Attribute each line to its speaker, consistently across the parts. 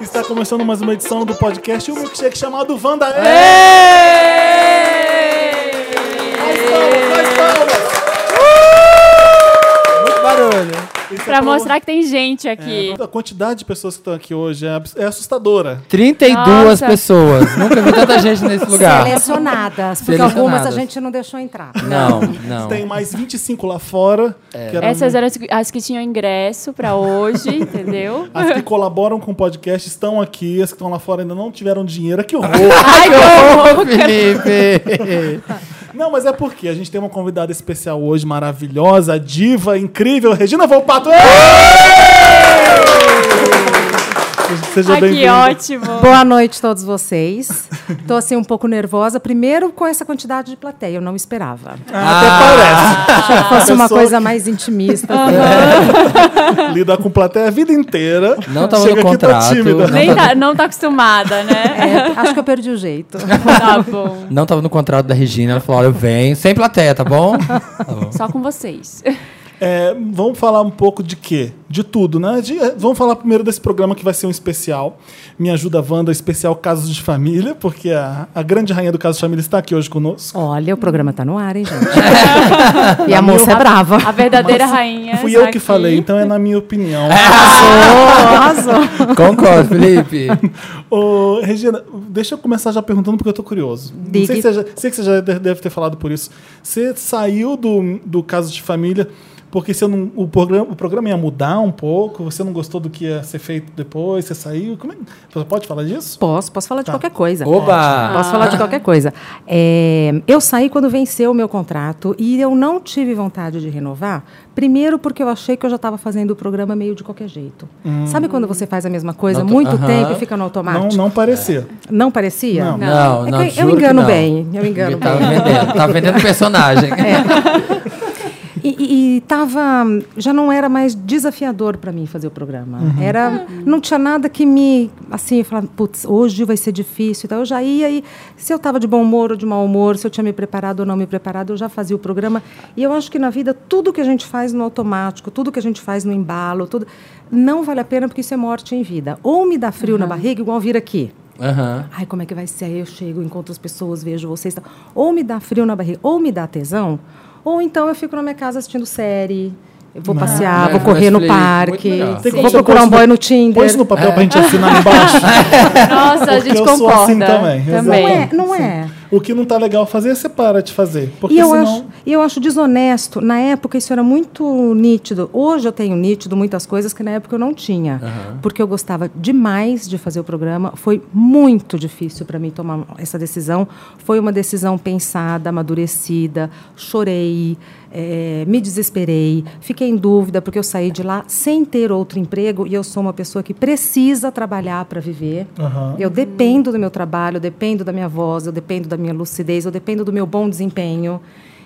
Speaker 1: Está começando mais uma edição do podcast O Milkshake chamado Vanda.
Speaker 2: Muito barulho.
Speaker 3: Pra mostrar que tem gente aqui.
Speaker 1: A É, quantidade de pessoas que estão aqui hoje é abs- é assustadora. Ah.
Speaker 2: 32
Speaker 3: Nossa.
Speaker 2: pessoas. Nunca vi tanta gente nesse
Speaker 4: Ah.
Speaker 2: lugar.
Speaker 4: Selecionadas, porque
Speaker 2: Selecionadas.
Speaker 4: algumas a gente não deixou entrar.
Speaker 2: Não, não.
Speaker 1: Tem mais 25 lá fora.
Speaker 3: É.
Speaker 1: que eram-
Speaker 3: Essas eram as que- as que tinham ingresso pra hoje, entendeu?
Speaker 1: As que colaboram com o podcast estão aqui, as que estão lá fora ainda não tiveram dinheiro. Ah, Que horror!
Speaker 3: Ai, que horror!
Speaker 2: Ô, Felipe!
Speaker 1: Não, mas é porque a gente tem uma convidada especial hoje, maravilhosa, diva, incrível, Regina Volpato! Ah! Seja
Speaker 4: Ah,
Speaker 3: Ai, que
Speaker 1: bem-vinda.
Speaker 3: ótimo!
Speaker 4: Boa noite a todos vocês. Tô assim um pouco nervosa. Primeiro com essa quantidade de plateia, eu não esperava.
Speaker 1: Ah,
Speaker 2: Ah!
Speaker 1: Até
Speaker 4: Achei que fosse uma
Speaker 1: Pessoa
Speaker 4: coisa mais intimista. né?
Speaker 1: parece. Lidar com plateia a vida inteira.
Speaker 2: Não tava
Speaker 1: Chega
Speaker 2: no
Speaker 1: aqui, tá
Speaker 2: contrato.
Speaker 1: tímida.
Speaker 3: Nem tá, não tá acostumada, né?
Speaker 4: É, acho que eu perdi o jeito.
Speaker 3: Tá bom.
Speaker 2: Não tava no contrato da Regina. Ela falou: olha, eu venho. Sem plateia, tá bom? Tá bom.
Speaker 3: Só com vocês.
Speaker 1: É, vamos falar um pouco de quê? De tudo, né? De- vamos falar primeiro desse programa que vai ser um especial. Me ajuda, Wanda, especial Casos de Família, porque a, a grande rainha do Caso de Família está aqui hoje conosco.
Speaker 4: Olha, o programa tá no ar, hein, gente? E a moça é brava.
Speaker 3: A verdadeira rainha.
Speaker 1: Fui
Speaker 3: está
Speaker 1: eu que
Speaker 3: aqui.
Speaker 1: falei, então é na minha opinião.
Speaker 2: Concordo, Felipe.
Speaker 1: Ô, Regina, deixa eu começar já perguntando porque eu tô curioso. Não
Speaker 4: Diga.
Speaker 1: Sei, que você já, sei que você já de- deve ter falado por isso. Você saiu do, do caso de família porque você não, o, programa, o programa ia mudar um pouco, você não gostou do que ia ser feito depois, você saiu. Como é- você pode falar disso? Tá.
Speaker 4: Posso, posso falar de qualquer coisa. É.
Speaker 2: Oba!
Speaker 4: Posso falar de qualquer coisa. É, eu saí quando venceu o meu contrato e eu não tive vontade de renovar. Primeiro porque eu achei que eu já estava fazendo o programa meio de qualquer jeito. Sabe quando você faz a mesma coisa
Speaker 2: Hum. Não tô-
Speaker 4: muito
Speaker 2: Aham.
Speaker 4: tempo e fica no
Speaker 1: Não,
Speaker 4: automático? Não,
Speaker 1: não parecia.
Speaker 4: parecia?
Speaker 1: Não.
Speaker 2: Não,
Speaker 4: É que
Speaker 2: não,
Speaker 4: eu- eu
Speaker 2: juro que
Speaker 4: engano
Speaker 2: não.
Speaker 4: bem, eu engano
Speaker 2: Ele tava
Speaker 4: bem. É.
Speaker 2: vendendo, tava vendendo personagem.
Speaker 4: E- E, e tava, já não era mais desafiador para mim fazer o programa. Era, não tinha nada que me, assim, eu falava, putz, hoje vai ser difícil. Então eu já ia e se eu estava de bom humor ou de mau humor, se eu tinha me preparado ou não me preparado, eu já fazia o programa. E eu acho que na vida tudo que a gente faz no automático, tudo que a gente faz no embalo, tudo não vale a pena porque isso é morte em vida. Ou me dá frio na barriga igual vir aqui.
Speaker 2: Aham.
Speaker 4: Ai, como é que vai ser? Aí eu chego, encontro as pessoas, vejo vocês. tal. Ou me dá frio na barriga, ou me dá tesão, ou então eu fico na minha casa assistindo série, eu vou passear,
Speaker 2: É,
Speaker 4: vou correr no
Speaker 2: Netflix,
Speaker 4: parque,
Speaker 2: muito melhor.
Speaker 1: Tem como
Speaker 4: vou
Speaker 1: você pôr
Speaker 4: procurar
Speaker 1: isso
Speaker 4: um
Speaker 1: no-
Speaker 4: boy no
Speaker 1: Põe isso
Speaker 4: Tinder. É.
Speaker 1: no papel pra gente assinar embaixo.
Speaker 3: Nossa, a
Speaker 1: Porque
Speaker 3: gente
Speaker 1: eu sou
Speaker 3: concorda.
Speaker 1: assim também,
Speaker 4: Não
Speaker 1: exatamente.
Speaker 3: também.
Speaker 4: é, não é.
Speaker 1: O que não tá legal fazer, você para de fazer. Porque
Speaker 4: E eu,
Speaker 1: senão.
Speaker 4: acho, e eu acho desonesto. Na época isso era muito nítido. Hoje eu tenho nítido muitas coisas que na época eu não tinha. Porque eu gostava demais de fazer o programa. Foi muito difícil para mim tomar essa decisão. Foi uma decisão pensada, amadurecida. Chorei, eh, me desesperei, fiquei em dúvida, porque eu saí de lá sem ter outro emprego e eu sou uma pessoa que precisa trabalhar para viver.
Speaker 1: Aham.
Speaker 4: Eu dependo do meu trabalho, eu dependo da minha voz, eu dependo da minha lucidez, eu dependo do meu bom desempenho.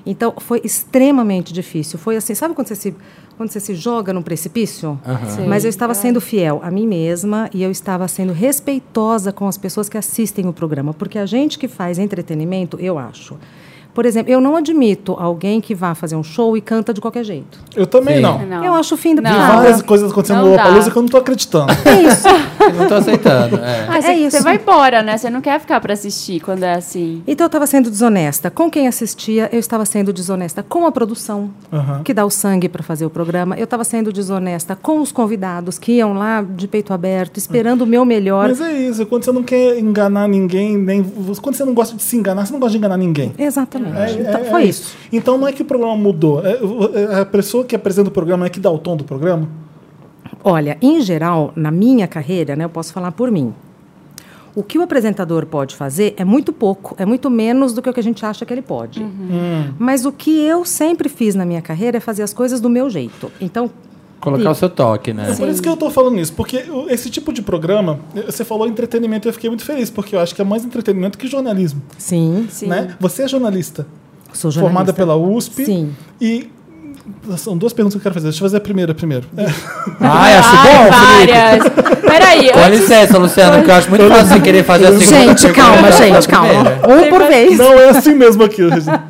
Speaker 4: Então, foi extremamente difícil. Foi assim, sabe quando você se, quando você se joga num precipício?
Speaker 3: Sei.
Speaker 4: Mas eu estava sendo fiel a mim mesma e eu estava sendo respeitosa com as pessoas que assistem o programa. Porque a gente que faz entretenimento, eu acho. Por exemplo, eu não admito alguém que vá fazer um show e canta de qualquer jeito.
Speaker 1: Eu também
Speaker 2: Sim.
Speaker 1: não.
Speaker 3: Não.
Speaker 4: Eu acho o fim da
Speaker 3: Não.
Speaker 1: Tem
Speaker 3: Ah,
Speaker 1: várias
Speaker 4: piada.
Speaker 1: coisas acontecendo
Speaker 3: não
Speaker 1: no
Speaker 3: dá.
Speaker 1: Lollapalooza que eu não tô acreditando.
Speaker 2: Não tô aceitando. É.
Speaker 3: Ah,
Speaker 4: É
Speaker 3: você,
Speaker 4: isso.
Speaker 3: você vai embora, né? Você não quer ficar pra assistir quando é assim.
Speaker 4: Então eu estava sendo desonesta com quem assistia, eu estava sendo desonesta com a produção,
Speaker 1: Aham.
Speaker 4: que dá o sangue para fazer o programa, eu estava sendo desonesta com os convidados que iam lá de peito aberto, esperando o meu melhor.
Speaker 1: Mas é isso, quando você não quer enganar ninguém, nem quando você não gosta de se enganar, você não gosta de enganar ninguém.
Speaker 4: Exatamente.
Speaker 1: É,
Speaker 4: Então,
Speaker 1: é,
Speaker 4: foi
Speaker 1: é
Speaker 4: isso.
Speaker 1: Então não é que o programa mudou. é- é a pessoa que apresenta o programa é que dá o tom do programa?
Speaker 4: Olha, em geral, na minha carreira, né, eu posso falar por mim. O que o apresentador pode fazer é muito pouco, é muito menos do que o que a gente acha que ele pode.
Speaker 3: Uhum.
Speaker 4: Mas o que eu sempre fiz na minha carreira é fazer as coisas do meu jeito. Então,
Speaker 2: Colocar o seu toque, né?
Speaker 1: É por isso que eu tô falando isso, porque o- esse tipo de programa, eh, você falou entretenimento e eu fiquei muito feliz, porque eu acho que é mais entretenimento que jornalismo.
Speaker 4: sim,
Speaker 3: Sim.
Speaker 1: Né? Você é jornalista,
Speaker 4: sou jornalista.
Speaker 1: formada pela USP
Speaker 4: Sim.
Speaker 1: e São duas perguntas que eu quero fazer. Deixa eu fazer a primeira primeiro.
Speaker 2: Ai, acho Ah, é assim? bom, Felipe.
Speaker 3: várias. Peraí,
Speaker 2: Com
Speaker 3: antes,
Speaker 2: licença, Luciano, que eu acho muito fácil você querer fazer a segunda.
Speaker 4: Gente,
Speaker 2: pergunta
Speaker 4: calma,
Speaker 2: da
Speaker 4: gente,
Speaker 2: primeira.
Speaker 4: calma. Um por vez.
Speaker 1: Não é assim mesmo aqui, Regina.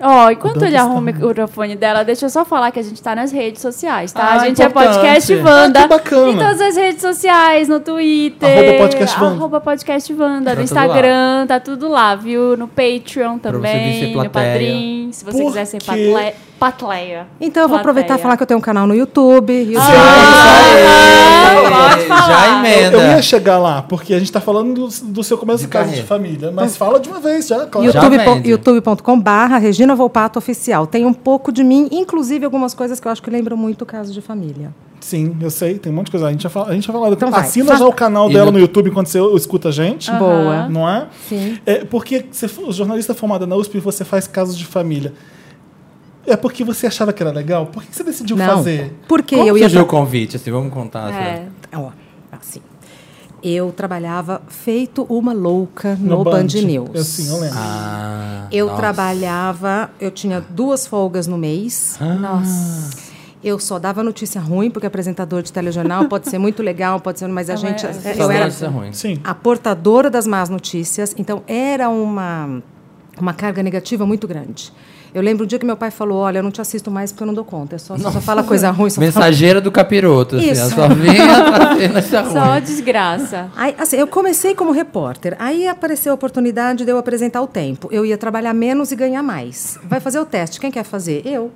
Speaker 3: ó, enquanto
Speaker 1: Dando
Speaker 3: ele arruma o microfone dela, deixa eu só falar que a gente tá nas redes sociais, tá?
Speaker 1: Ah,
Speaker 3: a gente
Speaker 1: importante.
Speaker 3: é podcast Wanda.
Speaker 1: Ah, que bacana.
Speaker 3: Em todas as redes sociais, no Twitter.
Speaker 1: Arroba Podcast Wanda.
Speaker 3: arroba podcast Wanda,
Speaker 2: Tá
Speaker 3: no
Speaker 2: tudo
Speaker 3: Instagram, tá tudo lá, viu? No Patreon
Speaker 2: você vir ser
Speaker 3: também, no
Speaker 2: plateia.
Speaker 3: Padrim, se você
Speaker 1: Por
Speaker 3: quiser ser
Speaker 1: quê?
Speaker 3: patle- patleia.
Speaker 4: Então eu vou aproveitar e
Speaker 3: Plateia.
Speaker 4: falar que eu tenho um canal no YouTube. YouTube.
Speaker 3: Ah, pode falar.
Speaker 2: Já
Speaker 1: Eu,
Speaker 2: emenda.
Speaker 1: eu ia chegar lá, porque a gente tá falando do, do seu começo
Speaker 2: De
Speaker 1: de casa
Speaker 2: carreira.
Speaker 1: de família. Mas fala de uma vez já, claro.
Speaker 2: Já
Speaker 4: YouTube
Speaker 2: vende.
Speaker 4: youtube.com barra Regina Volpato Oficial. Tem um pouco de mim, inclusive algumas coisas que eu acho que lembram muito o caso de família.
Speaker 1: Sim, eu sei, tem um monte de coisa. A gente já fala, a gente já falou.
Speaker 4: Então vai,
Speaker 1: Assina
Speaker 4: fala.
Speaker 1: já o canal
Speaker 2: E
Speaker 1: dela
Speaker 2: no-
Speaker 1: no... YouTube enquanto você escuta a gente.
Speaker 4: Boa.
Speaker 1: Não é?
Speaker 4: Sim.
Speaker 1: É porque você foi jornalista formada na USP e você faz casos de família. É porque você achava que era legal? Por que que você decidiu
Speaker 4: Não.
Speaker 1: fazer?
Speaker 4: Porque
Speaker 2: Como
Speaker 4: eu ia.
Speaker 2: surgiu o convite, assim, vamos contar.
Speaker 3: É.
Speaker 2: assim.
Speaker 4: Ó, assim. Eu trabalhava feito uma louca no,
Speaker 1: No
Speaker 4: Band,
Speaker 1: Band.
Speaker 4: News.
Speaker 1: Eu sim, eu lembro.
Speaker 2: Ah,
Speaker 4: Eu
Speaker 2: nossa.
Speaker 4: trabalhava, eu tinha duas folgas no mês.
Speaker 2: Ah.
Speaker 3: Nossa.
Speaker 4: Eu só dava notícia ruim, porque apresentador de telejornal pode ser muito legal, pode ser, mas a
Speaker 3: É,
Speaker 4: gente.
Speaker 3: mas-
Speaker 4: eu
Speaker 2: Só
Speaker 4: era-
Speaker 2: deve ser ruim.
Speaker 1: Sim.
Speaker 4: a portadora das más notícias. Então, era uma, uma carga negativa muito grande. Eu lembro um dia que meu pai falou: Olha, eu não te assisto mais porque eu não dou conta. Eu só, você só fala coisa ruim. Só fala...
Speaker 2: Mensageira do capiroto, assim,
Speaker 4: Isso.
Speaker 2: ela só vinha trazendo essa
Speaker 3: Só
Speaker 2: ruim.
Speaker 3: desgraça.
Speaker 4: Aí, assim, eu comecei como repórter. Aí apareceu a oportunidade de eu apresentar o tempo. Eu ia trabalhar menos e ganhar mais. Vai fazer o teste. Quem quer fazer? Eu.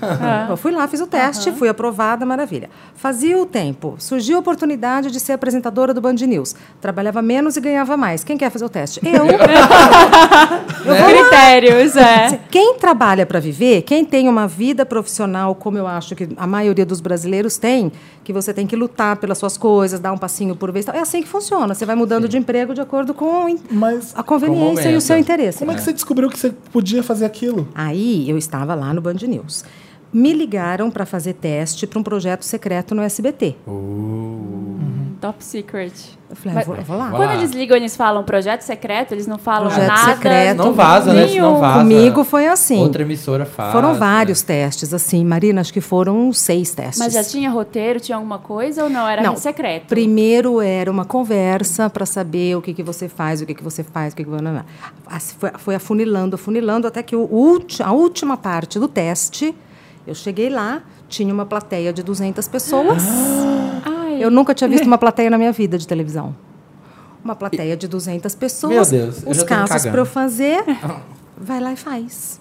Speaker 3: Ah.
Speaker 4: Eu fui lá, fiz o teste, fui aprovada, maravilha. Fazia o tempo. Surgiu a oportunidade de ser apresentadora do Band News. Trabalhava menos e ganhava mais. Quem quer fazer o teste? Eu.
Speaker 3: Né?
Speaker 2: né?
Speaker 3: Critérios, é.
Speaker 4: Quem trabalha para viver, quem tem uma vida profissional, como eu acho que a maioria dos brasileiros tem, que você tem que lutar pelas suas coisas, dar um passinho por vez. tal, É assim que funciona. Você vai mudando de emprego de acordo com in-
Speaker 1: Mas
Speaker 4: a conveniência e o
Speaker 2: momento.
Speaker 4: seu interesse.
Speaker 1: como é que você descobriu que você podia fazer aquilo?
Speaker 4: Aí eu estava lá no Band News. Me ligaram para fazer teste para um projeto secreto no SBT.
Speaker 1: Oh.
Speaker 3: Top secret.
Speaker 4: Eu falei, ah,
Speaker 3: Mas-
Speaker 4: vou, vou lá.
Speaker 3: Quando eles ligam, eles falam projeto secreto, eles não falam
Speaker 4: Projeto
Speaker 3: nada.
Speaker 4: secreto.
Speaker 2: Não vaza, né? Isso não
Speaker 3: nenhum.
Speaker 2: vaza.
Speaker 4: Comigo foi assim.
Speaker 2: Outra emissora faz.
Speaker 4: Foram
Speaker 3: Ah,
Speaker 2: né?
Speaker 4: vários testes, assim. Marina, acho que foram seis testes.
Speaker 3: Mas já tinha roteiro, tinha alguma coisa ou não? Era
Speaker 4: É Não.
Speaker 3: secreto.
Speaker 4: Primeiro era uma conversa para saber o que, que você faz, o que, que você faz, o que, que não, não, não. As- Foi, foi afunilando, afunilando, até que o ulti- a última parte do teste, eu cheguei lá, tinha uma plateia de 200 pessoas.
Speaker 1: Ah!
Speaker 3: Ai,
Speaker 4: Eu nunca tinha visto uma plateia na minha vida de televisão. Uma plateia de 200 pessoas.
Speaker 2: Meu Deus, eu
Speaker 4: Os
Speaker 2: já tô me
Speaker 4: casos
Speaker 2: cagando.
Speaker 4: para eu fazer, vai lá e faz.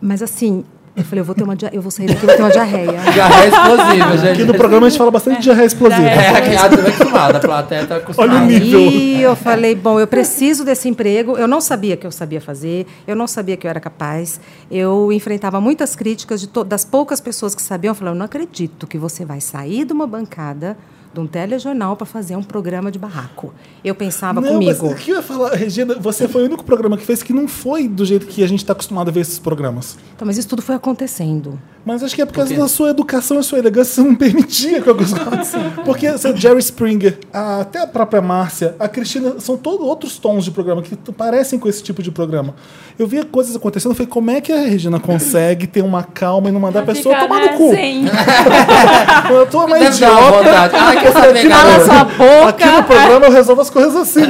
Speaker 4: Mas assim, eu falei, eu vou ter uma dia- eu vou sair daqui, eu vou ter uma diarreia.
Speaker 2: Diarreia explosiva, é gente.
Speaker 1: Aqui no programa a gente fala bastante de diarreia explosiva.
Speaker 2: É, aqui a turma é acostumada, a plateia tá acostumada.
Speaker 1: Olha o nível.
Speaker 4: Aí eu falei, bom, eu preciso desse emprego. Eu não sabia que eu sabia fazer, eu não sabia que eu era capaz. Eu enfrentava muitas críticas de to- das poucas pessoas que sabiam. Falaram, eu não acredito que você vai sair de uma bancada de um telejornal para fazer um programa de barraco. Eu pensava
Speaker 1: Não,
Speaker 4: comigo.
Speaker 1: mas o que eu ia falar, Regina, você foi o único programa que fez que não foi do jeito que a gente está acostumado a ver esses programas.
Speaker 4: Então, mas isso tudo foi acontecendo.
Speaker 1: Mas acho que é por causa
Speaker 2: quê?
Speaker 1: da sua educação e sua elegância, você não permitia que eu gostasse. Porque assim, Jerry Springer, a- até a própria Márcia, a Cristina, são todos outros tons de programa que t- parecem com esse tipo de programa. Eu via coisas acontecendo, eu falei, como é que a Regina consegue ter uma calma e não mandar a pessoa
Speaker 3: fica,
Speaker 1: tomar
Speaker 3: né,
Speaker 1: no
Speaker 4: assim.
Speaker 1: cu?
Speaker 3: Sim.
Speaker 1: Eu tô uma
Speaker 2: Deve dar uma
Speaker 1: idiota.
Speaker 2: vontade. Ah, quer saber,
Speaker 3: Cala
Speaker 2: garoto?
Speaker 3: sua
Speaker 1: assim. Aqui no
Speaker 3: boca.
Speaker 1: programa eu resolvo as coisas assim.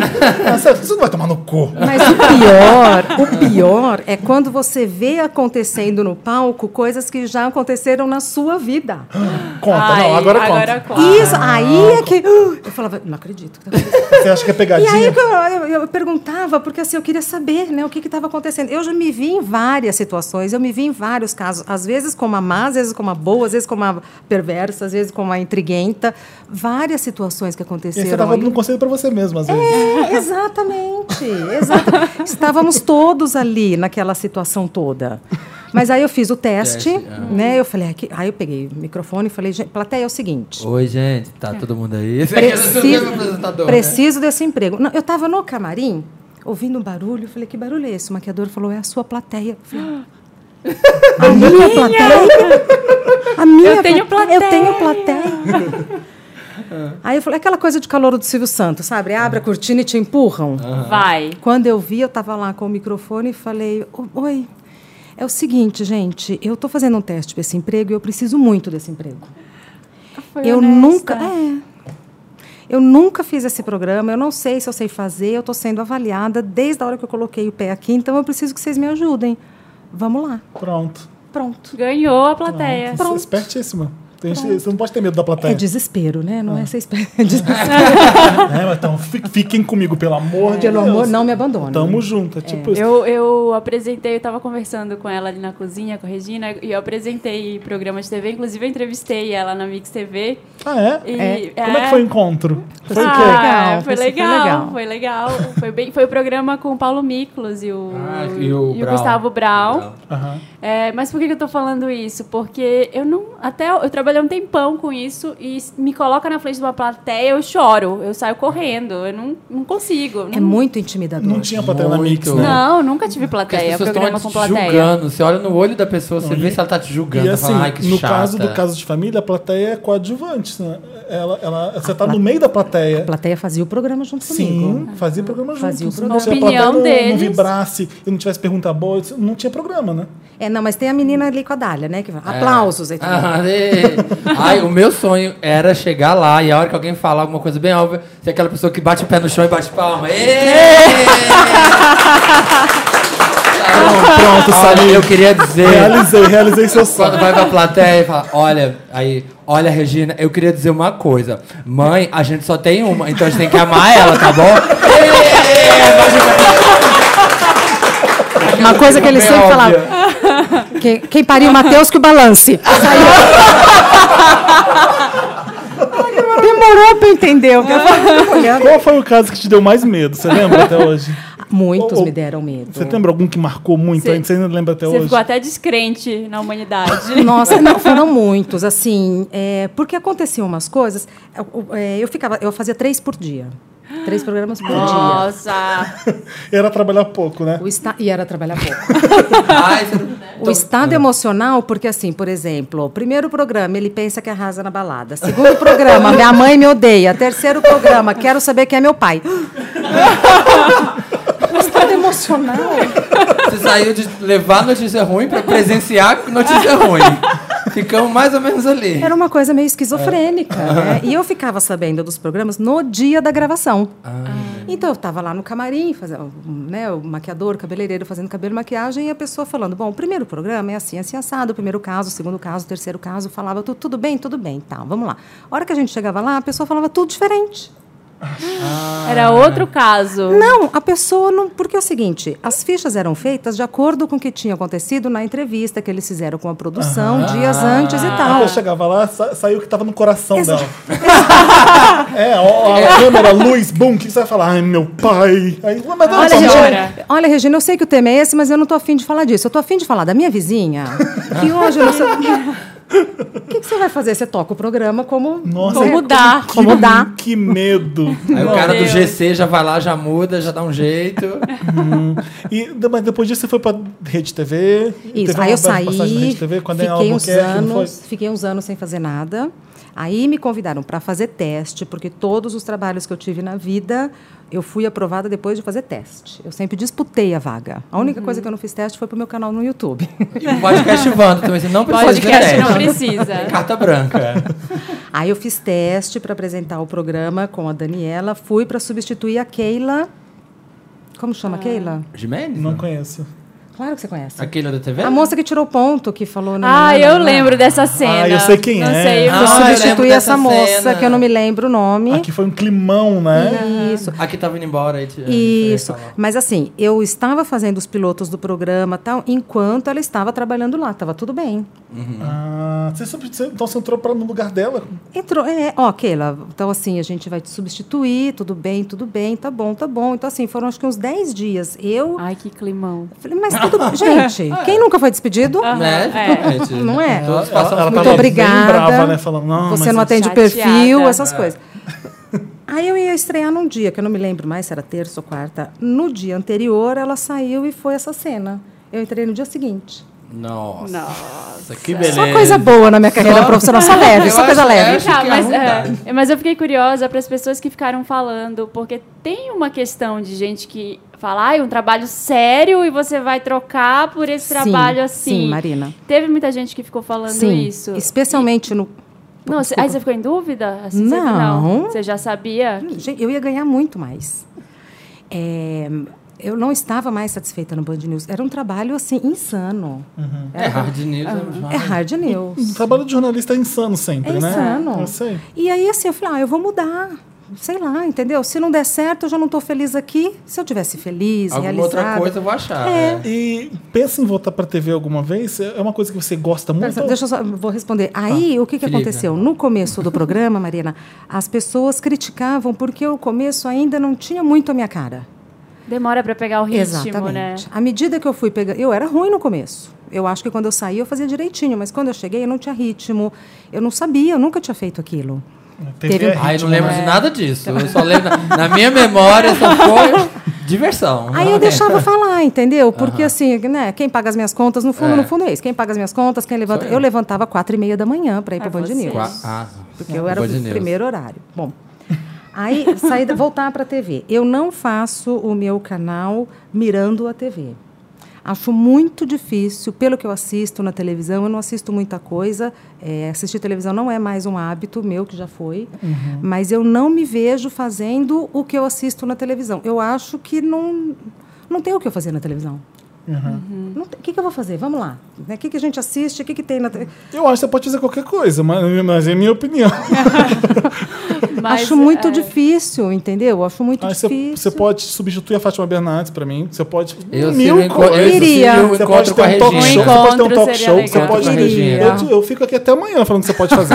Speaker 1: Ah, sério, Você não vai tomar no cu.
Speaker 4: Mas o pior, o pior é quando você vê acontecendo no palco coisas que já aconteceram na sua vida.
Speaker 1: Conta, não,
Speaker 3: Ai,
Speaker 1: agora,
Speaker 3: agora
Speaker 1: conta.
Speaker 3: conta.
Speaker 4: Isso, aí é que. uh, eu falava, não acredito. que tá acontecendo."
Speaker 1: Você acha que é
Speaker 4: E
Speaker 1: pegadinha?
Speaker 4: aí que eu, eu- eu perguntava, porque assim, eu queria saber né, o que estava acontecendo. Eu já me vi em várias situações, eu me vi em vários casos, às vezes como a má, às vezes como a boa, às vezes como a perversa, às vezes como a intriguenta. Várias situações que
Speaker 1: E aí
Speaker 4: aconteceram.
Speaker 1: você tava
Speaker 4: aí.
Speaker 1: dando um conselho pra você mesmo, às vezes.
Speaker 4: É, exatamente, exatamente. Estávamos todos ali naquela situação toda. Mas aí eu fiz o teste,
Speaker 2: Teste, ah.
Speaker 4: né? Eu falei, aqui, aí eu peguei o microfone e falei, "Gente, plateia, é o seguinte.
Speaker 2: Oi, gente,
Speaker 4: É.
Speaker 2: tá todo mundo aí?
Speaker 4: Preciso,
Speaker 2: apresentador,
Speaker 4: preciso desse emprego. Não, eu estava no camarim, ouvindo um barulho, eu falei, que barulho é esse? O maquiador falou, é a sua plateia. Eu falei, "Ah." a minha plateia? A minha
Speaker 3: Eu tenho
Speaker 4: Eu
Speaker 3: plateia.
Speaker 4: tenho plateia. Aí eu falei, aquela coisa de calor do Silvio Santos, sabe? Abre a cortina e te empurram.
Speaker 3: Vai.
Speaker 4: Quando eu vi, eu estava lá com o microfone e falei, "O- oi, É o seguinte, gente, eu estou fazendo um teste para esse emprego e eu preciso muito desse emprego.
Speaker 3: Foi
Speaker 4: eu
Speaker 3: honesta.
Speaker 4: nunca. É. Eu nunca fiz esse programa, eu não sei se eu sei fazer, eu estou sendo avaliada desde a hora que eu coloquei o pé aqui, então eu preciso que vocês me ajudem. Vamos lá.
Speaker 1: Pronto.
Speaker 4: Pronto.
Speaker 3: Ganhou a plateia.
Speaker 1: Pronto. Espertíssima. Tem gente- Você não pode ter medo da plateia.
Speaker 4: É desespero, né? Não é ser espera. É desespero.
Speaker 1: É, mas então, fi- fiquem comigo, pelo amor de
Speaker 4: Pelo
Speaker 1: Deus.
Speaker 4: amor, não me abandone.
Speaker 1: Tamo junto. É tipo isso.
Speaker 3: Eu, eu apresentei, eu tava conversando com ela ali na cozinha, com a Regina, e eu apresentei programa de TV, inclusive eu entrevistei ela na Mix TV.
Speaker 1: Ah, é?
Speaker 3: E,
Speaker 1: Como é que foi o encontro? Foi o quê?
Speaker 3: Ah,
Speaker 4: legal,
Speaker 3: foi
Speaker 4: foi super
Speaker 3: legal,
Speaker 4: legal.
Speaker 3: foi legal. Foi bem, foi o programa com o Paulo Miklos e o,
Speaker 2: Ah, e o Brown.
Speaker 3: Gustavo Brown.
Speaker 2: Brown.
Speaker 1: Aham.
Speaker 3: É, mas por que que eu tô falando isso? Porque eu não. Até eu, eu trabalhei um tempão com isso e s- me coloca na frente de uma plateia, eu choro, eu saio correndo, eu não, não consigo. eu
Speaker 4: É
Speaker 3: não,
Speaker 4: muito intimidador.
Speaker 1: Não tinha plateia na
Speaker 2: Muito.
Speaker 1: Mix, né?
Speaker 3: não, nunca tive
Speaker 2: Porque as
Speaker 3: plateia,
Speaker 2: pessoas
Speaker 3: programa com
Speaker 2: estão te
Speaker 3: plateia.
Speaker 2: julgando. Você olha no olho da pessoa, você vê se ela tá te julgando.
Speaker 1: E
Speaker 2: tá
Speaker 1: assim,
Speaker 2: falando, ai, que
Speaker 1: no
Speaker 2: chata.
Speaker 1: caso do caso de família, a plateia é coadjuvante. Né? Ela, ela, você tá no meio da
Speaker 4: A
Speaker 1: plateia.
Speaker 4: plateia fazia o programa junto
Speaker 1: Sim,
Speaker 4: comigo.
Speaker 1: fazia o programa junto.
Speaker 4: Fazia o
Speaker 1: Se a
Speaker 4: programa.
Speaker 1: plateia
Speaker 3: Opinião
Speaker 1: não, não
Speaker 3: deles.
Speaker 1: vibrasse e não tivesse pergunta boa, isso- não tinha programa, né?
Speaker 4: É, não, mas tem a menina ali com a Dália, né? Que fala,
Speaker 2: É.
Speaker 4: aplausos. Aí, tá.
Speaker 2: Ah, e- Ai, o meu sonho era chegar lá e a hora que alguém falar alguma coisa bem óbvia, ser aquela pessoa que bate o pé no chão e bate palma.
Speaker 4: É.
Speaker 2: Ê!
Speaker 1: Pronto,
Speaker 2: Olha,
Speaker 1: Samir.
Speaker 2: eu queria dizer.
Speaker 1: Realizei, realizei seu
Speaker 2: Quando
Speaker 1: sonho.
Speaker 2: vai pra plateia e fala, olha, aí, olha, Regina, eu queria dizer uma coisa. Mãe, a gente só tem uma, então a gente tem que amar ela, tá bom?
Speaker 4: Uma coisa que ele
Speaker 2: Bem
Speaker 4: sempre falava.
Speaker 2: é óbvia.
Speaker 4: Quem, quem pariu o Matheus, que o balance. Saiu. Demorou pra entender o que eu tava olhando.
Speaker 1: Qual foi o caso que te deu mais medo? Você lembra até hoje?
Speaker 4: Muitos
Speaker 1: Ô, ô,
Speaker 4: me deram medo.
Speaker 1: Você lembra algum que marcou muito?
Speaker 3: Você-
Speaker 1: ainda? Você ainda lembra até
Speaker 3: Você
Speaker 1: Então, hoje?
Speaker 3: ficou até descrente na humanidade.
Speaker 4: Nossa, não, foram muitos, assim, é, porque aconteciam umas coisas. Eu, é, eu ficava, eu fazia três por dia. Três programas por dia.
Speaker 3: Nossa!
Speaker 1: Era trabalhar pouco, né?
Speaker 4: O esta- e era trabalhar pouco.
Speaker 2: Ai, você não-
Speaker 4: O estado
Speaker 1: É.
Speaker 4: emocional, porque assim, por exemplo, primeiro programa, ele pensa que arrasa na balada. Segundo programa, minha mãe me odeia. Terceiro programa, quero saber quem é meu pai. O estado emocional.
Speaker 2: Você saiu de levar notícia ruim pra presenciar notícia ruim. Ficamos mais ou menos ali.
Speaker 4: Era uma coisa meio esquizofrênica, né? E eu ficava sabendo dos programas no dia da gravação. Então eu estava lá no camarim, fazendo, né, o maquiador, o cabeleireiro fazendo cabelo e maquiagem, e a pessoa falando: Bom, o primeiro programa é assim, assim, assado, o primeiro caso, o segundo caso, o terceiro caso, falava tudo, tudo bem, tudo bem, tá, vamos lá. A hora que a gente chegava lá, a pessoa falava tudo diferente.
Speaker 3: Ah. Era outro caso.
Speaker 4: Não, a pessoa não. Porque é o seguinte: as fichas eram feitas de acordo com o que tinha acontecido na entrevista que eles fizeram com a produção dias antes e
Speaker 1: Ah.
Speaker 4: tal.
Speaker 1: Eu chegava lá, sa saiu o que tava no coração dela. é, ó, a câmera, a luz, bum, o que que você vai falar? Ai, meu pai. Aí, mas não,
Speaker 3: Olha,
Speaker 4: Olha,
Speaker 1: tá bom.
Speaker 3: gente,
Speaker 4: Regina, olha, Regina, eu sei que o tema é esse, mas eu não tô afim de falar disso. Eu tô afim de falar da minha vizinha, que hoje eu não sei... O que, que você vai fazer? Você toca o programa como...
Speaker 1: Nossa,
Speaker 3: Como
Speaker 1: que-
Speaker 3: dá.
Speaker 1: que-
Speaker 4: Como dá.
Speaker 1: Hum, Que medo.
Speaker 2: Aí o
Speaker 1: Não.
Speaker 2: cara do
Speaker 3: Deus.
Speaker 2: GC já vai lá, já muda, já dá um jeito.
Speaker 1: hum. E, de- mas depois disso você foi pra Rede TV.
Speaker 4: Isso, aí
Speaker 1: teve
Speaker 4: eu
Speaker 1: uma breve passagem na
Speaker 4: saí,
Speaker 1: Rede TV, com a Daniela
Speaker 4: fiquei uns
Speaker 1: é Albuquerque, não foi?
Speaker 4: anos, fiquei uns anos sem fazer nada. Aí me convidaram para fazer teste, porque todos os trabalhos que eu tive na vida, eu fui aprovada depois de fazer teste. Eu sempre disputei a vaga. A única coisa que eu não fiz teste foi pro meu canal no YouTube.
Speaker 2: Uhum. E o podcast Wanda também. Você não precisa
Speaker 3: Podcast
Speaker 2: de
Speaker 3: não
Speaker 2: teste.
Speaker 3: precisa.
Speaker 2: Carta branca.
Speaker 4: Aí eu fiz teste para apresentar o programa com a Daniela, fui para substituir a Keila. Como
Speaker 3: Ah.
Speaker 4: chama a Keila?
Speaker 2: Jimenez?
Speaker 1: Não conheço.
Speaker 4: Claro que você conhece.
Speaker 2: Aquele é da TV?
Speaker 4: A moça que tirou o ponto, que falou. não,
Speaker 3: Ah,
Speaker 4: não, não,
Speaker 3: eu
Speaker 4: não.
Speaker 3: lembro dessa cena.
Speaker 1: Ah, eu sei quem
Speaker 3: não
Speaker 1: é.
Speaker 3: Sei,
Speaker 2: Ah,
Speaker 4: Eu
Speaker 2: eu lembro
Speaker 4: substituí
Speaker 2: dessa
Speaker 4: essa moça,
Speaker 2: cena.
Speaker 4: que eu não me lembro o nome.
Speaker 1: Aqui foi um climão, né?
Speaker 4: Isso.
Speaker 2: Aqui tava indo embora. Aí te,
Speaker 4: é, Isso.
Speaker 2: aí te falou.
Speaker 4: Mas assim, eu estava fazendo os pilotos do programa tal, enquanto ela estava trabalhando lá. Tava tudo bem.
Speaker 1: Ah, você sub- você- então você entrou pra, no lugar dela?
Speaker 4: Entrou, é, ó, Keila, então assim, a gente vai te substituir, tudo bem, tudo bem, tá bom, tá bom. Então assim, foram acho que uns 10 dias. Eu,
Speaker 3: Ai, que climão.
Speaker 4: Falei, mas tudo. Gente, quem nunca foi despedido?
Speaker 2: Né?
Speaker 3: É.
Speaker 2: Gente,
Speaker 4: Não é?
Speaker 2: Todos
Speaker 1: Ela-
Speaker 2: passamos
Speaker 1: ela
Speaker 2: por
Speaker 1: tava
Speaker 4: Muito
Speaker 2: isso.
Speaker 1: bem
Speaker 4: obrigada.
Speaker 1: brava, né? Falando, não,
Speaker 4: Você
Speaker 1: mas
Speaker 4: não
Speaker 1: eu-
Speaker 4: atende o
Speaker 3: Chateada.
Speaker 4: perfil, essas coisas. Aí eu ia estrear num dia, que eu não me lembro mais se era terça ou quarta. No dia anterior, ela saiu e foi essa cena. Eu entrei no dia seguinte.
Speaker 2: Nossa.
Speaker 3: Nossa.
Speaker 2: que beleza.
Speaker 4: Só coisa boa na minha carreira
Speaker 2: Só-
Speaker 4: profissional, é só leve,
Speaker 2: Eu
Speaker 4: só coisa
Speaker 2: acho-
Speaker 4: leve.
Speaker 2: eu acho-
Speaker 3: Tá,
Speaker 2: que é
Speaker 3: mas,
Speaker 2: ruim,
Speaker 3: é, mas eu fiquei curiosa para as pessoas que ficaram falando, porque tem uma questão de gente que fala, ai, um trabalho sério e você vai trocar por esse
Speaker 4: Sim,
Speaker 3: trabalho assim.
Speaker 4: Sim, Marina.
Speaker 3: Teve muita gente que ficou falando
Speaker 4: Sim,
Speaker 3: isso.
Speaker 4: especialmente no...
Speaker 3: Não, cê- aí você ficou em dúvida? Assim, cê-
Speaker 4: Não.
Speaker 3: Você já sabia?
Speaker 4: Hum, Gente, eu ia ganhar muito mais. É, eu não estava mais satisfeita no Band News. Era um trabalho, assim, insano.
Speaker 2: É hard news.
Speaker 4: É hard news.
Speaker 1: O trabalho de jornalista é insano sempre,
Speaker 4: É
Speaker 1: né?
Speaker 4: insano.
Speaker 2: Então,
Speaker 1: Eu sei.
Speaker 4: E aí, assim, eu falei, ah, eu vou mudar. Sei lá, entendeu? Se não der certo, eu já não estou feliz aqui. Se eu tivesse feliz,
Speaker 2: Alguma
Speaker 4: realizada...
Speaker 2: outra coisa eu vou achar.
Speaker 4: É.
Speaker 2: né?
Speaker 1: E pensa em voltar pra TV alguma vez? É uma coisa que você gosta
Speaker 4: Pera,
Speaker 1: muito?
Speaker 4: Deixa eu só, vou responder. Aí, o que, que
Speaker 2: Tá. Felipe.
Speaker 4: aconteceu? No começo do programa, Marina, as pessoas criticavam porque o começo ainda não tinha muito a minha cara.
Speaker 3: Demora para pegar o ritmo,
Speaker 4: Exatamente.
Speaker 3: né?
Speaker 4: À medida que eu fui pegando. Eu era ruim no começo. Eu acho que quando eu saí eu fazia direitinho, mas quando eu cheguei eu não tinha ritmo. Eu não sabia, eu nunca tinha feito aquilo.
Speaker 1: TV
Speaker 4: Teve- um-
Speaker 1: é
Speaker 2: Aí eu
Speaker 1: ritmo,
Speaker 2: não lembro
Speaker 1: né?
Speaker 2: de nada disso. Eu só lembro, na, na minha memória só foi diversão.
Speaker 4: Aí eu deixava falar, entendeu? Porque assim, né, quem paga as minhas contas, no fundo,
Speaker 2: É.
Speaker 4: no fundo é isso. Quem paga as minhas contas, quem levanta.
Speaker 2: Sou
Speaker 4: Eu.
Speaker 2: eu.
Speaker 4: levantava quatro e meia da manhã para ir para
Speaker 3: É
Speaker 4: Band
Speaker 3: você.
Speaker 4: News.
Speaker 2: Qua- Ah,
Speaker 3: É,
Speaker 4: Porque eu era
Speaker 2: Band
Speaker 4: o
Speaker 2: News.
Speaker 4: primeiro horário. Bom, aí saí, da- voltar para a TV. Eu não faço o meu canal mirando a TV. Acho muito difícil, pelo que eu assisto na televisão, eu não assisto muita coisa. É, assistir televisão não é mais um hábito meu, que já foi.
Speaker 3: Uhum.
Speaker 4: Mas eu não me vejo fazendo o que eu assisto na televisão. Eu acho que não, não tem o que eu fazer na televisão.
Speaker 1: Uhum.
Speaker 3: Uhum.
Speaker 4: Não tem- O que, que eu vou fazer? Vamos lá. Né, O que, que a gente assiste? O que, que tem na televisão?
Speaker 1: Eu acho que você pode fazer qualquer coisa, mas, mas é minha opinião.
Speaker 3: Mas,
Speaker 4: acho muito
Speaker 3: é,
Speaker 4: difícil, entendeu? Acho muito
Speaker 1: Aí você,
Speaker 4: difícil.
Speaker 1: você pode substituir a Fátima Bernardes pra mim. Você pode.
Speaker 2: Eu
Speaker 1: mil
Speaker 2: sigo enco- eu
Speaker 1: coisas.
Speaker 4: iria.
Speaker 2: sigo o
Speaker 1: Você
Speaker 2: encontro
Speaker 1: pode
Speaker 2: com a
Speaker 1: ter um talk
Speaker 2: Regina.
Speaker 1: show, você pode ter um
Speaker 3: Encontro
Speaker 1: talk
Speaker 3: seria
Speaker 1: show, você
Speaker 3: legal.
Speaker 1: pode.
Speaker 2: Encontro com a Regina.
Speaker 1: Eu, eu fico aqui até amanhã falando que você pode fazer.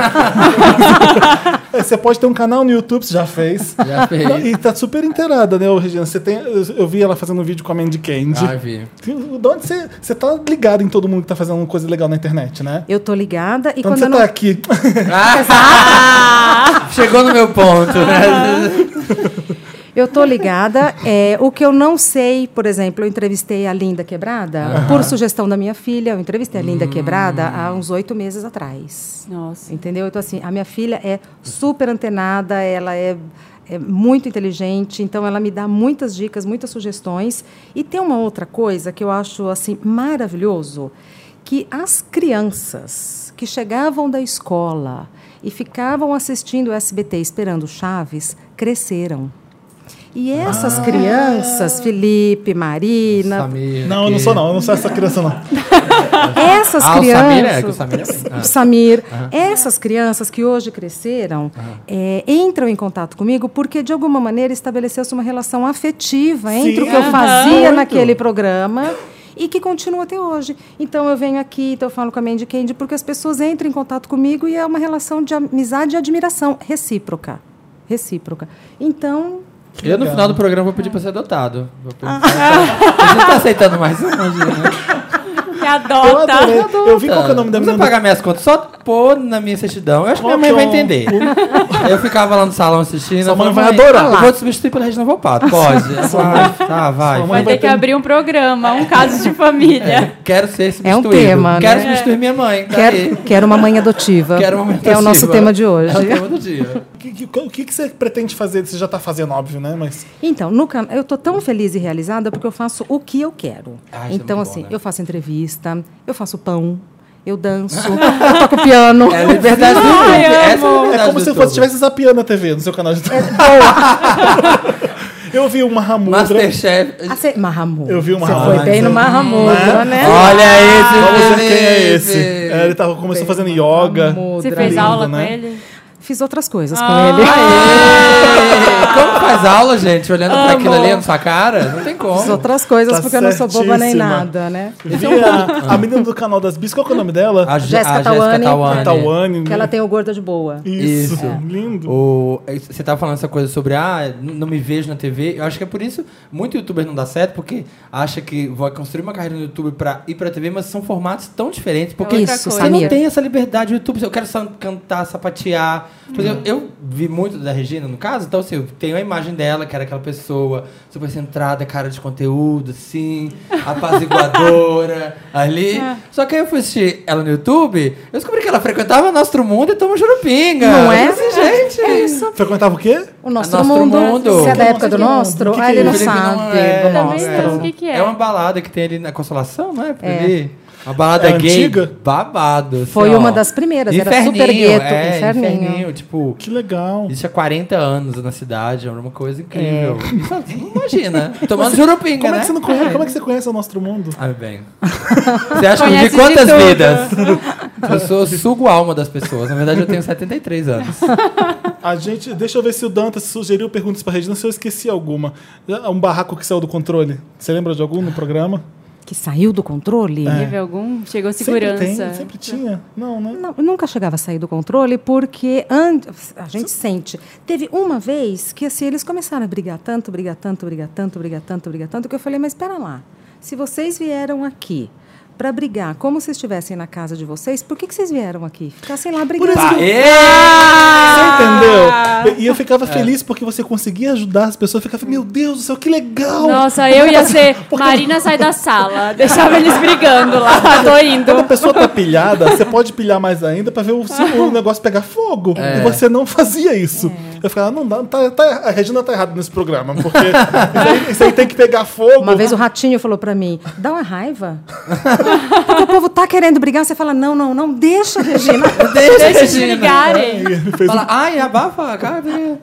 Speaker 1: É, você pode ter um canal no YouTube, você já fez.
Speaker 2: Já fez.
Speaker 1: Não, E tá super inteirada, né, ô Regina? Você tem, eu, eu vi ela fazendo um vídeo com a Mandy Candy.
Speaker 2: Ah, vi.
Speaker 1: De onde você, você tá ligado em todo mundo que tá fazendo uma coisa legal na internet, né?
Speaker 4: Eu tô ligada e
Speaker 1: Então
Speaker 4: quando
Speaker 1: você
Speaker 4: eu não...
Speaker 1: tá aqui.
Speaker 3: Ah!
Speaker 2: Chegou no meu ponto, né?
Speaker 4: Eu tô ligada. É, o que eu não sei, por exemplo, eu entrevistei a Linda Quebrada por sugestão da minha filha. Eu entrevistei a Linda Quebrada há uns oito meses atrás.
Speaker 3: Nossa.
Speaker 4: Entendeu? Então, assim, a minha filha é super antenada, ela é, é muito inteligente, então ela me dá muitas dicas, muitas sugestões. E tem uma outra coisa que eu acho, assim, maravilhoso, que as crianças que chegavam da escola e ficavam assistindo o SBT esperando Chaves, cresceram. E essas
Speaker 1: Ah.
Speaker 4: crianças, Felipe, Marina,
Speaker 2: Samira,
Speaker 1: Não, eu não
Speaker 2: que-
Speaker 1: sou não, eu não sou essa criança não.
Speaker 4: essas
Speaker 2: Ah, o Samir é, que o
Speaker 4: crianças.
Speaker 2: Samir é. Ah.
Speaker 4: O Samir. Essas crianças que hoje cresceram é, entram em contato comigo porque, de alguma maneira, estabeleceu-se uma relação afetiva
Speaker 1: Sim.
Speaker 4: entre o que eu
Speaker 1: Aham.
Speaker 4: fazia
Speaker 1: Muito.
Speaker 4: naquele programa e que continua até hoje. Então, eu venho aqui, então eu falo com a Mandy Candy porque as pessoas entram em contato comigo e é uma relação de amizade e admiração recíproca. Recíproca. Então,
Speaker 2: Eu, no final do programa, vou pedir pra ser adotado. Vou pedir pra ser- A gente tá aceitando mais um, né?
Speaker 3: Me
Speaker 1: Eu
Speaker 3: adota.
Speaker 1: adorei. Eu vi qual que é o nome da
Speaker 2: Não precisa
Speaker 1: menina. do-
Speaker 2: pagar minhas contas, só pôr na minha certidão. Eu acho que
Speaker 1: Qual
Speaker 2: minha mãe vai
Speaker 1: que é o-
Speaker 2: entender. Eu ficava lá no salão assistindo.
Speaker 1: Sua
Speaker 2: eu falava,
Speaker 1: mãe vai adorar.
Speaker 2: Eu vou te substituir pela Regina Volpato. Pode. Ela falava, tá, vai. É.
Speaker 1: Sua mãe
Speaker 3: Vai ter que abrir um programa, um caso de família.
Speaker 2: Quero ser
Speaker 4: É
Speaker 2: substituído.
Speaker 4: um tema, né?
Speaker 2: Quero substituir minha mãe. Tá aí.
Speaker 4: quero, quero uma mãe adotiva.
Speaker 2: Quero uma mãe
Speaker 4: é o nosso
Speaker 2: adotiva.
Speaker 4: tema de hoje.
Speaker 2: É o tema do dia.
Speaker 1: O que, que- o que que você pretende fazer? Você já tá fazendo, óbvio, né? Mas
Speaker 4: Então, no can... eu tô tão feliz e realizada porque eu faço o que eu quero.
Speaker 2: Ah, isso é
Speaker 4: então,
Speaker 2: muito bom,
Speaker 4: assim,
Speaker 2: né?
Speaker 4: eu faço entrevista, eu faço pão, eu danço, eu toco piano.
Speaker 2: É a liberdade do YouTube. Essa é, a
Speaker 1: é
Speaker 2: liberdade
Speaker 1: como
Speaker 2: do
Speaker 1: se
Speaker 2: YouTube.
Speaker 1: você estivesse zapeando a TV no seu canal
Speaker 4: É,
Speaker 1: de Eu vi uma Ramudra.
Speaker 2: Masterchef. Uhum.
Speaker 4: Ah, cê- Mahamudra.
Speaker 1: Eu vi uma
Speaker 4: Você foi
Speaker 1: Mahamudra.
Speaker 4: bem no Mahamudra, né?
Speaker 2: Olha esse
Speaker 1: é? Vamos ver quem é
Speaker 2: Felipe.
Speaker 1: esse. É, ele tava, começou fazendo yoga.
Speaker 3: Você
Speaker 4: Mahamudra.
Speaker 3: fez
Speaker 1: lindo,
Speaker 3: aula
Speaker 1: né?
Speaker 3: com ele?
Speaker 4: Fiz outras coisas
Speaker 3: Ah.
Speaker 4: com ele.
Speaker 2: Ei, Como faz aula, gente? Olhando pra aquilo
Speaker 3: Amo.
Speaker 2: ali na sua cara? Não tem como.
Speaker 4: Fiz outras coisas
Speaker 1: Tá
Speaker 4: porque eu não sou boba nem
Speaker 1: certíssima.
Speaker 4: nada, né?
Speaker 1: Vi É, a, a menina do canal das Bis, qual que é o nome dela?
Speaker 2: A Jé-
Speaker 4: Ah, Jéssica
Speaker 2: a
Speaker 4: Tawane.
Speaker 1: A Tawane.
Speaker 4: Que
Speaker 1: né?
Speaker 4: ela tem o gorda de boa.
Speaker 1: Isso, É,
Speaker 2: Isso.
Speaker 1: lindo.
Speaker 2: O- é, você tava falando essa coisa sobre, ah, n- não me vejo na TV. Eu acho que é por isso muito youtuber não dá certo, porque acha que vai construir uma carreira no YouTube pra ir pra TV, mas são formatos tão diferentes. Porque
Speaker 3: É outra
Speaker 4: Isso,
Speaker 3: coisa.
Speaker 2: você não
Speaker 4: Samir.
Speaker 2: tem essa liberdade do YouTube. Eu quero só cantar, sapatear, Por
Speaker 4: Hum.
Speaker 2: exemplo, eu vi muito da Regina, no caso, então assim, eu tenho a imagem dela, que era aquela pessoa super centrada, cara de conteúdo, assim, apaziguadora, ali.
Speaker 4: É.
Speaker 2: Só que aí eu fui assistir ela no YouTube, eu descobri que ela frequentava Nostro Mundo e Toma Jurupinga.
Speaker 4: Não é?
Speaker 2: Eu falei Assim, gente.
Speaker 4: É isso.
Speaker 1: Frequentava o quê?
Speaker 4: O nosso,
Speaker 2: Nosso
Speaker 4: mundo.
Speaker 2: Mundo.
Speaker 4: Se é da época do
Speaker 1: Que que é?
Speaker 4: nosso,
Speaker 1: Que que
Speaker 4: ah,
Speaker 1: é?
Speaker 4: ele não
Speaker 1: Ele
Speaker 2: que não
Speaker 4: sabe
Speaker 2: é.
Speaker 4: do
Speaker 3: Também não, o
Speaker 4: nosso.
Speaker 3: que, que é?
Speaker 2: É uma balada que tem ali na Consolação, não é? Por
Speaker 4: É.
Speaker 2: ali. Uma balada
Speaker 1: É
Speaker 2: gay
Speaker 1: antiga?
Speaker 2: babado. assim,
Speaker 4: Foi
Speaker 2: ó.
Speaker 4: uma das primeiras, era
Speaker 2: Inferninho,
Speaker 4: super gueto,
Speaker 2: é,
Speaker 4: inferninho.
Speaker 2: Tipo,
Speaker 1: Que legal.
Speaker 2: existe há 40 anos na cidade, é uma coisa incrível. Isso,
Speaker 1: É.
Speaker 2: Imagina, tomando jurupinga,
Speaker 1: Como
Speaker 2: né?
Speaker 1: é que você não conhece? Como é que você conhece o nosso mundo?
Speaker 2: Ah, bem. Você acha que eu vi
Speaker 3: Conhece de
Speaker 2: quantas
Speaker 3: tudo.
Speaker 2: vidas? Eu sou, sugo a alma das pessoas. Na verdade, eu tenho 73 anos.
Speaker 1: A gente. Deixa eu ver se o Dantas sugeriu perguntas pra Regina, se eu esqueci alguma. Um barraco que saiu do controle. Você lembra de algum no programa? É.
Speaker 4: Que saiu do controle?
Speaker 3: Teve algum? Chegou
Speaker 1: Sempre
Speaker 3: segurança.
Speaker 1: tem, sempre tinha. Não, né?
Speaker 4: Não, eu nunca chegava a sair do controle porque an- a gente sente. Teve uma vez que assim, eles começaram a brigar tanto, brigar tanto, brigar tanto, brigar tanto, brigar tanto, que eu falei, mas espera lá. Se vocês vieram aqui para brigar como se estivessem na casa de vocês, por que, que vocês vieram aqui? Ficassem lá brigando.
Speaker 1: isso que-
Speaker 3: Ah!
Speaker 1: Você entendeu? E eu
Speaker 2: É.
Speaker 1: ficava feliz porque você conseguia ajudar as pessoas. Eu ficava, meu Deus do céu, que legal! é
Speaker 3: Nossa, eu
Speaker 1: tá
Speaker 3: ia ser. Marina sai da sala. Deixava eles brigando lá. Tô indo.
Speaker 1: Quando a pessoa tá pilhada, você pode pilhar mais ainda pra ver o, se o negócio pegar fogo.
Speaker 2: É.
Speaker 1: E você não fazia isso.
Speaker 3: É.
Speaker 1: Eu ficava, não dá, tá, tá- a Regina tá errada nesse programa, porque isso aí, isso aí tem que pegar fogo.
Speaker 4: Uma vez o ratinho falou pra mim: dá uma raiva. Porque o povo tá querendo brigar, você fala: não, não, não, deixa, Regina.
Speaker 3: Deixa eles brigarem.
Speaker 1: Ele fez um
Speaker 2: Fala, ai, abafa, cadê?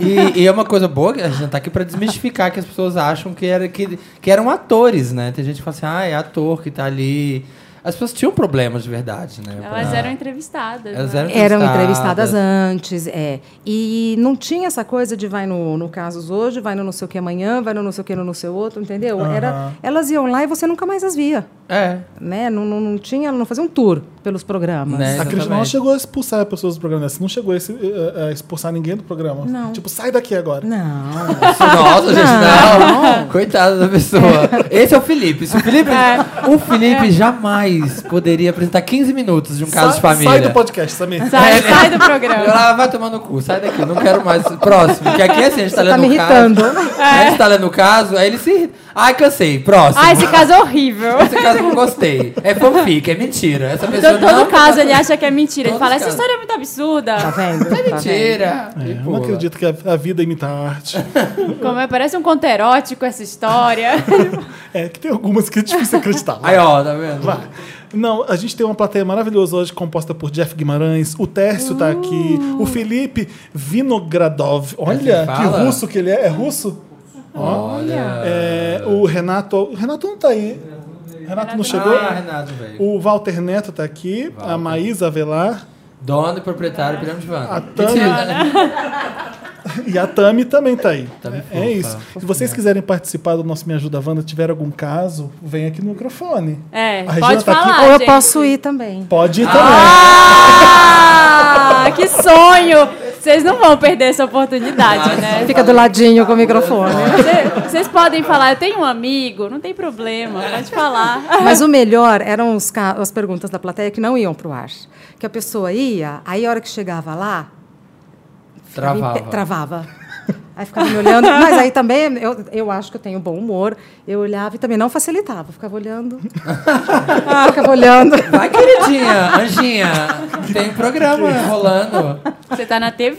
Speaker 2: E, e é uma coisa boa, que a gente tá aqui pra desmistificar que as pessoas acham que, era, que, que eram atores, né? Tem gente que fala assim, ah, é ator que tá ali. As pessoas tinham problemas de verdade, né?
Speaker 3: Elas
Speaker 2: Pra-
Speaker 3: eram entrevistadas.
Speaker 2: Elas
Speaker 3: né?
Speaker 2: eram
Speaker 4: Eram
Speaker 2: entrevistadas.
Speaker 4: entrevistadas antes, é. E não tinha essa coisa de vai no, no Casos hoje, vai no não sei o que amanhã, vai no não sei o que no não sei o outro, entendeu? Era, elas iam lá e você nunca mais as via,
Speaker 2: É.
Speaker 4: né? Não, não, não tinha, não fazia um tour pelos programas.
Speaker 2: Né?
Speaker 1: A Cristina não
Speaker 2: Exatamente.
Speaker 1: chegou a expulsar pessoas do programa, né? Você não chegou a, esse- eh, a- a expulsar ninguém do programa.
Speaker 4: Não.
Speaker 1: Tipo, sai daqui agora.
Speaker 4: Não.
Speaker 2: Nossa, gente, não. Coitada da pessoa. Esse é o Felipe. Se o Felipe, é um
Speaker 3: É.
Speaker 2: o Felipe jamais poderia apresentar 15 minutos de um caso
Speaker 1: sai,
Speaker 2: de família. É.
Speaker 1: sai do podcast, Samir.
Speaker 3: Sai, sai do
Speaker 2: Eu
Speaker 3: programa.
Speaker 2: lá, vai tomar no cu, sai daqui, não quero mais. Próximo. Porque aqui assim, a gente tá
Speaker 4: Você tá
Speaker 2: lendo
Speaker 4: me
Speaker 2: o caso.
Speaker 4: irritando.
Speaker 2: A gente tá lendo o caso, aí ele se irrita. Ai, cansei. Próximo.
Speaker 3: Ah, esse caso é horrível.
Speaker 2: Esse caso eu não gostei. É fanfic, é mentira. Essa
Speaker 3: Então,
Speaker 2: pessoa não tá
Speaker 3: todo caso ele acha que é mentira. Ele
Speaker 2: Todos
Speaker 3: fala,
Speaker 2: os
Speaker 3: essa
Speaker 2: casos.
Speaker 3: história é muito absurda.
Speaker 4: Tá vendo?
Speaker 2: é
Speaker 4: Tá vendo?
Speaker 2: mentira.
Speaker 1: É,
Speaker 2: E
Speaker 1: eu não
Speaker 2: pula.
Speaker 1: acredito que a, a vida imita a arte.
Speaker 3: Como é, parece um conto erótico essa história.
Speaker 1: É que tem algumas que é difícil acreditar.
Speaker 2: Aí, ó, tá vendo?
Speaker 1: Vai. Não, a gente tem uma plateia maravilhosa hoje, composta por Jeff Guimarães, o Tércio tá aqui,
Speaker 2: Uh.
Speaker 1: o Felipe Vinogradov.
Speaker 2: É
Speaker 1: Olha,
Speaker 2: assim que
Speaker 1: que
Speaker 2: fala?
Speaker 1: russo que ele é. É russo?
Speaker 2: Olha.
Speaker 1: É, o Renato. O Renato não tá aí. Renato não chegou.
Speaker 2: Ah, Renato, velho.
Speaker 1: O Walter Neto tá aqui, a Maísa Avelar
Speaker 2: Dono e
Speaker 1: Ah.
Speaker 2: proprietário do Pirâmide Van.
Speaker 1: A Tânia-
Speaker 3: Né?
Speaker 1: e a Tami também tá aí.
Speaker 2: Tami fofa.
Speaker 1: é isso. Se vocês quiserem participar do nosso Me Ajuda Wanda, tiver algum caso, vem aqui no microfone.
Speaker 3: É,
Speaker 1: A Regina
Speaker 3: pode
Speaker 1: tá aqui.
Speaker 3: falar.
Speaker 4: Ou eu
Speaker 3: gente.
Speaker 4: posso ir também.
Speaker 1: Pode ir também.
Speaker 3: Ah, que sonho! Vocês não vão perder essa oportunidade, né?
Speaker 4: Fica do ladinho com o microfone.
Speaker 3: Cê- Vocês podem falar, eu tenho um amigo, não tem problema, pode falar.
Speaker 4: Mas um o melhor eram os ca- as perguntas da plateia que não iam pro ar. Que a pessoa ia, aí a hora que chegava lá, ficava em pé-
Speaker 2: Travava.
Speaker 4: travava. Aí ficava me olhando, mas aí também eu, eu acho que eu tenho bom humor. Eu olhava e também não facilitava, ficava olhando. ficava olhando.
Speaker 2: Vai, queridinha, anjinha. Tem programa rolando.
Speaker 3: Você tá na TV.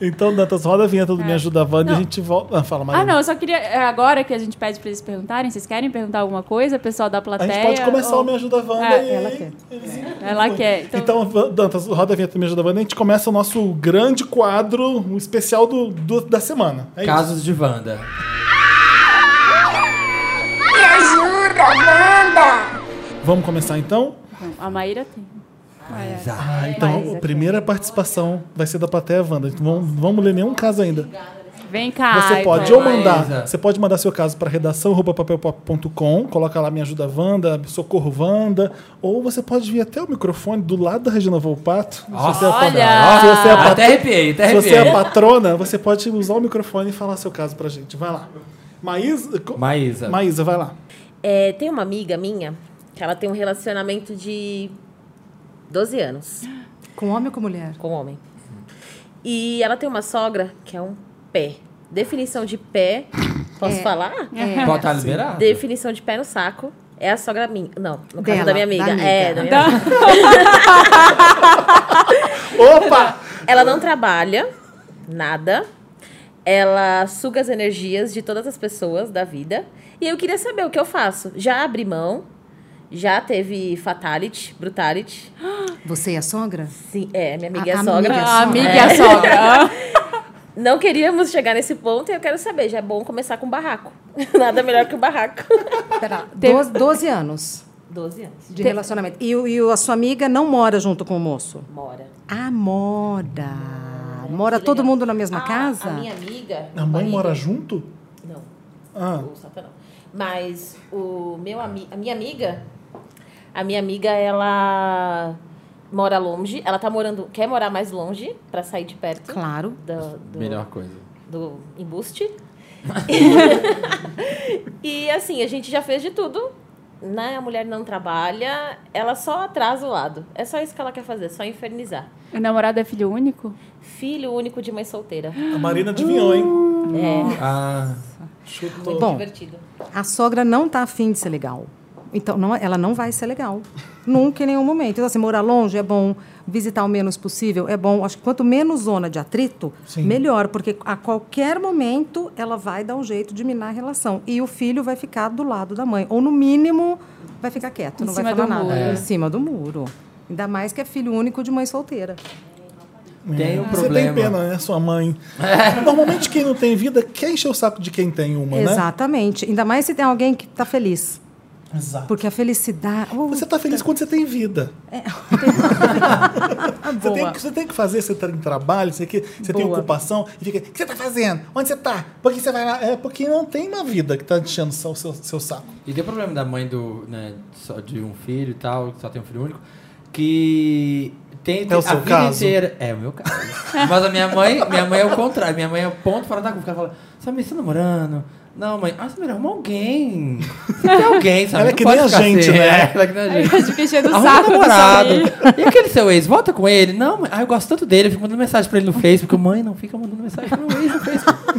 Speaker 1: Então, Dantas, roda a vinheta do Me Ajuda Wanda e a gente volta. Ah, fala,
Speaker 3: É.
Speaker 1: Maísa.
Speaker 3: Ah, não, eu só queria. é Agora que a gente pede pra eles perguntarem, vocês querem perguntar alguma coisa, pessoal da
Speaker 1: A
Speaker 3: plateia?
Speaker 1: gente pode começar
Speaker 3: Ou-
Speaker 1: o Me Ajuda Wanda
Speaker 3: É,
Speaker 1: e...
Speaker 4: ela quer.
Speaker 3: Ela quer. Então,
Speaker 1: Então, Va- Dantas, roda a vinheta do Me Ajuda Wanda e a gente começa o nosso grande quadro, um especial do, do- da semana. É isso.
Speaker 2: Casos de Wanda.
Speaker 5: Me ajuda, Wanda!
Speaker 1: Vamos começar então?
Speaker 3: a Maíra tem.
Speaker 2: Exato.
Speaker 1: Então, a primeira participação vai ser da plateia Wanda. Então, vamos, vamos ler nenhum caso ainda.
Speaker 3: Vem cá.
Speaker 1: Você
Speaker 3: Ayrton.
Speaker 1: pode ou
Speaker 2: Maísa.
Speaker 1: mandar, você pode mandar seu caso para redação papelpop.com, coloca lá me ajuda Wanda, socorro Wanda, ou você pode vir até o microfone do lado da Regina Volpato. Se você é a pat-
Speaker 3: Olha!
Speaker 1: se você é a pat-
Speaker 2: Até arrepiei, até
Speaker 1: se você é a
Speaker 2: arrepiei.
Speaker 1: patrona, você pode usar o microfone e falar seu caso pra gente. Vai lá. Maísa, co-
Speaker 2: Maísa.
Speaker 1: Maísa vai lá.
Speaker 6: É, tem uma amiga minha que ela tem um relacionamento de 12 anos
Speaker 4: Com homem ou com mulher?
Speaker 6: com um homem. E ela tem uma sogra que é um pé. Definição de pé.
Speaker 4: É.
Speaker 6: Posso falar?
Speaker 2: Pode estar liberado.
Speaker 6: Definição de pé no saco. É a sogra minha. Não, no caso
Speaker 4: Dela,
Speaker 6: da minha amiga.
Speaker 4: da amiga.
Speaker 6: É, da minha amiga.
Speaker 1: Opa!
Speaker 6: Ela não trabalha nada. Ela suga as energias de todas as pessoas da vida. E eu queria saber o que eu faço. Já abri mão. Já teve fatality, brutality.
Speaker 4: Você é a sogra?
Speaker 6: Sim, é, minha amiga
Speaker 4: A-
Speaker 6: é
Speaker 4: a
Speaker 6: sogra. É.
Speaker 4: amiga.
Speaker 3: A amiga e a sogra.
Speaker 6: Não queríamos chegar nesse ponto e eu quero saber, já é bom começar com barraco. Nada melhor que o barraco.
Speaker 4: Pera, doze, 12 anos
Speaker 6: 12 anos.
Speaker 4: de relacionamento. E, o- e o- a sua amiga não mora junto com o moço?
Speaker 6: Mora.
Speaker 4: Ah, mora. Mora todo mundo na mesma
Speaker 6: Ah,
Speaker 4: casa?
Speaker 6: A minha amiga.
Speaker 1: A mãe
Speaker 6: o
Speaker 1: mora
Speaker 6: marido-
Speaker 1: junto?
Speaker 6: Não,
Speaker 1: Ah,
Speaker 6: o Satan não. Mas o meu ami... a minha amiga. A minha amiga, ela mora longe. Ela tá morando. Quer morar mais longe pra sair de perto.
Speaker 4: Claro.
Speaker 6: Do, do-
Speaker 2: Melhor coisa.
Speaker 6: do embuste. e assim, a gente já fez de tudo. Né? A mulher não trabalha, ela só atrasa o lado. É só isso que ela quer fazer, só infernizar.
Speaker 3: O namorado é filho único?
Speaker 6: Filho único de mãe solteira.
Speaker 1: a Marina adivinhou, hein?
Speaker 6: É,
Speaker 2: Ah,
Speaker 1: Chutou.
Speaker 4: Bom,
Speaker 6: divertido.
Speaker 4: a sogra não tá afim de ser legal. Então, não, ela não vai ser legal. Nunca, em nenhum momento. Então, assim, morar longe é bom, visitar o menos possível é bom. Acho que quanto menos zona de atrito,
Speaker 1: Sim.
Speaker 4: melhor, porque a qualquer momento ela vai dar um jeito de minar a relação. E o filho vai ficar do lado da mãe. Ou, no mínimo, vai ficar quieto,
Speaker 3: Em
Speaker 4: não vai
Speaker 3: cima
Speaker 4: falar
Speaker 3: do
Speaker 4: nada.
Speaker 3: muro. É.
Speaker 4: Em cima do muro. Ainda mais que é filho único de mãe solteira.
Speaker 2: Tem um
Speaker 1: Você
Speaker 2: problema. É.
Speaker 1: tem pena, né? Sua mãe. É, Normalmente quem não tem vida quer encher o saco de quem tem uma,
Speaker 4: Exatamente. Ainda mais se tem alguém que tá feliz.
Speaker 1: né? Exato.
Speaker 4: Porque a felicidade. Oh,
Speaker 1: Você tá feliz quando você tem vida. você, tem,
Speaker 4: Ah, boa.
Speaker 1: que- você tem que fazer, você tá em trabalho, você, que, você tem
Speaker 4: Boa.
Speaker 1: ocupação, e fica, o que você tá fazendo? Onde você tá? Por que você vai lá? É porque não tem uma vida que tá enchendo só o seu, seu saco.
Speaker 2: E tem o problema da mãe do, né, só de um filho e tal, que só tem um filho único, que tem, tem
Speaker 1: É o
Speaker 2: a
Speaker 1: seu
Speaker 2: vida
Speaker 1: caso?
Speaker 2: inteira. É o meu caso. Mas a minha mãe, minha mãe é o contrário. Minha mãe é o ponto fora da curva. Ela fala, Samir, você tá namorando? Não, mãe. Ah, Samir, arruma alguém. Você tem alguém, Samir.
Speaker 1: Ela é
Speaker 2: não
Speaker 1: que
Speaker 2: pode
Speaker 1: nem a
Speaker 2: ficar
Speaker 1: gente,
Speaker 2: assim.
Speaker 1: né?
Speaker 2: É, Ela é que nem a gente.
Speaker 3: Fica cheio do
Speaker 2: Arruma
Speaker 3: saco
Speaker 2: um
Speaker 3: do
Speaker 2: namorado.
Speaker 3: sorriso.
Speaker 2: E aquele seu ex, volta com ele? Não, mãe. Ah, eu gosto tanto dele. Eu fico mandando mensagem pra ele no Facebook. Eu, Mãe, não fica mandando mensagem pro meu ex no Facebook.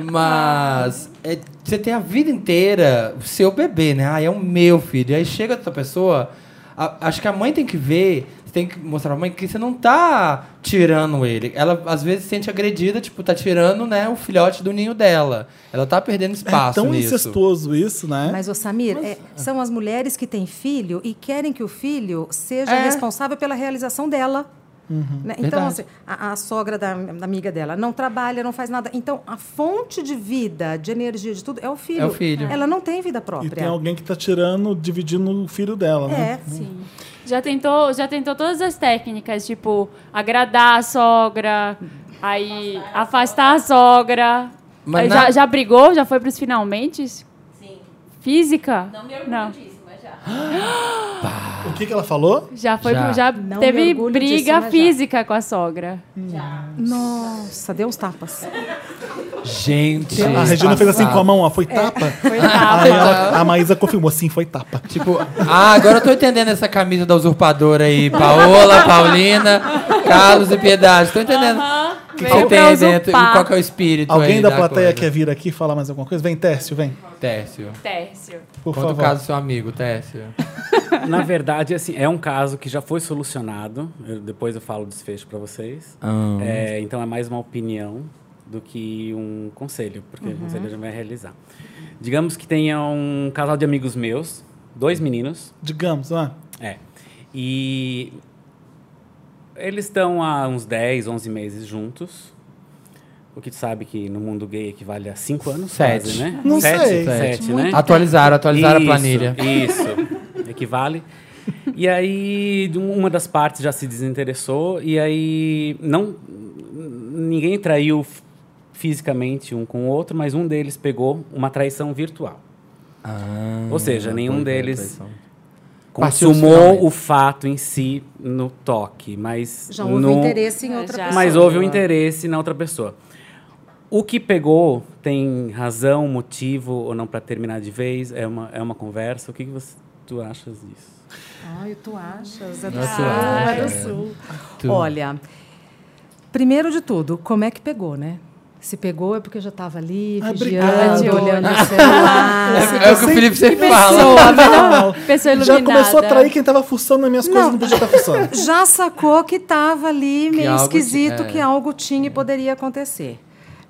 Speaker 2: Mas é, você tem a vida inteira o seu bebê, né? Ah, é o meu filho. E aí chega outra pessoa. a- acho que a mãe tem que ver, você tem que mostrar pra mãe que você não tá tirando ele. Ela às vezes se sente agredida, tipo, tá tirando, né, o filhote do ninho dela. Ela tá perdendo espaço
Speaker 1: é tão
Speaker 2: nisso.
Speaker 1: incestuoso isso, né?
Speaker 4: Mas, ô Samir, é, são as mulheres que têm filho e querem que o filho seja
Speaker 2: É.
Speaker 4: responsável pela realização dela. Né? Então,
Speaker 2: Verdade.
Speaker 4: assim, a, a sogra da, da amiga dela não trabalha, não faz nada. Então, a fonte de vida, de energia, de tudo, é o filho.
Speaker 2: É o filho.
Speaker 4: Ela não tem vida
Speaker 1: E tem
Speaker 4: própria.
Speaker 1: alguém que tá tirando, dividindo o filho dela, né?
Speaker 4: É.
Speaker 3: Sim. Já tentou, já tentou todas as técnicas, tipo, agradar a sogra, aí afastar a sogra.
Speaker 2: Mas
Speaker 3: Aí
Speaker 2: na-
Speaker 3: já, já brigou? Já foi pros finalmente?
Speaker 6: Sim.
Speaker 3: Física?
Speaker 6: Não me orgulho disso, mas já.
Speaker 1: O que, que ela falou?
Speaker 3: Já foi
Speaker 2: Já.
Speaker 3: pro- já
Speaker 4: Não me
Speaker 3: teve
Speaker 4: orgulho disso, né,
Speaker 3: briga
Speaker 4: mas já.
Speaker 3: física com a sogra.
Speaker 4: Nossa, deu uns tapas.
Speaker 2: Gente,
Speaker 1: A Regina fez assim
Speaker 2: passado.
Speaker 1: com a mão, ó,
Speaker 4: É,
Speaker 1: foi tapa?
Speaker 3: Foi tapa.
Speaker 1: Aí ela- a Maísa confirmou, sim, foi tapa.
Speaker 2: Tipo, ah, agora eu tô entendendo essa camisa da usurpadora aí. Paola, Paulina, Carlos e Piedade. Tô entendendo. O que,
Speaker 3: veio
Speaker 2: que você tem
Speaker 3: pra
Speaker 2: aí dentro? E
Speaker 3: usurpar.
Speaker 2: qual que é o espírito
Speaker 1: Alguém
Speaker 2: aí
Speaker 1: da plateia
Speaker 2: coisa?
Speaker 1: quer vir aqui falar mais alguma coisa? Vem, Tércio, vem.
Speaker 2: Tércio.
Speaker 3: Tércio.
Speaker 1: Por
Speaker 2: Conta o
Speaker 1: favor.
Speaker 2: caso do seu amigo, Tércio.
Speaker 7: Na verdade, assim, é um caso que já foi solucionado. Eu- depois eu falo o desfecho para vocês.
Speaker 1: Ah.
Speaker 7: É, então é mais uma opinião do que um conselho, porque
Speaker 1: Uhum.
Speaker 7: o conselho já vai realizar. Digamos que tenha um casal de amigos meus, dois meninos,
Speaker 1: Digamos, ah,
Speaker 7: é. E eles estão há uns 10, 11 meses juntos. O que tu sabe que no mundo gay equivale a 5 anos,
Speaker 2: Sete.
Speaker 7: quase, né?
Speaker 1: Não
Speaker 7: 7,
Speaker 1: sei.
Speaker 2: Sete.
Speaker 7: né?
Speaker 2: Atualizaram, atualizaram
Speaker 7: Isso,
Speaker 2: a planilha.
Speaker 7: Isso, equivale. E aí, de um- uma das partes já se desinteressou, e aí não ninguém traiu f- fisicamente um com o outro, mas um deles pegou uma traição virtual.
Speaker 2: Ah,
Speaker 7: Ou seja, nenhum
Speaker 2: boa
Speaker 7: deles
Speaker 2: Partiu os
Speaker 7: consumou
Speaker 2: finalmente.
Speaker 7: o fato em si no toque, mas
Speaker 4: Já houve
Speaker 7: no-
Speaker 4: interesse em
Speaker 3: Ah,
Speaker 4: outra
Speaker 3: já.
Speaker 4: pessoa.
Speaker 7: mas houve um interesse na outra pessoa. O que pegou tem razão, motivo ou não para terminar de vez? É uma, é uma conversa? O que, que você tu achas disso?
Speaker 4: Ai, tu achas?
Speaker 3: Tá
Speaker 4: É do
Speaker 2: Nossa,
Speaker 4: sul,
Speaker 2: eu
Speaker 4: é do
Speaker 2: acho, é.
Speaker 4: sul.
Speaker 2: Tu-
Speaker 4: Olha, primeiro de tudo, como é que pegou, né? Se pegou é porque eu já estava ali,
Speaker 1: Ah,
Speaker 4: vigiante,
Speaker 1: obrigado.
Speaker 4: olhando o celular. né?
Speaker 2: É o que o Felipe sempre fala.
Speaker 1: Pessoa, não.
Speaker 3: Pessoa
Speaker 1: Já
Speaker 3: iluminada.
Speaker 1: começou a atrair quem tava fuçando nas minhas coisas
Speaker 4: Não.
Speaker 1: não podia estar fuçando.
Speaker 4: já sacou que estava ali meio
Speaker 2: algo
Speaker 4: esquisito,
Speaker 2: ti- é.
Speaker 4: que algo tinha e poderia acontecer.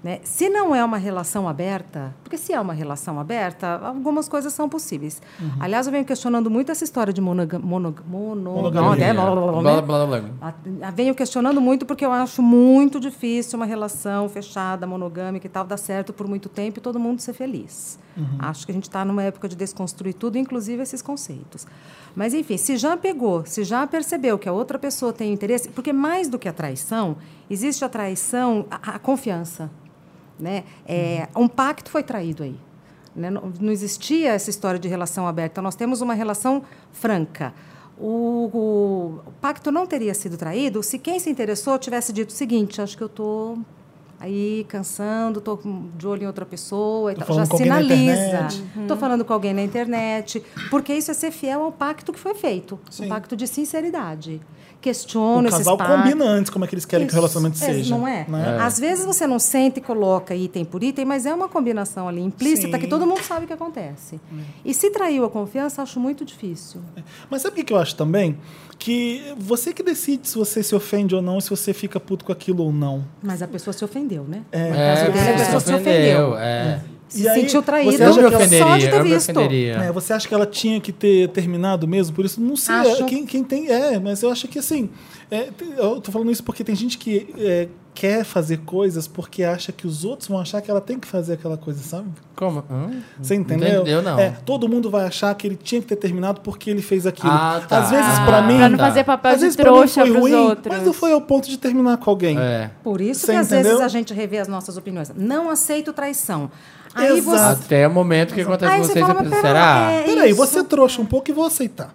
Speaker 4: Né? Se não é uma relação aberta, porque se é uma relação aberta, algumas coisas são possíveis. Aliás, eu venho questionando muito essa história de monoga, monog- mono-
Speaker 1: Monogamia.
Speaker 4: né? Blá, blá, blá, blá, né?
Speaker 2: blá, blá, blá.
Speaker 4: A- a- Venho questionando muito porque eu acho muito difícil uma relação fechada, monogâmica e tal, dar certo por muito tempo e todo mundo ser feliz. Acho que a gente está numa época de desconstruir tudo, inclusive esses conceitos. Mas, enfim, se já pegou, se já percebeu que a outra pessoa tem interesse, porque mais do que a traição, existe a traição, a, a confiança. Né? É, Um pacto foi traído aí. Né? Não, não existia essa história de relação aberta. Nós temos uma relação franca. O, o- o pacto não teria sido traído se quem se interessou tivesse dito o seguinte: acho que eu estou aí cansando, estou de olho em outra pessoa. E
Speaker 1: Tô
Speaker 4: tal. Já
Speaker 1: falando com alguém na
Speaker 4: sinaliza.
Speaker 1: internet.
Speaker 4: Estou falando com alguém na internet. Porque isso é ser fiel ao pacto que foi feito
Speaker 1: Sim.
Speaker 4: um pacto de sinceridade.
Speaker 1: O
Speaker 4: Questiono esses
Speaker 1: casal
Speaker 4: pactos.
Speaker 1: combina antes como é que eles querem que o
Speaker 4: Isso.
Speaker 1: relacionamento
Speaker 4: É,
Speaker 1: seja.
Speaker 4: Não é?
Speaker 1: né?
Speaker 4: Às vezes você não sente e coloca item por item, mas é uma combinação ali implícita
Speaker 1: Sim. É.
Speaker 4: que todo mundo sabe o que acontece. E se traiu a confiança, acho muito difícil.
Speaker 1: Mas sabe o que que eu acho também? Que você que decide se você se ofende ou não, se você fica puto com aquilo ou não.
Speaker 4: Mas a pessoa se ofendeu, né?
Speaker 1: É.
Speaker 4: caso dele, a
Speaker 2: você
Speaker 4: pessoa se ofendeu. né?
Speaker 2: É.
Speaker 4: Se
Speaker 1: E aí,
Speaker 4: sentiu
Speaker 1: você
Speaker 4: traída.
Speaker 2: Eu
Speaker 1: acha
Speaker 2: me
Speaker 1: que ela-
Speaker 4: Só de
Speaker 2: ofenderia,
Speaker 4: ter
Speaker 2: eu me
Speaker 4: visto.
Speaker 1: É,
Speaker 2: ofenderia.
Speaker 1: você acha que ela tinha que ter terminado mesmo? Por isso, não sei.
Speaker 4: Acho.
Speaker 1: Quem, quem tem. É, mas eu acho que assim. é, tem- eu tô falando isso porque tem gente que é, quer fazer coisas porque acha que os outros vão achar que ela tem que fazer aquela coisa, sabe?
Speaker 2: Como? Hum?
Speaker 1: Você entendeu?
Speaker 2: Entendeu, não.
Speaker 1: É, todo mundo vai achar que ele tinha que ter terminado porque ele fez aquilo.
Speaker 2: Ah, tá.
Speaker 1: Às vezes,
Speaker 2: Ah,
Speaker 1: pra mim.
Speaker 3: Pra não
Speaker 2: tá.
Speaker 3: fazer papel
Speaker 1: Às vezes
Speaker 3: de
Speaker 1: pra mim
Speaker 3: trouxa
Speaker 1: foi
Speaker 3: pros
Speaker 1: ruim,
Speaker 3: outros.
Speaker 1: mas não foi ao ponto de terminar com alguém.
Speaker 2: É.
Speaker 4: Por isso
Speaker 1: Você
Speaker 4: que às
Speaker 1: entendeu?
Speaker 4: vezes a gente revê as nossas opiniões. Não aceito traição. Aí
Speaker 1: Exato.
Speaker 4: você.
Speaker 2: Até o momento que acontece
Speaker 4: Aí
Speaker 2: com
Speaker 4: você
Speaker 2: vocês,
Speaker 4: fala,
Speaker 2: você
Speaker 4: mas
Speaker 2: pensa,
Speaker 4: pera
Speaker 2: será?
Speaker 4: lá, é
Speaker 1: Peraí,
Speaker 4: isso.
Speaker 1: você trouxe um pouco e vou aceitar.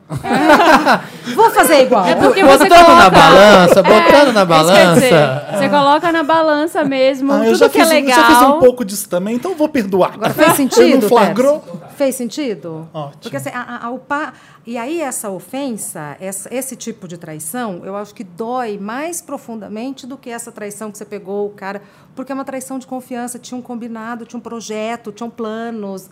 Speaker 4: Vou fazer igual.
Speaker 3: É porque você
Speaker 2: Botando
Speaker 3: coloca...
Speaker 2: na balança, botando na
Speaker 3: isso que eu ia dizer.
Speaker 2: balança.
Speaker 3: Você coloca na balança mesmo,
Speaker 1: Ah, eu,
Speaker 3: tudo
Speaker 1: já
Speaker 3: que
Speaker 1: fiz,
Speaker 3: é
Speaker 1: eu já fiz um
Speaker 3: legal.
Speaker 1: pouco disso também, então eu vou perdoar.
Speaker 4: Agora fez
Speaker 1: Eu
Speaker 4: sentido?
Speaker 1: não flagrou?
Speaker 4: Tebs? Fez sentido?
Speaker 1: Ótimo.
Speaker 4: Porque assim, a, a- a- o pa- E aí essa ofensa, essa- esse tipo de traição, eu acho que dói mais profundamente do que essa traição que você pegou o cara, porque é uma traição de confiança, tinha um combinado, tinha um projeto, tinham planos.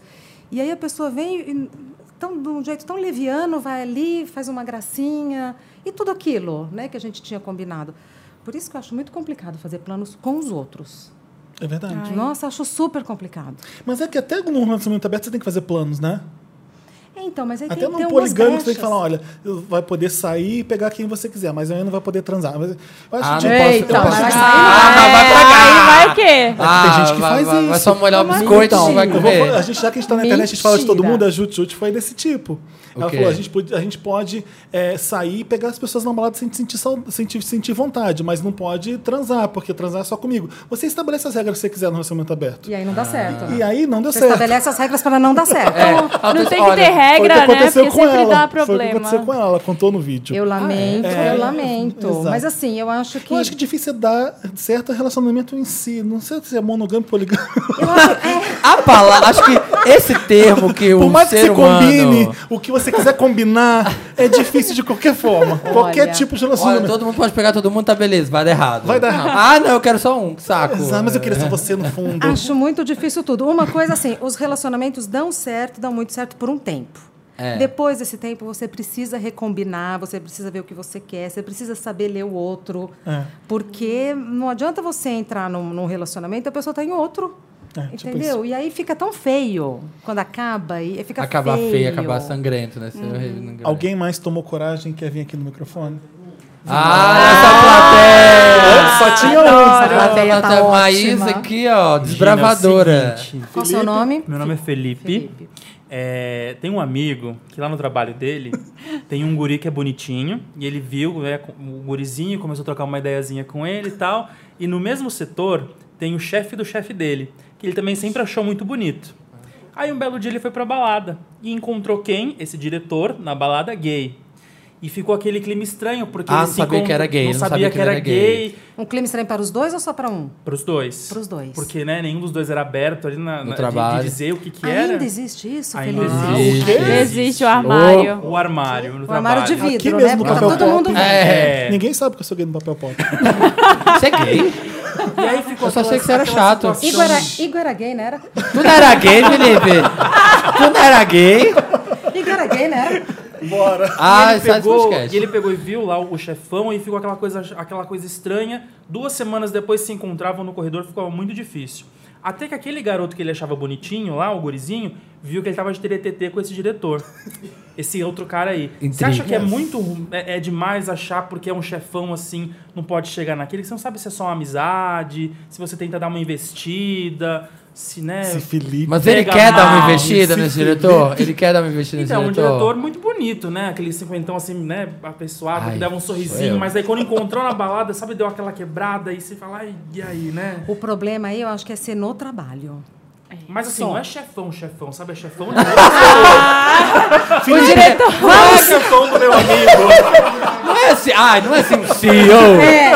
Speaker 4: E aí a pessoa vem e, tão, de um jeito tão leviano, vai ali, faz uma gracinha e tudo aquilo, né, que a gente tinha combinado. Por isso que eu acho muito complicado fazer planos com os outros.
Speaker 1: É verdade.
Speaker 4: Nossa, acho super complicado.
Speaker 1: Mas é que até no relacionamento aberto você tem que fazer planos, né?
Speaker 4: É, então, mas aí
Speaker 1: Até
Speaker 4: tem,
Speaker 1: num
Speaker 4: tem umas
Speaker 1: poligâmico você tem que
Speaker 4: brechas.
Speaker 1: falar, olha, eu- vai poder sair e pegar quem você quiser, mas eu não vai poder transar. Mas eu acho
Speaker 2: Ah,
Speaker 1: que,
Speaker 2: não
Speaker 1: tipo,
Speaker 2: posso.
Speaker 1: eu
Speaker 4: Então,
Speaker 1: acho
Speaker 4: mas vai
Speaker 1: que-
Speaker 4: sair.
Speaker 2: Ah, mas vai
Speaker 3: Aí
Speaker 2: pagar.
Speaker 3: vai o quê?
Speaker 1: Ah, tem gente que faz
Speaker 2: vai,
Speaker 1: isso.
Speaker 2: Vai só molhar o
Speaker 4: Mas
Speaker 2: biscoito
Speaker 4: então,
Speaker 2: e vai
Speaker 1: Eu vou falar- a
Speaker 2: comer.
Speaker 1: gente, já que a gente tá na internet, a gente fala de todo mundo, a Jute Jute foi desse tipo. Ela
Speaker 2: O quê?
Speaker 1: falou: a gente pode, a gente pode é, sair e pegar as pessoas na balada sem sentir, sau- sentir, sentir vontade, mas não pode transar, porque transar é só comigo. Você estabelece as regras que você quiser no relacionamento aberto.
Speaker 4: E aí não dá certo. né?
Speaker 1: Ah. E aí não deu
Speaker 4: Você
Speaker 1: certo. É.
Speaker 4: estabelece as regras para não dar certo.
Speaker 2: Ah,
Speaker 3: Então, Não
Speaker 2: tu-
Speaker 3: tem que
Speaker 2: olha,
Speaker 3: ter
Speaker 1: Foi o que
Speaker 3: regra, né? Porque
Speaker 1: aconteceu
Speaker 3: sempre
Speaker 1: com ela.
Speaker 3: dá
Speaker 1: Foi o que aconteceu com
Speaker 3: problema.
Speaker 1: ela, ela contou no vídeo. É.
Speaker 4: Eu lamento, eu lamento.
Speaker 1: Exato.
Speaker 4: Mas assim, eu acho que.
Speaker 1: Eu acho que difícil é dar certo relacionamento em si. Não sei se é monogâmico, poligâmico.
Speaker 4: Eu acho- é,
Speaker 2: A palavra, acho que esse termo que
Speaker 3: Um
Speaker 2: o
Speaker 1: Por mais que um
Speaker 2: ser
Speaker 1: você
Speaker 2: humano...
Speaker 1: combine o que você quiser combinar, é difícil de qualquer forma. qualquer tipo de
Speaker 2: Olha,
Speaker 1: relacionamento.
Speaker 2: todo mundo pode pegar todo mundo, tá beleza, vai dar errado.
Speaker 1: Vai dar errado.
Speaker 2: Ah, não, eu quero só um, que saco.
Speaker 1: Exato, mas eu queria ser você no fundo.
Speaker 4: acho muito difícil tudo. Uma coisa assim, os relacionamentos dão certo, dão muito certo por um tempo.
Speaker 2: É.
Speaker 4: Depois desse tempo, você precisa recombinar, você precisa ver o que você quer, você precisa saber ler o outro.
Speaker 1: É.
Speaker 4: Porque não adianta você entrar num, num relacionamento e a pessoa tá em outro.
Speaker 1: É, tipo
Speaker 4: entendeu? e aí fica tão feio quando acaba e fica
Speaker 2: acabar feio,
Speaker 4: feio.
Speaker 2: acabar sangrento, né? Você-
Speaker 4: Uhum.
Speaker 2: eu-
Speaker 1: Alguém mais tomou coragem e quer vir aqui no microfone?
Speaker 2: Ah, essa plateia! Ah,
Speaker 1: Só tinha um.
Speaker 2: Essa
Speaker 4: tá
Speaker 2: plateia tá
Speaker 4: ótima.
Speaker 2: Maísa aqui, ó, desbravadora.
Speaker 4: Qual o seu nome?
Speaker 8: é Meu nome é Felipe. É, tem um amigo que lá no trabalho dele tem um guri que é bonitinho e ele viu né, o gurizinho, começou a trocar uma ideiazinha com ele e tal. E no mesmo setor tem o chefe do chefe dele, que ele também sempre achou muito bonito. Aí um belo dia ele foi pra balada e encontrou quem? Esse diretor na balada gay. E ficou aquele clima estranho, porque
Speaker 2: Ah,
Speaker 8: eles se
Speaker 2: sabia
Speaker 8: encont-
Speaker 2: que era gay,
Speaker 8: Não sabia, que era gay.
Speaker 4: Um clima estranho para os dois ou só para um?
Speaker 8: Pros dois.
Speaker 4: Pros dois.
Speaker 8: Porque, né, nenhum dos dois era aberto ali na,
Speaker 2: No
Speaker 8: na- de-
Speaker 2: trabalho.
Speaker 8: de, dizer o que, que era.
Speaker 4: Ainda existe isso,
Speaker 8: Ainda
Speaker 4: Felipe?
Speaker 8: existe.
Speaker 3: Existe o armário.
Speaker 8: O armário no
Speaker 4: O armário de
Speaker 8: trabalho.
Speaker 4: vidro,
Speaker 1: Aqui
Speaker 4: né?
Speaker 1: mesmo no
Speaker 4: Porque
Speaker 1: papel
Speaker 4: todo
Speaker 1: pop.
Speaker 4: mundo vê.
Speaker 8: É.
Speaker 1: Ninguém sabe que eu sou gay no papel pop.
Speaker 2: Você é gay?
Speaker 8: E aí ficou
Speaker 2: Eu só sei
Speaker 8: aquela-
Speaker 2: que você era
Speaker 8: aquela
Speaker 2: chato.
Speaker 8: situação-
Speaker 4: Igor era, Igor era gay, não era?
Speaker 2: Tu não era gay, Felipe? tu não é, era gay?
Speaker 4: Igor era gay, não era?
Speaker 2: Ah,
Speaker 8: ele
Speaker 2: sai do
Speaker 8: pegou,
Speaker 2: podcast.
Speaker 8: e ele pegou e viu lá o chefão e ficou aquela coisa, aquela coisa estranha. Duas semanas depois se encontravam no corredor, ficava muito difícil. Até que aquele garoto que ele achava bonitinho lá, o gurizinho, viu que ele tava de TTT com esse diretor. Esse outro cara aí. Você acha que é muito. ru- É, é demais achar porque é um chefão assim, não pode chegar naquele? que Você não sabe se é só uma amizade, se você tenta dar uma investida, se, né?
Speaker 1: Esse Felipe.
Speaker 2: Mas ele
Speaker 8: Pega
Speaker 2: quer dar uma
Speaker 8: mal,
Speaker 2: investida
Speaker 1: esse
Speaker 2: nesse diretor? Ele quer dar uma investida nesse
Speaker 8: Então, um
Speaker 2: diretor?
Speaker 8: diretor muito bonito, né? Aquele cinquentão assim, né? Apessoado,
Speaker 2: Ai,
Speaker 8: que dava um
Speaker 2: sou
Speaker 8: sorrisinho.
Speaker 2: eu.
Speaker 8: Mas aí quando encontrou na balada, sabe? Deu aquela quebrada e você fala, ai, e aí, né?
Speaker 4: O problema aí, eu acho que é ser no trabalho.
Speaker 8: Mas assim, não é chefão, chefão, sabe? É chefão de
Speaker 2: O diretor.
Speaker 8: Não é chefão do meu amigo.
Speaker 2: Não é assim, ai, não é assim um CEO,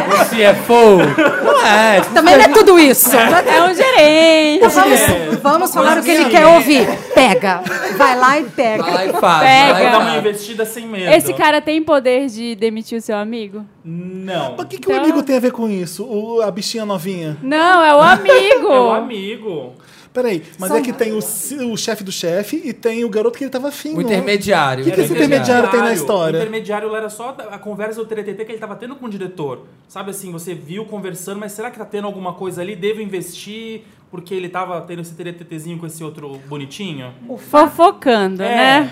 Speaker 2: um CFO. Não é.
Speaker 4: Também não é tudo isso.
Speaker 3: É um gerente.
Speaker 4: Vamos, vamos falar o que ele quer ouvir. Pega. Vai lá e pega.
Speaker 2: Vai lá e faz.
Speaker 3: Pega.
Speaker 8: Aí
Speaker 2: vai
Speaker 8: dá
Speaker 2: lá.
Speaker 8: uma investida sem medo.
Speaker 3: Esse cara tem poder de demitir o seu amigo?
Speaker 8: Não.
Speaker 1: Mas o que, que o
Speaker 3: Então-
Speaker 1: amigo tem a ver com isso? O, a bichinha novinha?
Speaker 3: Não, é o amigo.
Speaker 8: É um amigo.
Speaker 1: Peraí, mas é que tem o, ci- o chefe do chefe e tem o garoto que ele tava afim.
Speaker 2: O
Speaker 1: não é?
Speaker 2: intermediário.
Speaker 1: Que que
Speaker 2: Era
Speaker 1: esse intermediário tem na história?
Speaker 8: O intermediário era só a conversa do TTT que ele tava tendo com o diretor. Sabe assim, você viu conversando, mas será que tá tendo alguma coisa ali? Devo investir? Porque ele tava tendo esse TTTzinho com esse outro bonitinho?
Speaker 3: Fofocando, né?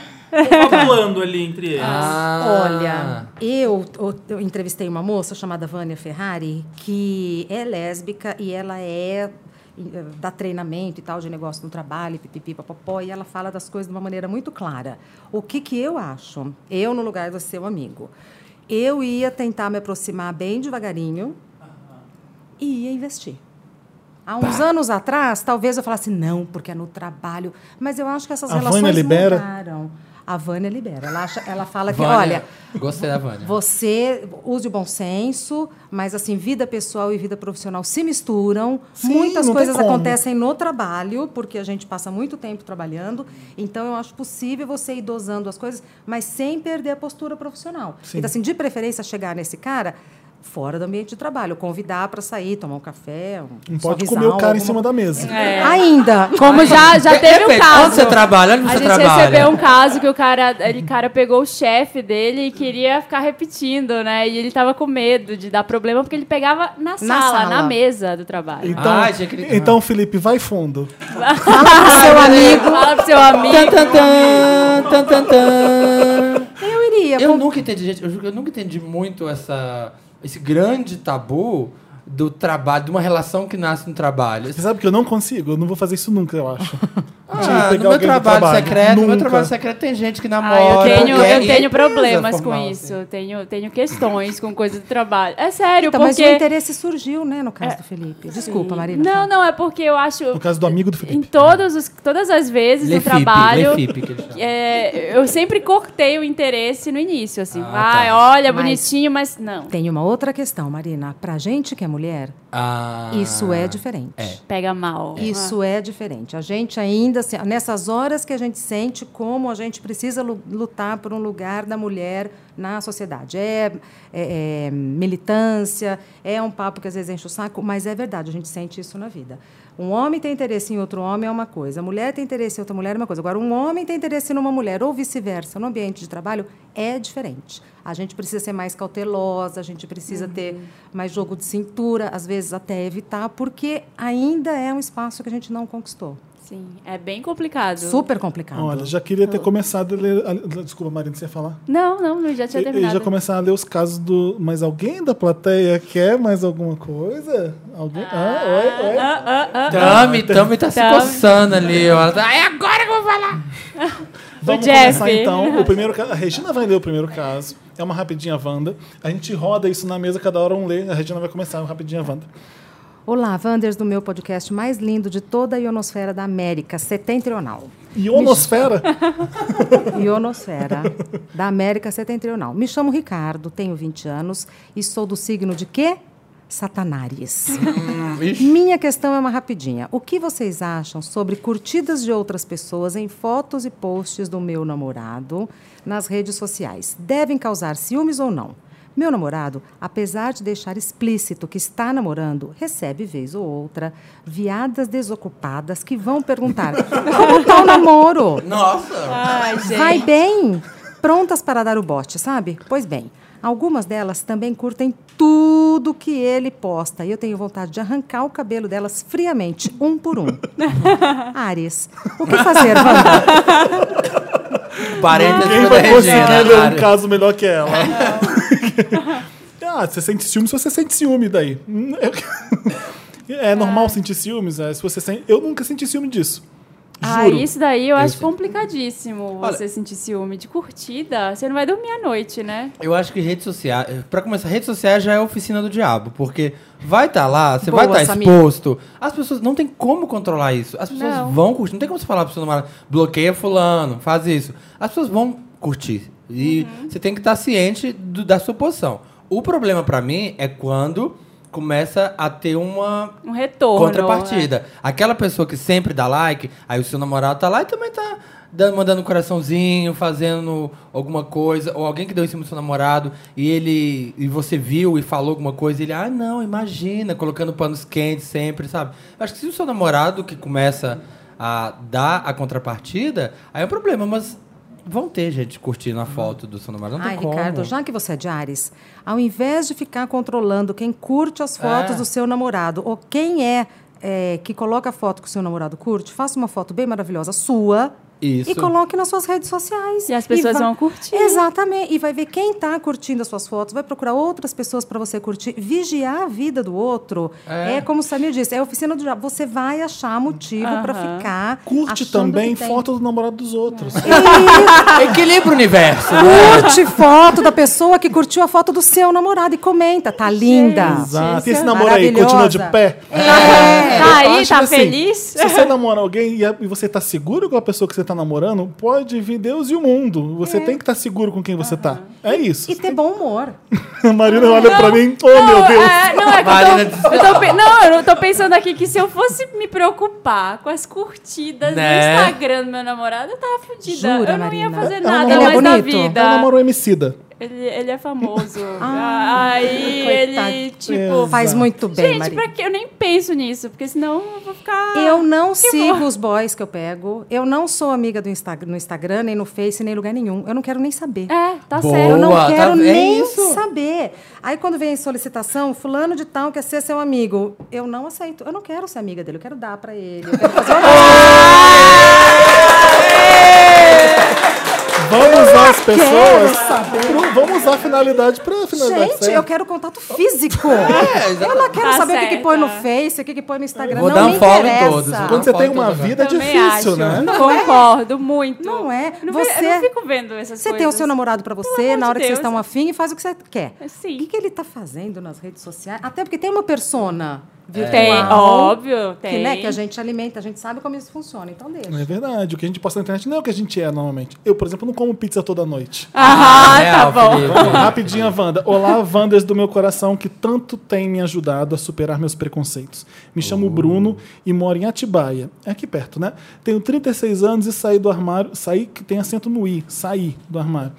Speaker 8: Falando É. ali entre eles.
Speaker 4: Ah.
Speaker 8: Ah.
Speaker 4: Olha, eu, eu- eu entrevistei uma moça chamada Vânia Ferrari, que é lésbica e ela é eh, dá treinamento e tal de negócio no trabalho, pipipi, papapó, e ela fala das coisas de uma maneira muito clara. O que que eu acho? Eu no lugar do seu amigo. Eu ia tentar me aproximar bem devagarinho e ia investir. Há uns anos atrás, talvez eu falasse não, porque é no trabalho. Mas eu acho que essas
Speaker 1: A Vânia
Speaker 4: relações
Speaker 1: libera?
Speaker 4: mudaram. A Vânia libera. Ela, acha, ela fala que,
Speaker 2: Vânia.
Speaker 4: olha,
Speaker 2: Gostei da Vânia.
Speaker 4: você use o bom senso, mas assim, vida pessoal e vida profissional se misturam. Muitas
Speaker 1: não tem
Speaker 4: coisas
Speaker 1: como.
Speaker 4: acontecem no trabalho, porque a gente passa muito tempo trabalhando. Então, eu acho possível você ir dosando as coisas, mas sem perder a postura profissional. Então, assim, de preferência, chegar nesse cara fora do ambiente de trabalho, convidar para sair, tomar um café, um
Speaker 1: Não
Speaker 4: sorrisão,
Speaker 1: pode comer o cara em
Speaker 4: alguma- É.
Speaker 1: cima da mesa.
Speaker 4: Ainda.
Speaker 3: É. Como já, já
Speaker 2: De-
Speaker 3: teve um
Speaker 2: depende,
Speaker 3: caso.
Speaker 2: Onde você trabalha? Onde
Speaker 3: A
Speaker 2: você
Speaker 3: gente
Speaker 2: trabalha?
Speaker 3: recebeu um caso que o cara, ele cara pegou o chefe dele e queria ficar repetindo, né? E ele tava com medo de dar problema porque ele pegava na sala, na,
Speaker 4: sala.
Speaker 3: mesa do trabalho.
Speaker 1: Então,
Speaker 2: Ah, tinha aquele-
Speaker 1: então, Felipe, vai fundo.
Speaker 4: seu amigo.
Speaker 3: Fala pro seu amigo.
Speaker 2: Tan, tan, tan, tan, tan, tan.
Speaker 4: Eu iria.
Speaker 2: Eu
Speaker 4: com-
Speaker 2: nunca entendi, gente. Eu, juro que eu nunca entendi muito essa, esse grande tabu do trabalho, de uma relação que nasce no trabalho.
Speaker 1: Você sabe que eu não consigo? Eu não vou fazer isso nunca, eu acho.
Speaker 2: Ah,
Speaker 1: pegar
Speaker 2: no meu
Speaker 1: alguém do
Speaker 2: trabalho,
Speaker 1: trabalho.
Speaker 2: secreto, no meu
Speaker 1: Nunca.
Speaker 2: trabalho secreto tem gente que
Speaker 3: Ah,
Speaker 2: namora.
Speaker 3: eu tenho,
Speaker 2: que é
Speaker 3: eu tenho
Speaker 2: empresa
Speaker 3: problemas com
Speaker 2: formal,
Speaker 3: isso.
Speaker 2: assim.
Speaker 3: Tenho, tenho questões com coisa do trabalho. É sério,
Speaker 4: Então, mas o
Speaker 3: porque. É.
Speaker 4: interesse surgiu, né, no caso do Felipe. Desculpa, Marina.
Speaker 3: Não, não, é porque eu acho.
Speaker 1: No caso do amigo do
Speaker 3: Em
Speaker 1: Felipe.
Speaker 3: todos os, todas as vezes no
Speaker 2: Lefipe,
Speaker 3: trabalho.
Speaker 2: Lefipe, que eles chamam.
Speaker 3: é, eu sempre cortei o interesse no início, assim.
Speaker 2: Ah,
Speaker 3: Ai,
Speaker 2: tá.
Speaker 3: olha,
Speaker 4: Mas-
Speaker 3: bonitinho, mas não.
Speaker 4: Tem uma outra questão, Marina. Pra gente que é mulher,
Speaker 2: Ah,
Speaker 4: isso é diferente.
Speaker 3: Pega mal.
Speaker 4: Isso é diferente. A gente ainda, se- nessas horas que a gente sente como a gente precisa lu- lutar por um lugar da mulher na sociedade. É, é- é militância, é um papo que às vezes enche o saco, mas é verdade, a gente sente isso na vida. Um homem tem interesse em outro homem é uma coisa, a mulher tem interesse em outra mulher é uma coisa. Agora, um homem tem interesse numa mulher ou vice-versa no ambiente de trabalho é diferente. A gente precisa ser mais cautelosa, a gente precisa
Speaker 3: Uhum.
Speaker 4: ter mais jogo de cintura, às vezes até evitar, porque ainda é um espaço que a gente não conquistou.
Speaker 3: Sim, é bem complicado.
Speaker 4: Super complicado.
Speaker 1: Olha, já queria ter começado a ler. a- Desculpa, Marina, você ia falar?
Speaker 3: Não, não, não, já tinha
Speaker 1: Eu- Eu
Speaker 3: terminado.
Speaker 1: já começar a ler os casos do. Mas alguém da plateia quer mais alguma coisa? Alguém? Ah, oi, oi.
Speaker 3: Ah, ah, ah.
Speaker 2: Tami, Tami tá se
Speaker 3: Tami.
Speaker 2: coçando ali. ó. Tá, É agora que eu vou falar.
Speaker 1: Vamos
Speaker 3: Jeff.
Speaker 1: começar então. O primeiro ca- A Regina vai ler o primeiro caso. É uma rapidinha Wanda. A gente roda isso na mesa, cada hora um lê. A Regina vai começar uma rapidinha Wanda.
Speaker 4: Olá, Wanders, do meu podcast mais lindo de toda a ionosfera da América, setentrional.
Speaker 1: Ionosfera?
Speaker 4: Ionosfera, da América Setentrional. Me chamo Ricardo, tenho 20 anos e sou do signo de quê? Satanares. Minha questão é uma rapidinha. O que vocês acham sobre curtidas de outras pessoas em fotos e posts do meu namorado nas redes sociais? Devem causar ciúmes ou não? Meu namorado, apesar de deixar explícito que está namorando, recebe vez ou outra viadas desocupadas que vão perguntar: como tá o namoro?
Speaker 2: Nossa!
Speaker 3: Ai, gente.
Speaker 4: Vai bem! Prontas para dar o bote, sabe? Pois bem, algumas delas também curtem tudo que ele posta. E eu tenho vontade de arrancar o cabelo delas friamente, um por um. Ares, o que fazer, Wanda?
Speaker 2: Parênteses
Speaker 1: Quem
Speaker 2: pela
Speaker 1: vai
Speaker 2: Regina.
Speaker 1: conseguir ler um
Speaker 2: Lara.
Speaker 1: caso melhor que ela? ah, você sente ciúme se você sente ciúme daí. Hum, eu- É normal sentir ciúmes, né? Se você sente... Eu nunca senti ciúme disso.
Speaker 3: Ah,
Speaker 1: Juro.
Speaker 3: isso daí eu, acho
Speaker 2: sei.
Speaker 3: complicadíssimo
Speaker 2: Olha-
Speaker 3: você sentir ciúme de curtida. Você não vai dormir à noite, né?
Speaker 2: Eu acho que rede social, pra começar, rede social já é a oficina do diabo, porque vai estar lá, você
Speaker 4: Boa,
Speaker 2: vai estar
Speaker 4: Samir.
Speaker 2: exposto. As pessoas não tem como controlar isso. As pessoas
Speaker 3: Não.
Speaker 2: vão curtir, não tem como você falar pro seu namorado, bloqueia fulano, faz isso. As pessoas vão curtir. E
Speaker 3: Uhum.
Speaker 2: você tem que estar ciente do- da sua posição. O problema pra mim é quando começa a ter uma
Speaker 3: Um retorno. é.
Speaker 2: Contrapartida. Aquela pessoa que sempre dá like, aí o seu namorado tá lá e também tá dando, mandando um coraçãozinho, fazendo alguma coisa, ou alguém que deu em cima do seu namorado e ele e você viu e falou alguma coisa, e ele, ah, não, imagina, colocando panos quentes sempre, sabe? Eu acho que se o seu namorado que começa a dar a contrapartida, aí é um problema, mas vão ter gente curtindo a foto do seu namorado, não tem
Speaker 4: Ai,
Speaker 2: como.
Speaker 4: Ricardo, já que você é de Ares, ao invés de ficar controlando quem curte as fotos
Speaker 2: É.
Speaker 4: do seu namorado ou quem é, é, que coloca a foto que o seu namorado curte, faça uma foto bem maravilhosa sua
Speaker 2: Isso.
Speaker 4: e coloque nas suas redes sociais.
Speaker 3: E as pessoas
Speaker 4: vai-
Speaker 3: vão curtir.
Speaker 4: Exatamente. E vai ver quem está curtindo as suas fotos, vai procurar outras pessoas para você curtir. Vigiar a vida do outro.
Speaker 2: É.
Speaker 4: É, como o Samir disse, é a oficina do diabo. Você vai achar motivo para
Speaker 3: Aham.
Speaker 4: ficar.
Speaker 1: Curte
Speaker 4: achando
Speaker 1: também
Speaker 4: que tem.
Speaker 1: foto do namorado dos outros.
Speaker 2: Equilibra o universo. né?
Speaker 4: Curte foto da pessoa que curtiu a foto do seu namorado e comenta. Tá linda.
Speaker 1: Exato. E
Speaker 4: Gente,
Speaker 3: é
Speaker 1: esse namoro aí continua de
Speaker 4: maravilhosa.
Speaker 1: pé?
Speaker 3: tá
Speaker 1: Eu
Speaker 3: aí,
Speaker 1: acho
Speaker 3: tá
Speaker 1: que, assim,
Speaker 3: feliz?
Speaker 1: Se você namora alguém e a- e você tá seguro com a pessoa que você tá namorando, pode vir Deus e o mundo. Você
Speaker 3: É.
Speaker 1: tem que estar seguro com quem você tá. É isso.
Speaker 4: E ter bom humor.
Speaker 1: A Marina olha pra mim, oh meu Deus.
Speaker 3: É, não, é que
Speaker 1: né?
Speaker 2: Marina
Speaker 3: eu tô, eu tô pe- não, eu tô pensando aqui que se eu fosse me preocupar com as curtidas
Speaker 2: Né?
Speaker 3: no Instagram do meu namorado, eu tava fudida.
Speaker 4: Jura,
Speaker 3: eu não ia
Speaker 4: Marina?
Speaker 3: fazer
Speaker 1: Ela
Speaker 3: nada
Speaker 1: namorou-
Speaker 3: mais
Speaker 4: Ele é
Speaker 3: na
Speaker 4: bonito?
Speaker 3: vida.
Speaker 1: Ela namorou um Emicida.
Speaker 3: Ele, ele é famoso.
Speaker 4: Ah,
Speaker 3: Aí ele,
Speaker 4: coitadinho.
Speaker 3: tipo.
Speaker 4: Faz muito bem,
Speaker 3: Gente,
Speaker 4: Maria.
Speaker 3: pra que? Eu nem penso nisso, porque senão eu vou ficar.
Speaker 4: Eu não sigo
Speaker 3: bom.
Speaker 4: os boys que eu pego. Eu não sou amiga do Insta- no Instagram, nem no Face, nem em lugar nenhum. Eu não quero nem saber.
Speaker 3: É, tá
Speaker 2: Boa.
Speaker 3: certo.
Speaker 4: Eu não
Speaker 2: Boa, tá-
Speaker 4: quero
Speaker 2: é
Speaker 4: nem
Speaker 2: isso.
Speaker 4: saber. Aí quando vem a solicitação, fulano de tal quer ser seu amigo. Eu não aceito. Eu não quero ser amiga dele, eu quero dar pra ele. Eu quero fazer
Speaker 1: Vamos usar as pessoas.
Speaker 4: Ah, saber.
Speaker 1: pro- Vamos usar a finalidade pra
Speaker 2: é
Speaker 1: finalidade.
Speaker 4: Gente,
Speaker 1: certa.
Speaker 4: eu quero contato físico.
Speaker 2: exatamente.
Speaker 4: eu não quero
Speaker 3: Tá
Speaker 4: saber o que, que põe no
Speaker 3: certa.
Speaker 4: Face, o que, que põe no Instagram.
Speaker 2: É, Vou
Speaker 4: não
Speaker 2: dar um
Speaker 4: me
Speaker 2: follow em
Speaker 4: interessa. é?
Speaker 2: todos, vou dar
Speaker 1: Quando
Speaker 2: Não
Speaker 1: você tem
Speaker 2: pode
Speaker 1: uma
Speaker 2: tocar.
Speaker 1: vida, é
Speaker 3: Também
Speaker 1: difícil,
Speaker 3: acho.
Speaker 1: né?
Speaker 3: Concordo muito.
Speaker 4: Não é.
Speaker 3: Não ve-
Speaker 4: Você-
Speaker 3: eu não fico vendo essas
Speaker 4: Você tem o
Speaker 3: coisas.
Speaker 4: seu namorado pra você,
Speaker 3: amor
Speaker 4: na
Speaker 3: de
Speaker 4: hora que
Speaker 3: Deus.
Speaker 4: vocês
Speaker 3: É,
Speaker 4: estão afim, e faz o que você quer. O que,
Speaker 3: Sim.
Speaker 4: que ele tá fazendo nas redes sociais? Até porque tem uma persona virtual.
Speaker 3: Tem, óbvio,
Speaker 4: Que, né,
Speaker 3: tem.
Speaker 4: que a gente alimenta, a gente sabe como isso funciona, então deixa.
Speaker 1: É verdade. O que a gente posta na internet não é o que a gente é normalmente. Eu, por exemplo, não como pizza toda noite.
Speaker 3: Ah, tá
Speaker 2: Real,
Speaker 3: bom.
Speaker 2: Felipe.
Speaker 1: Rapidinho, a Wanda. Olá, Wanders do meu coração, que tanto tem me ajudado a superar meus preconceitos.
Speaker 2: Oh.
Speaker 1: Me chamo Bruno e moro em Atibaia. É aqui perto, né? Tenho 36 anos e saí do armário. Saí, que tem acento no I. Saí do armário.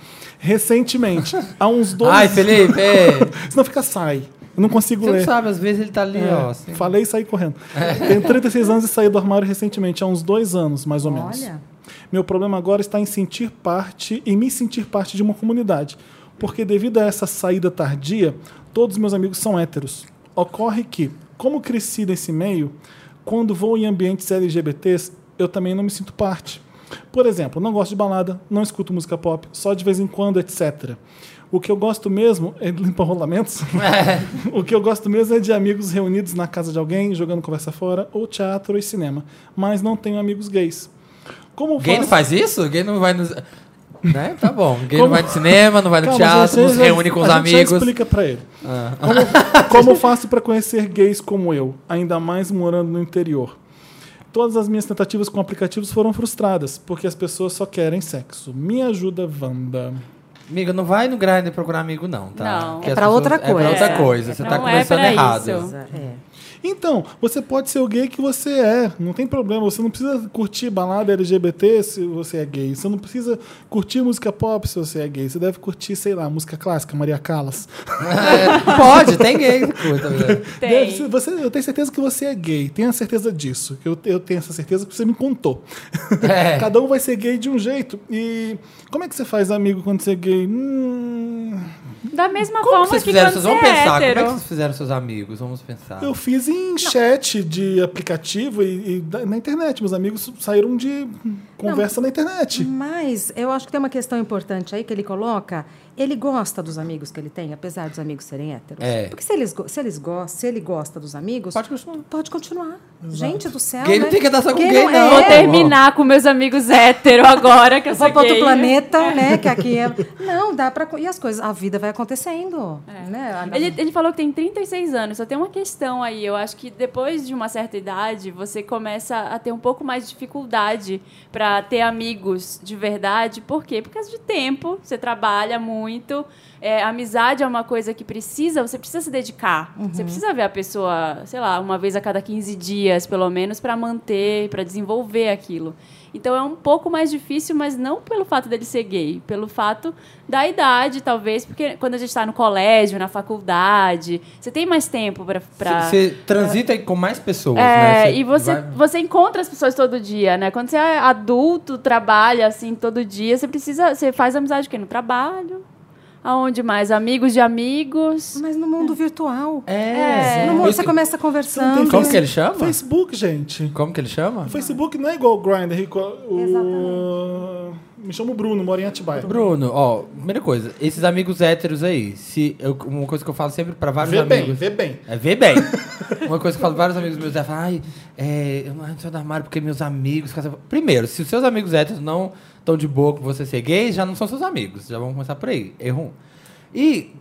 Speaker 1: Recentemente, há uns dois...
Speaker 2: Ai, Felipe!
Speaker 1: Senão fica sai. Eu não consigo
Speaker 2: Você não
Speaker 1: ler.
Speaker 2: sabe, às vezes ele tá ali,
Speaker 1: É,
Speaker 2: ó. assim.
Speaker 1: Falei e saí correndo. Tenho 36 anos e saí do armário recentemente, há uns dois anos, mais ou menos.
Speaker 4: Olha.
Speaker 1: Meu problema agora está em sentir parte, em me sentir parte de uma comunidade. Porque devido a essa saída tardia, todos meus amigos são héteros. Ocorre que, como cresci nesse meio, quando vou em ambientes LGBTs, eu também não me sinto parte. Por exemplo, não gosto de balada, não escuto música pop, só de vez em quando, etc. O que eu gosto mesmo é limpar rolamentos. O que eu gosto mesmo é de amigos reunidos na casa de alguém, jogando conversa fora, ou teatro e cinema. Mas não tenho amigos gays. Como
Speaker 2: Gay não
Speaker 1: faço-
Speaker 2: faz isso? Gay não vai nos. Né? Tá bom. Ninguém
Speaker 1: Como-
Speaker 2: não vai no cinema, não vai no
Speaker 1: Calma,
Speaker 2: teatro,
Speaker 1: gente,
Speaker 2: não se
Speaker 1: já-
Speaker 2: reúne com os
Speaker 1: a gente já
Speaker 2: amigos. Ah.
Speaker 1: explica pra ele. Como, como eu faço pra conhecer gays como eu, ainda mais morando no interior? Todas as minhas tentativas com aplicativos foram frustradas, porque as pessoas só querem sexo. Me ajuda, Wanda.
Speaker 2: Amiga, não vai no Grindr procurar amigo, não, tá?
Speaker 3: Não.
Speaker 2: Porque
Speaker 4: É
Speaker 2: as
Speaker 4: pra outra
Speaker 2: É pra
Speaker 4: coisa.
Speaker 2: outra
Speaker 4: É.
Speaker 2: coisa. Você tá
Speaker 3: Não é
Speaker 2: conversando
Speaker 3: pra
Speaker 2: errado.
Speaker 3: isso.
Speaker 4: É.
Speaker 1: Então, você pode ser o gay que você é, não tem problema. Você não precisa curtir balada LGBT se você é gay. Você não precisa curtir música pop se você é gay. Você deve curtir, sei lá, música clássica, Maria Callas.
Speaker 2: É, pode, tem gay. que curta, né?
Speaker 3: Tem.
Speaker 1: Deve ser- você- eu tenho certeza que você é gay. Tenha certeza disso. Eu, eu tenho essa certeza que você me contou.
Speaker 2: É.
Speaker 1: Cada um vai ser gay de um jeito. E como é que você faz amigo quando você é gay? Hum,
Speaker 3: Da mesma
Speaker 2: Como
Speaker 3: forma
Speaker 2: que vocês
Speaker 3: que
Speaker 2: fizeram?
Speaker 3: quando
Speaker 2: Vocês
Speaker 3: você
Speaker 2: vão
Speaker 3: é
Speaker 2: pensar.
Speaker 3: hétero.
Speaker 2: Como é que vocês fizeram seus amigos? Vamos pensar.
Speaker 1: eu fiz em chat de aplicativo e, e da- na internet. Meus amigos saíram de conversa na internet.
Speaker 4: Mas eu acho que tem uma questão importante aí que ele coloca. Ele gosta dos amigos que ele tem, apesar dos amigos serem héteros.
Speaker 2: É.
Speaker 4: Porque se, eles, go- se, eles go- se ele gosta dos amigos,
Speaker 2: Pode continuar.
Speaker 4: pode continuar. Gente do céu.
Speaker 2: Gay não
Speaker 4: né?
Speaker 2: tem que andar só com
Speaker 4: Gay
Speaker 2: gay, não.
Speaker 4: é
Speaker 3: Vou
Speaker 2: Tá
Speaker 3: terminar com meus amigos hétero agora, que eu sou
Speaker 4: Vou para outro
Speaker 3: gay.
Speaker 4: planeta, né? Que aqui é. Não, dá para. E as coisas, a vida vai acontecendo.
Speaker 2: É.
Speaker 4: Né? A-
Speaker 3: Ele, ele falou que tem 36 anos, só tem uma questão aí. Eu acho que depois de uma certa idade, você começa a ter um pouco mais de dificuldade para ter amigos de verdade. Por quê? Por causa de tempo, você trabalha muito. é, amizade é uma coisa que precisa, você precisa se dedicar.
Speaker 4: Uhum.
Speaker 3: Você precisa ver a pessoa, sei lá, uma vez a cada 15 dias, pelo menos, para manter, para desenvolver aquilo. Então é um pouco mais difícil, mas não pelo fato dele ser gay, pelo fato da idade, talvez, porque quando a gente está no colégio, na faculdade, você tem mais tempo para. Pra...
Speaker 2: Você transita aí com mais pessoas, né?
Speaker 3: É, e você,
Speaker 2: vai-
Speaker 3: você encontra as pessoas todo dia, né? Quando você é adulto, trabalha assim todo dia, você precisa. Você faz amizade o quê? No trabalho? Aonde mais? Amigos de amigos.
Speaker 4: Mas no mundo virtual.
Speaker 2: É.
Speaker 4: No mundo,
Speaker 2: Isso
Speaker 4: você
Speaker 2: que-
Speaker 4: começa
Speaker 1: Você não
Speaker 4: conversando.
Speaker 1: tem
Speaker 2: Como que ele chama?
Speaker 1: Facebook, gente.
Speaker 2: Como que ele chama?
Speaker 1: O Facebook não é igual o Grindr. Rico. O-
Speaker 4: Exatamente.
Speaker 1: Me chamo Bruno, moro em Atibaia.
Speaker 2: Bruno, ó, primeira coisa, esses amigos héteros aí, se eu- uma coisa que eu falo sempre pra vários
Speaker 1: Vê bem,
Speaker 2: amigos.
Speaker 1: vê bem.
Speaker 2: É ver bem. Uma coisa que eu falo pra vários amigos meus, é falar, ai, é, eu não entro do armário porque meus amigos... casam-". Primeiro, se os seus amigos héteros não estão de boa com você ser gay, já não são seus amigos. Já vamos começar por aí. Erro um. E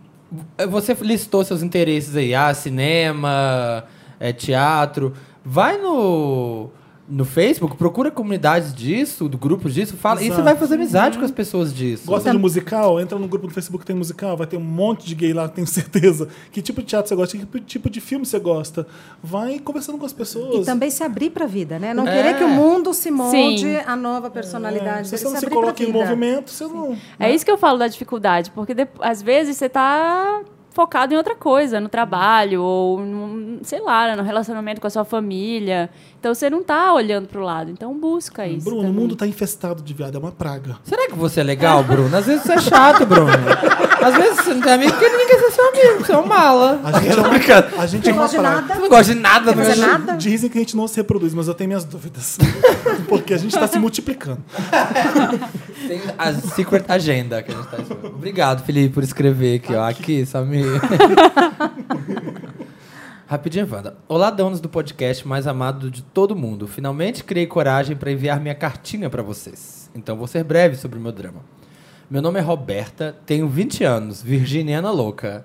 Speaker 2: eh, você listou seus interesses aí, ah, cinema, eh, teatro. Vai no... No Facebook, procura comunidades disso, do grupos disso, fala. E você
Speaker 1: Exato.
Speaker 2: vai fazer amizade com as pessoas disso.
Speaker 1: Gosta de musical? Entra no grupo do Facebook que tem musical, vai ter um monte de gay lá, tenho certeza. Que tipo de teatro você gosta? Que tipo de filme você gosta? Vai conversando com as pessoas.
Speaker 4: E também se abrir para a vida, né? Não
Speaker 2: É.
Speaker 4: querer que o mundo se molde
Speaker 3: Sim.
Speaker 4: a nova personalidade.
Speaker 1: se
Speaker 4: dele, é
Speaker 1: É, você não se
Speaker 4: abrir pra
Speaker 1: coloca em
Speaker 4: vida.
Speaker 1: movimento, você não.
Speaker 3: É isso que eu falo da dificuldade, porque dep- às vezes você tá focado em outra coisa, no trabalho ou num, sei lá, no relacionamento com a sua família. Então você não tá olhando pro lado, então busca isso.
Speaker 1: Bruno, o
Speaker 3: também.
Speaker 1: mundo tá infestado de viado, é uma praga.
Speaker 2: Será que você é legal, Bruno? Às vezes você é chato, Bruno. Às vezes você não tem amigo porque ninguém quer ser seu amigo. Você é um mala.
Speaker 1: A gente
Speaker 2: Tô
Speaker 1: não-
Speaker 2: brincando.
Speaker 1: A gente é
Speaker 4: Não
Speaker 1: uma
Speaker 4: gosta de
Speaker 1: praga.
Speaker 4: nada.
Speaker 2: Você não gosta de nada, né?
Speaker 4: Não gosta de
Speaker 2: Bruno.
Speaker 4: nada.
Speaker 1: Dizem que a gente não se reproduz, mas eu tenho minhas dúvidas. Porque a gente tá se multiplicando.
Speaker 2: Tem a secret agenda que a gente tá escrevendo. Obrigado, Felipe, por escrever aqui, ó. Aqui, Samir. Rapidinho, Wanda. Olá, donos do podcast mais amado de todo mundo. Finalmente criei coragem para enviar minha cartinha para vocês. Então vou ser breve sobre o meu drama. Meu nome é Roberta, tenho 20 anos, virginiana louca.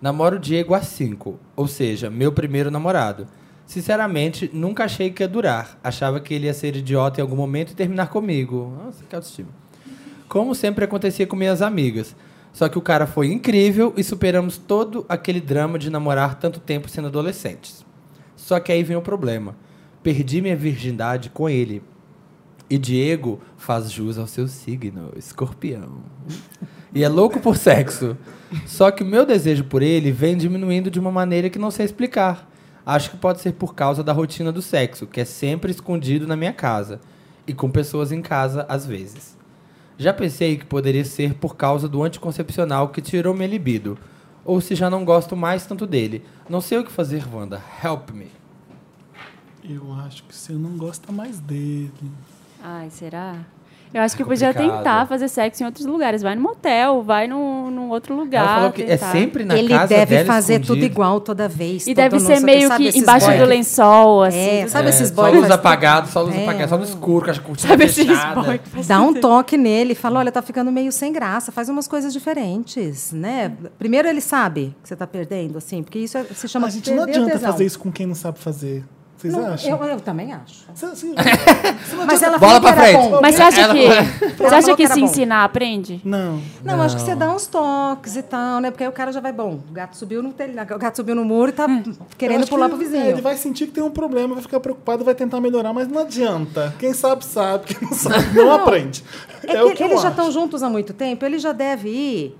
Speaker 2: Namoro o Diego há 5, ou seja, meu primeiro namorado. Sinceramente, nunca achei que ia durar. Achava que ele ia ser idiota em algum momento e terminar comigo. Nossa, que autoestima. Como sempre acontecia com minhas amigas. Só que o cara foi incrível e superamos todo aquele drama de namorar tanto tempo sendo adolescentes. Só que aí vem o problema. Perdi minha virgindade com ele. E Diego faz jus ao seu signo, escorpião. E é louco por sexo. Só que o meu desejo por ele vem diminuindo de uma maneira que não sei explicar. Acho que pode ser por causa da rotina do sexo, que é sempre escondido na minha casa. E com pessoas em casa, às vezes. Já pensei que poderia ser por causa do anticoncepcional que tirou minha libido. Ou se já não gosto mais tanto dele. Não sei o que fazer, Wanda. Help me.
Speaker 1: Eu acho que você não gosta mais dele.
Speaker 3: Ai, será? Eu acho que podia
Speaker 2: Complicado.
Speaker 3: tentar fazer sexo em outros lugares. Vai num motel, vai num, num outro lugar.
Speaker 2: Ela falou que é
Speaker 3: tentar.
Speaker 2: sempre na
Speaker 4: Tá. Ele
Speaker 2: casa
Speaker 4: deve
Speaker 2: dela,
Speaker 4: fazer
Speaker 2: escondido.
Speaker 4: tudo igual toda vez.
Speaker 3: E
Speaker 4: toda
Speaker 3: deve
Speaker 4: noite,
Speaker 3: ser meio
Speaker 4: sabe
Speaker 3: que
Speaker 4: esses
Speaker 3: embaixo
Speaker 4: boy
Speaker 3: do
Speaker 4: que-
Speaker 3: lençol, assim.
Speaker 4: É,
Speaker 3: do-
Speaker 4: sabe
Speaker 2: É,
Speaker 4: esses
Speaker 2: só
Speaker 4: boys?
Speaker 2: luz
Speaker 4: faz-
Speaker 2: apagada, só luz
Speaker 4: É.
Speaker 2: apagada, só no escuro, com a cortina
Speaker 3: Sabe esses
Speaker 2: fechada.
Speaker 3: boy que faz
Speaker 4: Dá um toque nele, fala, olha, tá ficando meio sem graça, faz umas coisas diferentes, né? Primeiro ele sabe que você tá perdendo, assim, porque isso é- se chama
Speaker 1: Ah, a gente
Speaker 4: perder
Speaker 1: não adianta
Speaker 4: o tesão.
Speaker 1: fazer isso com quem não sabe fazer. Vocês
Speaker 4: Não,
Speaker 1: acham?
Speaker 4: Eu, eu também acho.
Speaker 1: Você- você- você não
Speaker 4: Mas
Speaker 1: adianta-
Speaker 4: ela falou
Speaker 2: Bola pra
Speaker 4: que era
Speaker 2: frente.
Speaker 4: bom.
Speaker 3: Mas você acha
Speaker 2: Ela-
Speaker 3: que, você acha
Speaker 4: falou
Speaker 3: que
Speaker 4: que era
Speaker 3: se
Speaker 4: bom.
Speaker 3: ensinar aprende?
Speaker 1: Não.
Speaker 4: Não, acho que você é dá uns toques e tal, né? Porque aí o cara já vai, bom, o gato subiu no, telha- o gato subiu no muro e tá
Speaker 1: Eu
Speaker 4: querendo
Speaker 1: acho
Speaker 4: pular
Speaker 1: que
Speaker 4: pro
Speaker 1: é, Ele
Speaker 4: vizinho.
Speaker 1: vai sentir que tem um problema, vai ficar preocupado, vai tentar melhorar, mas não adianta. Quem sabe, sabe. Quem não sabe, não, aprende.
Speaker 4: É,
Speaker 1: o
Speaker 4: que,
Speaker 1: eu
Speaker 4: eles já
Speaker 1: acho.
Speaker 4: estão juntos há muito tempo, ele já deve ir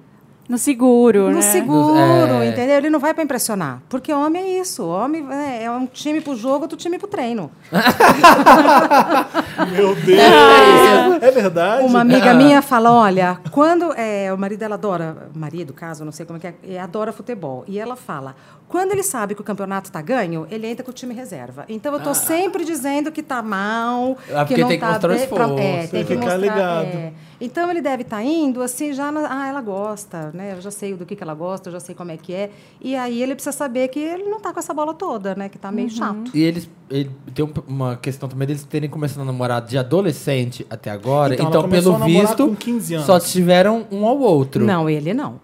Speaker 3: No seguro, né?
Speaker 4: no seguro,
Speaker 2: É.
Speaker 4: entendeu? Ele não vai pra impressionar. Porque homem é isso. Homem né, é um time pro jogo, outro time pro treino.
Speaker 1: Meu Deus! é verdade?
Speaker 4: Uma amiga minha fala, olha, quando é, o marido dela adora, marido, caso, não sei como é que é, e adora futebol. E ela fala, quando ele sabe que o campeonato tá ganho, ele entra com o time reserva. Então eu tô
Speaker 1: Ah.
Speaker 4: sempre dizendo que tá mal,
Speaker 2: Ah, porque
Speaker 4: que não
Speaker 2: tem que
Speaker 4: tá
Speaker 2: mostrar o
Speaker 4: bem, pra- É,
Speaker 2: esforço,
Speaker 4: tem que mostrar.
Speaker 1: ficar ligado.
Speaker 4: é. Então ele deve estar indo assim já, na- ah, ela gosta, né? Eu já sei do que, que ela gosta, eu já sei como é que é. E aí ele precisa saber que ele não tá com essa bola toda, né? Que tá
Speaker 3: Uhum.
Speaker 4: meio chato.
Speaker 2: E eles. ele- tem um- uma questão também deles terem começado a namorar de adolescente até agora.
Speaker 1: Então,
Speaker 2: Então,
Speaker 1: ela começou
Speaker 2: pelo
Speaker 1: a namorar
Speaker 2: visto,
Speaker 1: com 15 anos.
Speaker 2: só tiveram um ao outro.
Speaker 4: Não, ele não.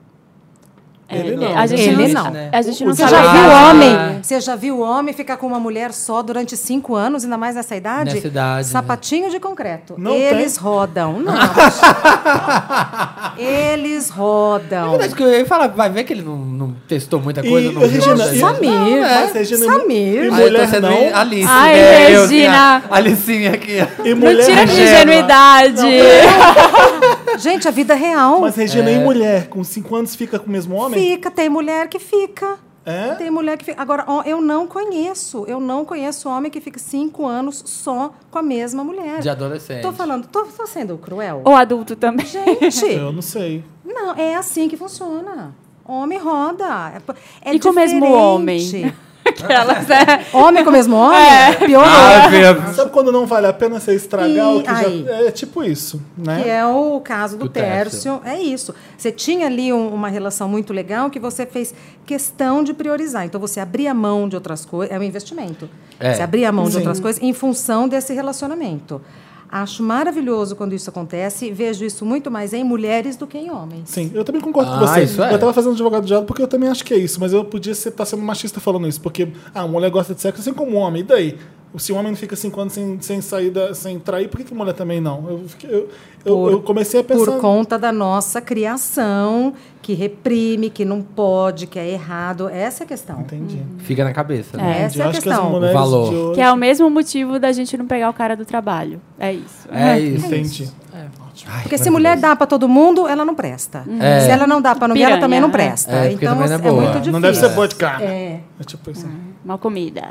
Speaker 3: É,
Speaker 9: É,
Speaker 1: Ele não,
Speaker 3: A gente
Speaker 4: Ele
Speaker 3: não,
Speaker 4: não.
Speaker 3: A gente não
Speaker 4: Você
Speaker 3: sabe.
Speaker 4: já
Speaker 2: Ah.
Speaker 4: viu homem? Você já viu homem ficar com uma mulher só durante cinco anos, ainda mais nessa idade?
Speaker 2: Nessa idade, né?
Speaker 4: Sapatinho de concreto.
Speaker 1: Não
Speaker 4: Eles
Speaker 1: tem.
Speaker 4: rodam. Não. Eles
Speaker 2: Na
Speaker 4: rodam.
Speaker 2: Ah. É verdade, que eu ia falar, vai ver que ele não, não testou muita
Speaker 1: E,
Speaker 2: coisa. não viu
Speaker 1: Regina,
Speaker 2: nada.
Speaker 1: e-
Speaker 4: Samir,
Speaker 1: Não, é,
Speaker 4: vai-
Speaker 1: Regina, e-
Speaker 4: Samir.
Speaker 1: E
Speaker 4: Ah,
Speaker 2: Ah, eu tô
Speaker 1: mulher
Speaker 2: sendo
Speaker 1: não.
Speaker 2: Alice.
Speaker 3: Ai,
Speaker 2: né? Eu,
Speaker 3: Regina.
Speaker 2: assim, a- Alicinha aqui.
Speaker 4: tá
Speaker 1: E
Speaker 3: Não
Speaker 1: mulher é.
Speaker 3: tira minha
Speaker 1: ingênua.
Speaker 3: ingenuidade.
Speaker 1: é.
Speaker 4: Gente, a vida é real
Speaker 1: Mas Regina, e
Speaker 4: É.
Speaker 1: mulher com 5 anos fica com o mesmo homem?
Speaker 4: fica. Tem mulher que fica.
Speaker 1: É?
Speaker 4: Tem mulher que fica. Agora, ó, eu não conheço. Eu não conheço homem que fica cinco anos só com a mesma mulher.
Speaker 2: De adolescente.
Speaker 4: Tô falando, tô, tô sendo cruel.
Speaker 3: Ou adulto também.
Speaker 4: Gente,
Speaker 1: Eu não sei.
Speaker 4: Não, é assim que funciona. Homem roda. É, p- é
Speaker 3: E com o mesmo
Speaker 4: diferente.
Speaker 3: homem? Aquelas, É. né?
Speaker 4: Homem com o mesmo homem? É Pior
Speaker 2: Ah,
Speaker 4: ainda,
Speaker 2: meu-
Speaker 1: Sabe quando não vale a pena você estragar
Speaker 4: E
Speaker 1: o que
Speaker 4: aí?
Speaker 1: já. É tipo isso, né?
Speaker 4: Que é o caso do,
Speaker 2: Do Tércio.
Speaker 4: Tércio. É isso. Você tinha ali um- uma relação muito legal que você fez questão de priorizar. Então, você abria mão de outras coisas. É um investimento.
Speaker 2: É.
Speaker 4: Você abria mão de
Speaker 1: Sim.
Speaker 4: outras coisas em função desse relacionamento. Acho maravilhoso quando isso acontece. Vejo isso muito mais em mulheres do que em homens.
Speaker 1: Sim, eu também concordo com
Speaker 2: Ah,
Speaker 1: você.
Speaker 2: isso é.
Speaker 1: Eu tava fazendo advogado do diabo porque eu também acho que é isso, mas eu podia estar sendo machista falando isso, porque ah, a mulher gosta de sexo assim como o homem, e daí? Se o homem não fica cinco anos sem, sem sair, da- sem trair, por que, que a mulher também não? Eu, fiquei- eu, eu-
Speaker 4: Por-
Speaker 1: eu comecei a pensar.
Speaker 4: Por conta da nossa criação, que reprime, que não pode, que é errado. Essa é a questão.
Speaker 1: Entendi. Entendi.
Speaker 2: Fica na cabeça. né?
Speaker 4: Essa é a
Speaker 1: acho que as
Speaker 4: questão.
Speaker 1: mulheres
Speaker 2: Valor.
Speaker 1: de hoje-
Speaker 3: Que é o mesmo motivo da gente não pegar o cara do trabalho. É isso.
Speaker 2: É isso.
Speaker 1: Entendi. É.
Speaker 2: Ai,
Speaker 4: Porque se mulher dá pra todo mundo, ela não presta.
Speaker 2: É.
Speaker 4: Hum. Se ela não dá pra ninguém, ela
Speaker 3: Piranha,
Speaker 4: também não
Speaker 3: é.
Speaker 4: presta.
Speaker 2: É, porque
Speaker 4: então
Speaker 2: também não é
Speaker 4: é,
Speaker 2: boa.
Speaker 4: muito difícil.
Speaker 1: Não deve ser boa de cara.
Speaker 4: É.
Speaker 1: É tipo isso.
Speaker 3: Uma Uhum. comida.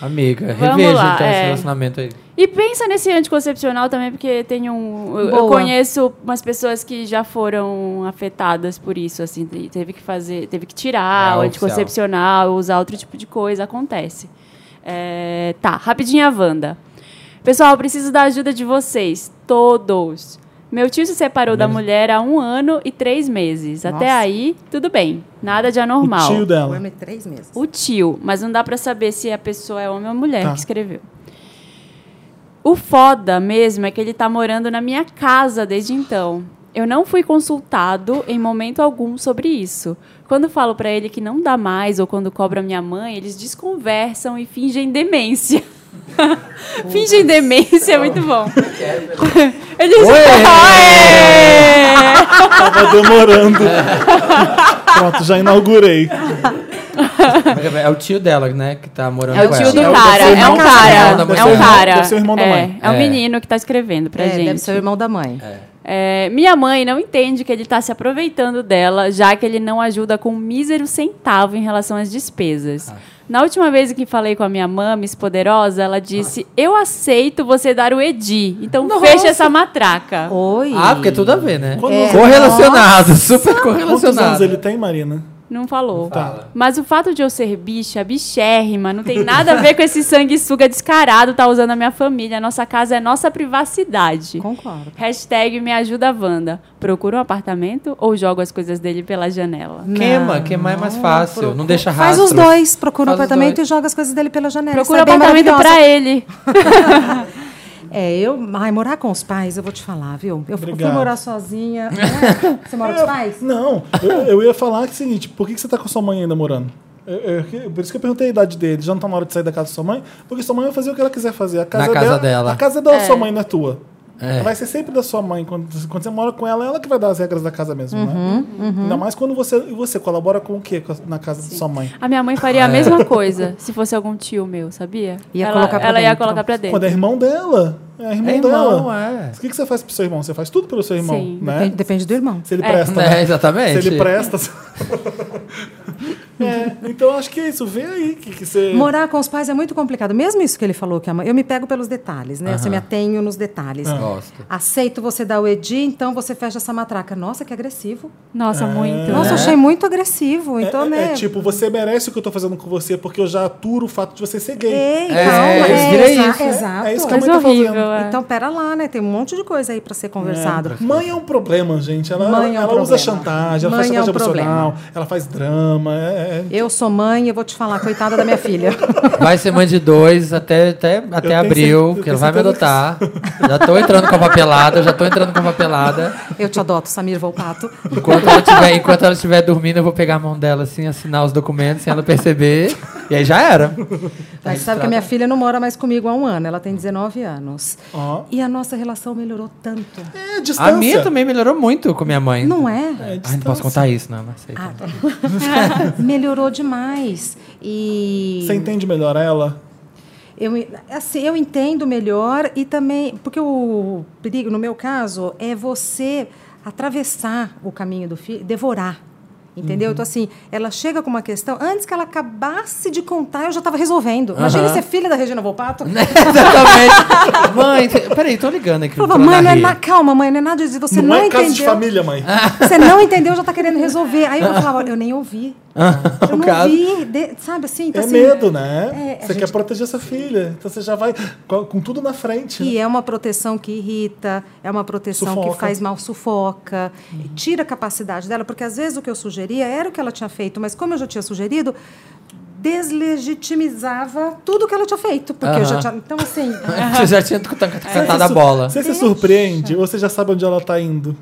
Speaker 2: Amiga,
Speaker 3: Vamos
Speaker 2: reveja
Speaker 3: lá,
Speaker 2: então esse
Speaker 3: é.
Speaker 2: relacionamento aí.
Speaker 4: Tá.
Speaker 3: E pensa nesse anticoncepcional também, porque tem um. Eu, eu
Speaker 4: Boa.
Speaker 3: conheço umas pessoas que já foram afetadas por isso, assim, te- teve que fazer, teve que tirar
Speaker 2: É,
Speaker 3: o
Speaker 2: oficial.
Speaker 3: anticoncepcional, usar outro tipo de coisa, acontece. É, tá, rapidinho a Wanda. Pessoal, eu preciso da ajuda de vocês, todos. Meu tio se separou da mulher há um ano e três meses. Até
Speaker 4: Nossa.
Speaker 3: aí, tudo bem. Nada de
Speaker 1: O
Speaker 3: anormal.
Speaker 1: tio
Speaker 4: O
Speaker 1: dela.
Speaker 4: M três meses.
Speaker 3: O tio, mas não dá pra saber se a pessoa é homem ou mulher
Speaker 1: Tá.
Speaker 3: que escreveu. O foda mesmo é que ele tá morando na minha casa desde então. Eu não fui consultado em momento algum sobre isso. Quando falo pra ele que não dá mais ou quando cobra minha mãe, eles desconversam e fingem demência. fingem demência é muito bom. Eles Oi!
Speaker 1: Tava demorando. Pronto, já inaugurei.
Speaker 2: É o tio dela, né? Que tá morando
Speaker 3: É o
Speaker 2: com
Speaker 3: tio
Speaker 2: ela.
Speaker 3: do
Speaker 1: É o-
Speaker 3: cara,
Speaker 1: deve ser
Speaker 3: é um
Speaker 1: irmão da
Speaker 3: cara,
Speaker 2: mãe. Deve
Speaker 3: é
Speaker 2: ser
Speaker 3: um
Speaker 2: irmão-
Speaker 3: cara.
Speaker 1: deve ser irmão da
Speaker 3: É,
Speaker 1: mãe.
Speaker 3: É, um
Speaker 2: É.
Speaker 3: menino que tá escrevendo pra
Speaker 4: É,
Speaker 3: gente.
Speaker 4: deve ser o irmão da mãe.
Speaker 3: É, minha mãe não entende que ele está se aproveitando dela, já que ele não ajuda com um mísero centavo em relação às despesas. Na última vez que falei com a minha mãe, Miss Poderosa, ela disse: Eu aceito você dar o Edi, então fecha essa matraca.
Speaker 4: Oi.
Speaker 2: Ah, porque tudo a ver, né?
Speaker 1: Quando-
Speaker 2: Correlacionado, super
Speaker 1: Quantos anos
Speaker 2: correlacionado.
Speaker 1: ele tem, Marina?
Speaker 3: Não falou.
Speaker 1: Tá.
Speaker 3: Mas o fato de eu ser bicha, bichérrima, não tem nada a ver com esse sanguessuga descarado tá usando a minha família. A nossa casa é nossa privacidade.
Speaker 4: Concordo.
Speaker 3: Hashtag me ajuda a Wanda. Procura um apartamento ou jogo as coisas dele pela janela?
Speaker 2: Queima, queimar é mais fácil. Não deixa rastro.
Speaker 4: Faz os dois, procura um
Speaker 2: Faz os
Speaker 4: apartamento e
Speaker 2: dois.
Speaker 4: joga as coisas dele pela janela.
Speaker 3: Procura um
Speaker 4: Isso é bem
Speaker 3: apartamento
Speaker 4: maravilhosa.
Speaker 3: pra ele.
Speaker 4: É, eu. Ai, morar com os pais, eu vou te falar, viu? Eu fui- fui
Speaker 1: Obrigado.
Speaker 4: morar sozinha. Ué, Você mora com os pais?
Speaker 1: Não, eu, eu ia falar que é o seguinte, por que que você tá com sua mãe ainda morando? Eu- eu- por isso que eu perguntei a idade dele. Já não tá na hora de sair da casa da sua mãe? Porque sua mãe vai fazer o que ela quiser fazer. A casa,
Speaker 2: casa
Speaker 1: dela,
Speaker 2: dela.
Speaker 1: A casa é da sua mãe, não é tua.
Speaker 2: É.
Speaker 1: Vai ser sempre da sua mãe. Quando, quando você mora com ela, é ela que vai dar as regras da casa mesmo, né? Ainda mais quando você, e você colabora com o quê com a- na casa da sua mãe?
Speaker 3: A minha mãe faria a
Speaker 2: É.
Speaker 1: É.
Speaker 3: mesma coisa se fosse algum tio meu, sabia?
Speaker 4: Ia
Speaker 3: ela
Speaker 4: colocar pra
Speaker 3: ela ia
Speaker 4: dentro.
Speaker 3: colocar pra dentro.
Speaker 1: Quando é irmão dela. É irmão,
Speaker 2: É irmão,
Speaker 1: dela.
Speaker 2: é.
Speaker 1: O que, que você faz pro seu irmão? Você faz tudo pelo seu irmão,
Speaker 3: Sim.
Speaker 1: né?
Speaker 4: Depende, depende do irmão.
Speaker 1: Se ele
Speaker 3: É.
Speaker 1: presta,
Speaker 2: É,
Speaker 1: né?
Speaker 2: exatamente.
Speaker 1: Se ele presta. é, então acho que é isso. Vê aí que, que você.
Speaker 4: Morar com os pais é muito complicado. Mesmo isso que ele falou, que a mãe- eu me pego pelos detalhes, né? Assim, eu me atenho nos detalhes.
Speaker 2: Gosto.
Speaker 4: Aceito você dar o Edi, então você fecha essa matraca. Nossa, que agressivo.
Speaker 3: Nossa, muito.
Speaker 4: Nossa,
Speaker 2: É.
Speaker 4: achei muito agressivo.
Speaker 1: É-
Speaker 4: Então,
Speaker 1: é,
Speaker 4: né?
Speaker 1: é tipo, você merece o que eu tô fazendo com você, porque eu já aturo o fato de você ser gay.
Speaker 4: Ei,
Speaker 2: É,
Speaker 4: calma,
Speaker 2: isso vira
Speaker 4: exa-
Speaker 2: isso, né?
Speaker 4: Exato.
Speaker 1: É isso que a
Speaker 3: Mas
Speaker 1: mãe tá
Speaker 3: horrível.
Speaker 1: fazendo.
Speaker 3: é.
Speaker 4: Então, pera lá, né? Tem um monte de coisa aí pra ser conversado.
Speaker 1: Mãe é um problema, gente. Ela,
Speaker 4: Mãe é um
Speaker 1: ela usa
Speaker 4: problema.
Speaker 1: chantagem, ela
Speaker 4: Mãe é
Speaker 1: faz
Speaker 4: um
Speaker 1: chantagem emocional, ela faz drama. é- é-
Speaker 4: Eu sou mãe, eu vou te falar, coitada da minha filha.
Speaker 2: Vai ser mãe de dois até, até, até
Speaker 1: tenho
Speaker 2: abril,
Speaker 1: certeza-
Speaker 2: porque
Speaker 1: eu
Speaker 2: ela vai me
Speaker 1: tenho
Speaker 2: adotar. Já tô entrando com a papelada, já tô entrando com a papelada.
Speaker 4: Eu te adoto, Samir Volpato.
Speaker 2: Enquanto ela, tiver, enquanto ela estiver dormindo, eu vou pegar a mão dela assim, assinar os documentos sem ela perceber. E aí já era.
Speaker 4: Mas sabe que a minha filha não mora mais comigo há um ano, ela tem 19 anos.
Speaker 1: Ó.
Speaker 4: E a nossa relação melhorou tanto.
Speaker 1: é, distância.
Speaker 2: A minha também melhorou muito com minha mãe.
Speaker 4: Não é?
Speaker 2: Ai, Ah, não posso contar isso, não, mas sei. que-
Speaker 4: Ah, Melhorou demais. E.
Speaker 1: Você entende melhor ela?
Speaker 4: Eu, en- assim, eu entendo melhor e também. Porque o perigo, no meu caso, é você atravessar o caminho do filho, devorar.
Speaker 1: Uhum.
Speaker 4: Entendeu? Então, assim, ela chega com uma questão. Antes que ela acabasse de contar, eu já estava resolvendo. Imagina
Speaker 2: Aham.
Speaker 4: ser filha da Regina Volpato.
Speaker 1: Né?
Speaker 2: Exatamente. Mãe, cê- peraí, tô ligando aqui.
Speaker 4: Falava,
Speaker 2: pra
Speaker 4: Ah. mãe, não é
Speaker 2: Ana
Speaker 4: na,
Speaker 2: Ria."
Speaker 4: calma, mãe, não é nada disso. Você não,
Speaker 1: não é
Speaker 4: entendeu.
Speaker 1: casa de família, mãe.
Speaker 2: Ah,
Speaker 4: Você não entendeu, já está querendo resolver. Aí eu falava, olha, eu nem ouvi. Eu
Speaker 2: o
Speaker 4: não
Speaker 2: caso.
Speaker 4: ouvi. de- sabe assim? Então,
Speaker 1: é
Speaker 4: assim,
Speaker 1: medo, né?
Speaker 4: é, a
Speaker 1: você quer proteger sua filha. Então você já vai com, com tudo na frente. né?
Speaker 4: E é uma proteção que irrita, é uma proteção
Speaker 1: Sufoca.
Speaker 4: que faz mal, sufoca,
Speaker 2: Uhum.
Speaker 4: tira a capacidade dela, porque às vezes o que eu sugeria era o que ela tinha feito, mas como eu já tinha sugerido, deslegitimizava tudo que ela tinha feito, porque eu já
Speaker 2: Aham.
Speaker 4: tinha, então assim,
Speaker 2: Você já tinha cantado a
Speaker 1: su-
Speaker 2: bola.
Speaker 1: É. Você se surpreende ou você já sabe onde ela tá indo?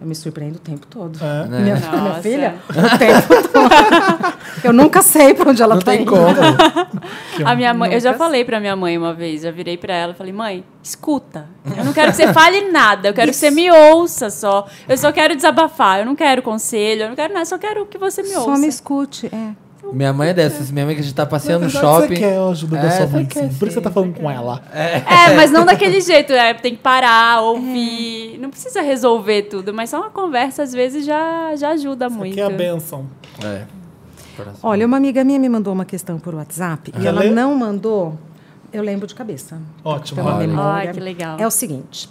Speaker 4: eu me surpreendo o tempo todo.
Speaker 1: É.
Speaker 2: Né?
Speaker 4: Minha,
Speaker 3: Nossa.
Speaker 4: minha filha, o tempo todo. Eu nunca sei para onde ela
Speaker 2: Não
Speaker 4: está
Speaker 2: tem
Speaker 4: indo.
Speaker 2: como.
Speaker 3: A minha mãe, eu já
Speaker 4: Nunca-
Speaker 3: falei pra minha mãe uma vez, já virei pra ela e falei, mãe, escuta. Eu não quero que você fale nada, eu quero que você me ouça só. Eu só quero desabafar, eu não quero conselho, eu não quero nada, eu só quero que você me
Speaker 4: Só
Speaker 3: ouça.
Speaker 4: me escute, é.
Speaker 2: Minha mãe é dessas. Minha mãe que a gente tá passeando no
Speaker 1: Na verdade,
Speaker 2: shopping.
Speaker 1: Você quer a ajuda da
Speaker 2: É,
Speaker 1: sua
Speaker 2: você
Speaker 1: mãe,
Speaker 2: quer
Speaker 1: sim. Por isso você tá falando
Speaker 2: né?
Speaker 1: com ela.
Speaker 3: É, mas não daquele jeito, é, tem que parar, ouvir. Não precisa resolver tudo, mas só uma conversa às vezes já, já ajuda
Speaker 1: Você
Speaker 3: muito.
Speaker 1: quer a benção.
Speaker 2: É.
Speaker 4: Olha, uma amiga minha me mandou uma questão por WhatsApp e
Speaker 1: Quer
Speaker 4: ela
Speaker 1: ler?
Speaker 4: não mandou, eu lembro de cabeça.
Speaker 1: Ótimo.
Speaker 4: pela
Speaker 2: Olha.
Speaker 4: memória.
Speaker 3: Ai, que legal.
Speaker 4: É o seguinte: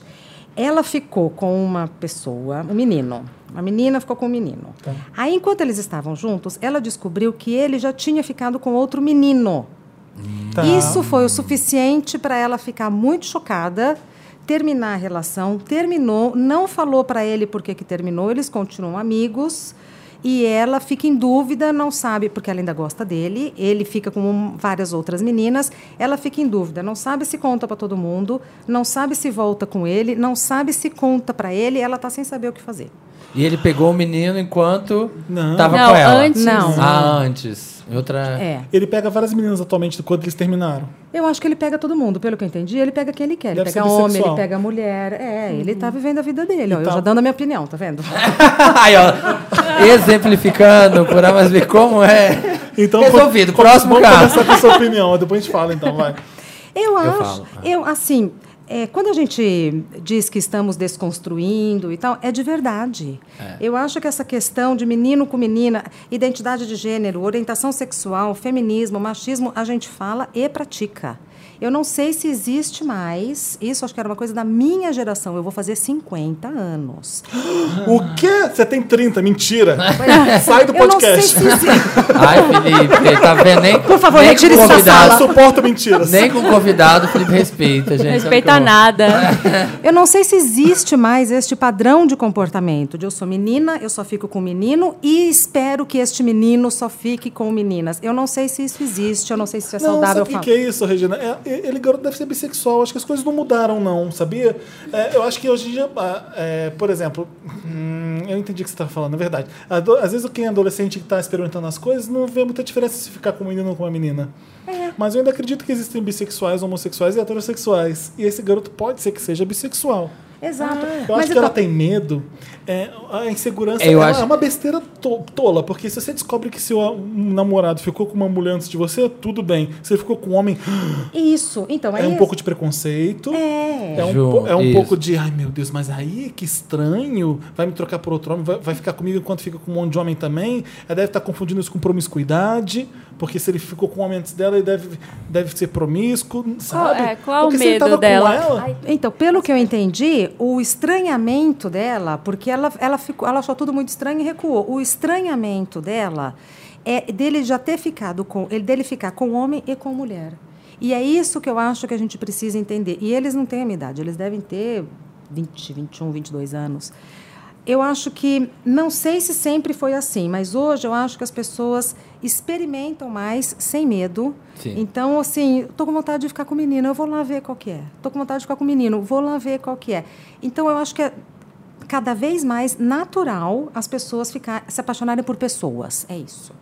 Speaker 4: ela ficou com uma pessoa, um menino. A menina ficou com um menino. Aí, enquanto eles estavam juntos, ela descobriu que ele já tinha ficado com outro menino.
Speaker 1: Tá.
Speaker 4: Isso foi o suficiente para ela ficar muito chocada, terminar a relação. Terminou, não falou para ele por que que terminou, eles continuam amigos. E ela fica em dúvida, não sabe, porque ela ainda gosta dele, ele fica com um- várias outras meninas, ela fica em dúvida, não sabe se conta para todo mundo, não sabe se volta com ele, não sabe se conta para ele, ela tá sem saber o que fazer.
Speaker 2: E ele pegou o menino enquanto
Speaker 1: Não.
Speaker 2: tava
Speaker 3: Não,
Speaker 2: com ela.
Speaker 3: antes.
Speaker 4: Não.
Speaker 2: Ah, antes. Em Outra.
Speaker 4: É.
Speaker 1: Ele pega várias meninas atualmente do quanto eles terminaram.
Speaker 4: Eu acho que ele pega todo mundo, pelo que eu entendi, ele pega quem ele quer. Ele
Speaker 1: Deve
Speaker 4: pega
Speaker 1: ser
Speaker 4: homem,
Speaker 1: bissexual.
Speaker 4: ele pega mulher. É, ele tá vivendo a vida dele. Ó, eu
Speaker 1: tá-
Speaker 4: já dando a minha opinião, tá vendo?
Speaker 2: Aí, ó. Exemplificando por A mais B como é.
Speaker 1: Então,
Speaker 2: Resolvido.
Speaker 1: co-
Speaker 2: Próximo
Speaker 1: vamos
Speaker 2: caso.
Speaker 1: começar com a sua opinião. Depois a gente fala, então, vai.
Speaker 4: Eu acho,
Speaker 2: falo,
Speaker 4: eu assim, é, quando a gente diz que estamos desconstruindo e tal, é de verdade.
Speaker 2: É.
Speaker 4: Eu acho que essa questão de menino com menina, identidade de gênero, orientação sexual, feminismo, machismo, a gente fala e pratica. Eu não sei se existe mais. Isso acho que era uma coisa da minha geração. Eu vou fazer 50 anos.
Speaker 1: O quê? Você tem 30, mentira. Sai do podcast.
Speaker 4: é. Eu não sei se existe.
Speaker 2: Ai, Felipe, tá vendo? Nem,
Speaker 4: Por favor,
Speaker 2: nem
Speaker 4: retire
Speaker 2: com
Speaker 4: essa
Speaker 2: convidado-
Speaker 1: Não suporta mentiras.
Speaker 2: Nem com convidado, Felipe respeita, gente.
Speaker 3: Respeita
Speaker 2: Olha que horror.
Speaker 3: nada.
Speaker 4: Eu não sei se existe mais este padrão de comportamento de eu sou menina, eu só fico com menino e espero que este menino só fique com meninas. Eu não sei se isso existe, eu não sei se isso é
Speaker 1: Não,
Speaker 4: saudável
Speaker 1: sabe o que,
Speaker 4: falar.
Speaker 1: que é isso, Regina? É, é, ele agora deve ser bissexual. Acho que as coisas não mudaram, não, sabia? É, eu acho que hoje em dia, ah, é, por exemplo, hum, eu entendi o que você estava falando, é verdade. Ado- Às vezes quem é adolescente que está experimentando as coisas não vê muita diferença se ficar com um menino ou com uma menina.
Speaker 4: É.
Speaker 1: Mas eu ainda acredito que existem bissexuais, homossexuais e heterossexuais. E esse garoto pode ser que seja bissexual. Ah.
Speaker 4: Exato.
Speaker 1: Eu
Speaker 4: Mas
Speaker 1: acho que
Speaker 4: então-
Speaker 1: ela tem medo. É, a insegurança
Speaker 2: Eu
Speaker 1: é,
Speaker 2: acho-
Speaker 1: é uma besteira to- tola, porque se você descobre que seu ah, um namorado ficou com uma mulher antes de você, tudo bem. Se ele ficou com um homem,
Speaker 4: Isso. Então,
Speaker 1: é
Speaker 4: aí-
Speaker 1: um pouco de preconceito.
Speaker 4: É.
Speaker 1: É um,
Speaker 2: Ju,
Speaker 1: po- é um
Speaker 2: isso.
Speaker 1: pouco de, ai meu Deus, mas aí é que estranho. Vai me trocar por outro homem, vai, vai ficar comigo enquanto fica com um monte de homem também. Ela deve estar confundindo isso com promiscuidade, porque se ele ficou com um homem antes dela, ele deve, deve ser promíscuo, sabe?
Speaker 3: é, qual é o
Speaker 1: Porque se ele
Speaker 3: medo
Speaker 1: tava com
Speaker 3: dela?
Speaker 1: ela-
Speaker 4: Então, pelo que eu entendi, o estranhamento dela, porque ela, ela, ficou, ela achou tudo muito estranho e recuou. O estranhamento dela é dele já ter ficado com ele dele ficar com homem e com mulher. E é isso que eu acho que a gente precisa entender. E eles não têm a minha idade, eles devem ter 20, 21, 22 anos. Eu acho que, não sei se sempre foi assim, mas hoje eu acho que as pessoas experimentam mais sem medo.
Speaker 2: Sim.
Speaker 4: Então, assim, tô com vontade de ficar com o menino, eu vou lá ver qual que é. Tô com vontade de ficar com o menino, vou lá ver qual que é. Então, eu acho que é cada vez mais natural as pessoas ficar, se apaixonarem por pessoas. É isso.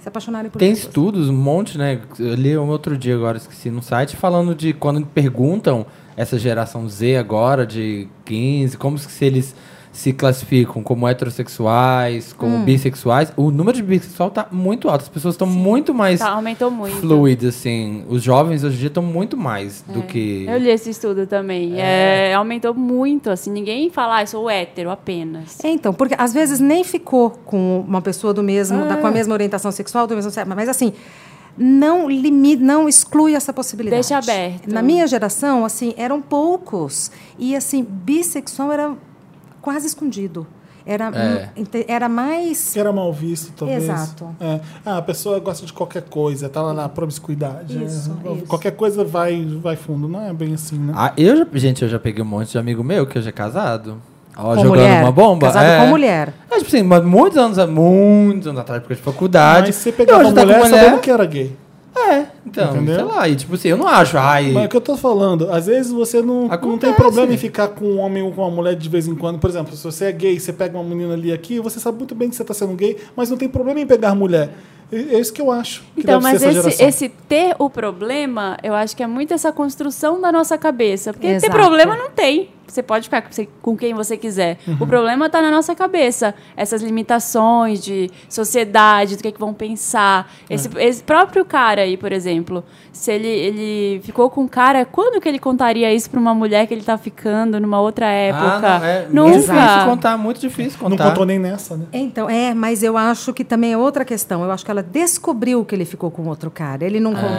Speaker 4: se apaixonarem por
Speaker 2: Uhum. Tem
Speaker 4: pessoas.
Speaker 2: estudos, um monte, né? Eu li um outro dia agora, esqueci, no site, falando de quando perguntam essa geração Z agora, de 15, como se eles se classificam como heterossexuais, como
Speaker 4: Hum.
Speaker 2: bissexuais. O número de bissexual tá muito alto. As pessoas estão muito mais
Speaker 3: Tá, aumentou muito.
Speaker 2: fluidas, assim. Os jovens hoje em dia estão muito mais
Speaker 4: É,
Speaker 2: do que...
Speaker 3: Eu li esse estudo também. É, aumentou muito, assim. Ninguém fala, ah, eu sou hétero apenas.
Speaker 4: É, Então, porque às vezes nem ficou com uma pessoa do mesmo, da, com
Speaker 3: Ah.
Speaker 4: a mesma orientação sexual, do mesmo sexo, mas assim, não limita, não exclui essa possibilidade.
Speaker 3: Deixa aberto.
Speaker 4: Na minha geração, assim, eram poucos e assim, bissexual era quase escondido. Era
Speaker 2: É.
Speaker 4: hum, ente- era mais
Speaker 1: Que era mal visto, talvez.
Speaker 4: Exato.
Speaker 1: É. Ah, a pessoa gosta de qualquer coisa, tá lá na promiscuidade.
Speaker 4: Isso,
Speaker 1: né?
Speaker 4: isso.
Speaker 1: Qualquer coisa vai, vai fundo, não é bem assim, né?
Speaker 2: Ah, eu já, gente, eu já peguei um monte de amigo meu que hoje é casado.
Speaker 4: Com
Speaker 2: Ó, jogando
Speaker 4: mulher,
Speaker 2: uma bomba.
Speaker 4: casado
Speaker 2: é.
Speaker 4: com mulher.
Speaker 2: É, tipo assim, mas muitos anos, a- muitos anos atrás, porque de faculdade.
Speaker 1: Mas você
Speaker 2: eu
Speaker 1: pegava
Speaker 2: já
Speaker 1: uma
Speaker 2: tá com
Speaker 1: mulher sabendo que era gay.
Speaker 2: É, então,
Speaker 1: Entendeu?
Speaker 2: sei lá. E tipo assim, eu não acho, ai...
Speaker 1: Mas é o que eu tô falando, às vezes você não, não tem
Speaker 2: Acontece.
Speaker 1: problema em ficar com um homem ou com uma mulher de vez em quando. Por exemplo, se você é gay, você pega uma menina ali aqui, você sabe muito bem que você tá sendo gay, mas não tem problema em pegar mulher. E- É isso que eu acho. Que
Speaker 3: Então,
Speaker 1: deve
Speaker 3: mas
Speaker 1: ser essa
Speaker 3: esse,
Speaker 1: geração.
Speaker 3: esse ter o problema, eu acho que é muito essa construção da nossa cabeça. Porque
Speaker 4: Exato.
Speaker 3: ter problema não tem. Você pode ficar com você- com quem você quiser.
Speaker 2: Uhum.
Speaker 3: O problema está na nossa cabeça. Essas limitações de sociedade, do que, é que vão pensar.
Speaker 2: É.
Speaker 3: Esse, esse próprio cara aí, por exemplo. Se ele, ele ficou com um cara, quando que ele contaria isso pra uma mulher que ele tá ficando numa outra época?
Speaker 2: Ah, não, é muito difícil
Speaker 3: Nunca.
Speaker 2: contar, muito difícil
Speaker 1: Não
Speaker 2: contar.
Speaker 1: contou nem nessa, né?
Speaker 4: Então, é, mas eu acho que também é outra questão. Eu acho que ela descobriu que ele ficou com outro cara. Ele não contou.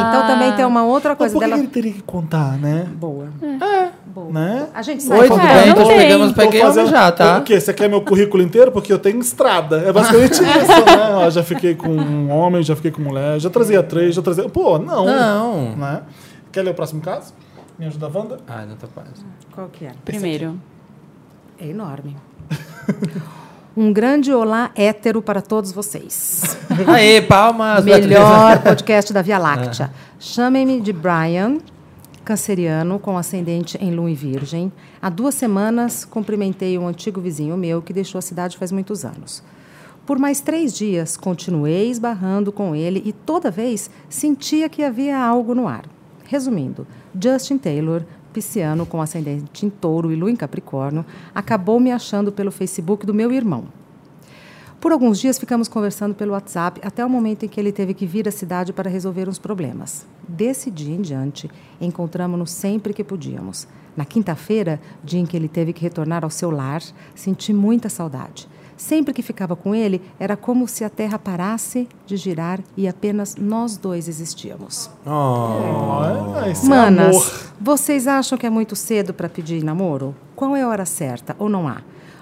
Speaker 4: Então também tem uma outra
Speaker 1: Mas
Speaker 4: coisa
Speaker 1: por que
Speaker 4: dela.
Speaker 1: ele teria que contar, né?
Speaker 4: Boa. Boa.
Speaker 1: Né?
Speaker 4: A gente
Speaker 2: Oi,
Speaker 4: sai
Speaker 2: tudo
Speaker 4: fora.
Speaker 3: É,
Speaker 2: bem?
Speaker 3: não
Speaker 2: Então
Speaker 3: tem.
Speaker 2: pegamos,
Speaker 1: Vou
Speaker 2: peguei
Speaker 1: fazer-
Speaker 2: um já, tá?
Speaker 1: O quê? Você quer meu currículo inteiro? Porque eu tenho estrada. É basicamente isso, né? Ó, já fiquei com um homem, já fiquei com mulher, já trazia três, já trazia. Pô, não.
Speaker 2: Não.
Speaker 1: Né? Quer ler o próximo caso? Me ajuda, Wanda?
Speaker 2: Ai, não tá tô quase.
Speaker 4: Qual que é?
Speaker 3: Primeiro.
Speaker 4: É enorme. Um grande olá hétero para todos vocês.
Speaker 2: Aê, palmas. É.
Speaker 4: Melhor podcast da Via Láctea. Chamem-me de Brian, canceriano com ascendente em Lua e Virgem. Há duas semanas cumprimentei um antigo vizinho meu que deixou a cidade faz muitos anos. Por mais três dias continuei esbarrando com ele e toda vez sentia que havia algo no ar. Resumindo, Justin Taylor, pisciano com ascendente em touro e lua em Capricórnio, acabou me achando pelo Facebook do meu irmão. Por alguns dias ficamos conversando pelo WhatsApp até o momento em que ele teve que vir à cidade para resolver uns problemas. Desse dia em diante, encontramos-nos sempre que podíamos. Na quinta-feira, dia em que ele teve que retornar ao seu lar, senti muita saudade. Sempre que ficava com ele, era como se a Terra parasse de girar e apenas nós dois existíamos.
Speaker 2: Oh.
Speaker 1: Olha, esse
Speaker 4: Oh. Manas,
Speaker 1: amor.
Speaker 4: vocês acham que é muito cedo para pedir namoro? Qual é a hora certa ou não há?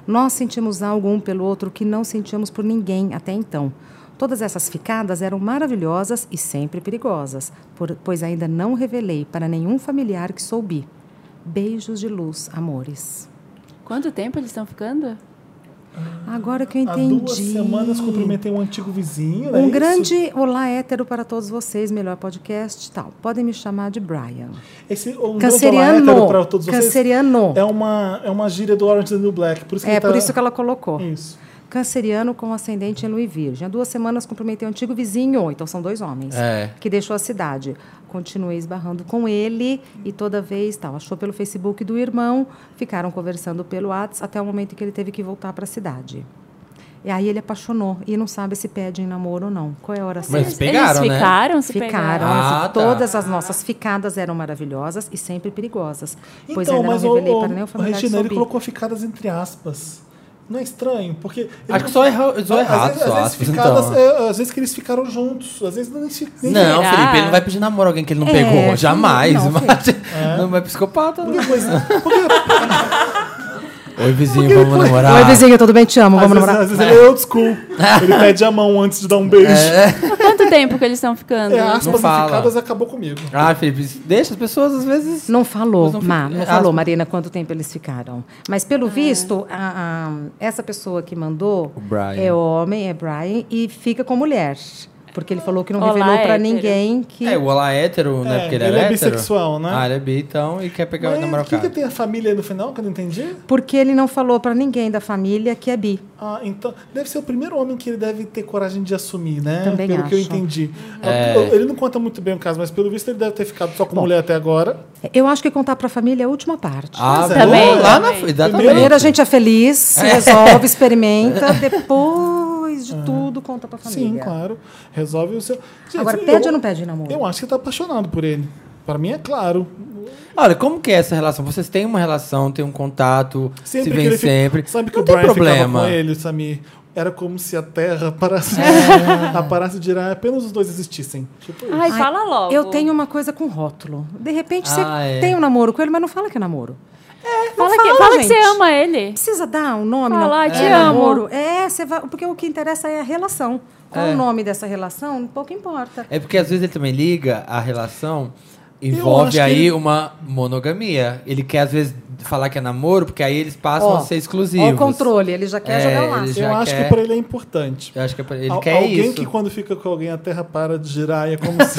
Speaker 4: Nós sentimos algo um pelo outro que não sentíamos por ninguém até então. Todas essas ficadas eram maravilhosas e sempre perigosas, por- pois ainda não revelei para nenhum familiar que sou bi. Beijos de luz, amores.
Speaker 3: Quanto tempo eles estão ficando?
Speaker 2: Ah.
Speaker 4: Agora que eu
Speaker 1: Há
Speaker 4: entendi.
Speaker 1: duas semanas cumprimentei um antigo vizinho. é
Speaker 4: Um
Speaker 1: isso?
Speaker 4: grande olá hétero para todos vocês, melhor podcast tal. Podem me chamar de Brian.
Speaker 1: Esse, um
Speaker 4: Canceriano.
Speaker 1: grande olá hétero Pra todos vocês.
Speaker 4: Canceriano.
Speaker 1: É uma, é uma gíria do Orange is the New Black. Por isso que
Speaker 4: É,
Speaker 1: ele tá...
Speaker 4: por isso que ela colocou.
Speaker 1: Isso.
Speaker 4: Canceriano com ascendente em Luiz Virgem. Há duas semanas cumprimentei um antigo vizinho, então são dois homens,
Speaker 2: É.
Speaker 4: que deixou a cidade. Continuei esbarrando com ele e toda vez, tal, achou pelo Facebook do irmão, ficaram conversando pelo WhatsApp até o momento em que ele teve que voltar para a cidade. E aí ele apaixonou e não sabe se pede em namoro ou não. Qual é a hora certa?
Speaker 2: Mas pegaram,
Speaker 3: eles
Speaker 2: né?
Speaker 3: ficaram, se
Speaker 4: Ficaram.
Speaker 3: pegaram.
Speaker 2: Ah,
Speaker 4: assim,
Speaker 2: tá.
Speaker 4: Todas as nossas ficadas eram maravilhosas e sempre perigosas. pois
Speaker 1: então,
Speaker 4: ainda não
Speaker 1: mas o,
Speaker 4: revelei para nenhum
Speaker 1: o, o
Speaker 4: familiar que
Speaker 1: Regina,
Speaker 4: sou
Speaker 1: ele
Speaker 4: bi.
Speaker 1: colocou ficadas entre aspas. Não é estranho? Porque... ele
Speaker 2: Acho
Speaker 1: não-
Speaker 2: que só errou, só
Speaker 1: Às
Speaker 2: errado,
Speaker 1: vezes-
Speaker 2: só
Speaker 1: às vezes
Speaker 2: aspas,
Speaker 1: ficadas,
Speaker 2: então.
Speaker 1: é, às vezes que eles ficaram juntos. Às vezes nem se... nem-
Speaker 2: Não,
Speaker 3: Será?
Speaker 2: Felipe, ele não vai pedir namoro a alguém que ele não
Speaker 4: É,
Speaker 2: pegou.
Speaker 4: sim,
Speaker 2: Jamais.
Speaker 4: não,
Speaker 2: mas- Não é
Speaker 1: Ah,
Speaker 2: psicopata, né?
Speaker 1: Porque coisa- porque-
Speaker 2: Oi, vizinho, vamos namorar.
Speaker 4: Oi, vizinha, tudo bem? Te amo.
Speaker 1: às
Speaker 4: Vamos
Speaker 1: vezes,
Speaker 4: namorar.
Speaker 1: às vezes ele é old school. Ele pede a mão antes de dar um beijo. É,
Speaker 3: Quanto tempo que eles estão ficando?
Speaker 1: aspas e
Speaker 2: fala.
Speaker 1: ficadas acabou comigo.
Speaker 2: Ah, Felipe, deixa as pessoas às vezes.
Speaker 4: Não falou,
Speaker 3: um
Speaker 2: Mas não
Speaker 4: Má,
Speaker 2: fica-
Speaker 4: não
Speaker 2: é,
Speaker 4: falou,
Speaker 2: aspas.
Speaker 4: Marina, quanto tempo eles ficaram. Mas
Speaker 3: É.
Speaker 4: pelo visto, a- a- essa pessoa que mandou
Speaker 2: O Brian.
Speaker 4: é homem, é Brian, e fica com mulher. Porque ele falou que não
Speaker 3: Olá,
Speaker 4: revelou pra
Speaker 3: hétero.
Speaker 4: ninguém que.
Speaker 2: É, o Olá é hétero, né?
Speaker 1: É,
Speaker 2: Porque ele,
Speaker 1: ele
Speaker 2: era
Speaker 1: é
Speaker 2: hétero.
Speaker 1: bissexual, né?
Speaker 2: Ah, ele é bi, então, e quer pegar o
Speaker 1: Mas
Speaker 2: namorado
Speaker 1: o que, que
Speaker 2: cara.
Speaker 1: tem a família aí no final, que eu não entendi?
Speaker 4: Porque ele não falou pra ninguém da família que é bi.
Speaker 1: Ah, então. Deve ser o primeiro homem que ele deve ter coragem de assumir, né?
Speaker 4: Também
Speaker 1: pelo que eu
Speaker 4: acho.
Speaker 1: entendi.
Speaker 2: É.
Speaker 1: É, Eu- Ele não conta muito bem o caso, mas pelo visto ele deve ter ficado só com mulher até agora. é.
Speaker 4: Eu acho que contar pra família é a última parte.
Speaker 2: Ah,
Speaker 3: Também,
Speaker 2: boa, lá na.
Speaker 3: também.
Speaker 2: Exatamente.
Speaker 4: Primeiro a gente é feliz, se resolve, experimenta, depois de
Speaker 1: Ah.
Speaker 4: tudo conta pra família.
Speaker 1: Sim, claro. Resolve o seu. Gente,
Speaker 4: Agora, pede ou não pede namoro?
Speaker 1: Eu acho que tá apaixonado por ele. Pra mim é claro.
Speaker 2: Olha, como que é essa relação? Vocês têm uma relação, têm um contato, se
Speaker 1: que
Speaker 2: vêm
Speaker 1: ele fica-
Speaker 2: sempre.
Speaker 1: Sabe que
Speaker 2: não
Speaker 1: o
Speaker 2: tem
Speaker 1: Brian
Speaker 2: problema.
Speaker 1: ficava com ele, Samir? Era como se a Terra parasse, a parasse de girar, apenas os dois existissem. Tipo,
Speaker 3: Ai,
Speaker 4: É. Ai,
Speaker 3: fala logo.
Speaker 4: Eu tenho uma coisa com rótulo. De repente você
Speaker 2: Ah, é.
Speaker 4: tem um namoro com ele, mas não fala que é namoro. É,
Speaker 3: Fala, que, fala que você ama ele.
Speaker 4: Precisa dar um nome?
Speaker 3: Fala,
Speaker 4: não?
Speaker 3: "Te
Speaker 4: É,
Speaker 3: amo."
Speaker 4: namoro. É, você vai, porque o que interessa é a relação. Qual
Speaker 2: É.
Speaker 4: o nome dessa relação? Pouco importa.
Speaker 2: É porque às vezes ele também liga a relação,
Speaker 1: acho
Speaker 2: envolve
Speaker 1: que
Speaker 2: aí
Speaker 1: ele-
Speaker 2: uma monogamia. Ele quer às vezes falar que é namoro, porque aí eles passam
Speaker 4: Ó,
Speaker 2: a ser
Speaker 4: Ó
Speaker 2: exclusivos.
Speaker 4: o controle, ele já quer
Speaker 2: É,
Speaker 4: jogar um lá.
Speaker 2: ele já
Speaker 1: eu acho
Speaker 2: quer-
Speaker 1: que pra ele é importante.
Speaker 2: Eu acho que é pra- ele
Speaker 1: Al-
Speaker 2: quer
Speaker 1: alguém
Speaker 2: isso.
Speaker 1: que quando fica com alguém a terra para de girar e é como se.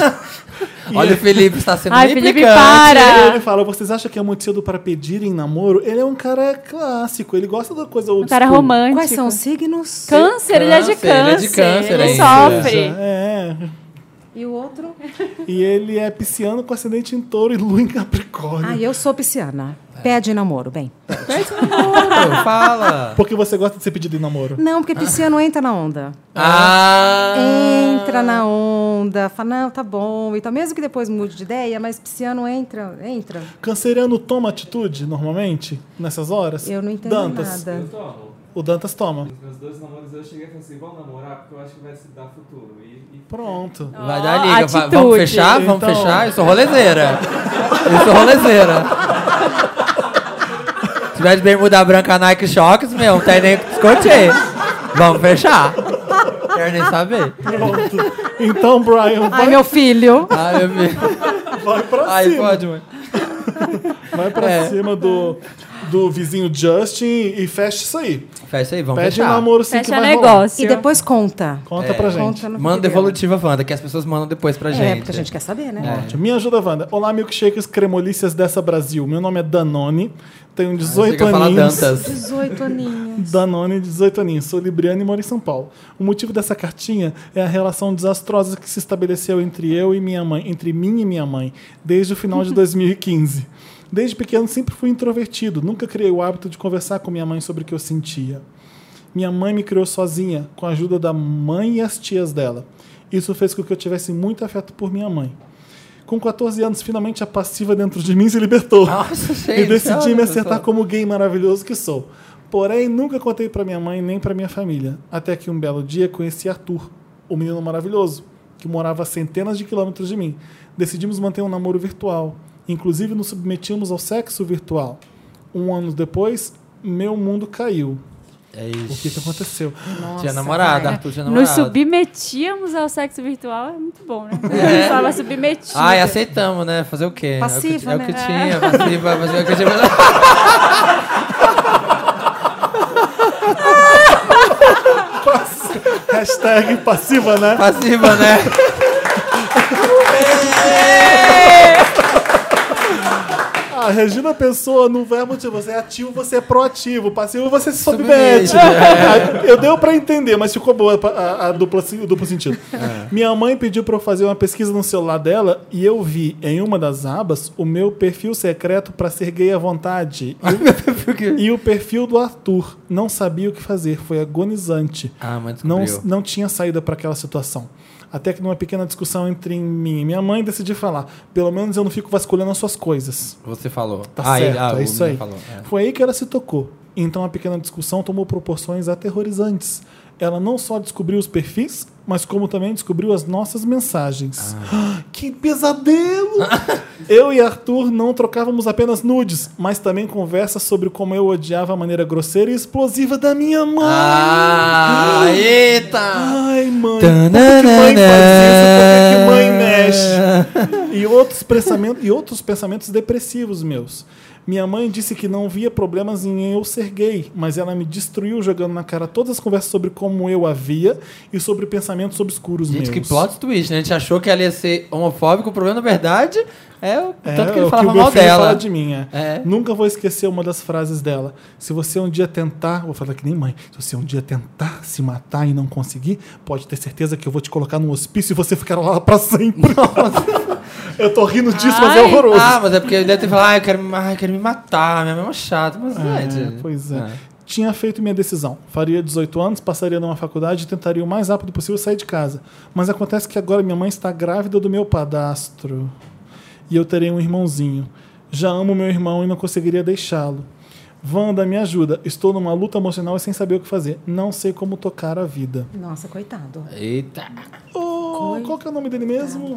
Speaker 1: E
Speaker 2: Olha, o
Speaker 1: ele-
Speaker 2: Felipe está sendo
Speaker 3: Ai, Felipe,
Speaker 2: implicante.
Speaker 3: para!
Speaker 1: Ele fala, vocês acham que é motivo para pedirem namoro? Ele é um cara clássico, ele gosta da coisa old
Speaker 3: Um cara
Speaker 1: school.
Speaker 3: romântico.
Speaker 4: Quais são os signos?
Speaker 3: Câncer, ele é de
Speaker 2: Câncer, ele é de
Speaker 3: câncer.
Speaker 2: câncer
Speaker 3: Ele
Speaker 2: ainda.
Speaker 3: sofre.
Speaker 1: É.
Speaker 4: E o outro?
Speaker 1: E ele é pisciano com ascendente em touro e lua em Capricórnio.
Speaker 4: Ah, eu sou pisciana.
Speaker 2: É.
Speaker 4: Pede namoro, bem.
Speaker 2: Pô, Fala!
Speaker 1: Porque você gosta de ser pedido em namoro.
Speaker 4: Não, porque pisciano entra na onda.
Speaker 2: Ah!
Speaker 4: Entra na onda, fala, não, tá bom. Então, mesmo que depois mude de ideia, mas pisciano entra, entra.
Speaker 1: Canceriano toma atitude, normalmente, nessas horas?
Speaker 4: Eu não entendo
Speaker 1: Dantas.
Speaker 4: nada.
Speaker 1: O Dantas toma.
Speaker 10: Os meus dois namoros eu cheguei e falei assim, vamos namorar porque eu acho que vai se dar futuro. E, e
Speaker 1: Pronto.
Speaker 2: Vai dar
Speaker 3: Ó,
Speaker 2: liga, va-
Speaker 3: atitude.
Speaker 2: vamos fechar? Vamos
Speaker 1: Então-
Speaker 2: fechar? Eu sou rolezeira. Eu sou rolezeira. Se tiver de bermuda branca Nike Shox, meu, não tem nem o que discutir. Vamos fechar. Quero nem saber.
Speaker 1: Pronto. Então, Brian,
Speaker 4: Ai,
Speaker 1: vai,
Speaker 4: meu filho!
Speaker 2: Ai, meu filho.
Speaker 1: vai pra
Speaker 2: Ai,
Speaker 1: cima.
Speaker 2: pode, mãe. É.
Speaker 1: Vai pra cima do, do vizinho Justin e fecha isso aí.
Speaker 2: Fecha aí, vamos
Speaker 1: Pede
Speaker 2: fechar.
Speaker 1: namoro sim que
Speaker 3: Fecha
Speaker 1: vai rolar.
Speaker 3: negócio.
Speaker 4: E depois conta.
Speaker 1: Conta
Speaker 2: É.
Speaker 1: pra gente.
Speaker 4: Conta no
Speaker 2: Manda
Speaker 4: Instagram.
Speaker 2: evolutiva, Wanda, que as pessoas mandam depois pra gente. É.
Speaker 4: É, porque a gente quer saber, né?
Speaker 1: Ótimo. Me ajuda, Wanda. Olá, milkshakers cremolícias dessa Brasil. Meu nome é Danone, tenho
Speaker 2: Ah, Chega
Speaker 1: 18
Speaker 2: a falar
Speaker 1: aninhos.
Speaker 2: Dantas.
Speaker 4: 18 aninhos.
Speaker 1: Danone, 18 aninhos. Sou libriano e moro em São Paulo. O motivo dessa cartinha é a relação desastrosa que se estabeleceu entre eu e minha mãe, entre mim e minha mãe, desde o final de 2015. Desde pequeno sempre fui introvertido, nunca criei o hábito de conversar com minha mãe sobre o que eu sentia. Minha mãe me criou sozinha, com a ajuda da mãe e as tias dela. Isso fez com que eu tivesse muito afeto por minha mãe. Com 14 anos, finalmente a passiva dentro de mim se libertou.
Speaker 2: Nossa,
Speaker 1: e
Speaker 2: gente,
Speaker 1: decidi
Speaker 2: olha,
Speaker 1: me acertar
Speaker 2: pessoal.
Speaker 1: como gay maravilhoso que sou. Porém, nunca contei pra minha mãe nem pra minha família. Até que um belo dia conheci Arthur, o menino maravilhoso, que morava a centenas de quilômetros de mim. Decidimos manter um namoro virtual. Inclusive, nos submetimos ao sexo virtual. Um ano depois, meu mundo caiu.
Speaker 2: É
Speaker 1: O
Speaker 2: isso.
Speaker 1: que, que aconteceu?
Speaker 2: Tinha namorado,
Speaker 3: cara.
Speaker 2: Arthur tinha namorado.
Speaker 3: Nos submetíamos ao sexo virtual, é muito bom, né?
Speaker 2: É.
Speaker 3: Eu estava submetido.
Speaker 2: Ai, aceitamos, né? Fazer o quê?
Speaker 4: Passiva,
Speaker 2: é o
Speaker 4: né?
Speaker 2: que, É o que tinha, passiva, fazer o que tinha.
Speaker 1: Hashtag passiva, né?
Speaker 2: Passiva, né?
Speaker 1: A Regina Pessoa no verbo de você é ativo, você é proativo. Passivo, você se
Speaker 2: Submete, né?
Speaker 1: submete. Eu deu pra entender, mas ficou boa a, a- a dupla, o duplo sentido.
Speaker 2: É.
Speaker 1: Minha mãe pediu pra eu fazer uma pesquisa no celular dela e eu vi em uma das abas o meu perfil secreto pra ser gay à vontade. E o, e o perfil do Arthur. Não sabia o que fazer, foi agonizante.
Speaker 2: Ah, mas
Speaker 1: não,
Speaker 2: descobriu.
Speaker 1: não tinha saída para aquela situação. Até que numa pequena discussão entre mim e minha mãe, decidi falar. Pelo menos eu não fico vasculhando as suas coisas.
Speaker 2: Você falou.
Speaker 1: Tá
Speaker 2: Ah, ele-
Speaker 1: certo,
Speaker 2: ah, o
Speaker 1: é isso
Speaker 2: menino
Speaker 1: aí.
Speaker 2: Falou. É.
Speaker 1: Foi aí que ela se tocou. Então a pequena discussão tomou proporções aterrorizantes. Ela não só descobriu os perfis, mas como também descobriu as nossas mensagens.
Speaker 2: Ah.
Speaker 1: Que pesadelo! eu e Arthur não trocávamos apenas nudes, mas também conversas sobre como eu odiava a maneira grosseira e explosiva da minha mãe.
Speaker 2: Ah, eita!
Speaker 1: Ai, mãe, por que
Speaker 2: Tananana.
Speaker 1: que mãe faz isso? Por que que mãe
Speaker 2: É.
Speaker 1: mexe? E outros, pensamento, e outros pensamentos depressivos meus. Minha mãe disse que não via problemas em eu ser gay, mas ela me destruiu jogando na cara todas as conversas sobre como eu havia e sobre pensamentos obscuros
Speaker 2: Gente,
Speaker 1: meus.
Speaker 2: que plot twist, né? A gente achou que ela ia ser homofóbico, o problema, na verdade, é o
Speaker 1: É,
Speaker 2: tanto que
Speaker 1: é
Speaker 2: ele
Speaker 1: o
Speaker 2: falava
Speaker 1: o meu
Speaker 2: mal
Speaker 1: filho
Speaker 2: dela.
Speaker 1: fala de mim, é.
Speaker 2: É.
Speaker 1: Nunca vou esquecer uma das frases dela. Se você um dia tentar, vou falar que nem mãe, se você um dia tentar se matar e não conseguir, pode ter certeza que eu vou te colocar num hospício e você ficará lá pra sempre. eu tô rindo disso, mas é
Speaker 3: Ai,
Speaker 1: horroroso.
Speaker 2: Ah, mas é porque ele deve ter falado, ah, eu quero me, ah, eu quero me matar, minha mãe é uma chata, mas
Speaker 1: É,
Speaker 2: gente.
Speaker 1: pois é. Tinha feito minha decisão. Faria 18 anos, passaria numa faculdade e tentaria o mais rápido possível sair de casa. Mas acontece que agora minha mãe está grávida do meu padastro. E eu terei um irmãozinho. Já amo meu irmão e não conseguiria deixá-lo. Wanda, me ajuda. Estou numa luta emocional e sem saber o que fazer. Não sei como tocar a vida.
Speaker 4: Nossa, coitado.
Speaker 2: Eita.
Speaker 1: Oh, qual que é o nome dele mesmo?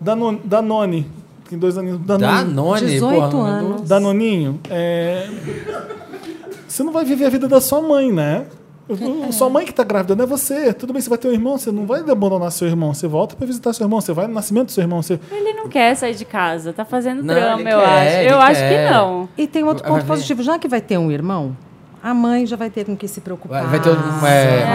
Speaker 1: Danone. Danone. Tem dois aninhos. Danone.
Speaker 2: Danone,
Speaker 4: 18
Speaker 2: porra,
Speaker 4: anos.
Speaker 2: mandou-
Speaker 1: Danoninho, é... você não vai viver a vida da sua mãe, né? O- o- Sua mãe que tá grávida, não é você. Tudo bem, você vai ter um irmão, você não vai abandonar seu irmão. Você volta para visitar seu irmão, você vai no nascimento do seu irmão. Você...
Speaker 3: Ele não quer sair de casa, tá fazendo
Speaker 2: Não,
Speaker 3: drama,
Speaker 2: ele
Speaker 3: eu
Speaker 2: quer, ele tá
Speaker 3: acho. Eu acho
Speaker 2: quer.
Speaker 3: que não.
Speaker 4: E tem outro
Speaker 2: Vai
Speaker 4: ponto
Speaker 2: ver.
Speaker 4: positivo. Já que vai ter um irmão, a mãe já vai ter com que se
Speaker 2: Vai,
Speaker 4: preocupar.
Speaker 2: vai ter um. É,
Speaker 4: né?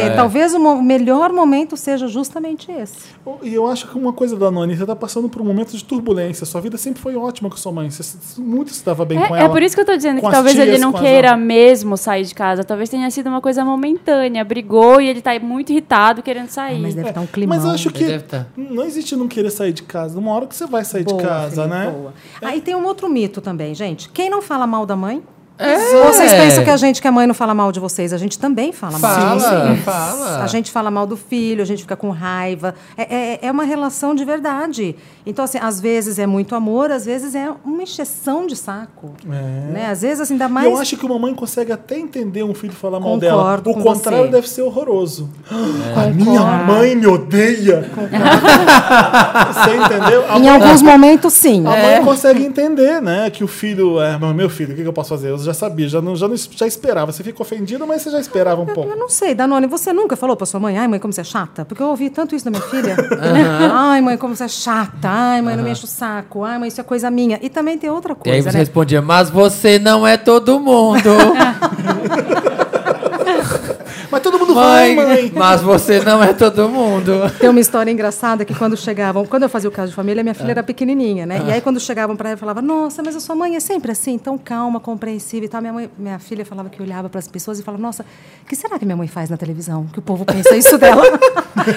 Speaker 2: boa,
Speaker 4: E
Speaker 2: é.
Speaker 4: Talvez o mo- melhor momento seja justamente esse.
Speaker 1: E eu acho que uma coisa da Noni, você tá passando por um momento de turbulência. Sua vida sempre foi ótima com sua mãe. Você se- muito se dava bem com
Speaker 3: É,
Speaker 1: ela.
Speaker 3: é por isso que eu tô dizendo
Speaker 1: com
Speaker 3: que
Speaker 1: as
Speaker 3: talvez ele
Speaker 1: tias,
Speaker 3: não
Speaker 1: com as
Speaker 3: queira
Speaker 1: avós.
Speaker 3: mesmo sair de casa. Talvez tenha sido uma coisa momentânea. Brigou e ele tá muito irritado querendo sair. É.
Speaker 4: Mas
Speaker 2: tá
Speaker 4: deve estar um clima.
Speaker 1: É, Mas eu acho que
Speaker 2: Deve tá.
Speaker 1: não existe não querer sair de casa. Uma hora que você vai sair de casa, né?
Speaker 4: Aí tem um outro mito também, gente. Quem não fala mal da mãe?
Speaker 2: É.
Speaker 4: Vocês pensam que a gente, que a mãe não fala mal de vocês? A gente também fala, mal.
Speaker 2: Fala,
Speaker 4: Sim.
Speaker 2: fala.
Speaker 4: A gente fala mal do filho, a gente fica com raiva. É, é- é uma relação de verdade. Então, assim, às vezes é muito amor, às vezes é uma encheção de saco.
Speaker 1: É.
Speaker 4: Né? Às vezes, assim, dá
Speaker 1: E
Speaker 4: mais...
Speaker 1: Eu acho que uma mãe consegue até entender um filho falar mal
Speaker 4: Concordo
Speaker 1: dela. O
Speaker 4: com
Speaker 1: contrário
Speaker 4: você.
Speaker 1: deve ser horroroso.
Speaker 2: É.
Speaker 1: A minha mãe me odeia. Você entendeu? A
Speaker 4: Em
Speaker 1: mãe,
Speaker 4: alguns momentos, sim. É.
Speaker 1: a mãe consegue entender, né? Que o filho é mas meu filho. O que, que eu posso fazer? Eu já sabia, já não, já não já esperava. Você fica ofendido, mas você já esperava um
Speaker 4: Eu
Speaker 1: pouco.
Speaker 4: não sei, Danone, você nunca falou pra sua mãe, ai mãe, como você é chata? Porque eu ouvi tanto isso da minha filha. Ai mãe, como você é chata. Ai mãe, não me enche o saco. Ai mãe, isso é coisa minha. E também tem outra
Speaker 2: E aí
Speaker 4: coisa,
Speaker 2: você
Speaker 4: né?
Speaker 2: respondia, mas você não é todo mundo.
Speaker 1: Mas todo mundo
Speaker 2: mãe,
Speaker 1: vai, mãe.
Speaker 2: mas você não é todo mundo. um
Speaker 4: Tem uma história engraçada que quando chegavam, quando eu fazia o caso de família, minha
Speaker 2: Ah.
Speaker 4: filha era pequenininha, né? E aí quando chegavam pra ela, eu falava: "Nossa, mas a sua mãe é sempre assim, tão calma, compreensiva e tal". Minha mãe, minha filha falava que olhava para as pessoas e falava: "Nossa, o que será que minha mãe faz na televisão? Que o povo pensa isso dela?"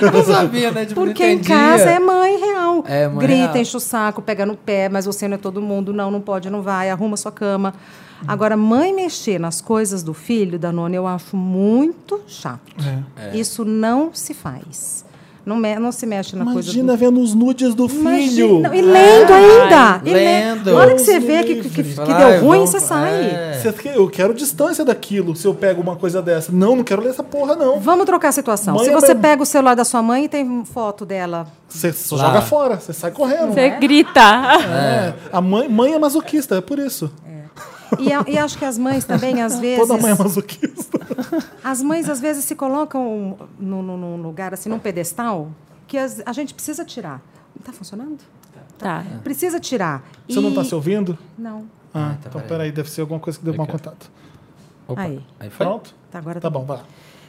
Speaker 2: Eu não sabia, né? Tipo, não
Speaker 4: Porque em
Speaker 2: entendia.
Speaker 4: casa é mãe real.
Speaker 2: É mãe
Speaker 4: Grita,
Speaker 2: real.
Speaker 4: enche o saco, pega no pé, mas você não é todo mundo, não, não pode, não vai, arruma sua cama. Agora, mãe mexer nas coisas do
Speaker 1: É.
Speaker 2: É.
Speaker 4: filho, da nona, eu acho muito chato. Isso não se faz. Não, me- não se mexe na coisa
Speaker 1: Imagina
Speaker 4: do...
Speaker 1: vendo os nudes do filho.
Speaker 4: Imagina, e lendo ainda. e
Speaker 2: É, lendo.
Speaker 4: Na hora que você vê que, que- que- que
Speaker 2: Fala, "Ai,
Speaker 4: deu ruim,
Speaker 2: vamos-
Speaker 4: você sai.
Speaker 2: É.
Speaker 1: Você que- Eu quero distância daquilo se eu pego uma coisa dessa. Não, não quero ler essa porra, não.
Speaker 4: Vamos trocar a situação.
Speaker 1: Mãe
Speaker 4: Se
Speaker 1: é
Speaker 4: você
Speaker 1: mãe.
Speaker 4: pega o celular da sua mãe e tem foto dela.
Speaker 1: Você só
Speaker 2: Lá. É.
Speaker 1: joga fora, você sai correndo.
Speaker 3: Você grita.
Speaker 1: É. A mãe, mãe é masoquista, é por isso.
Speaker 4: E, a- e acho que as mães também, às vezes.
Speaker 1: Toda mãe é masoquista.
Speaker 4: As mães, às vezes, se colocam no- no- num lugar, assim, num pedestal, que as- a gente precisa tirar. Não tá funcionando?
Speaker 3: Tá.
Speaker 4: Precisa tirar.
Speaker 1: Você não tá
Speaker 4: E-
Speaker 1: se ouvindo?
Speaker 4: Não.
Speaker 1: Ah,
Speaker 2: tá,
Speaker 1: então
Speaker 2: peraí. é.
Speaker 1: peraí, deve ser alguma coisa que deu mau contato.
Speaker 2: Opa,
Speaker 4: Aí.
Speaker 2: aí foi.
Speaker 1: Pronto?
Speaker 4: Tá, agora
Speaker 1: Tá bom, vai lá.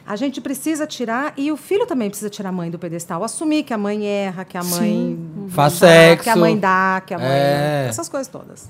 Speaker 4: A gente precisa tirar e o filho também precisa tirar a mãe do pedestal. Assumir que a mãe erra, que a mãe.
Speaker 2: Faz
Speaker 4: chora,
Speaker 2: sexo.
Speaker 4: Que a mãe dá, que a mãe.
Speaker 2: É.
Speaker 4: Essas coisas todas.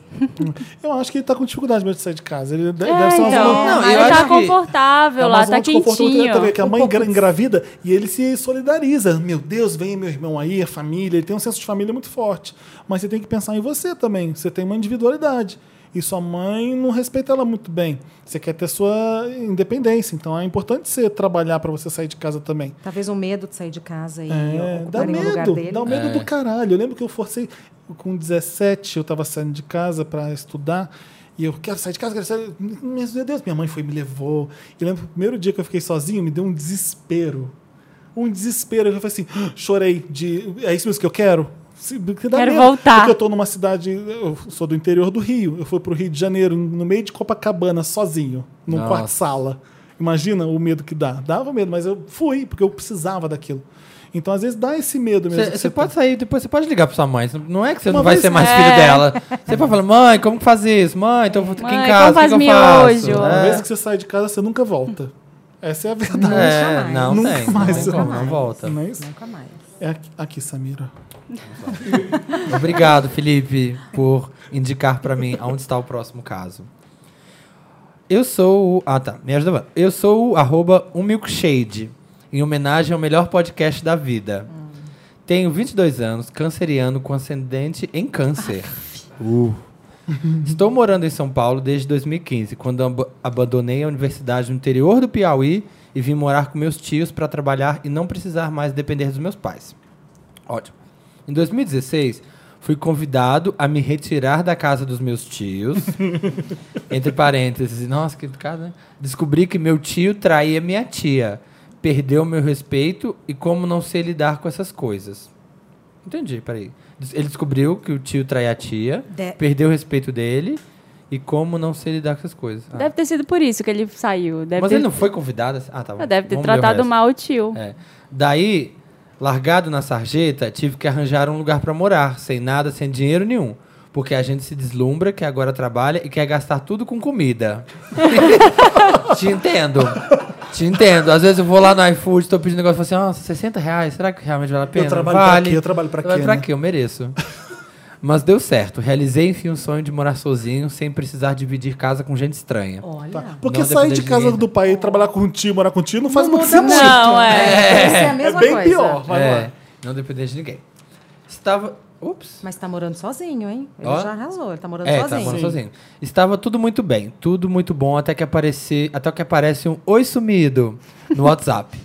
Speaker 1: Eu acho que ele tá com dificuldade mesmo de sair de casa. Ele de-
Speaker 3: É,
Speaker 1: deve ser uma
Speaker 3: então.
Speaker 1: zona-
Speaker 2: Não, eu
Speaker 3: ele
Speaker 2: acho
Speaker 3: tá
Speaker 2: que-
Speaker 3: confortável
Speaker 1: é uma
Speaker 3: lá,
Speaker 1: zona
Speaker 3: tá
Speaker 1: de conforto muito
Speaker 3: quentinho.
Speaker 1: grande, que a
Speaker 4: Um
Speaker 1: mãe
Speaker 4: pouco
Speaker 1: engra-
Speaker 4: de-
Speaker 1: engravida e ele se solidariza. Meu Deus, vem meu irmão aí, a família. Ele tem um senso de família muito forte. Mas você tem que pensar em você também. Você tem uma individualidade. E sua mãe não respeita ela muito bem. Você quer ter sua independência. Então é importante você trabalhar para você sair de casa também.
Speaker 4: Talvez um medo de sair de casa e
Speaker 1: É, dá
Speaker 4: ocuparem o lugar
Speaker 1: medo,
Speaker 4: dele.
Speaker 1: dá um medo
Speaker 2: É.
Speaker 1: do caralho. Eu lembro que eu forcei, com 17, eu tava saindo de casa para estudar, e eu quero sair de casa, quero sair. Meu Deus, minha mãe foi e me levou. E eu lembro que o primeiro dia que eu fiquei sozinho, me deu um desespero. Um desespero. Eu falei assim, "Ah", chorei de. É isso mesmo que eu quero? Se- porque dá
Speaker 3: Quero voltar.
Speaker 1: Porque eu tô numa cidade, eu sou do interior do Rio. Eu fui pro Rio de Janeiro, no meio de Copacabana, sozinho, num
Speaker 2: Nossa.
Speaker 1: quarto sala. Imagina o medo que dá. Dava medo, mas eu fui, porque eu precisava daquilo. Então, às vezes, dá esse medo mesmo.
Speaker 2: Você
Speaker 1: que
Speaker 2: você
Speaker 1: tem.
Speaker 2: pode sair depois, você pode ligar pra sua mãe. Não é que você
Speaker 1: Uma
Speaker 2: não vai
Speaker 1: vez-
Speaker 2: ser mais
Speaker 3: É.
Speaker 2: filho dela. Você pode falar, mãe, como que faz isso? Mãe, então eu vou ficar
Speaker 3: Mãe,
Speaker 2: em
Speaker 3: como
Speaker 2: casa, o que
Speaker 3: faz
Speaker 2: que eu faço?
Speaker 3: miojo?
Speaker 1: Uma
Speaker 2: É.
Speaker 1: vez que você sai de casa, você nunca volta. Essa é a verdade.
Speaker 2: É, não,
Speaker 1: Nunca
Speaker 2: tem,
Speaker 1: mais.
Speaker 2: não, tem como, não volta.
Speaker 1: Não é isso?
Speaker 4: Nunca mais.
Speaker 1: É aqui, aqui, Samira.
Speaker 2: Obrigado, Felipe, por indicar pra mim aonde está o próximo caso. Eu sou o. Ah, tá. Me ajuda. Wanda. Eu sou o arroba um milkshade, em homenagem ao melhor podcast da vida. Tenho 22 anos, canceriano com ascendente em câncer. Uh. Estou morando em São Paulo desde 2015, quando ab- abandonei a universidade no interior do Piauí e vim morar com meus tios para trabalhar e não precisar mais depender dos meus pais. Ótimo. Em 2016, fui convidado a me retirar da casa dos meus tios. entre parênteses, nossa, que educado, né? Descobri que meu tio traía minha tia. Perdeu meu respeito e como não sei lidar com essas coisas. Entendi, peraí. Des- Ele descobriu que o tio traía a tia,
Speaker 4: De-
Speaker 2: perdeu o respeito dele e como não sei lidar com essas coisas. Ah.
Speaker 3: Deve ter sido por isso que ele saiu. Deve
Speaker 2: Mas
Speaker 3: ter,
Speaker 2: ele não foi convidado? assim? Ah, tá. bom.
Speaker 3: deve ter
Speaker 2: Vamos ler o
Speaker 3: tratado
Speaker 2: resto.
Speaker 3: mal o tio.
Speaker 2: É. Daí, largado na sarjeta, tive que arranjar um lugar pra morar, sem nada, sem dinheiro nenhum. Porque a gente se deslumbra que agora trabalha e quer gastar tudo com comida. Te entendo. Te entendo. Às vezes eu vou lá no iFood, tô pedindo negócio e falo assim, ah, 60 reais, será que realmente vale a pena?
Speaker 1: trabalho pra
Speaker 2: vale.
Speaker 1: quê? Eu trabalho pra quê,
Speaker 2: Pra
Speaker 1: né?
Speaker 2: quê? Eu mereço. Mas deu certo. Realizei, enfim, o sonho de morar sozinho, sem precisar dividir casa com gente estranha.
Speaker 4: Olha.
Speaker 1: Tá. Porque
Speaker 2: Não
Speaker 1: sair
Speaker 2: depender
Speaker 1: de
Speaker 2: de
Speaker 1: casa
Speaker 2: mim.
Speaker 1: do pai e trabalhar com um tio, morar com um tio, não faz
Speaker 4: Não
Speaker 1: muito
Speaker 4: muda
Speaker 1: sentido.
Speaker 3: Não, é.
Speaker 4: Isso é a
Speaker 1: É
Speaker 4: mesma
Speaker 1: bem
Speaker 4: coisa.
Speaker 1: pior. Vai
Speaker 2: é,
Speaker 1: lá.
Speaker 2: não depender de ninguém. Estava. Ups.
Speaker 4: Mas tá morando sozinho, hein? Ele
Speaker 2: Ó.
Speaker 4: já arrasou, ele tá morando
Speaker 2: É, tá
Speaker 4: sozinho.
Speaker 2: morando sozinho. Estava tudo muito bem, tudo muito bom, até que aparecer, até que aparece um oi sumido no WhatsApp.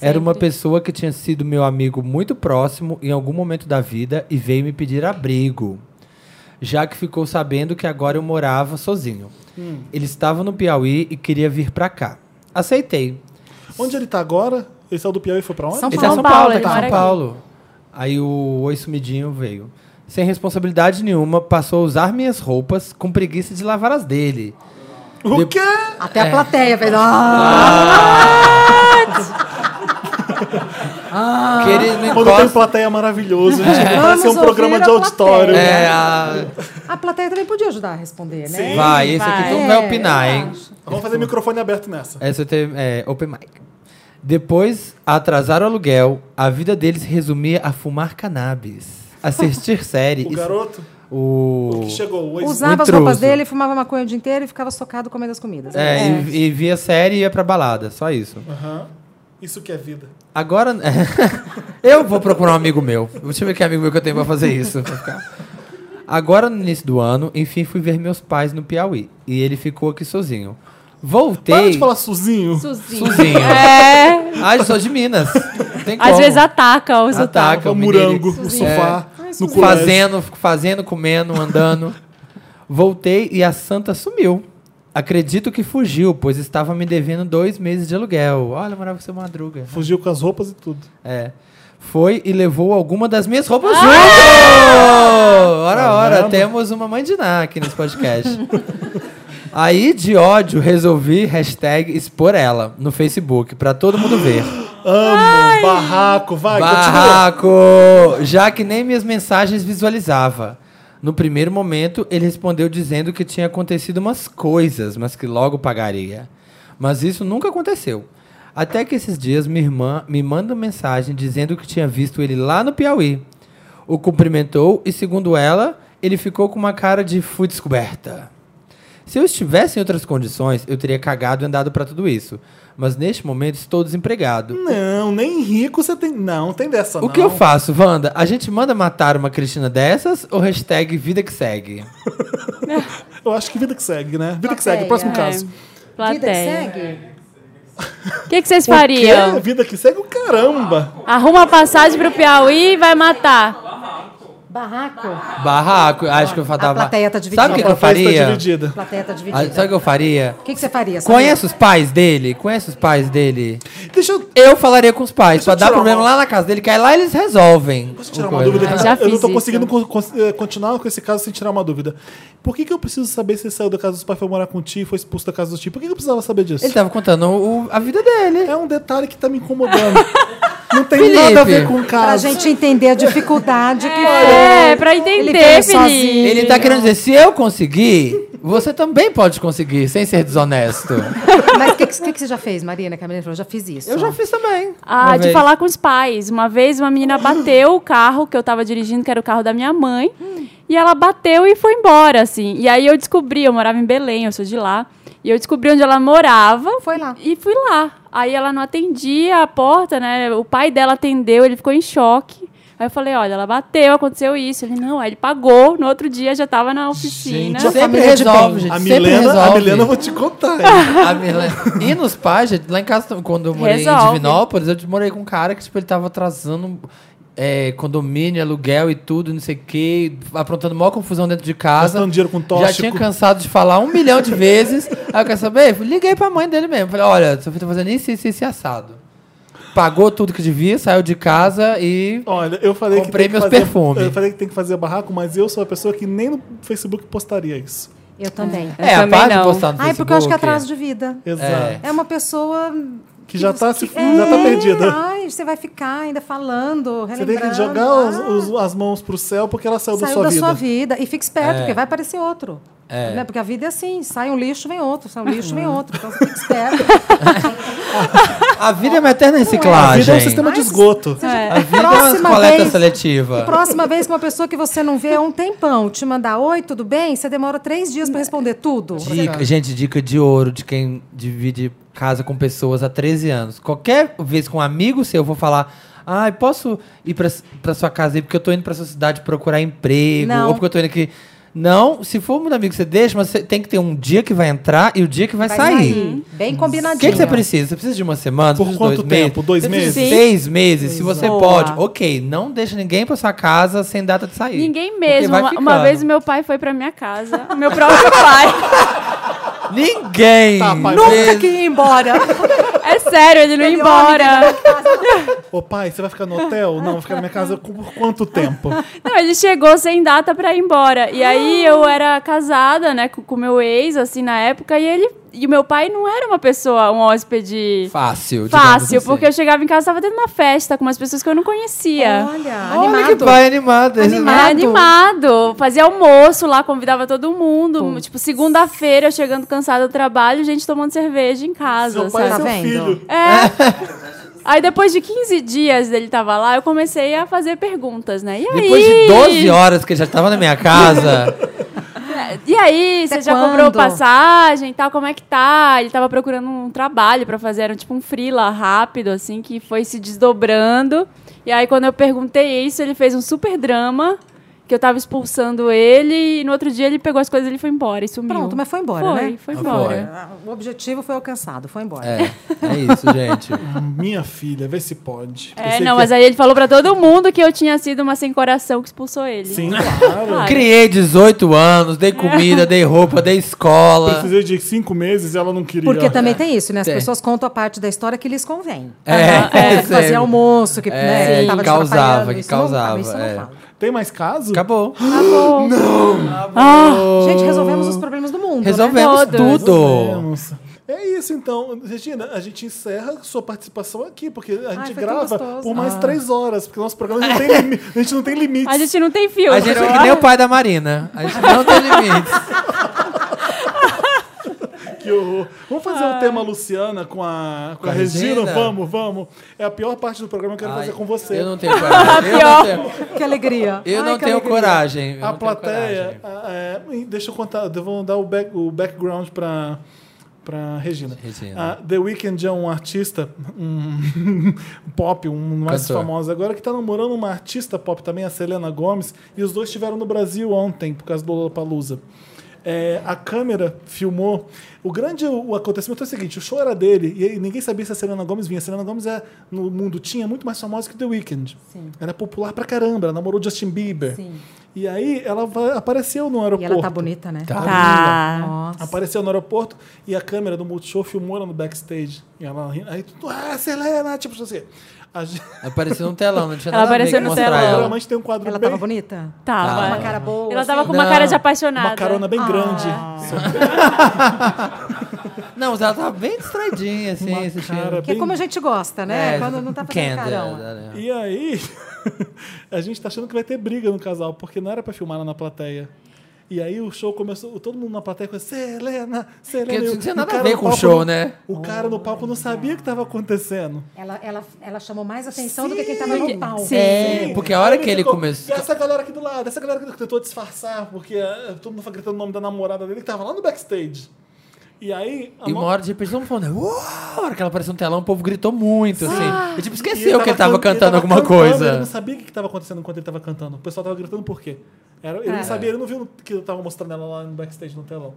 Speaker 2: Era uma pessoa que tinha sido meu amigo muito próximo em algum momento da vida e veio me pedir abrigo, já que ficou sabendo que agora eu morava sozinho. Ele estava no Piauí e queria vir pra cá. Aceitei.
Speaker 1: Onde ele tá agora? Ele saiu do Piauí e foi pra onde?
Speaker 4: São
Speaker 2: Ele tá em
Speaker 4: Paulo. é
Speaker 2: São
Speaker 3: Paulo,
Speaker 2: Paulo,
Speaker 3: ele
Speaker 2: tá em
Speaker 3: mora
Speaker 2: São
Speaker 3: aqui.
Speaker 2: Paulo. Aí o oi sumidinho veio. Sem responsabilidade nenhuma, passou a usar minhas roupas com preguiça de lavar as dele.
Speaker 1: O
Speaker 2: De-
Speaker 1: quê?
Speaker 4: Até
Speaker 2: É.
Speaker 4: a plateia fez. Ah! Ah.
Speaker 2: Querido, não
Speaker 1: Quando tem
Speaker 2: encosta.
Speaker 1: plateia é maravilhoso, gente. Parece um
Speaker 4: ouvir
Speaker 1: programa
Speaker 4: a
Speaker 1: de auditório.
Speaker 4: plateia.
Speaker 2: É, a-
Speaker 4: A plateia também podia ajudar a responder, né? É.
Speaker 1: Sim.
Speaker 2: vai, esse aqui
Speaker 3: vai.
Speaker 2: tu não é vai opinar, hein?
Speaker 1: Vamos
Speaker 2: Uhum.
Speaker 1: fazer microfone aberto nessa.
Speaker 2: Essa tem é, open mic. Depois, a atrasar o aluguel, a vida dele se resumia a fumar cannabis, assistir série.
Speaker 1: O
Speaker 2: e-
Speaker 1: garoto
Speaker 2: o-
Speaker 1: que chegou hoje.
Speaker 4: Usava
Speaker 2: Um
Speaker 4: as roupas
Speaker 2: intruso.
Speaker 4: dele, fumava maconha o dia inteiro e ficava socado comendo as comidas.
Speaker 2: É, E, e via série e ia pra balada, só isso.
Speaker 1: Aham. Isso que é vida.
Speaker 2: Agora. eu vou procurar um amigo meu. Deixa eu ver que amigo meu que eu tenho pra fazer isso. Agora, no início do ano, enfim, fui ver meus pais no Piauí. E ele ficou aqui sozinho. Voltei.
Speaker 1: Para de falar sozinho.
Speaker 3: Suzinho.
Speaker 2: Sozinho.
Speaker 3: É.
Speaker 2: Ai, eu sou de Minas. tem como.
Speaker 3: Às vezes ataca os
Speaker 2: Ataca. É.
Speaker 3: ataques.
Speaker 1: O É um morango, o sofá, no colégio.
Speaker 2: fazendo, fico fazendo, comendo, andando. Voltei e a santa sumiu. Acredito que fugiu, pois estava me devendo dois meses de aluguel. Olha, morava com seu madruga.
Speaker 1: Fugiu com as roupas e tudo.
Speaker 2: né? É. Foi e levou alguma das minhas roupas junto! Ora, ora, temos uma mãe de Ná aqui nesse podcast. Aí, de ódio, resolvi hashtag expor ela no Facebook, pra todo mundo ver.
Speaker 1: Amo, barraco, vai, continua.
Speaker 2: Barraco! Já que nem minhas mensagens visualizava. No primeiro momento, ele respondeu dizendo que tinha acontecido umas coisas, mas que logo pagaria. Mas isso nunca aconteceu. Até que esses dias, minha irmã me manda uma mensagem dizendo que tinha visto ele lá no Piauí. O cumprimentou e, segundo ela, ele ficou com uma cara de fui descoberta. Se eu estivesse em outras condições, eu teria cagado e andado pra tudo isso. Mas neste momento estou desempregado.
Speaker 1: Não, nem rico você tem. Não, tem dessa
Speaker 2: O
Speaker 1: não.
Speaker 2: que eu faço, Wanda? A gente manda matar uma Cristina dessas ou hashtag vida que segue?
Speaker 1: Eu acho que vida que segue, né? Vida que
Speaker 4: Plateia.
Speaker 1: segue, próximo
Speaker 3: É.
Speaker 1: caso.
Speaker 4: Vida que
Speaker 3: Plateia.
Speaker 4: segue?
Speaker 3: O que, que vocês
Speaker 1: O quê?
Speaker 3: fariam?
Speaker 1: Vida que segue o caramba.
Speaker 3: Arruma a passagem pro Piauí e vai matar.
Speaker 4: Barraco?
Speaker 2: Barraco, acho que eu
Speaker 4: A
Speaker 2: faltava.
Speaker 4: plateia tá dividida.
Speaker 2: Sabe o que, que
Speaker 1: A
Speaker 2: eu
Speaker 1: plateia está
Speaker 2: faria?
Speaker 1: dividida.
Speaker 4: A plateia tá
Speaker 2: Ah,
Speaker 4: dividida.
Speaker 2: Sabe o que eu faria?
Speaker 4: O que, é que você faria? Samir?
Speaker 2: Conhece os pais dele? Conhece os pais dele?
Speaker 1: Deixa eu, deixa
Speaker 2: Eu falaria com os pais,
Speaker 1: Deixa eu
Speaker 2: pra dar
Speaker 1: tirar
Speaker 2: problema
Speaker 1: uma-
Speaker 2: lá na casa dele, que aí lá eles resolvem.
Speaker 1: eu tirar
Speaker 2: o
Speaker 1: uma
Speaker 2: coisa.
Speaker 1: dúvida.
Speaker 3: Eu já
Speaker 1: que eu não
Speaker 3: fiz
Speaker 1: tô
Speaker 3: isso.
Speaker 1: conseguindo con- con- eh, continuar com esse caso sem tirar uma dúvida. Por que, que eu preciso saber se ele saiu da casa dos pais, foi morar com o tio e foi expulso da casa do tio? Por que, que eu precisava saber disso?
Speaker 2: Ele tava contando o- a vida dele.
Speaker 1: É um detalhe que tá me incomodando. não tem
Speaker 2: Felipe.
Speaker 1: nada a ver com o
Speaker 4: Pra
Speaker 1: caso.
Speaker 4: gente entender a dificuldade que foi.
Speaker 3: É, pra
Speaker 4: Ele
Speaker 3: entender,
Speaker 4: veio
Speaker 3: Felipe.
Speaker 4: sozinho.
Speaker 2: Ele tá querendo dizer, se eu conseguir, você também pode conseguir, sem ser desonesto.
Speaker 4: Mas o que, que, que você já fez, Marina? Que a Marina falou, já fiz isso.
Speaker 2: Eu já fiz também.
Speaker 3: Ah,
Speaker 2: Uma
Speaker 3: de
Speaker 2: vez.
Speaker 3: falar com os pais. Uma vez uma menina bateu o carro que eu tava dirigindo, que era o carro da minha mãe.
Speaker 4: Hum.
Speaker 3: E ela bateu e foi embora, assim. E aí eu descobri, eu morava em Belém, eu sou de lá. E eu descobri onde ela morava.
Speaker 4: Foi lá.
Speaker 3: E fui lá. Aí ela não atendia a porta, né? O pai dela atendeu, ele ficou em choque. Aí eu falei, olha, ela bateu, aconteceu isso. Ele, não, aí ele pagou, no outro dia já tava na oficina.
Speaker 1: Gente,
Speaker 2: Sempre
Speaker 4: família de
Speaker 2: resolve,
Speaker 4: bem.
Speaker 2: gente.
Speaker 1: a
Speaker 2: sempre
Speaker 1: Milena, a
Speaker 2: resolve.
Speaker 1: Milena, eu vou te contar. hein?
Speaker 2: A Milena- E nos pais, gente, lá em casa, quando eu morei em
Speaker 3: Resolve.
Speaker 2: Divinópolis, eu morei com um cara que, tipo, ele tava atrasando é, condomínio, aluguel e tudo, não sei o quê, aprontando maior confusão dentro de casa.
Speaker 1: Gastando dinheiro com
Speaker 2: Já
Speaker 1: tóxico.
Speaker 2: tinha cansado de falar um milhão de vezes. Aí eu quero saber, liguei pra mãe dele mesmo. Falei, olha, seu filho tá fazendo isso, isso, isso e assado. Pagou tudo que devia, saiu de casa e...
Speaker 1: Olha, eu falei que
Speaker 2: Comprei
Speaker 1: tem que
Speaker 2: meus
Speaker 1: fazer,
Speaker 2: perfumes.
Speaker 1: Eu falei que tem que fazer barraco, mas eu sou a pessoa que nem no Facebook postaria isso.
Speaker 4: Eu também.
Speaker 3: Eu
Speaker 2: é, a
Speaker 3: também
Speaker 2: parte de
Speaker 3: não.
Speaker 2: postar no
Speaker 4: Ai, porque eu acho que é
Speaker 2: Facebook-
Speaker 4: atraso de vida.
Speaker 1: Exato.
Speaker 4: É uma pessoa...
Speaker 1: Que já tá, se,
Speaker 4: É,
Speaker 1: já tá perdida.
Speaker 4: Ai, você vai ficar ainda falando,
Speaker 1: Você tem
Speaker 4: relembrando.
Speaker 1: que jogar
Speaker 4: Ah,
Speaker 1: os- os- as mãos pro céu porque ela saiu,
Speaker 4: saiu
Speaker 1: da sua
Speaker 4: da
Speaker 1: vida.
Speaker 4: sua vida. E fica
Speaker 2: É.
Speaker 4: esperto, porque vai aparecer outro. Né? Porque a vida é assim, sai um lixo, vem outro, sai um lixo, vem
Speaker 1: Uhum.
Speaker 4: outro. Então você fica esperto.
Speaker 2: A vida é uma eterna
Speaker 1: A
Speaker 2: reciclagem.
Speaker 1: vida é um sistema de esgoto.
Speaker 2: A vida é uma
Speaker 4: Próxima
Speaker 2: coleta
Speaker 4: vez-
Speaker 2: seletiva.
Speaker 4: Próxima vez que uma pessoa que você não vê há um tempão te mandar oi, tudo bem, você demora três dias pra responder tudo.
Speaker 2: Dica, gente, dica de ouro de quem divide casa com pessoas há 13 anos. Qualquer vez com um amigo seu, eu vou falar. Ai, posso ir pra, pra sua casa aí porque eu tô indo pra sua cidade procurar emprego.
Speaker 4: Não.
Speaker 2: Ou porque eu tô indo aqui. Não, se for muito amigo, você deixa, mas você tem que ter um dia que vai entrar e o dia que vai,
Speaker 4: Vai
Speaker 2: sair.
Speaker 4: Bem
Speaker 2: O que,
Speaker 4: combinadinho.
Speaker 2: que você precisa? Você precisa de uma semana? Você
Speaker 1: Por
Speaker 2: precisa de
Speaker 1: quanto
Speaker 2: dois meses?
Speaker 1: tempo? Dois
Speaker 2: Você precisa de
Speaker 3: meses?
Speaker 2: Seis meses, se você
Speaker 3: Boa.
Speaker 2: pode. Ok, não deixa ninguém pra sua casa sem data de sair.
Speaker 3: Ninguém
Speaker 2: Porque
Speaker 3: mesmo.
Speaker 2: vai
Speaker 3: Uma, uma
Speaker 2: ficando.
Speaker 3: vez meu pai foi pra minha casa, meu próprio pai.
Speaker 2: Ninguém!
Speaker 1: Tá, pai,
Speaker 4: Nunca que ia embora.
Speaker 3: É sério, ele não ia
Speaker 4: um
Speaker 3: embora.
Speaker 1: Ô pai, você vai ficar no hotel? Não, vai ficar na minha casa com- por quanto tempo?
Speaker 2: É
Speaker 3: Não, ele chegou sem data pra ir embora. E aí
Speaker 4: Ah.
Speaker 3: eu era casada, né, com o meu ex, assim, na época, e ele. E o meu pai não era uma pessoa, um hóspede
Speaker 2: Fácil. digamos
Speaker 3: fácil,
Speaker 2: assim.
Speaker 3: porque eu chegava em casa tava tendo uma festa com umas pessoas que eu não conhecia.
Speaker 4: Olha,
Speaker 2: Olha que
Speaker 4: animado.
Speaker 2: pai animado. Esse-
Speaker 3: É, animado. Fazia almoço lá, convidava todo mundo. Tipo, segunda-feira, eu chegando cansada do trabalho, gente tomando cerveja em casa.
Speaker 1: Seu pai é
Speaker 4: tá
Speaker 1: seu
Speaker 3: sabe?
Speaker 4: vendo?
Speaker 1: filho.
Speaker 3: É. Aí depois de 15 dias dele tava lá, eu comecei a fazer perguntas, né? E aí?
Speaker 2: Depois de 12 horas que ele já tava na minha casa,
Speaker 3: E aí,
Speaker 4: Até
Speaker 3: você já
Speaker 4: quando?
Speaker 3: comprou passagem e tal? Como é que tá? Ele tava procurando um trabalho pra fazer, era tipo um freela rápido, assim, que foi se desdobrando. E aí, quando eu perguntei isso, ele fez um super drama. que eu tava expulsando ele e no outro dia ele pegou as coisas e ele foi embora e sumiu.
Speaker 4: Pronto, mas foi embora,
Speaker 3: Foi,
Speaker 4: né?
Speaker 3: foi
Speaker 1: Ah,
Speaker 2: Ah, Foi
Speaker 3: embora.
Speaker 2: embora.
Speaker 4: O objetivo foi alcançado, foi embora.
Speaker 2: É, é isso, gente.
Speaker 1: Ah, Minha filha, vê se pode.
Speaker 3: É,
Speaker 1: Pensei
Speaker 3: não,
Speaker 1: que-
Speaker 3: mas aí ele falou pra todo mundo que eu tinha sido uma sem coração que expulsou ele.
Speaker 1: Sim, claro.
Speaker 3: Claro.
Speaker 2: Criei 18 anos, dei comida, dei roupa, dei escola.
Speaker 1: Precisei de cinco meses e ela não queria. É.
Speaker 4: Porque também tem isso, né? As
Speaker 2: Tem.
Speaker 4: pessoas contam a parte da história que lhes convém.
Speaker 2: É,
Speaker 4: É,
Speaker 2: é,
Speaker 4: que fazia
Speaker 2: sério.
Speaker 4: almoço, que, né,
Speaker 2: É,
Speaker 4: que tava
Speaker 2: que causava,
Speaker 4: atrapalhando.
Speaker 2: que
Speaker 4: Isso não-
Speaker 2: causava,
Speaker 4: isso não
Speaker 2: é.
Speaker 4: fala.
Speaker 1: Tem mais caso?
Speaker 2: Acabou.
Speaker 3: Acabou. Ah.
Speaker 4: Ah, Gente, resolvemos os problemas do mundo. né?
Speaker 2: Resolvemos
Speaker 3: Todos.
Speaker 2: tudo.
Speaker 1: Nossa. É isso, então. Regina, a gente encerra sua participação aqui, porque a
Speaker 4: foi
Speaker 1: gente
Speaker 4: tão
Speaker 1: grava
Speaker 4: gostoso.
Speaker 1: por
Speaker 2: Ah.
Speaker 1: mais três horas, porque nosso programa não tem limi- a gente não tem limites.
Speaker 3: A gente não tem filtro.
Speaker 2: A gente é que nem o pai da Marina. A gente não tem limites.
Speaker 1: Que horror. Vamos fazer o tema Luciana com a, com a Regina?
Speaker 2: Regina?
Speaker 1: Vamos, vamos. É a pior parte do programa que eu quero
Speaker 2: Ai,
Speaker 1: fazer com você.
Speaker 2: Eu não tenho coragem. Eu não tenho,
Speaker 4: Que alegria.
Speaker 2: eu
Speaker 4: Ai,
Speaker 2: não
Speaker 4: que
Speaker 2: tenho
Speaker 4: alegria.
Speaker 2: coragem. eu
Speaker 1: A
Speaker 2: não tenho
Speaker 1: plateia.
Speaker 2: coragem.
Speaker 1: a- é, e deixa eu contar, eu vou dar o, back- o background para para Regina.
Speaker 2: Regina.
Speaker 1: Ah, The Weeknd é um artista um pop, um mais
Speaker 2: Cantor.
Speaker 1: famoso agora, que está namorando uma artista pop também, a Selena Gomes, e os dois estiveram no Brasil ontem, por causa do Lollapalooza. É, a câmera filmou. O grande o acontecimento é o seguinte: o show era dele e aí ninguém sabia se a Selena Gomes vinha. A Selena Gomes é, no mundo tinha muito mais famosa que The Weeknd. Era popular pra caramba, ela namorou Justin Bieber.
Speaker 4: Sim.
Speaker 1: E aí ela va- apareceu no
Speaker 4: E
Speaker 1: aeroporto.
Speaker 4: ela tá bonita, né?
Speaker 2: Tá.
Speaker 3: Tá.
Speaker 1: Apareceu no aeroporto e a câmera do Multishow filmou ela no backstage. E ela rindo, aí, tudo, ah, Selena, tipo assim. A gente,
Speaker 2: Apareceu no telão, não tinha
Speaker 3: Ela
Speaker 2: nada a ver
Speaker 3: apareceu
Speaker 2: com
Speaker 3: no
Speaker 2: mostrar
Speaker 3: telão.
Speaker 2: ela.
Speaker 1: geralmente tem um quadro
Speaker 4: Ela
Speaker 1: bem,
Speaker 4: tava bonita?
Speaker 3: Tava.
Speaker 2: Tava.
Speaker 4: Uma cara boa.
Speaker 3: Ela tava
Speaker 4: assim. Ah.
Speaker 3: com uma cara de
Speaker 2: Não.
Speaker 3: apaixonada.
Speaker 1: uma carona bem grande.
Speaker 2: Não, mas ela tava bem distraidinha, assim,
Speaker 1: Uma
Speaker 2: assistindo.
Speaker 1: cara
Speaker 4: Que é
Speaker 1: bem-
Speaker 4: como a gente gosta, né?
Speaker 2: É,
Speaker 4: Quando não tá fazendo
Speaker 2: Kendall,
Speaker 4: carão.
Speaker 2: né?
Speaker 1: E aí, a gente tá achando que vai ter briga no casal, porque não era pra filmar lá na plateia. E aí o show começou, todo mundo na plateia começou, Selena, Selena.
Speaker 2: Porque
Speaker 1: E
Speaker 2: não
Speaker 1: o-
Speaker 2: tinha
Speaker 1: o
Speaker 2: nada a
Speaker 1: cara
Speaker 2: ver
Speaker 1: no
Speaker 2: com o
Speaker 1: palco
Speaker 2: show,
Speaker 1: não-
Speaker 2: né?
Speaker 1: O cara no palco não sabia o que tava acontecendo.
Speaker 4: Ela, ela, ela chamou mais atenção do que quem tava no palco.
Speaker 2: É, porque a hora
Speaker 1: Aí
Speaker 2: que ele
Speaker 1: ficou,
Speaker 2: começou.
Speaker 1: Essa galera aqui do lado, essa galera que tentou disfarçar, porque eh, todo mundo foi gritando o nome da namorada dele, que tava lá no backstage. E aí. a
Speaker 2: E
Speaker 1: mo-
Speaker 2: uma hora de repente todo mundo falando, uau! A hora que ela apareceu no telão, o povo gritou muito,
Speaker 4: Ah.
Speaker 2: assim. E tipo,
Speaker 1: Ah. e
Speaker 2: esqueceu que ele tava
Speaker 1: can-
Speaker 2: cantando
Speaker 1: ele tava
Speaker 2: alguma
Speaker 1: cantando, Ele não
Speaker 2: coisa.
Speaker 1: sabia o que que tava acontecendo enquanto ele tava cantando. O pessoal tava gritando por quê? Era, ele não sabia, ele não viu que eu tava mostrando ela lá no backstage no telão.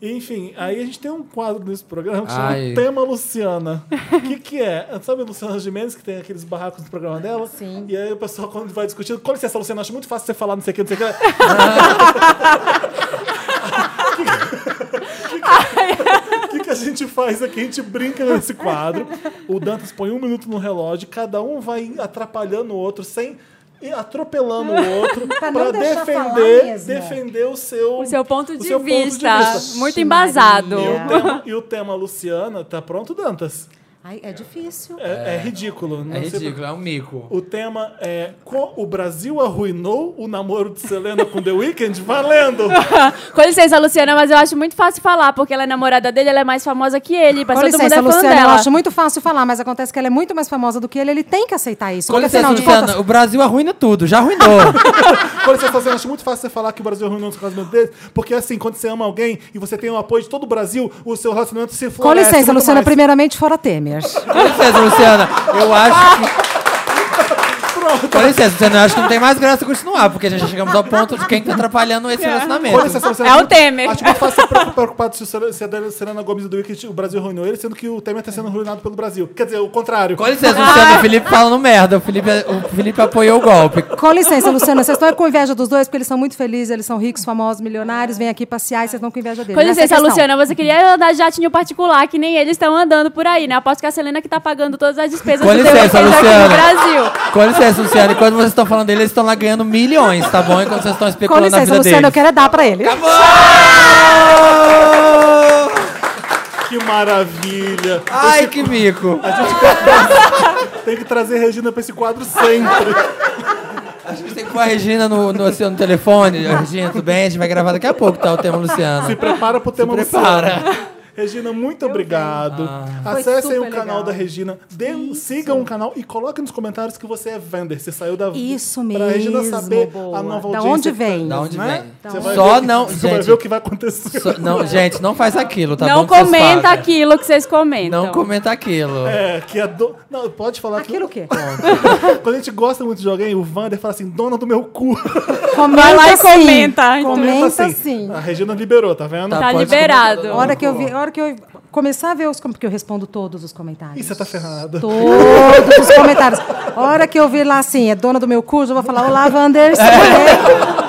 Speaker 1: E, Enfim, aí a gente tem um quadro nesse programa que chama
Speaker 2: Ai.
Speaker 1: Tema Luciana. né? O que, que é? Sabe a Luciana Gimenez, que tem aqueles barracos no programa dela? Sim. E aí o pessoal, quando vai discutindo, com licença, Luciana, acho muito fácil você falar não sei o que, não sei o que. O que, que a gente faz aqui? A gente brinca nesse quadro. O Dantas põe um minuto no relógio, cada um vai atrapalhando o outro sem. e atropelando o um outro
Speaker 4: Pra
Speaker 1: para
Speaker 4: não deixar falar
Speaker 1: defender,
Speaker 4: mesmo.
Speaker 1: defender o seu,
Speaker 3: O seu ponto de
Speaker 1: seu ponto de
Speaker 3: vista.
Speaker 1: vista.
Speaker 3: Muito embasado.
Speaker 1: E o, tema, e o tema Luciana, tá pronto, Dantas?
Speaker 4: Ai, é difícil.
Speaker 1: É, é ridículo. não
Speaker 2: É
Speaker 1: sei por-
Speaker 2: ridículo, é um mico.
Speaker 1: O tema é Co- O Brasil arruinou o namoro de Selena com The Weeknd? Valendo!
Speaker 3: Com licença, Luciana, mas eu acho muito fácil falar, porque ela é namorada dele, ela é mais famosa que ele. Mas
Speaker 4: Com
Speaker 3: todo mundo é
Speaker 4: licença,
Speaker 3: fã
Speaker 4: Luciana, eu
Speaker 3: dela.
Speaker 4: acho muito fácil falar, mas acontece que ela é muito mais famosa do que ele, ele tem que aceitar isso.
Speaker 2: Com
Speaker 4: porque,
Speaker 2: licença,
Speaker 4: afinal de
Speaker 2: Luciana,
Speaker 4: contas,
Speaker 2: o Brasil arruina tudo, já arruinou.
Speaker 1: Quando você fazendo, acho muito fácil você falar que o Brasil arruinou os casamentos deles, porque assim, quando você ama alguém e você tem o apoio de todo o Brasil, o seu relacionamento se
Speaker 4: Com
Speaker 1: floresce.
Speaker 4: licença,
Speaker 1: muito
Speaker 4: Luciana,
Speaker 1: mais.
Speaker 4: primeiramente fora Temer.
Speaker 2: Com licença, Luciana, eu acho que. Com licença, Luciana, eu acho que não tem mais graça continuar, porque já chegamos ao ponto de quem tá atrapalhando esse
Speaker 1: É. Com
Speaker 2: relacionamento.
Speaker 1: licença, Luciana,
Speaker 3: É o
Speaker 1: acho tá muito-
Speaker 3: Temer.
Speaker 1: Acho muito fácil você preocupado se, o Sel- se a Serena Gomes e o The Wicked, o Brasil arruinou ele, sendo que o Temer está sendo arruinado pelo Brasil. Quer dizer, o contrário.
Speaker 2: Com licença,
Speaker 4: Ah.
Speaker 2: Luciana, o Felipe falando merda. O Felipe, o Felipe apoiou o golpe.
Speaker 4: Com licença, Luciana, vocês estão com inveja dos dois, porque eles são muito felizes, eles são ricos, famosos, milionários, vêm aqui passear e vocês estão com inveja deles.
Speaker 3: Com
Speaker 4: Essa é a
Speaker 3: licença,
Speaker 4: questão.
Speaker 3: Luciana, você queria andar de jatinho particular, que nem eles estão andando por aí, né? Aposto que a Selena que tá pagando todas as despesas
Speaker 2: Com
Speaker 3: do
Speaker 2: licença,
Speaker 3: The Weeknd aqui
Speaker 2: Luciana.
Speaker 3: no Brasil.
Speaker 2: Com licença, Luciana, enquanto vocês estão falando dele, eles estão lá ganhando milhões, tá bom? Enquanto vocês estão
Speaker 4: Com
Speaker 2: especulando
Speaker 4: licença,
Speaker 2: a vida
Speaker 4: Luciana, eu
Speaker 2: deles.
Speaker 4: quero é dar pra ele.
Speaker 1: Que maravilha!
Speaker 2: Ai, que mico.
Speaker 1: Tem que trazer Regina pra esse quadro sempre.
Speaker 2: A gente tem que pôr a Regina no, no, assim, no telefone. Regina, tudo bem? A gente vai gravar daqui a pouco, tá? O tema Luciana.
Speaker 1: Se prepara pro tema Luciana.
Speaker 2: Prepara. Ah.
Speaker 1: Regina, muito obrigado.
Speaker 4: Foi
Speaker 1: Acessem o
Speaker 4: super
Speaker 1: canal
Speaker 4: legal.
Speaker 1: da Regina. Deem-
Speaker 4: Isso.
Speaker 1: sigam o canal e coloquem nos comentários que você é vender. Você saiu da
Speaker 4: Isso
Speaker 1: Pra Regina
Speaker 4: mesmo,
Speaker 1: saber a
Speaker 4: boa.
Speaker 1: nova
Speaker 4: Da
Speaker 1: audiência.
Speaker 4: onde
Speaker 1: que tá-
Speaker 4: vem?
Speaker 2: Da onde
Speaker 1: né?
Speaker 2: vem?
Speaker 1: Você vai
Speaker 2: Só
Speaker 1: ver-
Speaker 2: não-
Speaker 1: Você vai
Speaker 2: gente,
Speaker 1: ver o que vai acontecer.
Speaker 2: So- não, gente, não faz aquilo, tá
Speaker 3: não
Speaker 2: bom? que vocês
Speaker 3: comenta
Speaker 2: pagam.
Speaker 3: aquilo que vocês comentam.
Speaker 2: Não comenta aquilo.
Speaker 1: É, que é do... Não, pode falar
Speaker 4: Aquilo o quê?
Speaker 1: que... Quando a gente gosta muito de alguém, o Vander fala assim, dona do meu cu.
Speaker 4: Comenta
Speaker 3: Vai lá e
Speaker 4: sim.
Speaker 3: comenta, então.
Speaker 4: Comenta
Speaker 1: assim.
Speaker 4: sim.
Speaker 1: A Regina liberou, tá vendo?
Speaker 3: Tá
Speaker 2: pode
Speaker 3: liberado.
Speaker 4: A hora que eu vi, a hora que eu começar a ver os comentários, porque eu respondo todos os comentários.
Speaker 1: Ih, você tá ferrada.
Speaker 4: Todos os comentários. A hora que eu vi lá assim, é dona do meu curso, eu vou falar, olá, É. Wanders.
Speaker 1: É.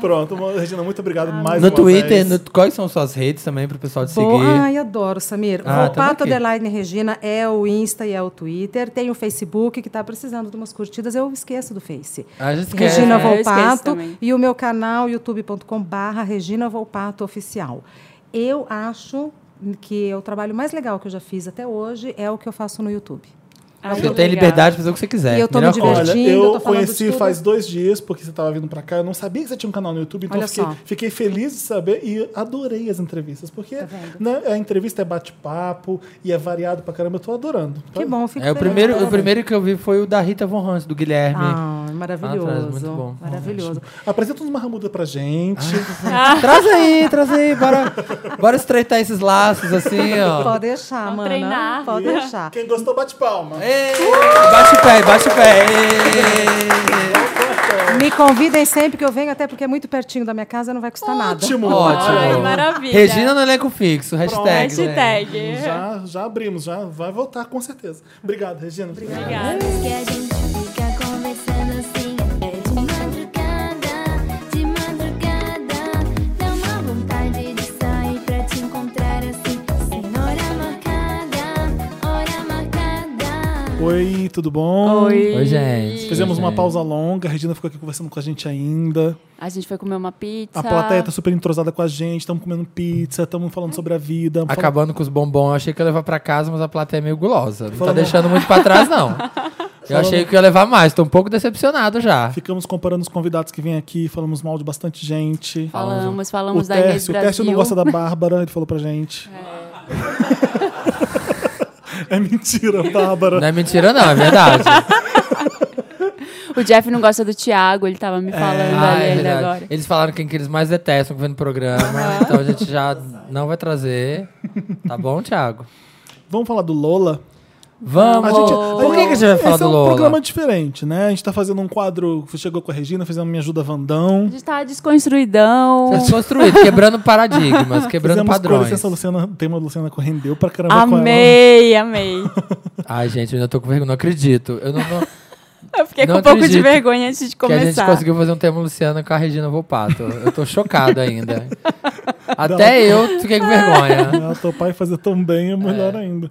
Speaker 1: Pronto, mo- Regina, muito obrigado
Speaker 4: Ah,
Speaker 1: mais
Speaker 2: No
Speaker 1: uma
Speaker 2: Twitter,
Speaker 1: vez.
Speaker 2: no- quais são suas redes também pro pessoal te
Speaker 4: Boa.
Speaker 2: seguir?
Speaker 4: Ai, adoro, Samir.
Speaker 2: Ah,
Speaker 4: Volpato
Speaker 2: tamo aqui.
Speaker 4: Underline Regina é o Insta e é o Twitter. Tem o Facebook, que está precisando de umas curtidas. Eu esqueço do Face.
Speaker 2: Ah, já esquece.
Speaker 4: Regina
Speaker 3: É, eu esqueço
Speaker 4: Volpato
Speaker 3: também.
Speaker 4: e o meu canal youtube.com barra Regina Volpato Oficial. Eu acho que o trabalho mais legal que eu já fiz até hoje é o que eu faço no YouTube.
Speaker 3: Ah,
Speaker 2: Você
Speaker 3: muito
Speaker 2: tem
Speaker 3: obrigada.
Speaker 2: liberdade de fazer o que você quiser.
Speaker 4: E eu tô me
Speaker 2: Melhor coisa.
Speaker 1: Olha,
Speaker 4: divertindo,
Speaker 1: eu
Speaker 4: tô falando de
Speaker 1: conheci
Speaker 4: tudo.
Speaker 1: faz dois dias, porque você tava vindo pra cá. Eu não sabia que você tinha um canal no YouTube, então
Speaker 4: Olha
Speaker 1: eu fiquei,
Speaker 4: só.
Speaker 1: fiquei feliz de saber e adorei as entrevistas. Porque
Speaker 4: Tá
Speaker 1: né, a entrevista é bate-papo e é variado pra caramba. Eu tô adorando. tá?
Speaker 4: Que bom, fico
Speaker 2: É, o,
Speaker 4: feliz.
Speaker 2: primeiro, o primeiro que eu vi foi o da Rita Von Hans, do Guilherme.
Speaker 4: Ah,
Speaker 2: Atrás,
Speaker 4: maravilhoso.
Speaker 2: muito bom.
Speaker 4: Maravilhoso.
Speaker 1: Apresenta uns marramuda pra gente.
Speaker 4: Ah.
Speaker 2: Traz aí, traz aí, bora, bora estreitar esses laços assim, ó.
Speaker 4: Pode deixar,
Speaker 3: Vamos
Speaker 4: mana.
Speaker 3: treinar.
Speaker 4: Pode deixar. Uh!
Speaker 1: Quem gostou, bate palma.
Speaker 2: Ei, baixa o pé, baixa o pé. Ei.
Speaker 4: Me convidem sempre que eu venho, até porque é muito pertinho da minha casa, não vai custar nada.
Speaker 1: Ótimo.
Speaker 2: Ótimo.
Speaker 3: Ai, maravilha.
Speaker 2: Regina no elenco fixo, hashtag. né?
Speaker 3: Hashtag.
Speaker 1: Já, já abrimos, já vai voltar com certeza. Obrigado, Regina. Obrigado.
Speaker 3: Obrigada.
Speaker 5: Que a gente fica conversando assim É de madrugada, de madrugada Dá uma vontade de sair pra te encontrar assim Sem hora marcada, hora marcada
Speaker 1: Oi, tudo bom?
Speaker 2: Oi, gente.
Speaker 1: Fizemos
Speaker 2: Oi,
Speaker 1: uma
Speaker 2: gente.
Speaker 1: pausa longa, a Regina ficou aqui conversando com a gente ainda.
Speaker 3: A gente foi comer uma pizza.
Speaker 1: A plateia tá super entrosada com a gente, estamos comendo pizza, estamos falando sobre a vida. falando-
Speaker 2: Acabando com os bombons, eu achei que ia levar pra casa, mas a plateia é meio gulosa. Não tá
Speaker 1: Falando-
Speaker 2: deixando muito pra trás, não. Eu achei que ia levar mais, tô um pouco decepcionado já.
Speaker 1: Ficamos comparando os convidados que vêm aqui, falamos mal de bastante gente.
Speaker 3: Falamos,
Speaker 1: O
Speaker 3: falamos da Inês
Speaker 1: Tércio, o
Speaker 3: Brasil.
Speaker 1: Tércio não gosta da Bárbara, ele falou pra gente. É, mentira, Bárbara.
Speaker 2: Não é mentira, não, é verdade.
Speaker 3: O Jeff não gosta do Thiago, ele tava me falando
Speaker 2: Ah,
Speaker 3: ali
Speaker 2: é
Speaker 3: ainda
Speaker 2: verdade.
Speaker 3: agora.
Speaker 2: Eles falaram quem que eles mais detestam que vem no programa, então a gente já não vai trazer. Tá bom, Thiago?
Speaker 1: Vamos falar do Lola?
Speaker 2: Vamos!
Speaker 1: A gente-
Speaker 2: Por que, que a gente vai falar
Speaker 1: esse
Speaker 2: do
Speaker 1: é um
Speaker 2: Lola?
Speaker 1: programa diferente, né? A gente tá fazendo um quadro, chegou com a Regina, fizemos Me Ajuda Vandão.
Speaker 3: A gente tá desconstruidão.
Speaker 2: Tá Desconstruído, quebrando paradigmas, quebrando
Speaker 1: Fizemos com
Speaker 2: padrões.
Speaker 1: licença, Luciana, o tema da Luciana correndeu pra caramba com ela.
Speaker 3: Amei, amei.
Speaker 2: Ai, gente, eu ainda tô com vergonha, não acredito. Eu não, não-
Speaker 3: Eu fiquei
Speaker 2: Não
Speaker 3: com um pouco de
Speaker 2: acredito
Speaker 3: vergonha antes de
Speaker 2: que a gente
Speaker 3: começar.
Speaker 2: conseguiu fazer um tema Luciana com a Regina Volpato. Eu tô chocado ainda. Até eu fiquei
Speaker 1: É,
Speaker 2: com vergonha.
Speaker 1: Ah, teu pai fazer tão bem é melhor ainda.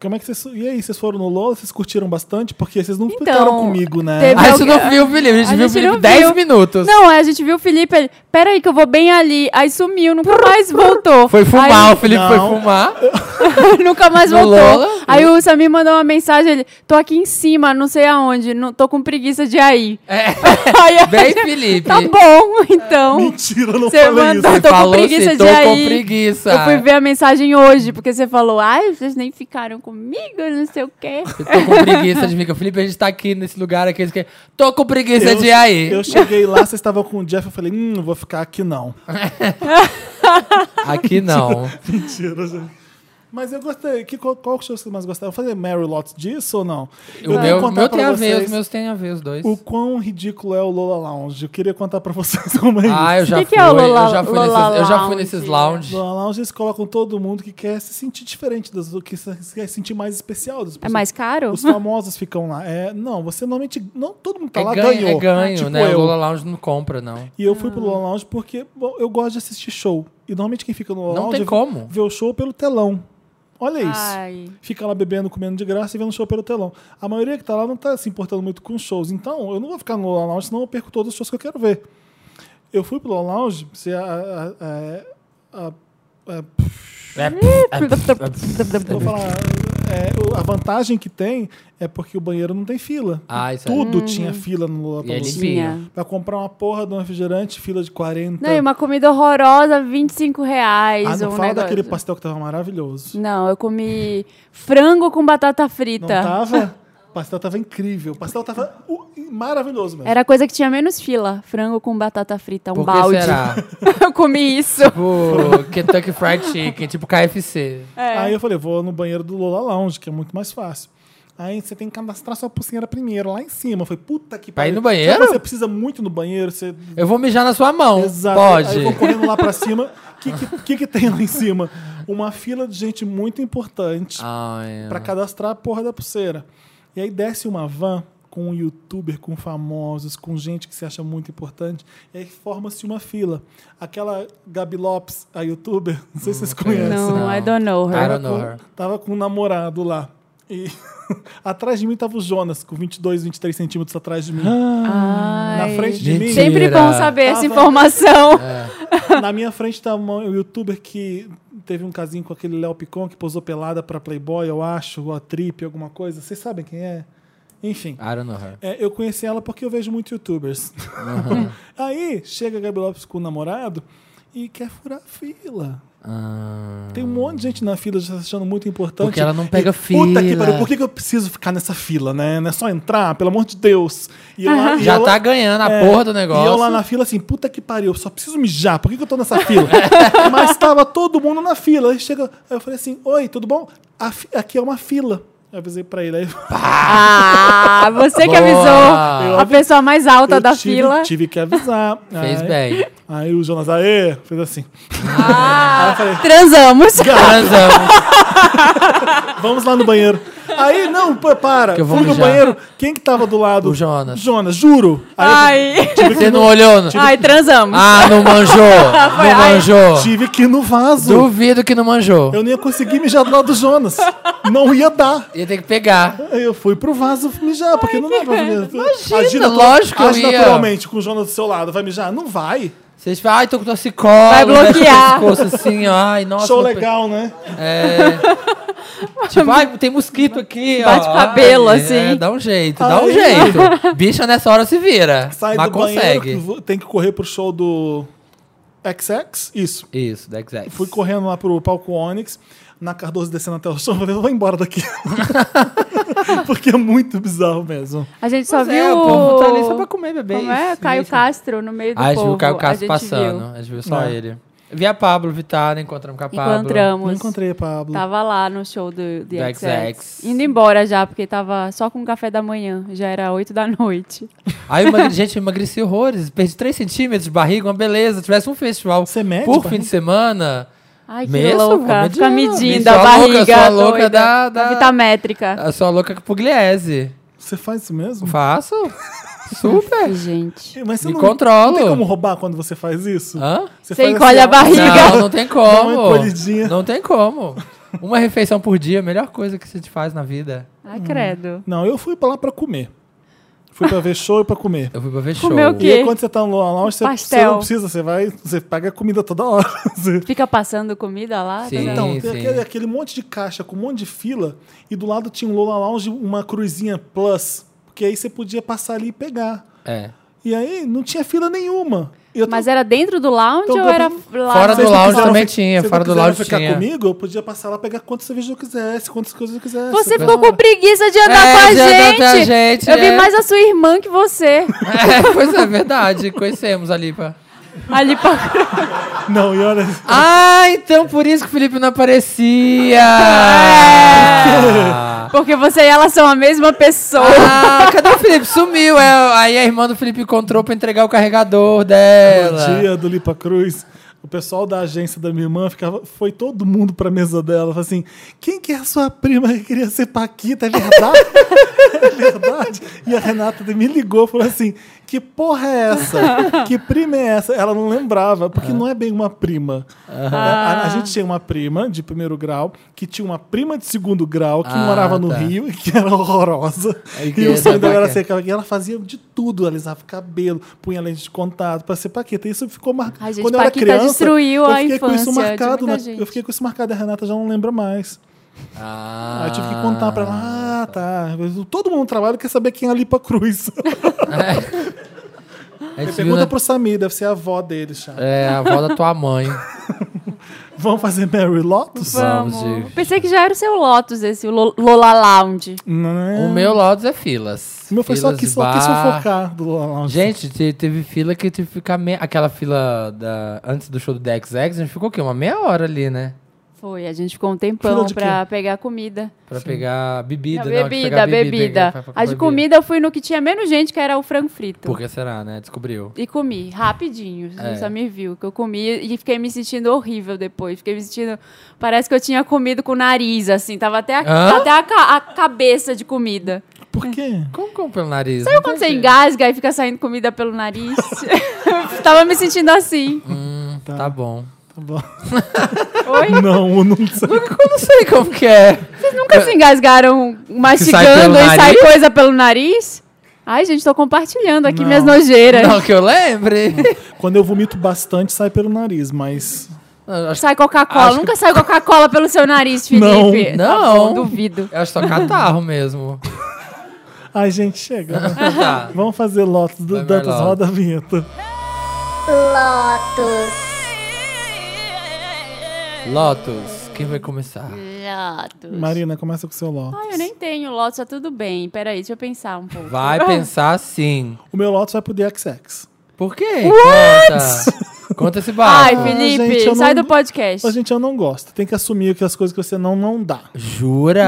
Speaker 1: Como é que vocês. E aí, vocês foram no Lola? Vocês curtiram bastante? Porque vocês não ficaram comigo, né?
Speaker 3: Então, teve-
Speaker 2: A gente não viu o Felipe, a gente
Speaker 3: A
Speaker 2: viu o
Speaker 3: gente
Speaker 2: Felipe
Speaker 3: não
Speaker 2: 10
Speaker 3: viu.
Speaker 2: minutos.
Speaker 3: Não, é, a gente viu o Felipe, ele, peraí que eu vou bem ali. Aí sumiu, nunca mais voltou.
Speaker 2: Foi fumar, o
Speaker 3: Aí,
Speaker 2: Felipe foi
Speaker 1: Não.
Speaker 2: fumar.
Speaker 3: nunca mais
Speaker 2: No
Speaker 3: voltou.
Speaker 2: Lola?
Speaker 3: Aí o Samir mandou uma mensagem, ele, tô aqui em cima, não sei aonde, não, tô com preguiça de ir aí.
Speaker 2: É.
Speaker 3: Aí a
Speaker 2: Bem,
Speaker 3: gente,
Speaker 2: Felipe.
Speaker 3: Tá bom, então.
Speaker 1: Mentira, eu não
Speaker 3: Você
Speaker 1: falei
Speaker 3: mandou,
Speaker 1: isso.
Speaker 3: tô com
Speaker 2: falou
Speaker 3: preguiça
Speaker 2: assim,
Speaker 3: de
Speaker 2: tô
Speaker 3: ir
Speaker 2: com
Speaker 3: aí.
Speaker 2: preguiça.
Speaker 3: Eu fui ver a mensagem hoje, porque você falou, ai, vocês nem ficaram comigo, não sei o quê.
Speaker 2: Eu tô com preguiça de ficar. Felipe, a gente tá aqui nesse lugar aqui. eles que- Tô com preguiça de ir aí.
Speaker 1: eu cheguei lá, vocês estavam com o Jeff, eu falei, hum, não vou ficar aqui não.
Speaker 2: Aqui não.
Speaker 1: Mentira, gente. Mas eu gostei. Que, qual, qual show vocês mais gostaram? Fazer Mary Lots disso ou não?
Speaker 2: O
Speaker 1: tenho que
Speaker 2: meu,
Speaker 1: contar
Speaker 2: meu
Speaker 1: pra
Speaker 2: tem a ver,
Speaker 1: vocês
Speaker 2: os meus tem a ver, os dois.
Speaker 1: O quão ridículo é o Lola Lounge. Eu queria contar pra vocês como é isso.
Speaker 2: Ah, eu já
Speaker 3: Que que
Speaker 2: fui.
Speaker 3: é o Lola-
Speaker 2: eu já fui
Speaker 3: Lola
Speaker 2: nesses, eu já fui
Speaker 3: Lounge?
Speaker 2: nesses lounge.
Speaker 1: Lola Lounge, eles colocam todo mundo que quer se sentir diferente, das, que se- quer se sentir mais especial. Das
Speaker 3: É
Speaker 1: pessoas.
Speaker 3: mais caro?
Speaker 1: Os famosos ficam lá. É, não, você normalmente. Não, todo mundo tá
Speaker 2: é
Speaker 1: lá,
Speaker 2: ganho,
Speaker 1: ganhou.
Speaker 2: é ganho,
Speaker 1: Tipo
Speaker 2: né?
Speaker 1: eu.
Speaker 2: O Lola Lounge não compra, não.
Speaker 1: E eu fui pro Lola Lounge porque bom, eu gosto de assistir show. E normalmente quem fica no Lola
Speaker 2: Não
Speaker 1: Lounge
Speaker 2: tem como.
Speaker 1: vê o show pelo telão. Olha isso.
Speaker 3: Ai.
Speaker 1: Fica lá bebendo, comendo de graça e vendo show pelo telão. A maioria que tá lá não tá se importando muito com shows. Então, eu não vou ficar no Lola Lounge, senão eu perco todos os shows que eu quero ver. Eu fui pro Lola Lounge, se a- a- a- a- a-
Speaker 2: É,
Speaker 1: vou falar. é, o- a vantagem que tem é porque o banheiro não tem fila.
Speaker 2: Ah, isso aí.
Speaker 1: Tudo tinha fila no
Speaker 2: E é
Speaker 1: Lollapalooza.
Speaker 2: limpinho.
Speaker 1: Pra comprar uma porra de um refrigerante, fila de 40.
Speaker 3: Não, e uma comida horrorosa, 25 reais.
Speaker 1: ah, não
Speaker 3: um
Speaker 1: fala
Speaker 3: negócio.
Speaker 1: daquele pastel que tava maravilhoso.
Speaker 3: Não, eu comi frango com batata
Speaker 1: Não
Speaker 3: frita.
Speaker 1: tava? O pastel tava incrível. O pastel tava uh, maravilhoso mesmo.
Speaker 3: Era a coisa que tinha menos fila. Frango com batata frita, um
Speaker 2: Por que
Speaker 3: balde.
Speaker 2: será?
Speaker 3: eu comi isso.
Speaker 2: Tipo Kentucky Fried Chicken, tipo KFC.
Speaker 3: É.
Speaker 1: Aí eu falei, vou no banheiro do Lola Lounge, que é muito mais fácil. Aí você tem que cadastrar sua pulseira primeiro, lá em cima. Eu falei, puta que
Speaker 2: Pra ir no
Speaker 1: pariu.
Speaker 2: banheiro?
Speaker 1: Sabe quando Você precisa muito no banheiro, você
Speaker 2: Eu vou mijar na sua mão.
Speaker 1: Exato. Aí
Speaker 2: Pode.
Speaker 1: eu vou correndo lá pra cima. O que, que, que que tem lá em cima? Uma fila de gente muito importante
Speaker 2: Ah,
Speaker 1: pra
Speaker 2: Ai,
Speaker 1: cadastrar a porra da pulseira. E aí desce uma van com um youtuber, com famosos, com gente que se acha muito importante. E aí forma-se uma fila. Aquela Gabi Lopes, a youtuber, não sei se vocês conhecem.
Speaker 3: Não,
Speaker 2: Não.
Speaker 3: I don't know her.
Speaker 2: I don't know
Speaker 1: com-
Speaker 2: her.
Speaker 1: Tava com um namorado lá. E atrás de mim tava o Jonas, com 22, 23 centímetros atrás de mim.
Speaker 3: Ah,
Speaker 1: Na
Speaker 3: Ai.
Speaker 1: frente de mim.
Speaker 2: Gente,
Speaker 3: Sempre bom
Speaker 2: Mentira.
Speaker 3: saber essa
Speaker 1: Tava-
Speaker 3: informação.
Speaker 1: Na minha frente tá uma- um youtuber que teve um casinho com aquele Léo Picon que posou pelada pra Playboy, eu acho, ou a Trip, alguma coisa. Vocês sabem quem é? Enfim.
Speaker 2: I don't know her.
Speaker 1: É, eu conheci ela porque eu vejo muitos youtubers. Aí chega a Gabi Lopes com o namorado e quer furar a fila.
Speaker 2: Ah.
Speaker 1: Tem um monte de gente na fila já se achando muito importante.
Speaker 2: Porque ela não pega
Speaker 1: e, Puta que
Speaker 2: fila.
Speaker 1: pariu, por que que eu preciso ficar nessa fila, né? Não é só entrar, pelo amor de Deus. E eu lá- e
Speaker 2: Já
Speaker 1: eu lá-
Speaker 2: tá ganhando a
Speaker 1: é,
Speaker 2: porra do
Speaker 1: E eu
Speaker 2: negócio.
Speaker 1: lá na fila assim, puta que pariu, eu só preciso mijar, por que, que eu tô nessa fila? Mas tava todo mundo na fila. Aí chega, aí eu falei assim, oi, tudo bom? A fi- aqui é uma fila. Eu avisei pra ele. Aí
Speaker 3: Ah, você que avisou
Speaker 2: Boa.
Speaker 3: a pessoa mais alta
Speaker 1: eu
Speaker 3: da
Speaker 1: tive,
Speaker 3: fila.
Speaker 1: Tive que avisar.
Speaker 2: Fez
Speaker 1: aí,
Speaker 2: bem.
Speaker 1: Aí o Jonas, aê, fez assim.
Speaker 3: Ah, transamos.
Speaker 2: Transamos.
Speaker 1: Vamos lá no banheiro. Aí, não, pô, para.
Speaker 2: Que eu vou
Speaker 1: Fui no
Speaker 2: mijar.
Speaker 1: banheiro. Quem que tava do lado?
Speaker 2: O Jonas.
Speaker 1: Jonas, juro. Aí
Speaker 3: Ai,
Speaker 1: eu tive que
Speaker 2: Você
Speaker 1: ir
Speaker 2: não
Speaker 1: no-
Speaker 2: olhou? não?
Speaker 3: ai, transamos.
Speaker 2: Ah, não manjou. Não manjou.
Speaker 1: Tive que ir no vaso.
Speaker 2: Duvido que não manjou.
Speaker 1: Eu não ia conseguir mijar do lado do Jonas. Não ia dar.
Speaker 2: Ia ter que pegar.
Speaker 1: Aí Eu fui pro vaso mijar, porque não dá pra mijar. Age
Speaker 2: lógico que eu
Speaker 1: age
Speaker 2: ia.
Speaker 1: naturalmente com o Jonas do seu lado. Vai mijar? Não vai.
Speaker 2: Vocês falam, ai, tô com torcicolo.
Speaker 3: Vai
Speaker 2: né, com
Speaker 3: bloquear.
Speaker 2: o pescoço assim, ó, ai, nossa.
Speaker 1: Show
Speaker 2: meu pe-
Speaker 1: legal, né?
Speaker 2: Tipo, ai, tem mosquito aqui, ó.
Speaker 3: Bate cabelo,
Speaker 2: Ai,
Speaker 3: assim.
Speaker 2: É, dá um jeito, dá um
Speaker 1: Ai.
Speaker 2: jeito. Bicha nessa hora se vira.
Speaker 1: Sai
Speaker 2: mas
Speaker 1: do
Speaker 2: consegue.
Speaker 1: banheiro, vo- tem que correr pro show do XX. Isso.
Speaker 2: Isso, da exact.
Speaker 1: Fui correndo lá pro palco Onyx, na Cardoso descendo até o chão. Falei, eu vou embora daqui. porque é muito bizarro mesmo.
Speaker 3: A gente só
Speaker 2: Pois
Speaker 3: viu.
Speaker 2: é, o povo tá ali só pra comer, bebê.
Speaker 3: Como é?
Speaker 2: Isso,
Speaker 3: Caio
Speaker 2: isso.
Speaker 3: Castro no meio do
Speaker 2: Aí a gente
Speaker 3: povo.
Speaker 2: viu o Caio Castro
Speaker 3: a gente
Speaker 2: passando.
Speaker 3: viu.
Speaker 2: A gente viu só
Speaker 1: É.
Speaker 2: ele. Vi a Pablo Vittar, encontramos com a Pablo.
Speaker 1: Não
Speaker 3: Encontramos.
Speaker 1: encontrei a Pablo.
Speaker 3: Tava lá no show do, de
Speaker 2: Do
Speaker 3: XX.
Speaker 2: XX.
Speaker 3: Indo embora já, porque tava só com café da manhã. Já era 8 da noite.
Speaker 2: Aí, eu emagre- gente, eu emagreci horrores. Perdi 3 centímetros de barriga, uma beleza. Tivesse um festival
Speaker 1: Você mede
Speaker 2: por fim
Speaker 1: barriga?
Speaker 2: de semana.
Speaker 3: Ai, que
Speaker 2: Mesmo?
Speaker 3: louca.
Speaker 2: Comediante.
Speaker 3: Fica medindo
Speaker 2: Sou
Speaker 3: a
Speaker 2: a louca,
Speaker 3: barriga.
Speaker 2: sou a louca
Speaker 3: doida.
Speaker 2: da- da-
Speaker 3: Vitamétrica.
Speaker 2: Eu sou a louca por Gliese.
Speaker 1: Você faz isso mesmo?
Speaker 2: Faço? Super.
Speaker 3: Gente.
Speaker 1: Mas você
Speaker 2: Me
Speaker 1: não,
Speaker 2: controlo.
Speaker 1: não tem como roubar quando você faz isso?
Speaker 2: Hã?
Speaker 3: Você
Speaker 1: faz
Speaker 3: encolhe a
Speaker 1: assim, ó.
Speaker 3: barriga.
Speaker 2: Não, não tem como.
Speaker 1: Dá uma encolhidinha.
Speaker 2: Não tem como. Uma refeição por dia, é a melhor coisa que a gente faz na vida.
Speaker 3: Ai, credo.
Speaker 1: Hum. Não, eu fui pra lá pra comer. Fui pra ver show e pra comer.
Speaker 2: Eu fui pra ver show.
Speaker 3: Comeu o quê?
Speaker 1: E aí, quando você tá no lounge, você, você
Speaker 3: Pastel.
Speaker 1: não precisa, você vai, você paga comida toda hora. Você-
Speaker 3: Fica passando comida lá?
Speaker 2: Sim.
Speaker 3: tá?
Speaker 1: Então, tem
Speaker 2: sim.
Speaker 1: aquele, aquele monte de caixa com um monte de fila, e do lado tinha um Lola Lounge, uma cruzinha plus, porque aí você podia passar ali e pegar.
Speaker 2: É.
Speaker 1: E aí não tinha fila nenhuma. E eu
Speaker 3: Mas
Speaker 1: tô-
Speaker 3: era dentro do lounge
Speaker 1: Então,
Speaker 3: ou era
Speaker 1: eu-
Speaker 3: lá?
Speaker 2: Fora
Speaker 3: no-
Speaker 1: vocês
Speaker 2: do
Speaker 1: não
Speaker 2: lounge
Speaker 1: quiseram
Speaker 2: também
Speaker 1: fi-
Speaker 2: tinha,
Speaker 1: vocês
Speaker 2: fora
Speaker 1: não
Speaker 2: do lounge
Speaker 1: quiseram
Speaker 2: tinha.
Speaker 1: ficar comigo, eu podia passar lá, pegar quantas cervejas eu quisesse, quantas coisas eu quisesse.
Speaker 3: Você
Speaker 1: Eu-
Speaker 3: ficou com preguiça de andar Tá
Speaker 2: É,
Speaker 3: com a
Speaker 2: de andar com a
Speaker 3: gente.
Speaker 2: gente,
Speaker 3: Eu vi
Speaker 2: é.
Speaker 3: mais a sua irmã que você.
Speaker 2: É, pois é, verdade. Conhecemos ali. Pra...
Speaker 3: Ali pra...
Speaker 1: Não, e olha...
Speaker 2: Ah, então por isso que o Felipe não aparecia. Ah.
Speaker 3: É. Porque você e ela são a mesma pessoa.
Speaker 2: Ah, cadê o Felipe? Sumiu. É, aí a irmã do Felipe encontrou pra entregar o carregador dela.
Speaker 1: No dia do Lipa Cruz, o pessoal da agência da minha irmã ficava, foi todo mundo pra mesa dela. Falou assim: quem que é a sua prima que queria ser Paquita? É verdade? é verdade? E a Renata me ligou falou assim: que porra é essa? Que prima é essa? Ela não lembrava, porque não é bem uma prima. A, a- a gente tinha uma prima de primeiro grau, que tinha uma prima de segundo grau, que
Speaker 2: Ah,
Speaker 1: morava no
Speaker 2: tá.
Speaker 1: Rio e que era horrorosa.
Speaker 2: Aí que
Speaker 1: E o sonho dela era
Speaker 2: babaca.
Speaker 1: ser paqueta. E ela fazia de tudo, alisava o cabelo, punha lente de contato pra ser paqueta. Isso ficou marcado.
Speaker 3: Ai, gente,
Speaker 1: Quando eu era
Speaker 3: paquita
Speaker 1: criança,
Speaker 3: destruiu
Speaker 1: eu
Speaker 3: a
Speaker 1: fiquei com isso
Speaker 3: infância de
Speaker 1: marcado.
Speaker 3: muita
Speaker 1: na-
Speaker 3: gente.
Speaker 1: Eu fiquei com isso marcado, a Renata já não lembra mais.
Speaker 2: Ah,
Speaker 1: Aí eu tive que contar pra ela, ah, tá. Todo mundo no trabalho quer saber quem é a Lipa Cruz.
Speaker 2: É. A gente viu
Speaker 1: Pergunta
Speaker 2: na...
Speaker 1: pro Samir, deve ser a avó dele, já.
Speaker 2: É, a avó da tua mãe.
Speaker 1: Vamos fazer Mary Lotus?
Speaker 2: Vamos,
Speaker 3: Vamos.
Speaker 2: Gigi.
Speaker 3: Pensei que já era o seu Lotus, esse o Lo- Lola Lounge.
Speaker 1: Não,
Speaker 2: O meu Lotus é filas.
Speaker 1: O meu foi só
Speaker 2: Filas
Speaker 1: que
Speaker 2: de
Speaker 1: só quis
Speaker 2: bar.
Speaker 1: fofocar do Lounge.
Speaker 2: Gente, te- teve fila que teve que ficar meia... Aquela fila da... antes do show do DXX, a gente ficou o quê? Uma meia hora ali, né?
Speaker 3: Foi, a gente ficou um
Speaker 1: Fila
Speaker 3: tempão
Speaker 1: de
Speaker 3: pra pegar comida.
Speaker 2: Pra pegar bebida,
Speaker 3: Não,
Speaker 2: né?
Speaker 3: bebida,
Speaker 2: Pegar
Speaker 3: bebida.
Speaker 2: pra- pra- pra
Speaker 3: A de
Speaker 2: beber.
Speaker 3: comida eu fui no que tinha menos gente, que era o frango frito.
Speaker 2: Por que será, né? Descobriu.
Speaker 3: E comi, rapidinho.
Speaker 2: É.
Speaker 3: O Samir viu que eu comi e fiquei me sentindo horrível depois. Fiquei me sentindo. Parece que eu tinha comido com o nariz, assim. Tava até a,
Speaker 2: Hã?
Speaker 3: até a, ca- a cabeça de comida. É.
Speaker 1: Por quê?
Speaker 2: Como como pelo nariz? né?
Speaker 3: Sabe quando você engasga e fica saindo comida pelo nariz? Tava me sentindo assim.
Speaker 2: Tá, bom.
Speaker 1: Tá bom.
Speaker 3: Oi?
Speaker 1: Não, eu não sei.
Speaker 2: Eu não sei como que é.
Speaker 3: Nunca se engasgaram mastigando
Speaker 2: pelo
Speaker 3: e sai
Speaker 2: nariz?
Speaker 3: coisa pelo nariz? Ai, gente, tô compartilhando aqui
Speaker 1: Não.
Speaker 3: minhas nojeiras.
Speaker 2: Não, que eu lembre.
Speaker 1: Quando eu vomito bastante, sai pelo nariz, mas.
Speaker 2: Não, acho,
Speaker 3: Sai Coca-Cola.
Speaker 2: Acho que-
Speaker 3: Nunca sai Coca-Cola pelo seu nariz,
Speaker 1: Não.
Speaker 3: Felipe. Tá
Speaker 2: Não.
Speaker 3: bom, duvido.
Speaker 2: eu acho só catarro mesmo.
Speaker 1: Ai, gente, chega. né?
Speaker 2: tá.
Speaker 1: Vamos fazer Lotus do
Speaker 2: Vai,
Speaker 1: Dantas,
Speaker 2: vai, Lotus.
Speaker 1: roda a vinheta.
Speaker 2: Lotus, quem vai começar?
Speaker 1: Marina, começa com o seu Lotus.
Speaker 3: Ai, Ah, eu nem tenho Lotus, tá tudo bem. Peraí, deixa eu pensar um pouco.
Speaker 2: Vai pensar sim.
Speaker 1: O meu Lotus vai pro DXX.
Speaker 2: Por quê? Conta. Conta esse
Speaker 3: Ai,
Speaker 2: barco.
Speaker 3: Felipe,
Speaker 1: Ah, gente, eu
Speaker 3: sai
Speaker 1: não-
Speaker 3: do podcast.
Speaker 1: Mas, gente, eu não gosto. Tem que assumir que as coisas que você não, não dá. Não
Speaker 2: Jura?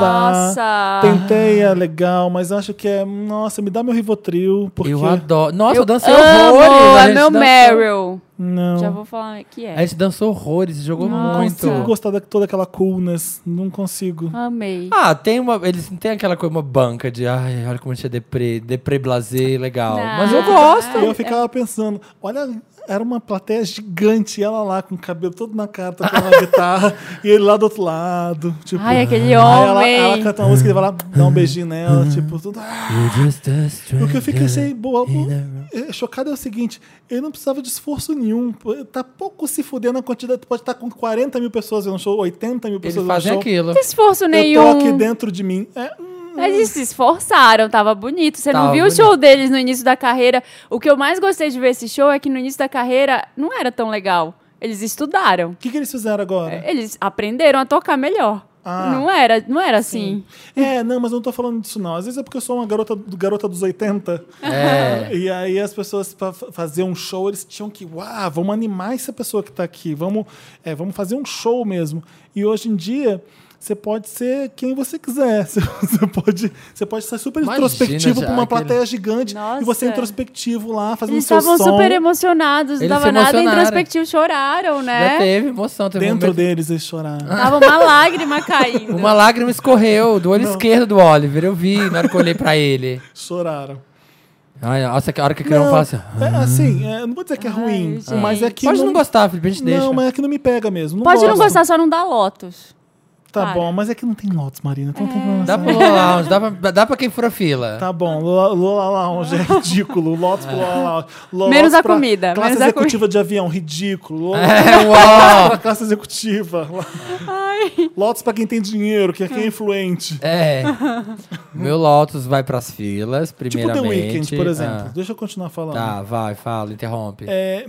Speaker 1: dá.
Speaker 3: Nossa.
Speaker 1: Tentei, é legal, mas acho que é. Nossa, me dá meu Rivotril, porque.
Speaker 2: Eu adoro. Nossa, eu, dancei
Speaker 3: Amo,
Speaker 2: horrores. A
Speaker 3: é
Speaker 2: gente
Speaker 3: meu
Speaker 2: dançou-
Speaker 3: Meryl.
Speaker 1: Não.
Speaker 3: Já vou falar que
Speaker 2: A
Speaker 3: é.
Speaker 2: gente dançou horrores, jogou
Speaker 1: Não
Speaker 2: muito.
Speaker 1: consigo gostar de toda aquela coolness. Não consigo.
Speaker 3: Amei.
Speaker 2: Ah, tem uma. Eles não tem aquela coisa, uma banca de. Ai, olha como a gente é deprê, deprê blazer, legal.
Speaker 3: Não.
Speaker 2: Mas eu gosto.
Speaker 1: E eu ficava pensando, olha, era uma plateia gigante, e ela lá com o cabelo todo na cara, tocando a guitarra, e ele lá do outro lado. Tipo,
Speaker 3: Ai, aquele
Speaker 1: Aí ela,
Speaker 3: homem.
Speaker 1: ela canta uma música, ele vai lá, dá um beijinho nela, tipo, tudo. ah.
Speaker 2: You're just a
Speaker 1: O que eu fiquei
Speaker 2: stranger
Speaker 1: assim, boa,
Speaker 2: in a-
Speaker 1: é, chocado é o seguinte: ele não precisava de esforço nenhum. pô, Tá pouco se fudendo a quantidade. Pode estar com 40 mil pessoas vendo um show, 80 mil
Speaker 2: Eles
Speaker 1: pessoas vendo um
Speaker 2: fazem
Speaker 1: show.
Speaker 2: aquilo.
Speaker 3: Não tem esforço
Speaker 1: Eu tô aqui
Speaker 3: nenhum.
Speaker 1: dentro de mim. É, hum,
Speaker 3: Mas eles se esforçaram, tava bonito. Você não
Speaker 2: Tava
Speaker 3: viu
Speaker 2: bonito.
Speaker 3: o show deles no início da carreira? O que eu mais gostei de ver esse show é que no início da carreira não era tão legal. Eles estudaram.
Speaker 1: o que, que eles fizeram agora?
Speaker 3: Eles aprenderam a tocar melhor.
Speaker 1: Ah.
Speaker 3: Não era, não era assim.
Speaker 1: É, não, mas eu não tô falando disso, não. Às vezes é porque eu sou uma garota, do- garota dos 80.
Speaker 2: É.
Speaker 1: E aí as pessoas, pra fa- fazer um show, eles tinham que, uau, vamos animar essa pessoa que tá aqui, vamos, é, vamos fazer um show mesmo. E hoje em dia. Você pode ser quem você quiser. Você- Você pode, você pode ser super
Speaker 2: Imagina,
Speaker 1: introspectivo pra uma
Speaker 2: aquele-
Speaker 1: plateia gigante e
Speaker 3: Nossa.
Speaker 1: você é introspectivo lá, fazendo
Speaker 3: Eles
Speaker 1: seu som
Speaker 3: estavam super emocionados, não
Speaker 2: Eles
Speaker 3: dava
Speaker 2: se
Speaker 3: nada
Speaker 2: emocionaram.
Speaker 3: introspectivo, choraram,
Speaker 2: Já
Speaker 3: né?
Speaker 2: teve emoção, teve um
Speaker 1: dentro
Speaker 2: momento- Ah,
Speaker 1: deles e chorar.
Speaker 3: Tava uma lágrima caindo.
Speaker 2: Uma lágrima escorreu do olho esquerdo do Oliver. Eu vi na hora que eu olhei pra ele.
Speaker 1: Choraram.
Speaker 2: Ai, nossa, que hora que a criança fala assim.
Speaker 1: é, assim, é, não vou dizer que é ruim,
Speaker 3: gente.
Speaker 1: mas é que
Speaker 2: Pode não gostar, Felipe, a gente deixa.
Speaker 1: Não, mas é que não me pega mesmo. Não
Speaker 3: Pode não
Speaker 1: gosto.
Speaker 3: gostar, só não dá lotos.
Speaker 1: Tá
Speaker 3: Para. É.
Speaker 1: bom, mas é que não tem Lotus, Marina. Então tem problema.
Speaker 2: Dá pro Lola Lounge, dá pra, dá pra quem fura fila.
Speaker 1: Tá bom, Lola Lola Lounge é ridículo. Lotus pro Lola Lounge. Lola
Speaker 3: Menos
Speaker 1: Lounge
Speaker 3: a
Speaker 1: pra
Speaker 3: comida,
Speaker 1: Classe
Speaker 3: menos a
Speaker 1: executiva de avião, ridículo. Lola
Speaker 2: É, uau.
Speaker 1: pra classe executiva. Lotus pra quem tem dinheiro, que é quem é influente.
Speaker 2: É. Meu Lotus vai pras filas,
Speaker 1: Tipo The
Speaker 2: primeiramente.
Speaker 1: Weeknd, por exemplo.
Speaker 2: Ah.
Speaker 1: Deixa eu continuar falando.
Speaker 2: Tá, vai, fala, interrompe.
Speaker 1: É,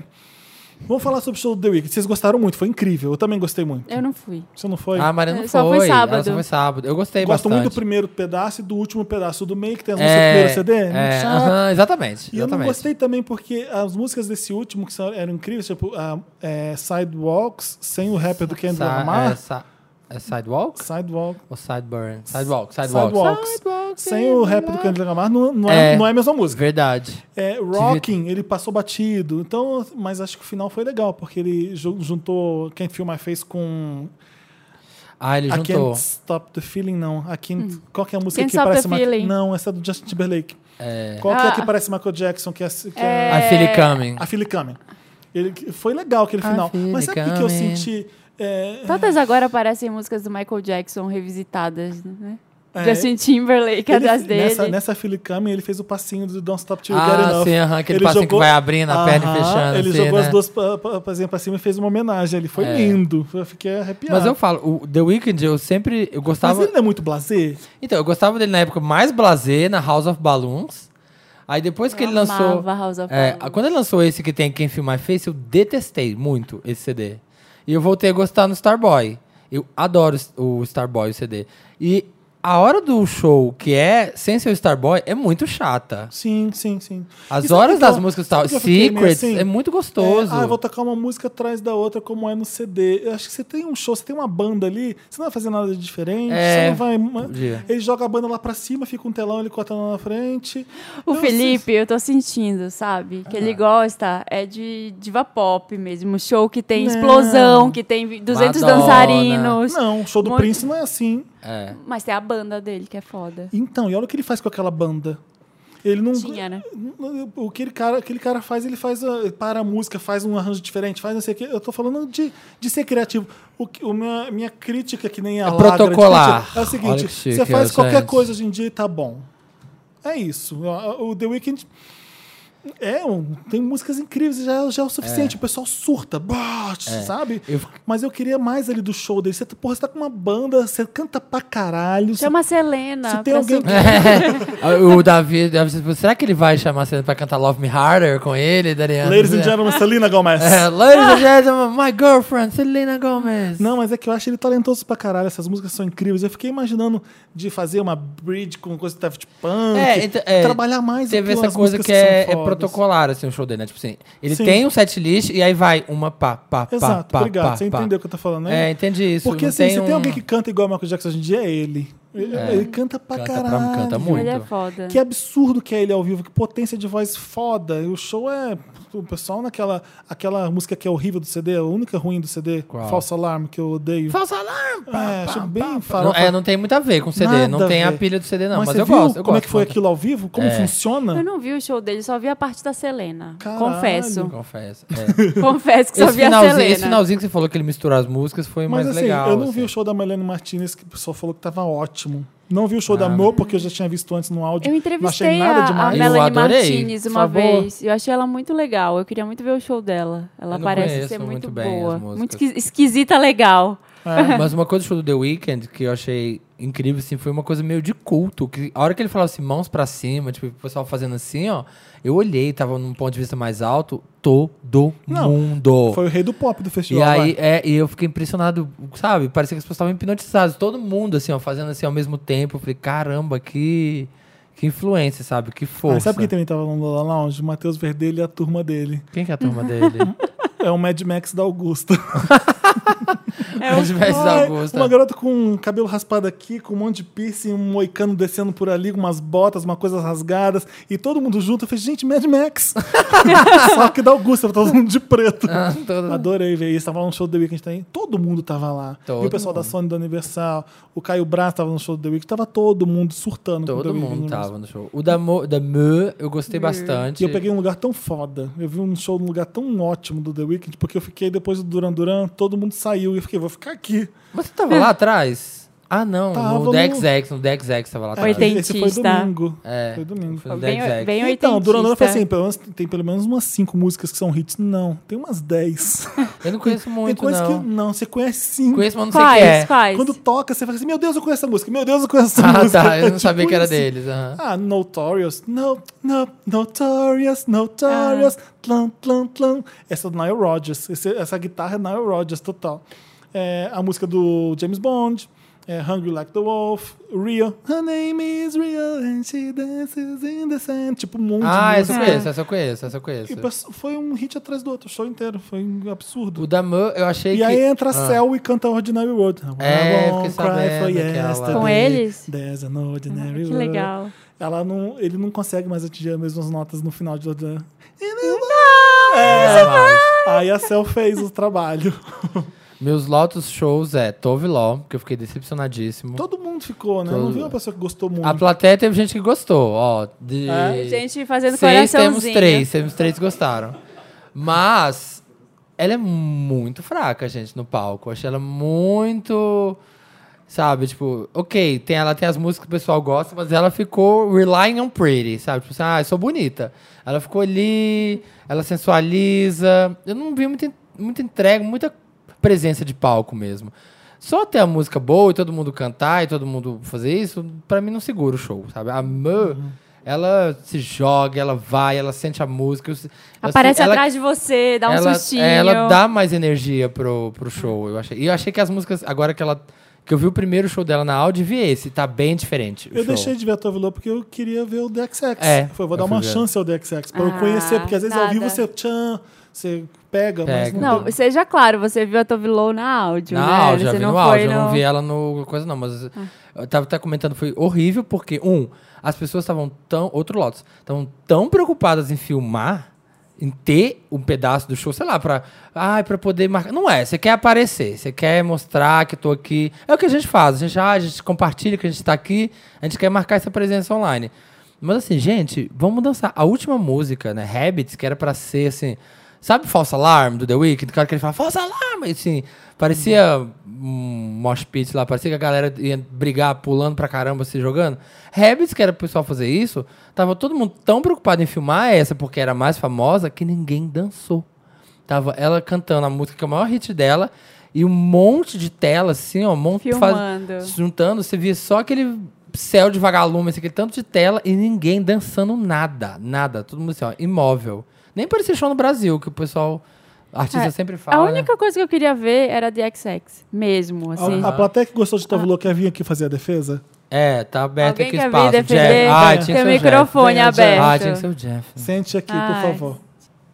Speaker 1: Vamos falar sobre o show do The Weeknd. Vocês gostaram muito, foi incrível. Eu também gostei muito.
Speaker 3: Eu não fui.
Speaker 1: Você não foi?
Speaker 2: Ah, a Maria não
Speaker 3: É,
Speaker 2: foi.
Speaker 3: só foi sábado.
Speaker 2: Ela só foi sábado. Eu gostei
Speaker 1: Gosto
Speaker 2: bastante.
Speaker 1: muito do primeiro pedaço e do último pedaço. Do meio que tem as músicas
Speaker 2: é,
Speaker 1: do primeiro CD.
Speaker 2: É,
Speaker 1: muito chato.
Speaker 2: aham, exatamente.
Speaker 1: E eu não
Speaker 2: exatamente.
Speaker 1: gostei também porque as músicas desse último que são- eram incríveis, tipo a, é, Sidewalks, sem o rapper do Kendrick
Speaker 2: Sa- é,
Speaker 1: Lamar.
Speaker 2: sa- é Sidewalk
Speaker 1: Sidewalk.
Speaker 2: ou Sideburn? Sidewalk, Sidewalk.
Speaker 1: Sidewalks. Sem o rap do Kendrick Lamar não, não é,
Speaker 2: É.
Speaker 1: não é a mesma música.
Speaker 2: Verdade.
Speaker 1: É, Rocking, ele passou batido. Então, mas acho que o final foi legal, porque ele ju- juntou Can't Feel My Face com
Speaker 2: Ah, ele
Speaker 1: I
Speaker 2: juntou.
Speaker 1: Can't Stop the Feeling, não. I can't, Qual que é a música
Speaker 3: Hum. Can't
Speaker 1: que
Speaker 3: Stop the
Speaker 1: parece Michael-
Speaker 3: Feeling.
Speaker 1: Não, essa é do Justin Timberlake.
Speaker 2: É.
Speaker 1: Qual que é a que
Speaker 3: Ah.
Speaker 1: parece Michael Jackson? Que é, que é...
Speaker 2: I feel it coming.
Speaker 1: A Philly Kamen. Ele, que- foi legal aquele
Speaker 2: A
Speaker 1: final.
Speaker 2: Philly
Speaker 1: Mas sabe o que que eu
Speaker 2: Kamen.
Speaker 1: senti? É,
Speaker 3: Todas agora parecem músicas do Michael Jackson revisitadas, né?
Speaker 1: É,
Speaker 3: Justin Timberlake atrás
Speaker 1: ele-
Speaker 3: dele.
Speaker 1: Nessa, nessa Filicame, ele fez o passinho do Don't Stop Till You Get
Speaker 2: Ah,
Speaker 1: Enough.
Speaker 2: sim, aham, aquele
Speaker 1: Ele
Speaker 2: passinho
Speaker 1: jogou-
Speaker 2: que vai abrindo a perna e
Speaker 1: Aham,
Speaker 2: fechando.
Speaker 1: Ele
Speaker 2: assim,
Speaker 1: jogou
Speaker 2: né?
Speaker 1: as duas pa- pa- pazinhas pra cima e fez uma homenagem ali. Foi
Speaker 2: É.
Speaker 1: lindo. Eu fiquei arrepiado.
Speaker 2: Mas eu falo, o The Weeknd, eu sempre. Eu
Speaker 1: Mas
Speaker 2: gostava.
Speaker 1: ele não é muito blasé?
Speaker 2: Então, eu gostava dele na época mais blazer, na House of Balloons. Aí depois que
Speaker 3: Eu
Speaker 2: ele lançou.
Speaker 3: amava House of
Speaker 2: é,
Speaker 3: Balloons.
Speaker 2: quando ele lançou esse que tem Quem Filmar Face, eu detestei muito esse CD. E eu voltei a gostar no Starboy. Eu adoro o Starboy, o CD. E a hora do show, que é sem ser o Starboy, é muito chata.
Speaker 1: Sim, sim, sim.
Speaker 2: As
Speaker 1: E sabe
Speaker 2: horas
Speaker 1: que eu-
Speaker 2: das músicas e tal,
Speaker 1: sabe que eu fiquei meio assim?
Speaker 2: Secrets, é muito gostoso.
Speaker 1: ah, eu vou tocar uma música atrás da outra, como é no CD. Eu acho que você tem um show, você tem uma banda ali, você não vai fazer nada de diferente,
Speaker 2: É,
Speaker 1: você não vai.
Speaker 2: podia.
Speaker 1: Ele joga a banda lá pra cima, fica um telão ele cortando na frente. Então, assim,
Speaker 3: O
Speaker 1: Eu-
Speaker 3: Felipe, eu tô sentindo, sabe? Que
Speaker 1: Ah.
Speaker 3: ele gosta é de diva pop mesmo. Show que tem
Speaker 1: Não.
Speaker 3: explosão, que tem vi- 200
Speaker 2: Madonna.
Speaker 3: dançarinos.
Speaker 1: Não, o show do
Speaker 3: Muito-
Speaker 1: Prince não é assim.
Speaker 2: É.
Speaker 3: Mas tem a banda dele que é foda.
Speaker 1: Então, e olha o que ele faz com aquela banda. Ele não.
Speaker 3: Tinha, né?
Speaker 1: O que ele cara, aquele cara faz, ele faz a, para a música, faz um arranjo diferente, faz não sei o quê. Eu tô falando de, de ser criativo. O, que- o minha, minha crítica, que nem a
Speaker 2: É
Speaker 1: Lagra de
Speaker 2: protocolar.
Speaker 1: crítica, é o
Speaker 2: Olha
Speaker 1: seguinte:
Speaker 2: que chique, é,
Speaker 1: você faz
Speaker 2: gente.
Speaker 1: qualquer coisa hoje em dia e tá bom. É isso. O The Weeknd. É, um- tem músicas incríveis, já, já é o suficiente. O pessoal surta, bate, sabe?
Speaker 2: É. Eu fico-
Speaker 1: Mas eu queria mais ali do show dele. Você, tá- porra, você tá com uma banda, você canta pra caralho. você
Speaker 3: Chama a Selena.
Speaker 1: se tem
Speaker 3: pra
Speaker 1: alguém
Speaker 3: ser-
Speaker 2: Ah, o Davi, Davi, será que ele vai chamar você pra cantar Love Me Harder com ele, Dariana?
Speaker 1: Ladies and gentlemen, Selena Gomez.
Speaker 2: É, ladies and gentlemen, my girlfriend, Selena Gomez.
Speaker 1: Não, mas é que eu acho ele talentoso pra caralho. Essas músicas são incríveis. Eu fiquei imaginando de fazer uma bridge com coisa de Daft Punk.
Speaker 2: É, então, é,
Speaker 1: trabalhar mais
Speaker 2: Teve
Speaker 1: aquilo,
Speaker 2: essa
Speaker 1: as
Speaker 2: coisa
Speaker 1: músicas
Speaker 2: que é,
Speaker 1: são
Speaker 2: é
Speaker 1: fodas.
Speaker 2: protocolar, assim, o show dele, né? Tipo assim, ele
Speaker 1: Sim.
Speaker 2: tem um set list e aí vai uma pá, pá, pá,
Speaker 1: Exato,
Speaker 2: pá,
Speaker 1: obrigado.
Speaker 2: pá,
Speaker 1: Você
Speaker 2: pá.
Speaker 1: entendeu o que eu tô falando, né?
Speaker 2: É, entendi isso.
Speaker 1: Porque
Speaker 2: não
Speaker 1: assim, se
Speaker 2: um-
Speaker 1: tem alguém que canta igual o Michael Jackson hoje em dia, é ele. Ele, ele canta pra
Speaker 2: Canta pra-
Speaker 1: caralho.
Speaker 2: canta muito.
Speaker 3: Ele é foda.
Speaker 1: Que absurdo que é ele ao vivo, que potência de voz foda. E o show é. O pessoal naquela aquela música que é horrível do CD, a única ruim do CD,
Speaker 2: Qual?
Speaker 1: Falso Alarme, que eu odeio.
Speaker 2: Falso alarme! pá,
Speaker 1: é,
Speaker 2: pá,
Speaker 1: acho
Speaker 2: pá.
Speaker 1: bem
Speaker 2: Não,
Speaker 1: farofa.
Speaker 2: é, não tem muito a ver com o CD, não
Speaker 1: Nada
Speaker 2: tem
Speaker 1: a
Speaker 2: a
Speaker 1: ver.
Speaker 2: pilha do CD, não, mas,
Speaker 1: você
Speaker 2: eu
Speaker 1: viu
Speaker 2: gosto. Eu
Speaker 1: como é
Speaker 2: gosto,
Speaker 1: que foi
Speaker 2: gosto.
Speaker 1: aquilo ao vivo? Como
Speaker 2: É.
Speaker 3: Eu
Speaker 1: funciona?
Speaker 3: não vi o show dele, só vi a parte da Selena.
Speaker 1: Caralho.
Speaker 3: Confesso.
Speaker 2: Confesso. é.
Speaker 3: Confesso que só
Speaker 2: Esse,
Speaker 3: vi a né?
Speaker 2: finalzinho,
Speaker 3: Selena.
Speaker 2: esse finalzinho que você falou que ele misturou as músicas foi
Speaker 1: Mas
Speaker 2: mais
Speaker 1: assim,
Speaker 2: legal.
Speaker 1: eu não vi
Speaker 2: assim.
Speaker 1: o show da Melanie Martinez, que o pessoal falou que tava ótimo. Não vi o show
Speaker 2: Ah.
Speaker 1: da Mo, porque eu já tinha visto antes no áudio.
Speaker 3: Eu
Speaker 1: não achei
Speaker 3: entrevistei
Speaker 1: nada
Speaker 3: a, a
Speaker 2: Mel-
Speaker 1: demais.
Speaker 2: Eu
Speaker 3: Melanie
Speaker 2: adorei,
Speaker 3: Martinez
Speaker 2: por
Speaker 3: uma
Speaker 2: favor.
Speaker 3: vez. Eu achei ela muito legal. Eu queria muito ver o show dela. Ela
Speaker 2: Eu não
Speaker 3: parece
Speaker 2: conheço
Speaker 3: ser muito,
Speaker 2: muito bem
Speaker 3: boa.
Speaker 2: as músicas.
Speaker 3: Muito esqui- esquisita, legal.
Speaker 2: É.
Speaker 1: É.
Speaker 2: Mas uma coisa do show do The Weeknd que eu achei incrível, assim, foi uma coisa meio de culto. Que a hora que ele falava assim, mãos pra cima, tipo, o pessoal fazendo assim, ó, eu olhei, tava num ponto de vista mais alto, todo
Speaker 1: Não,
Speaker 2: mundo.
Speaker 1: Foi o rei do pop do
Speaker 2: E
Speaker 1: festival.
Speaker 2: aí,
Speaker 1: vai.
Speaker 2: é, e eu fiquei impressionado, sabe? Parecia que as pessoas estavam hipnotizadas, todo mundo, assim, ó, fazendo assim ao mesmo tempo. Eu falei, caramba, que, que influência, sabe? Que força.
Speaker 1: Ah, sabe quem também tava no Lola Lounge? O Matheus Verdelho e a turma dele.
Speaker 2: Quem que é a turma dele?
Speaker 1: É o Mad Max da Augusta.
Speaker 2: é o Diversos
Speaker 1: Ai,
Speaker 2: Augusta.
Speaker 1: Uma garota com cabelo raspado aqui, com um monte de piercing, um moicano descendo por ali, com umas botas, uma coisas rasgadas, e todo mundo junto. Eu falei, gente, Mad Max. Só que da Augusta, todo mundo de preto.
Speaker 2: Ah, todo-
Speaker 1: Adorei ver isso. Tava lá no show do The Weeknd também. Todo mundo tava lá.
Speaker 2: Todo
Speaker 1: e o pessoal da Sony do Universal, o Caio Braz tava no show do The Weeknd. Tava todo mundo surtando. com o The
Speaker 2: Todo
Speaker 1: Weeknd
Speaker 2: mundo
Speaker 1: no
Speaker 2: tava no show. O da, Mo, da Mö, eu
Speaker 3: É.
Speaker 2: gostei bastante.
Speaker 1: e eu peguei um lugar tão foda. Eu vi um show num lugar tão ótimo do The Weeknd, porque eu fiquei depois do Duran Duran, todo mundo saiu. E eu fiquei, vou ficar aqui. É.
Speaker 2: Mas você tava lá atrás? Ah, não.
Speaker 1: Tava
Speaker 2: no
Speaker 1: no-
Speaker 2: DexX, no DexX tava lá
Speaker 1: É,
Speaker 2: atrás.
Speaker 3: Oitenta.
Speaker 1: Esse foi
Speaker 3: Oitentista.
Speaker 1: domingo.
Speaker 2: É.
Speaker 1: Foi domingo.
Speaker 2: Foi no
Speaker 3: Bem,
Speaker 2: DexX.
Speaker 3: bem oitentista.
Speaker 1: Então, Duran Duran foi assim, pelo menos, tem pelo menos umas cinco músicas que são hits. Não, tem umas dez.
Speaker 2: Eu não conheço
Speaker 1: tem
Speaker 2: muito,
Speaker 1: coisas
Speaker 2: não.
Speaker 1: que não, você conhece cinco.
Speaker 2: Conheço, mas não sei o que
Speaker 3: Quais?
Speaker 2: é.
Speaker 3: Quais?
Speaker 1: Quando toca, você fala assim, meu Deus, eu conheço essa música, meu Deus, eu conheço essa
Speaker 2: Ah,
Speaker 1: música.
Speaker 2: tá. Eu
Speaker 1: É
Speaker 2: não sabia
Speaker 1: tipo
Speaker 2: que era
Speaker 1: isso.
Speaker 2: deles. aham.
Speaker 1: Ah, Notorious. No, no, Notorious, Notorious.
Speaker 3: Ah.
Speaker 1: Tlan, tlan, tlan. Essa é do Nile Rodgers. Esse- essa guitarra é Nile Rodgers, total. É, a música do James Bond. é, Hungry Like the Wolf, Rio. Her name is Rio and she dances in the sand. Tipo, um monte
Speaker 2: Ah,
Speaker 1: de
Speaker 2: essa eu
Speaker 1: música.
Speaker 2: conheço, essa eu conheço, essa eu
Speaker 1: E
Speaker 2: conheço.
Speaker 1: pass- foi um hit atrás do outro, o show inteiro. Foi um absurdo.
Speaker 2: O da Mö, eu achei
Speaker 1: E
Speaker 2: que...
Speaker 1: aí entra
Speaker 2: Ah.
Speaker 1: Cell e canta Ordinary World. I
Speaker 2: É,
Speaker 1: won't
Speaker 2: fiquei sabendo que ela- é
Speaker 3: Com eles?
Speaker 1: There's an ordinary
Speaker 3: Que
Speaker 1: world.
Speaker 3: legal.
Speaker 1: né? Ela não, ele não consegue mais atingir as mesmas notas no final de Ordinary
Speaker 3: é
Speaker 2: Ah, mas-
Speaker 1: Aí a Cell fez o trabalho.
Speaker 2: Meus Lotus shows é Tove Lo, que eu fiquei decepcionadíssimo.
Speaker 1: Todo mundo ficou, né? Eu Não
Speaker 2: Todo-
Speaker 1: vi uma pessoa que gostou muito.
Speaker 2: A plateia teve gente que gostou, ó. De...
Speaker 3: Tem É, Gente fazendo
Speaker 2: Seis temos
Speaker 3: coraçãozinho.
Speaker 2: três, temos três que gostaram. Mas ela é muito fraca, gente, no palco. Eu achei ela muito. Sabe, tipo, ok, tem, ela tem as músicas que o pessoal gosta, mas ela ficou relying on pretty, sabe? Tipo assim, ah, eu sou bonita. Ela ficou ali, ela sensualiza. Eu não vi muita, en- muita entrega, muita presença de palco mesmo. Só ter a música boa e todo mundo cantar e todo mundo fazer isso, pra mim não segura o show, sabe? A Mö, ela se joga, ela vai, ela sente a música. eu se- ela se-
Speaker 3: Aparece
Speaker 2: ela-
Speaker 3: atrás de você, dá um
Speaker 2: ela,
Speaker 3: sustinho.
Speaker 2: é, Ela dá mais energia pro, pro show, eu achei. E eu achei que as músicas, agora que ela. Que eu vi o primeiro show dela na Audi, vi esse. Tá bem diferente. o
Speaker 1: Eu
Speaker 2: show.
Speaker 1: deixei de ver a Tove Lo porque eu queria ver o DXX.
Speaker 2: É,
Speaker 1: Foi, vou
Speaker 2: eu
Speaker 1: dar
Speaker 2: fui
Speaker 1: uma
Speaker 2: ver.
Speaker 1: chance ao DXX pra eu
Speaker 3: Ah,
Speaker 1: conhecer, porque às vezes ao
Speaker 3: nada.
Speaker 1: vivo você tchan, você pega, mas
Speaker 2: Pega.
Speaker 3: Não, seja claro, você viu a Tovilou na áudio, né?
Speaker 2: Na áudio, já
Speaker 3: você
Speaker 2: vi
Speaker 3: não
Speaker 2: no
Speaker 3: foi Ah.
Speaker 2: áudio, eu não vi ela no coisa não, mas eu tava até comentando, foi horrível porque, um, as pessoas estavam tão, outro Lotus, estavam tão preocupadas em filmar, em ter um pedaço do show, sei lá, pra, ai, pra poder marcar, não é, você quer aparecer, você quer mostrar que eu tô aqui, é o que a gente faz, a gente, ah, a gente compartilha que a gente tá aqui, a gente quer marcar essa presença online. Mas assim, gente, vamos dançar. A última música, né? Habits, que era pra ser assim. Sabe False Alarm do The Weeknd? O cara que ele fala False Alarm! E, assim, parecia um mosh pit lá, parecia que a galera ia brigar pulando pra caramba, se jogando. Habits, que era pro pessoal fazer isso, tava todo mundo tão preocupado em filmar essa, porque era a mais famosa, que ninguém dançou. Tava ela cantando a música que é o maior hit dela e um monte de tela, assim, ó, um monte faz-
Speaker 3: Filmando.
Speaker 2: se juntando, você via só aquele céu de vagalume, assim, aquele tanto de tela e ninguém dançando nada, nada. Todo mundo assim, ó, imóvel. Nem parecia show no Brasil, que o pessoal, artista
Speaker 3: É,
Speaker 2: sempre fala.
Speaker 3: A
Speaker 2: né?
Speaker 3: única coisa que eu queria ver era The XX, mesmo,
Speaker 1: a,
Speaker 3: assim.
Speaker 1: a plateia que gostou de Tove Lo quer vir aqui fazer a defesa?
Speaker 2: É, tá aberto
Speaker 3: Alguém
Speaker 2: aqui o
Speaker 3: quer vir
Speaker 2: espaço.
Speaker 3: defender?
Speaker 2: Jeff. Ai, tinha
Speaker 3: Tem
Speaker 2: que ser
Speaker 3: o microfone
Speaker 2: Jeff.
Speaker 3: aberto.
Speaker 2: Ah, tinha que ser o Jeff.
Speaker 1: Sente aqui, por
Speaker 3: Ai.
Speaker 1: favor.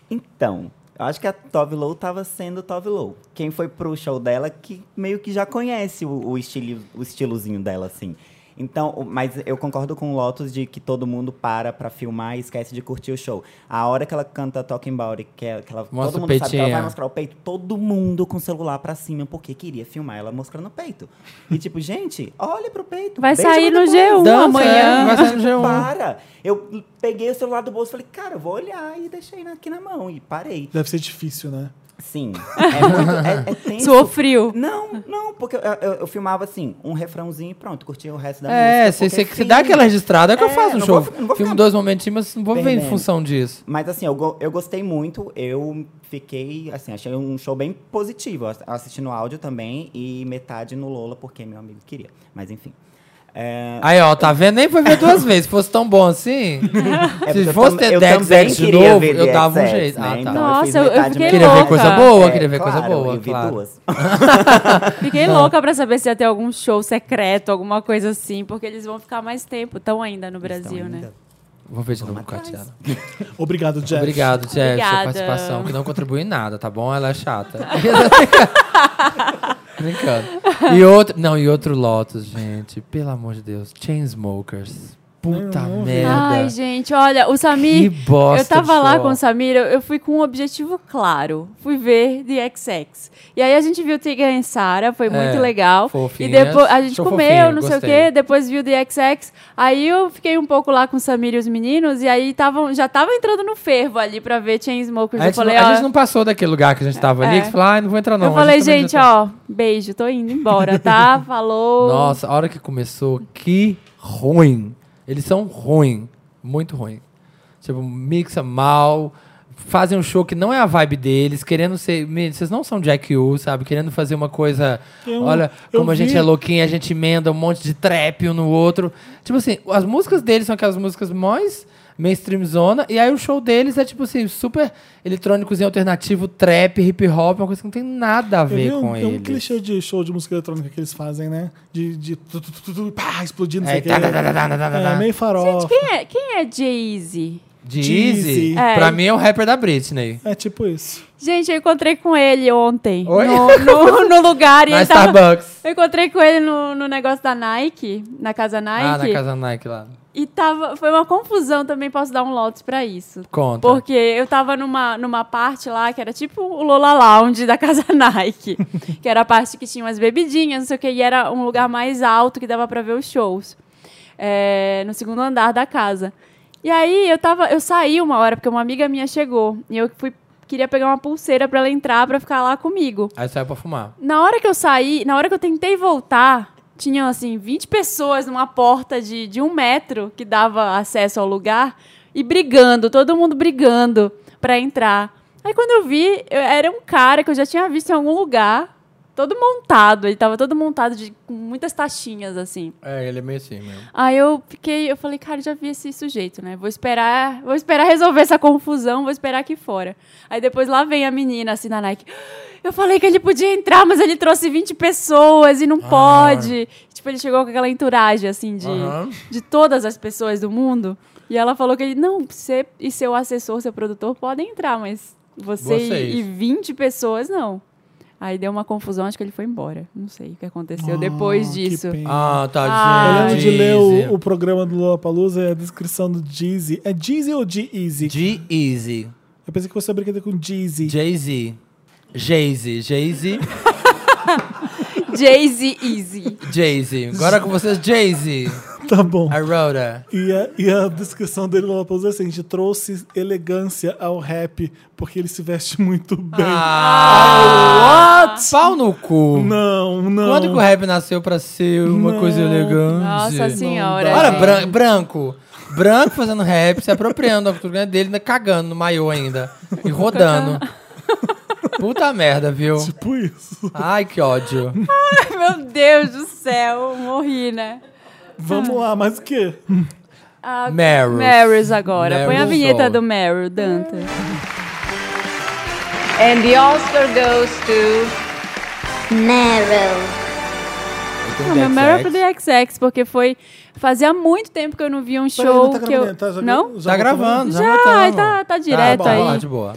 Speaker 11: Então, eu acho que a Tove Lo tava sendo Tove Lo. Quem foi pro show dela que meio que já conhece o, o, estili- o estilozinho dela, assim. Então, o- mas eu concordo com o Lotus de que todo mundo para pra filmar e esquece de curtir o show. A hora que ela canta Talking About It, que, ela- que ela,
Speaker 2: Mostra
Speaker 11: todo
Speaker 2: o
Speaker 11: mundo sabe que ela vai
Speaker 2: peitinho. é.
Speaker 11: mostrar o peito, todo mundo com o celular pra cima, porque queria filmar ela mostrando o peito. E tipo, gente, olha pro peito.
Speaker 3: Vai
Speaker 11: deixa
Speaker 3: sair
Speaker 11: pra
Speaker 3: no
Speaker 11: depois.
Speaker 3: G1
Speaker 2: Dança, é,
Speaker 3: amanhã.
Speaker 2: vai sair no G1.
Speaker 11: Para! Eu peguei o celular do bolso e falei, cara, eu vou olhar e deixei na- aqui na mão. E parei.
Speaker 1: Deve ser difícil, né?
Speaker 11: Sim. É muito. É, é tenso.
Speaker 3: Suou frio.
Speaker 11: Não, não, porque eu, eu- eu filmava assim, um refrãozinho e pronto, curtia o resto da
Speaker 2: É,
Speaker 11: música.
Speaker 2: você
Speaker 11: porque
Speaker 2: você dá
Speaker 11: fim.
Speaker 2: aquela registrada, é o que eu
Speaker 11: É,
Speaker 2: faço no
Speaker 11: não
Speaker 2: show.
Speaker 11: vou- não vou
Speaker 2: Filmo
Speaker 11: ficar
Speaker 2: dois momentinhos, mas não vou ver em
Speaker 11: perdendo.
Speaker 2: função disso.
Speaker 11: Mas assim, eu, go- eu gostei muito, eu fiquei, assim, achei um show bem positivo. ass- Assisti no áudio também e metade no Lola, porque meu amigo queria. Mas enfim. É,
Speaker 2: Aí, ó, tá vendo? Nem foi ver duas vezes. Se fosse tão bom assim.
Speaker 11: É porque
Speaker 2: se
Speaker 11: eu tam-
Speaker 2: fosse ter
Speaker 11: eu
Speaker 2: Dex
Speaker 11: também
Speaker 2: X de
Speaker 11: queria
Speaker 2: novo,
Speaker 11: ver
Speaker 2: eu dava um
Speaker 11: DXX,
Speaker 2: jeito.
Speaker 11: né?
Speaker 2: Ah, tá.
Speaker 11: Então
Speaker 3: Nossa,
Speaker 11: fiz
Speaker 3: eu, eu
Speaker 11: metade,
Speaker 3: fiquei
Speaker 11: metade.
Speaker 2: Queria ver
Speaker 3: louca.
Speaker 2: coisa boa, queria ver
Speaker 11: claro,
Speaker 2: coisa boa.
Speaker 11: eu vi
Speaker 2: claro.
Speaker 11: duas.
Speaker 3: Fiquei louca pra saber se ia ter algum show secreto, alguma coisa assim, porque eles vão ficar mais tempo, estão ainda no Brasil, né?
Speaker 2: Vou ver de novo, Catiana.
Speaker 1: Obrigado, Jeff.
Speaker 2: Obrigado, Jeff, pela
Speaker 3: Obrigada.
Speaker 2: participação, que não contribui em nada, tá bom? Ela é chata. Brincando. E outro. Não, e outro Lotus, gente. Pelo amor de Deus. Chainsmokers. Puta merda.
Speaker 3: Ai, gente, olha, o Samir.
Speaker 2: Que bosta
Speaker 3: eu tava
Speaker 2: de
Speaker 3: lá
Speaker 2: show.
Speaker 3: com o Samir, eu, eu fui com um objetivo claro. Fui ver The XX. E aí a gente viu Tigran e Sara, foi muito legal.
Speaker 2: fofinhas.
Speaker 3: E depois a gente
Speaker 2: É, Show
Speaker 3: comeu,
Speaker 2: fofinho,
Speaker 3: não sei o
Speaker 2: gostei.
Speaker 3: quê, depois viu The XX. Aí eu fiquei um pouco lá com o Samir e os meninos, e aí tavam, já tava entrando no fervo ali pra ver Chainsmokers.
Speaker 2: A
Speaker 3: Eu
Speaker 2: gente,
Speaker 3: falei,
Speaker 2: não, a
Speaker 3: ó,
Speaker 2: gente não passou daquele lugar que a gente tava ali,
Speaker 3: É.
Speaker 2: que você falou, ah, não vou entrar não.
Speaker 3: eu
Speaker 2: A
Speaker 3: falei,
Speaker 2: também já
Speaker 3: gente,
Speaker 2: tá-
Speaker 3: ó, beijo, tô indo embora, tá? Falou.
Speaker 2: Nossa, a hora que começou, que ruim. Eles são ruim, muito ruim. Tipo, mixa mal, fazem um show que não é a vibe deles, querendo ser. Me- Vocês não são Jack U, sabe? Querendo fazer uma coisa.
Speaker 1: Eu-
Speaker 2: olha,
Speaker 1: eu
Speaker 2: como a gente
Speaker 1: vi-
Speaker 2: é louquinha, a gente emenda um monte de trap um no outro. Tipo assim, as músicas deles são aquelas músicas mais mainstream zona, e aí o show deles é tipo assim, super eletrônicozinho alternativo, trap, hip hop, uma coisa que não tem nada a
Speaker 1: Eu vi
Speaker 2: ver com
Speaker 1: um, é um
Speaker 2: eles.
Speaker 1: clichê de show de música eletrônica que eles fazem, né? De, de tu, tu, tu, tu, tu, pá, explodindo, não sei
Speaker 2: É,
Speaker 1: o quê.
Speaker 2: tá, tá, tá, tá, tá, tá, tá.
Speaker 1: É meio farol.
Speaker 3: Quem é, quem é Jay-Z?
Speaker 2: De
Speaker 1: Dizzy.
Speaker 2: Easy,
Speaker 3: É.
Speaker 2: pra mim é o rapper da Britney.
Speaker 1: É tipo isso.
Speaker 3: Gente, eu encontrei com ele ontem.
Speaker 2: Oi? tá
Speaker 3: No, no- no lugar. E
Speaker 2: Na
Speaker 3: ele tava-
Speaker 2: Starbucks.
Speaker 3: Eu encontrei com ele no, no negócio da Nike, na casa
Speaker 2: Ah,
Speaker 3: Nike.
Speaker 2: na casa Nike lá.
Speaker 3: E tava, foi uma confusão também, posso dar um lotus pra isso.
Speaker 2: Conta.
Speaker 3: Porque eu tava numa, numa parte lá que era tipo o Lola Lounge da casa Nike. que era a parte que tinha umas bebidinhas, não sei o que, e era um lugar mais alto que dava pra ver os shows. é, no segundo andar da casa. E aí eu tava. Eu saí uma hora, porque uma amiga minha chegou. E eu fui, queria pegar uma pulseira pra ela entrar pra ficar lá comigo.
Speaker 2: Aí saiu pra fumar.
Speaker 3: Na hora que eu saí, na hora que eu tentei voltar, Tinham, assim, 20 pessoas numa porta de, de um metro que dava acesso ao lugar e brigando, todo mundo brigando pra entrar. Aí quando eu vi, eu- era um cara que eu já tinha visto em algum lugar, todo montado, ele tava todo montado de, com muitas taxinhas, assim.
Speaker 2: É, ele é meio assim mesmo.
Speaker 3: Aí eu fiquei, eu falei, cara, já vi esse sujeito, né? Vou esperar, vou esperar resolver essa confusão, vou esperar aqui fora. Aí depois lá vem a menina assim na Nike. Eu falei que ele podia entrar, mas ele trouxe 20 pessoas e não
Speaker 2: Ah.
Speaker 3: pode. Tipo, ele chegou com aquela entourage assim de,
Speaker 2: Aham.
Speaker 3: de todas as pessoas do mundo. E ela falou que ele, não, você e seu assessor, seu produtor podem entrar, mas você
Speaker 2: Vocês.
Speaker 3: e, e 20 pessoas não. Aí deu uma confusão, acho que ele foi embora. Não sei o que aconteceu depois
Speaker 1: que
Speaker 3: disso.
Speaker 1: pena.
Speaker 2: Ah,
Speaker 3: Ah,
Speaker 1: Eu
Speaker 2: tadinho.
Speaker 1: lembro de ler o, o programa do Lollapalooza e a descrição do Jeezy. É Jeezy ou G-Easy?
Speaker 2: G-Easy.
Speaker 1: Eu pensei que você brincadeira com Jeezy.
Speaker 2: Jay-Z. Jay-Z. Jay-Z.
Speaker 3: Jay-Z Easy.
Speaker 2: Jay-Z. Agora com vocês, Jay-Z.
Speaker 1: Tá bom.
Speaker 2: I wrote her.
Speaker 1: E a, e a descrição dele no Lollapalooza é assim, a gente trouxe elegância ao rap porque ele se veste muito bem.
Speaker 2: Ah, Pau no cu.
Speaker 1: Não, não.
Speaker 2: Quando que o rap nasceu pra ser uma coisa elegante?
Speaker 3: Nossa senhora.
Speaker 2: Olha,
Speaker 3: gente.
Speaker 2: bran- branco. Branco fazendo rap, se apropriando da cultura dele, ainda cagando no maiô ainda. E rodando. Puta merda, viu?
Speaker 1: Tipo isso.
Speaker 2: Ai, que ódio.
Speaker 3: Meu Deus do céu, morri, né?
Speaker 1: Vamos lá, mas o quê?
Speaker 3: Ah,
Speaker 2: Meryl.
Speaker 3: Marys agora. Põe a
Speaker 2: Meryl
Speaker 3: vinheta
Speaker 2: Sol.
Speaker 3: do Meryl, Danta.
Speaker 12: And the Oscar goes to.
Speaker 5: Meryl.
Speaker 3: O meu Meryl é pro DXX, porque foi... Fazia muito tempo que eu não via um show
Speaker 1: Peraí, não tá
Speaker 3: que
Speaker 1: gravando,
Speaker 3: eu...
Speaker 1: tá? Já-
Speaker 3: não?
Speaker 1: já
Speaker 2: Tá
Speaker 1: voltamos?
Speaker 2: gravando, já,
Speaker 3: Já,
Speaker 2: voltamos.
Speaker 3: tá- tá direto
Speaker 2: bom, vamos lá,
Speaker 3: aí.
Speaker 2: de boa.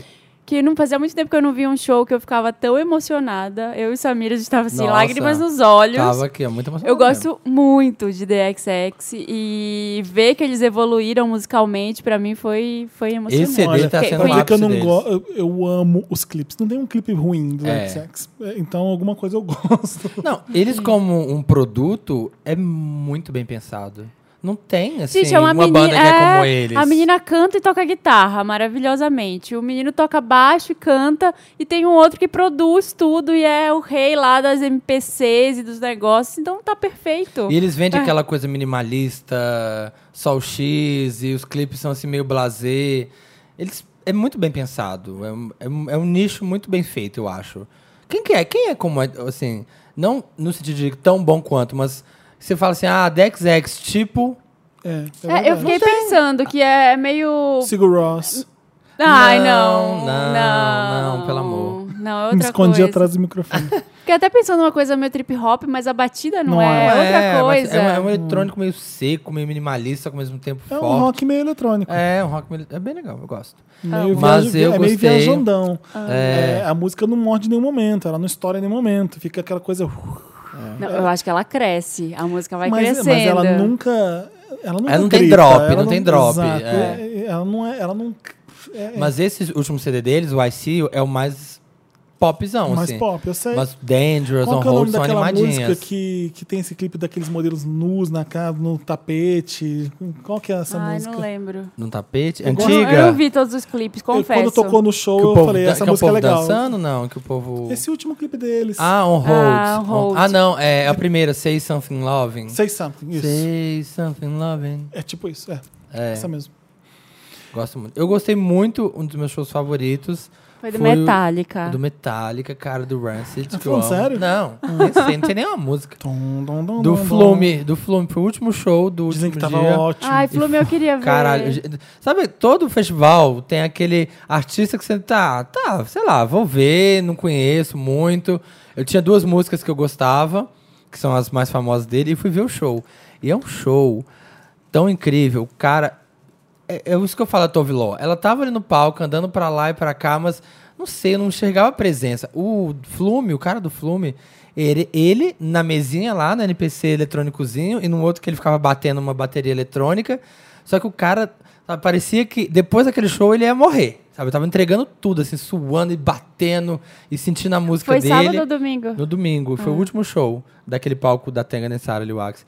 Speaker 3: Que não fazia muito tempo que eu não via um show que eu ficava tão emocionada. Eu e Samira, a gente tava assim,
Speaker 2: Nossa.
Speaker 3: lágrimas nos olhos.
Speaker 2: Tava aqui, é muito emocionante.
Speaker 3: Eu gosto muito de DXX e ver que eles evoluíram musicalmente, pra mim, foi, foi emocionante.
Speaker 2: Esse CD tá
Speaker 3: Fiquei-
Speaker 2: sendo
Speaker 1: Pra
Speaker 2: o
Speaker 1: dizer que eu
Speaker 2: ápice
Speaker 1: não
Speaker 2: deles.
Speaker 1: gosto, eu, eu amo os clipes. Não tem um clipe ruim do
Speaker 2: É.
Speaker 1: XX. Então, alguma coisa eu gosto.
Speaker 2: Não, eles como um produto é muito bem pensado. Não tem, assim,
Speaker 3: Gente, é uma,
Speaker 2: uma banda que
Speaker 3: menina,
Speaker 2: é, como eles.
Speaker 3: A menina canta e toca guitarra maravilhosamente. O menino toca baixo e canta. E tem um outro que produz tudo e é o rei lá das MPCs e dos negócios. Então tá perfeito.
Speaker 2: E eles
Speaker 3: É.
Speaker 2: vendem aquela coisa minimalista, sol X, e os clipes são assim meio blasé. Eles é muito bem pensado, é um, é um- é um nicho muito bem feito, eu acho. Quem que é? Quem é como é, assim, não no sentido de tão bom quanto, mas você fala assim: "Ah, Dex X tipo
Speaker 1: É, é
Speaker 3: É, eu
Speaker 1: verdade.
Speaker 3: fiquei pensando que é meio.
Speaker 1: Sigur Ross.
Speaker 3: Ai, não.
Speaker 2: Não,
Speaker 3: Não,
Speaker 2: não, pelo amor.
Speaker 3: Não, é outra
Speaker 1: Me escondi
Speaker 3: coisa.
Speaker 1: atrás do microfone.
Speaker 3: Fiquei até pensando numa coisa meio trip hop, mas a batida não,
Speaker 1: Não
Speaker 3: é,
Speaker 1: é.
Speaker 3: outra
Speaker 2: mas
Speaker 3: coisa.
Speaker 2: É, um- é um eletrônico meio seco, meio minimalista, ao mesmo tempo
Speaker 1: É um
Speaker 2: Ah, forte.
Speaker 1: rock meio eletrônico.
Speaker 2: É, um rock mili- é bem legal, eu gosto.
Speaker 1: Meio
Speaker 2: Mas
Speaker 1: viaja-
Speaker 2: eu
Speaker 1: é meio
Speaker 2: gostei.
Speaker 1: viajandão.
Speaker 3: Ah.
Speaker 2: É.
Speaker 1: É, a música não morde em nenhum momento, ela não estoura em nenhum momento. Fica aquela
Speaker 2: É.
Speaker 1: coisa. é.
Speaker 3: Não, eu acho que ela cresce. A música vai
Speaker 1: mas,
Speaker 3: crescendo.
Speaker 1: mas ela nunca. Ela, nunca
Speaker 2: Ela não tem
Speaker 1: grita,
Speaker 2: drop, né?
Speaker 1: ela
Speaker 2: não tem drop,
Speaker 1: exato,
Speaker 2: é.
Speaker 1: Ela não é. Ela não. É,
Speaker 2: Mas esse último CD deles, o IC, é o mais popzão,
Speaker 1: mais
Speaker 2: assim.
Speaker 1: pop, eu sei.
Speaker 2: Mas Dangerous, On
Speaker 1: Qual que é o
Speaker 2: Hold
Speaker 1: nome
Speaker 2: são
Speaker 1: daquela música
Speaker 2: animadinhas.
Speaker 1: que, que tem esse clipe daqueles modelos nus na casa, no tapete? Qual que é essa
Speaker 3: Ai,
Speaker 1: música?
Speaker 3: não lembro.
Speaker 2: Num tapete?
Speaker 3: Eu não-
Speaker 2: Antiga?
Speaker 3: Eu não vi todos os clipes,
Speaker 1: Eu-
Speaker 3: confesso.
Speaker 1: quando tocou no show,
Speaker 2: Que o
Speaker 1: eu
Speaker 2: povo,
Speaker 1: falei,
Speaker 2: dan-
Speaker 1: essa
Speaker 2: que o
Speaker 1: música é
Speaker 2: povo
Speaker 1: legal.
Speaker 2: dançando, não? Que o povo...
Speaker 1: Esse último clipe deles.
Speaker 2: Ah, On Hold.
Speaker 3: Ah, On Hold.
Speaker 2: Ah, não, é a primeira, Say Something Loving.
Speaker 1: Say Something, isso.
Speaker 2: Say Something Loving.
Speaker 1: É tipo isso, é.
Speaker 2: É,
Speaker 1: Essa mesmo.
Speaker 2: gosto muito. Eu gostei muito, um dos meus shows favoritos,
Speaker 3: Foi do
Speaker 2: Foi o-
Speaker 3: Metallica.
Speaker 2: do Metallica, cara, do Rancid. que eu
Speaker 1: Tá falando
Speaker 2: amo.
Speaker 1: sério?
Speaker 2: Não, nem sei, não tem nenhuma música.
Speaker 1: Dum, dum, dum,
Speaker 2: Do
Speaker 1: dum, dum.
Speaker 2: Flume, do Flume, foi o último show do
Speaker 1: Dizem que
Speaker 2: último
Speaker 1: tava
Speaker 2: dia.
Speaker 1: ótimo.
Speaker 3: Ai, Flume, eu queria ver.
Speaker 2: Caralho, ge- sabe, todo festival tem aquele artista que você tá, tá, sei lá, vou ver, não conheço muito. Eu tinha duas músicas que eu gostava, que são as mais famosas dele, e fui ver o show. E é um show tão incrível, cara. É, é isso que eu falo a Tove Ló. Ela tava ali no palco, andando pra lá e pra cá, mas não sei, eu não enxergava a presença. O Flume, o cara do Flume, ele, ele na mesinha lá, no NPC eletrônicozinho, e no outro que ele ficava batendo uma bateria eletrônica. Só que o cara sabe, parecia que depois daquele show ele ia morrer. Sabe? Tava entregando tudo, assim, suando e batendo e sentindo a música
Speaker 3: Foi
Speaker 2: dele.
Speaker 3: sábado ou domingo?
Speaker 2: No domingo.
Speaker 1: Ah.
Speaker 2: Foi o último show daquele palco da Tenga Nessara Liwax.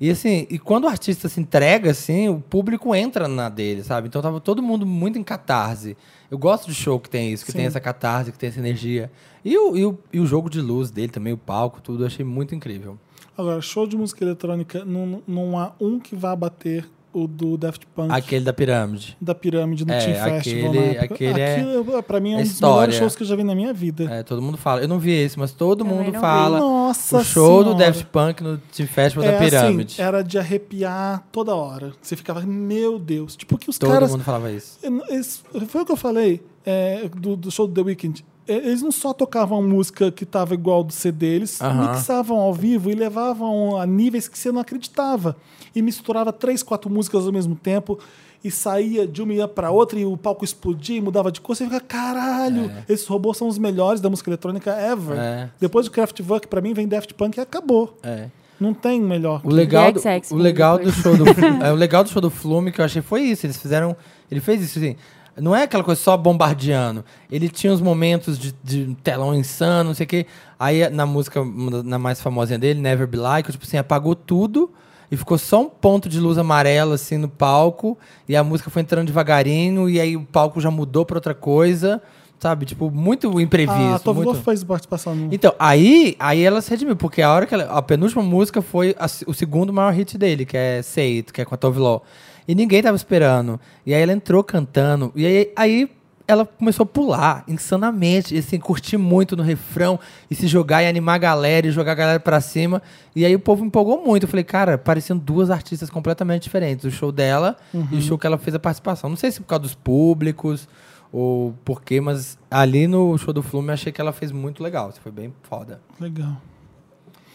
Speaker 2: E assim, e quando o artista se entrega, assim, o público entra na dele, sabe? Então tava todo mundo muito em catarse. Eu gosto de show que tem isso, que tem essa catarse, que tem essa energia. E o, e, o, e o jogo de luz dele também, o palco, tudo, eu achei muito incrível.
Speaker 1: Agora, show de música eletrônica, não, não há um que vá bater o do Daft Punk.
Speaker 2: Aquele da pirâmide.
Speaker 1: Da pirâmide no
Speaker 2: É,
Speaker 1: Team Festival.
Speaker 2: aquele-
Speaker 1: na época.
Speaker 2: aquele é-
Speaker 1: Aquilo, pra mim, é um
Speaker 2: é
Speaker 1: dos
Speaker 2: história.
Speaker 1: melhores shows que eu já vi na minha vida.
Speaker 2: É, todo mundo fala. Eu não vi esse, mas todo mundo
Speaker 1: não vi.
Speaker 2: fala.
Speaker 1: Nossa
Speaker 2: O show do
Speaker 1: Senhora.
Speaker 2: Daft Punk no Team Festival da
Speaker 1: assim,
Speaker 2: Pirâmide.
Speaker 1: era de arrepiar toda hora. Você ficava, meu Deus. Tipo, que os
Speaker 2: todo
Speaker 1: caras.
Speaker 2: mundo falava isso.
Speaker 1: Eu não- eles- Foi o que eu falei é, do, do show do The Weeknd. É, Eles não só tocavam música que estava igual ao do CD, eles
Speaker 2: Aham.
Speaker 1: mixavam ao vivo e levavam a níveis que você não acreditava. E misturava três, quatro músicas ao mesmo tempo e saía de uma ia para outra e o palco explodia e mudava de cor. Você fica, caralho, esses robôs são os melhores da música eletrônica ever.
Speaker 2: É.
Speaker 1: Depois do Kraftwerk, pra mim, vem Daft Punk e acabou.
Speaker 2: É.
Speaker 1: Não tem melhor.
Speaker 2: O legal, do,
Speaker 3: XX
Speaker 2: o legal do
Speaker 3: depois.
Speaker 2: show do é, o legal do show do Flume que eu achei foi isso. Eles fizeram, ele fez isso assim. Não é aquela coisa só bombardeando. Ele tinha uns momentos de, de telão insano, não sei o quê. Aí na música uma da- na mais famosinha dele, Never Be Like, tipo assim, apagou tudo e ficou só um ponto de luz amarela assim no palco e a música foi entrando devagarinho e aí o palco já mudou pra outra coisa, sabe? Tipo, muito imprevisto,
Speaker 1: a Tove
Speaker 2: muito...
Speaker 1: Lo faz participação no...
Speaker 2: Então, aí, aí ela se redimiu, porque a hora que ela, a penúltima música foi a se- o segundo maior hit dele, que é Say It, que é com a Tove Lo. E ninguém tava esperando. E aí ela entrou cantando, e aí, aí ela começou a pular insanamente, e assim, curtir muito no refrão, e se jogar e animar a galera, e jogar a galera pra cima. E aí o povo empolgou muito. Eu falei, cara, pareciam duas artistas completamente diferentes. O show dela e o show que ela fez a participação. Não sei se por causa dos públicos, ou por quê, mas ali no show do Flume eu achei que ela fez muito legal. Isso foi bem foda.
Speaker 1: Legal.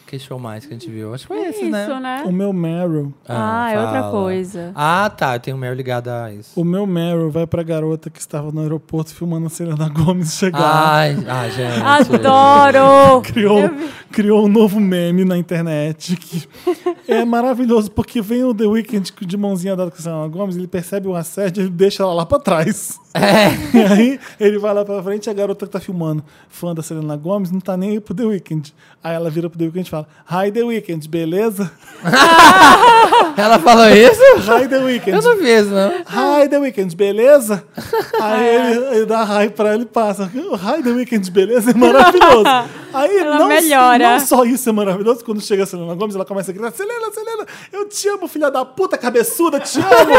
Speaker 2: Que show mais que a gente viu? Acho que foi
Speaker 3: É
Speaker 2: esse,
Speaker 3: isso,
Speaker 2: né?
Speaker 3: né?
Speaker 1: O meu Meryl...
Speaker 3: Ah, é outra
Speaker 2: fala.
Speaker 3: coisa.
Speaker 2: Ah, tá. Eu tenho o Mel ligado a isso.
Speaker 1: O meu Meryl vai pra garota que estava no aeroporto filmando a Selena Gomes chegar.
Speaker 2: Ai, ah, gente.
Speaker 3: Adoro!
Speaker 1: criou, criou um novo meme na internet que é maravilhoso, porque vem o The Weeknd de mãozinha dada com a Selena Gomes, ele percebe o assédio, ele deixa ela lá pra trás.
Speaker 2: É.
Speaker 1: E aí ele vai lá pra frente e a garota que tá filmando, fã da Selena Gomes, não tá nem aí pro The Weeknd. Aí ela vira pro The Weeknd e fala, Hi The Weeknd, beleza?
Speaker 2: Ela falou isso?
Speaker 1: Hi The Weeknd.
Speaker 2: Eu não vi isso, não.
Speaker 1: Hi The Weeknd, beleza? Aí ele, ele dá hi pra ele e passa. O Hi The Weeknd, beleza? É maravilhoso. Aí
Speaker 3: Ela
Speaker 1: não,
Speaker 3: melhora.
Speaker 1: não só isso é maravilhoso, quando chega a Selena Gomes, ela começa a gritar: Selena, Selena, eu te amo, filha da puta, cabeçuda, te amo!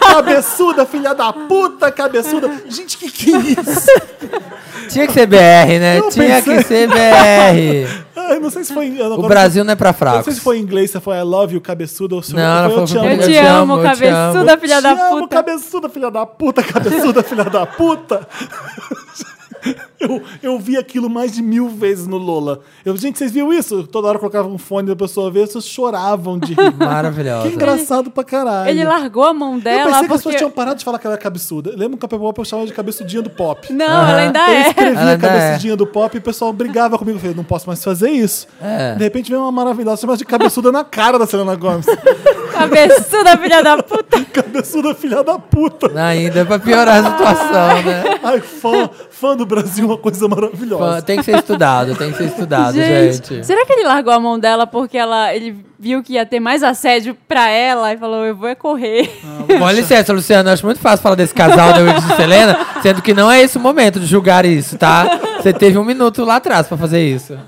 Speaker 1: cabeçuda, filha da puta, cabeçuda. Gente, que que é isso?
Speaker 2: Tinha que ser BR, né?
Speaker 1: Eu
Speaker 2: Tinha
Speaker 1: pensei.
Speaker 2: que ser BR.
Speaker 1: Ah, Eu não sei se foi. em- eu
Speaker 2: O
Speaker 1: agora-
Speaker 2: Brasil não é pra
Speaker 1: Eu
Speaker 2: fracos.
Speaker 1: não sei se foi em inglês, se foi I love you, cabeçuda, ou se
Speaker 2: Não, ela
Speaker 1: foi
Speaker 2: falou
Speaker 1: eu te amo.
Speaker 2: foi
Speaker 3: Eu
Speaker 2: Eu
Speaker 3: te
Speaker 2: te
Speaker 3: amo,
Speaker 2: amo, eu te
Speaker 3: cabeçuda, filha da
Speaker 1: te amo,
Speaker 3: puta.
Speaker 1: cabeçuda, filha da puta, cabeçuda, filha da puta. Eu, eu vi aquilo mais de mil vezes no Lola. Eu, gente, vocês viram isso? Toda hora eu colocava um fone da pessoa ver, as pessoas choravam de rir. Que
Speaker 2: Maravilhosa.
Speaker 1: engraçado pra caralho.
Speaker 3: Ele largou a mão
Speaker 1: eu
Speaker 3: dela
Speaker 1: pensei que as
Speaker 3: porque...
Speaker 1: pessoas tinham parado de falar que ela era cabeçuda. Lembra que o Pop eu chamava de cabeçudinha do pop.
Speaker 3: Não, ela ainda
Speaker 1: Eu
Speaker 3: é.
Speaker 1: escrevia
Speaker 2: Ela ainda
Speaker 1: cabeçudinha do pop e o pessoal brigava comigo. Eu falei, não posso mais fazer isso.
Speaker 2: É.
Speaker 1: De repente veio uma maravilhosa chamada de cabeçuda na cara da Selena Gomes.
Speaker 3: Cabeçuda, filha da puta.
Speaker 1: cabeçuda, filha da puta.
Speaker 2: Ainda É pra piorar a situação, né?
Speaker 1: Ai, fã, fã do Brasil é uma coisa maravilhosa.
Speaker 2: Tem que ser estudado, tem que ser estudado,
Speaker 3: gente,
Speaker 2: gente.
Speaker 3: será que ele largou a mão dela porque ela, ele viu que ia ter mais assédio pra ela e falou, eu vou é correr.
Speaker 2: Com licença, Luciano, eu acho muito fácil falar desse casal da Wilson e Selena, sendo que não é esse o momento de julgar isso, tá? Você teve um minuto lá atrás pra fazer isso.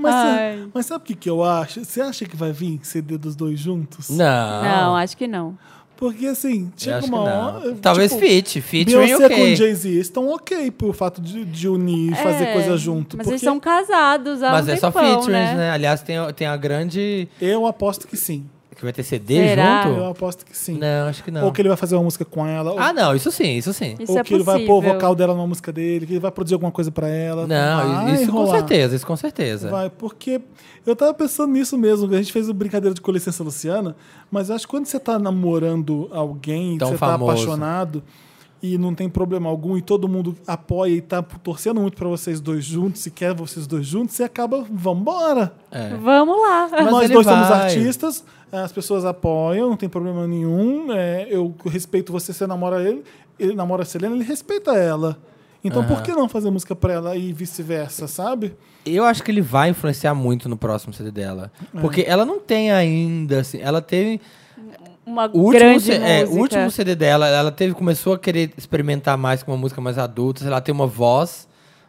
Speaker 1: Mas,
Speaker 3: Ai.
Speaker 1: sa- mas sabe o que, que eu acho? Você acha que vai vir CD dos dois juntos?
Speaker 2: Não.
Speaker 3: Não, acho que não.
Speaker 1: Porque assim, chega
Speaker 2: Ah. acho que
Speaker 1: uma
Speaker 2: não.
Speaker 1: hora. tipo,
Speaker 2: Talvez fit, featuring
Speaker 1: Beyoncé
Speaker 2: ok.
Speaker 1: com Jay-Z estão ok pro fato de, de unir e fazer
Speaker 3: É,
Speaker 1: coisa junto.
Speaker 3: Mas
Speaker 1: porque
Speaker 3: eles são casados há
Speaker 2: Mas
Speaker 3: um
Speaker 2: é só
Speaker 3: tempão,
Speaker 2: features, né?
Speaker 3: né?
Speaker 2: Aliás, tem, a- tem a grande.
Speaker 1: Eu aposto que sim.
Speaker 2: Que vai ter CD
Speaker 3: Será?
Speaker 2: junto?
Speaker 1: Eu aposto que sim.
Speaker 2: Não, acho que não.
Speaker 1: Ou que ele vai fazer uma música com ela. ou-
Speaker 2: Ah, não, isso sim, isso sim.
Speaker 3: Isso
Speaker 1: ou
Speaker 3: é
Speaker 1: que ele
Speaker 3: possível.
Speaker 1: vai pôr o vocal dela numa música dele, que ele vai produzir alguma coisa pra ela.
Speaker 2: Não,
Speaker 1: Vai
Speaker 2: isso com
Speaker 1: rolar.
Speaker 2: certeza, isso com certeza.
Speaker 1: Vai, porque eu tava pensando nisso mesmo. A gente fez uma brincadeira de com licença, Luciana, mas eu acho que quando você tá namorando alguém, que
Speaker 2: Tão
Speaker 1: você
Speaker 2: famoso.
Speaker 1: tá apaixonado e não tem problema algum e todo mundo apoia e tá torcendo muito pra vocês dois juntos e quer vocês dois juntos, você acaba, vambora.
Speaker 2: É.
Speaker 3: Vamos lá.
Speaker 2: Mas
Speaker 1: Nós
Speaker 2: ele
Speaker 1: dois somos
Speaker 2: vai.
Speaker 1: artistas, eh, as pessoas apoiam, não tem problema nenhum. é, eu respeito você, você namora ele, ele namora a Selena, ele respeita ela. Então por que não fazer música pra ela e vice-versa, sabe?
Speaker 2: Eu acho que ele vai influenciar muito no próximo CD dela.
Speaker 1: É.
Speaker 2: Porque ela não tem ainda, assim, ela teve.
Speaker 3: Uma
Speaker 2: O último,
Speaker 3: grande
Speaker 2: C- é, o
Speaker 3: música.
Speaker 2: último CD dela, ela teve, começou a querer experimentar mais com uma música mais adulta, sei lá, tem uma voz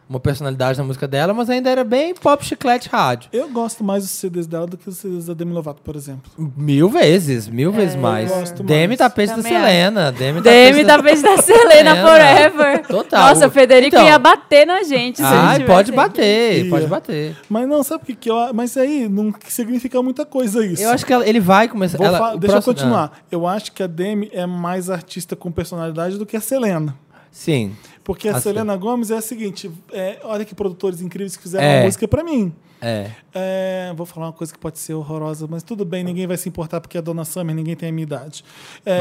Speaker 2: uma personalidade na música dela, mas ainda era bem pop chiclete rádio.
Speaker 1: Eu gosto mais dos CDs dela do que os CDs da Demi Lovato, por exemplo.
Speaker 2: Mil vezes, mil vezes mais.
Speaker 1: É, gosto
Speaker 2: Demi
Speaker 1: mais.
Speaker 2: tapete da
Speaker 3: Também
Speaker 2: Selena. Demi, tá
Speaker 3: Demi da vez da Selena Forever.
Speaker 2: É, né? Total.
Speaker 3: Nossa, o Federico
Speaker 2: Então.
Speaker 3: ia bater na gente. se ele
Speaker 2: Ai,
Speaker 3: tivesse
Speaker 2: pode
Speaker 3: aqui.
Speaker 2: bater, pode
Speaker 1: Ia.
Speaker 2: bater.
Speaker 1: Mas não, sabe o que, que eu. Mas aí não significa muita coisa isso.
Speaker 2: Eu acho que ela- ele vai começar.
Speaker 1: Vou
Speaker 2: ela-
Speaker 1: fa-
Speaker 2: o
Speaker 1: Deixa
Speaker 2: próximo- né?
Speaker 1: eu continuar. Eu acho que a Demi é mais artista com personalidade do que a Selena.
Speaker 2: Ah, sim.
Speaker 1: Porque a
Speaker 2: Assim.
Speaker 1: Selena Gomes é a seguinte: é, olha que produtores incríveis que fizeram
Speaker 2: É.
Speaker 1: uma música pra mim.
Speaker 2: É.
Speaker 1: É, vou falar uma coisa que pode ser horrorosa, mas tudo bem, ninguém vai se importar porque é a Dona Summer, ninguém tem a minha idade. É,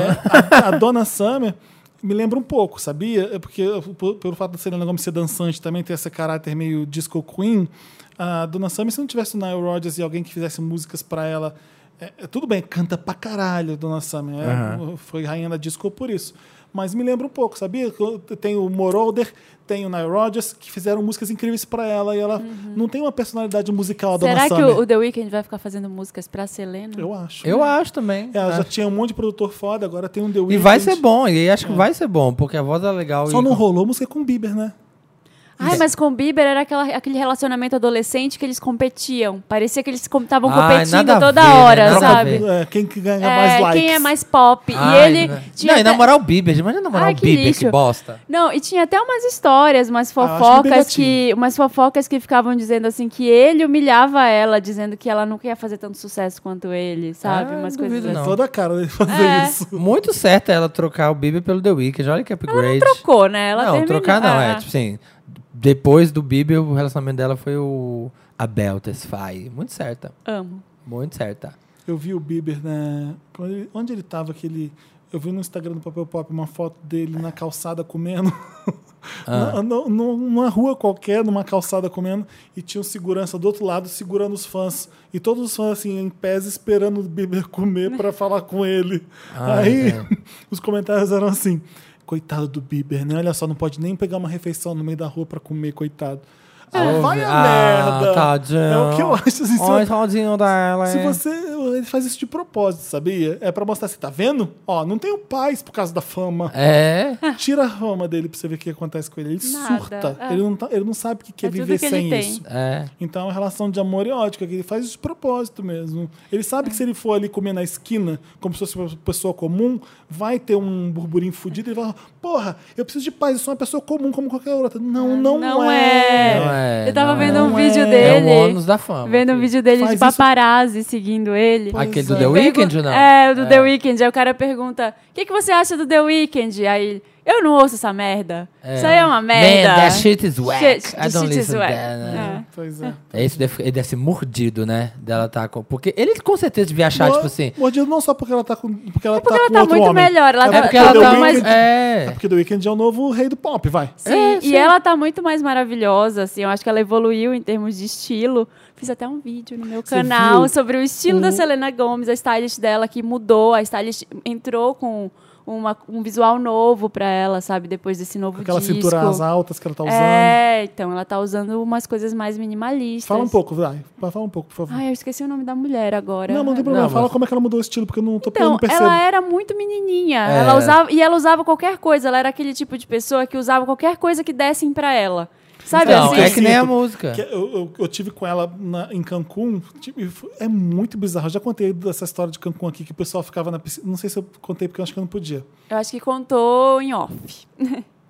Speaker 1: a, a Dona Summer me lembra um pouco, sabia? É Porque por- pelo fato da Selena Gomez ser dançante também ter esse caráter meio disco queen, a Dona Summer, se não tivesse o Nile Rodgers e alguém que fizesse músicas pra ela, é, é, tudo bem, canta pra caralho, Dona Summer. é, Foi rainha da disco por isso. Mas me lembra um pouco, sabia? Eu- Tem o Moroder, tem o Nile Rodgers, que fizeram músicas incríveis pra ela e ela não tem uma personalidade musical da
Speaker 3: Uhum. Será
Speaker 1: Dona
Speaker 3: que
Speaker 1: Summer.
Speaker 3: o, o The Weeknd vai ficar fazendo músicas pra Selena?
Speaker 1: Eu acho.
Speaker 2: Eu acho também.
Speaker 1: Ela já
Speaker 2: acho.
Speaker 1: tinha um monte de produtor foda, agora tem um The Weeknd.
Speaker 2: E vai ser bom, e acho que vai ser bom, porque a voz é legal.
Speaker 1: É. Só
Speaker 2: e...
Speaker 1: não rolou música com o Bieber, né?
Speaker 3: Ai, mas com o Bieber era aquela, aquele relacionamento adolescente que eles competiam. Parecia que eles estavam
Speaker 2: Ai, nada a
Speaker 3: competindo toda
Speaker 2: ver, né?
Speaker 3: hora,
Speaker 2: Nada a
Speaker 3: sabe?
Speaker 2: ver.
Speaker 1: É, quem que ganha
Speaker 3: É,
Speaker 1: mais likes.
Speaker 3: quem é mais pop.
Speaker 2: Ai,
Speaker 3: e ele
Speaker 2: né?
Speaker 3: tinha.
Speaker 2: Não, e
Speaker 3: até-
Speaker 2: namorar o Bieber, imagina namorar
Speaker 3: Ai,
Speaker 2: o
Speaker 3: que
Speaker 2: Bieber, que
Speaker 3: lixo.
Speaker 2: bosta.
Speaker 3: Não, e tinha até umas histórias, umas
Speaker 1: Ah, acho um que
Speaker 3: fofocas
Speaker 1: bem
Speaker 3: que. Umas fofocas que ficavam dizendo assim que ele humilhava ela, dizendo que ela não quer fazer tanto sucesso quanto ele, sabe?
Speaker 2: Ah,
Speaker 3: umas
Speaker 2: não
Speaker 3: coisas
Speaker 2: duvido,
Speaker 3: assim.
Speaker 2: não.
Speaker 1: é Toda a cara dele fazer
Speaker 3: É.
Speaker 1: isso.
Speaker 2: Muito certo ela trocar o Bieber pelo The Weeknd, olha que upgrade.
Speaker 3: Trocou, né? Ela
Speaker 2: não,
Speaker 3: terminou.
Speaker 2: trocar não, é
Speaker 3: Ah,
Speaker 2: tipo assim, depois do Bieber, o relacionamento dela foi o Abel Tesfaye. Muito certa,
Speaker 3: Amo.
Speaker 2: muito certa.
Speaker 1: Eu vi o Bieber, né? Quando ele- Onde ele tava, aquele. Eu vi no Instagram do Papel Pop uma foto dele na calçada comendo.
Speaker 2: Ah.
Speaker 1: Na- na- nu- numa rua qualquer, numa calçada comendo, e tinha um segurança do outro lado segurando os fãs. E todos os fãs, assim, em pés, esperando o Bieber comer pra falar com ele.
Speaker 2: Ah,
Speaker 1: Aí,
Speaker 2: é.
Speaker 1: os comentários eram assim: coitado do Bieber, né? Olha só, não pode nem pegar uma refeição no meio da rua pra comer, coitado. Ah, vai a merda!
Speaker 2: Tadinho.
Speaker 1: É o que eu acho assim. se eu-
Speaker 2: Olha o tadinho dela.
Speaker 1: se
Speaker 2: hein?
Speaker 1: você. Ele faz isso de propósito, sabia? É pra mostrar assim, tá vendo? Ó, não tenho paz por causa da fama.
Speaker 2: É,
Speaker 1: Tira a fama dele pra você ver o que acontece com ele. Ele
Speaker 3: Nada,
Speaker 1: surta.
Speaker 3: é.
Speaker 1: Ele, não tá- ele não sabe o que que é,
Speaker 3: É tudo
Speaker 1: viver
Speaker 3: que ele
Speaker 1: sem
Speaker 3: tem.
Speaker 1: isso.
Speaker 2: é.
Speaker 1: Então é uma relação de amor e ódio, que ele faz isso de propósito mesmo. Ele sabe que se ele for ali comer na esquina, como se fosse uma pessoa comum, vai ter um burburinho fudido. Ele vai falar, porra, eu preciso de paz, eu sou uma pessoa comum como qualquer outra. Não, não,
Speaker 3: Ah, Não
Speaker 1: é.
Speaker 3: é.
Speaker 2: Não é,
Speaker 3: Eu tava
Speaker 2: não
Speaker 3: vendo
Speaker 2: é.
Speaker 3: um vídeo
Speaker 2: É o
Speaker 3: dele.
Speaker 2: ônus da fama.
Speaker 3: Vendo um vídeo dele
Speaker 1: Faz
Speaker 3: de
Speaker 1: isso-
Speaker 3: paparazzi seguindo ele.
Speaker 2: Aquele do
Speaker 1: é.
Speaker 2: The Weeknd ou não?
Speaker 3: É, do The Weeknd. Aí o cara pergunta: O que, que você acha do The Weeknd? Aí ele, eu não ouço essa merda. Isso aí é uma merda.
Speaker 2: Man, that shit is whack.
Speaker 3: Shit,
Speaker 2: I
Speaker 3: the
Speaker 2: don't
Speaker 3: shit is
Speaker 2: listen to
Speaker 3: whack.
Speaker 2: that. né?
Speaker 1: Pois é.
Speaker 2: É. Isso deve, ele deve ser mordido, né? Dela tá com... Porque ele com certeza devia achar, tipo assim...
Speaker 1: Mordido não só porque ela tá com. Porque ela
Speaker 3: porque
Speaker 1: tá
Speaker 3: ela
Speaker 1: com
Speaker 3: tá
Speaker 1: outro
Speaker 3: muito
Speaker 1: homem.
Speaker 3: melhor, ela
Speaker 1: É
Speaker 3: tá-
Speaker 2: É porque
Speaker 1: porque
Speaker 2: ela
Speaker 1: The
Speaker 2: tá mais...
Speaker 1: Weeknd- É
Speaker 2: É...
Speaker 1: porque The Weeknd é o novo rei do pop, vai.
Speaker 3: Sim,
Speaker 2: É,
Speaker 3: e ela tá muito mais maravilhosa, assim. Eu acho que ela evoluiu em termos de estilo. Fiz até um vídeo no meu canal
Speaker 1: viu?
Speaker 3: sobre o estilo da Selena Gomez, a stylist dela que mudou, a stylist entrou com uma- um visual novo pra ela, sabe? Depois desse novo
Speaker 1: Aquela
Speaker 3: disco.
Speaker 1: cintura as altas que ela tá usando.
Speaker 3: É, então ela tá usando umas coisas mais minimalistas.
Speaker 1: Fala um pouco, vai. Fala um pouco, por favor.
Speaker 3: Ai, eu esqueci o nome da mulher agora.
Speaker 1: não, não tem problema.
Speaker 2: mas-
Speaker 1: Fala como é que ela mudou o estilo, porque eu não tô eu
Speaker 3: Então,
Speaker 1: não percebo.
Speaker 3: ela era muito menininha.
Speaker 2: É.
Speaker 3: Ela usava, e ela usava qualquer coisa. Ela era aquele tipo de pessoa que usava qualquer coisa que dessem pra ela. Sabe
Speaker 2: Não,
Speaker 3: assim?
Speaker 2: é que nem a
Speaker 1: Sinto.
Speaker 2: música.
Speaker 1: Que eu, eu, eu tive com ela na- em Cancún. tipo, e foi- é muito bizarro. Eu já contei dessa história de Cancún aqui, que o pessoal ficava na piscina. Não sei se eu contei, porque eu acho que eu não podia.
Speaker 3: Eu acho que contou em off.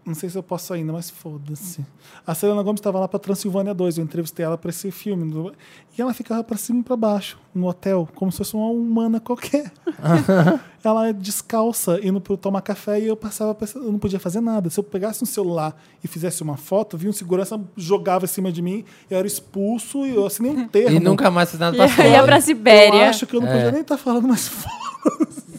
Speaker 1: Não sei se eu posso ainda, mas foda-se. A Selena Gomes estava lá para Transilvânia 2, eu entrevistei ela para esse filme. E ela ficava para cima e para baixo, no hotel, como se fosse uma humana qualquer.
Speaker 2: "Ah,
Speaker 1: ela descalça, indo para tomar café, e eu passava, pra- eu não podia fazer nada. Se eu pegasse um celular e fizesse uma foto, vinha um segurança, jogava em cima de mim, eu era expulso e eu assinei um termo.
Speaker 2: E nunca mais fez nada pra
Speaker 3: Ia, ia pra
Speaker 1: Eu
Speaker 3: Sibéria.
Speaker 1: acho que eu não podia
Speaker 2: É.
Speaker 1: nem estar falando, mas foda-se.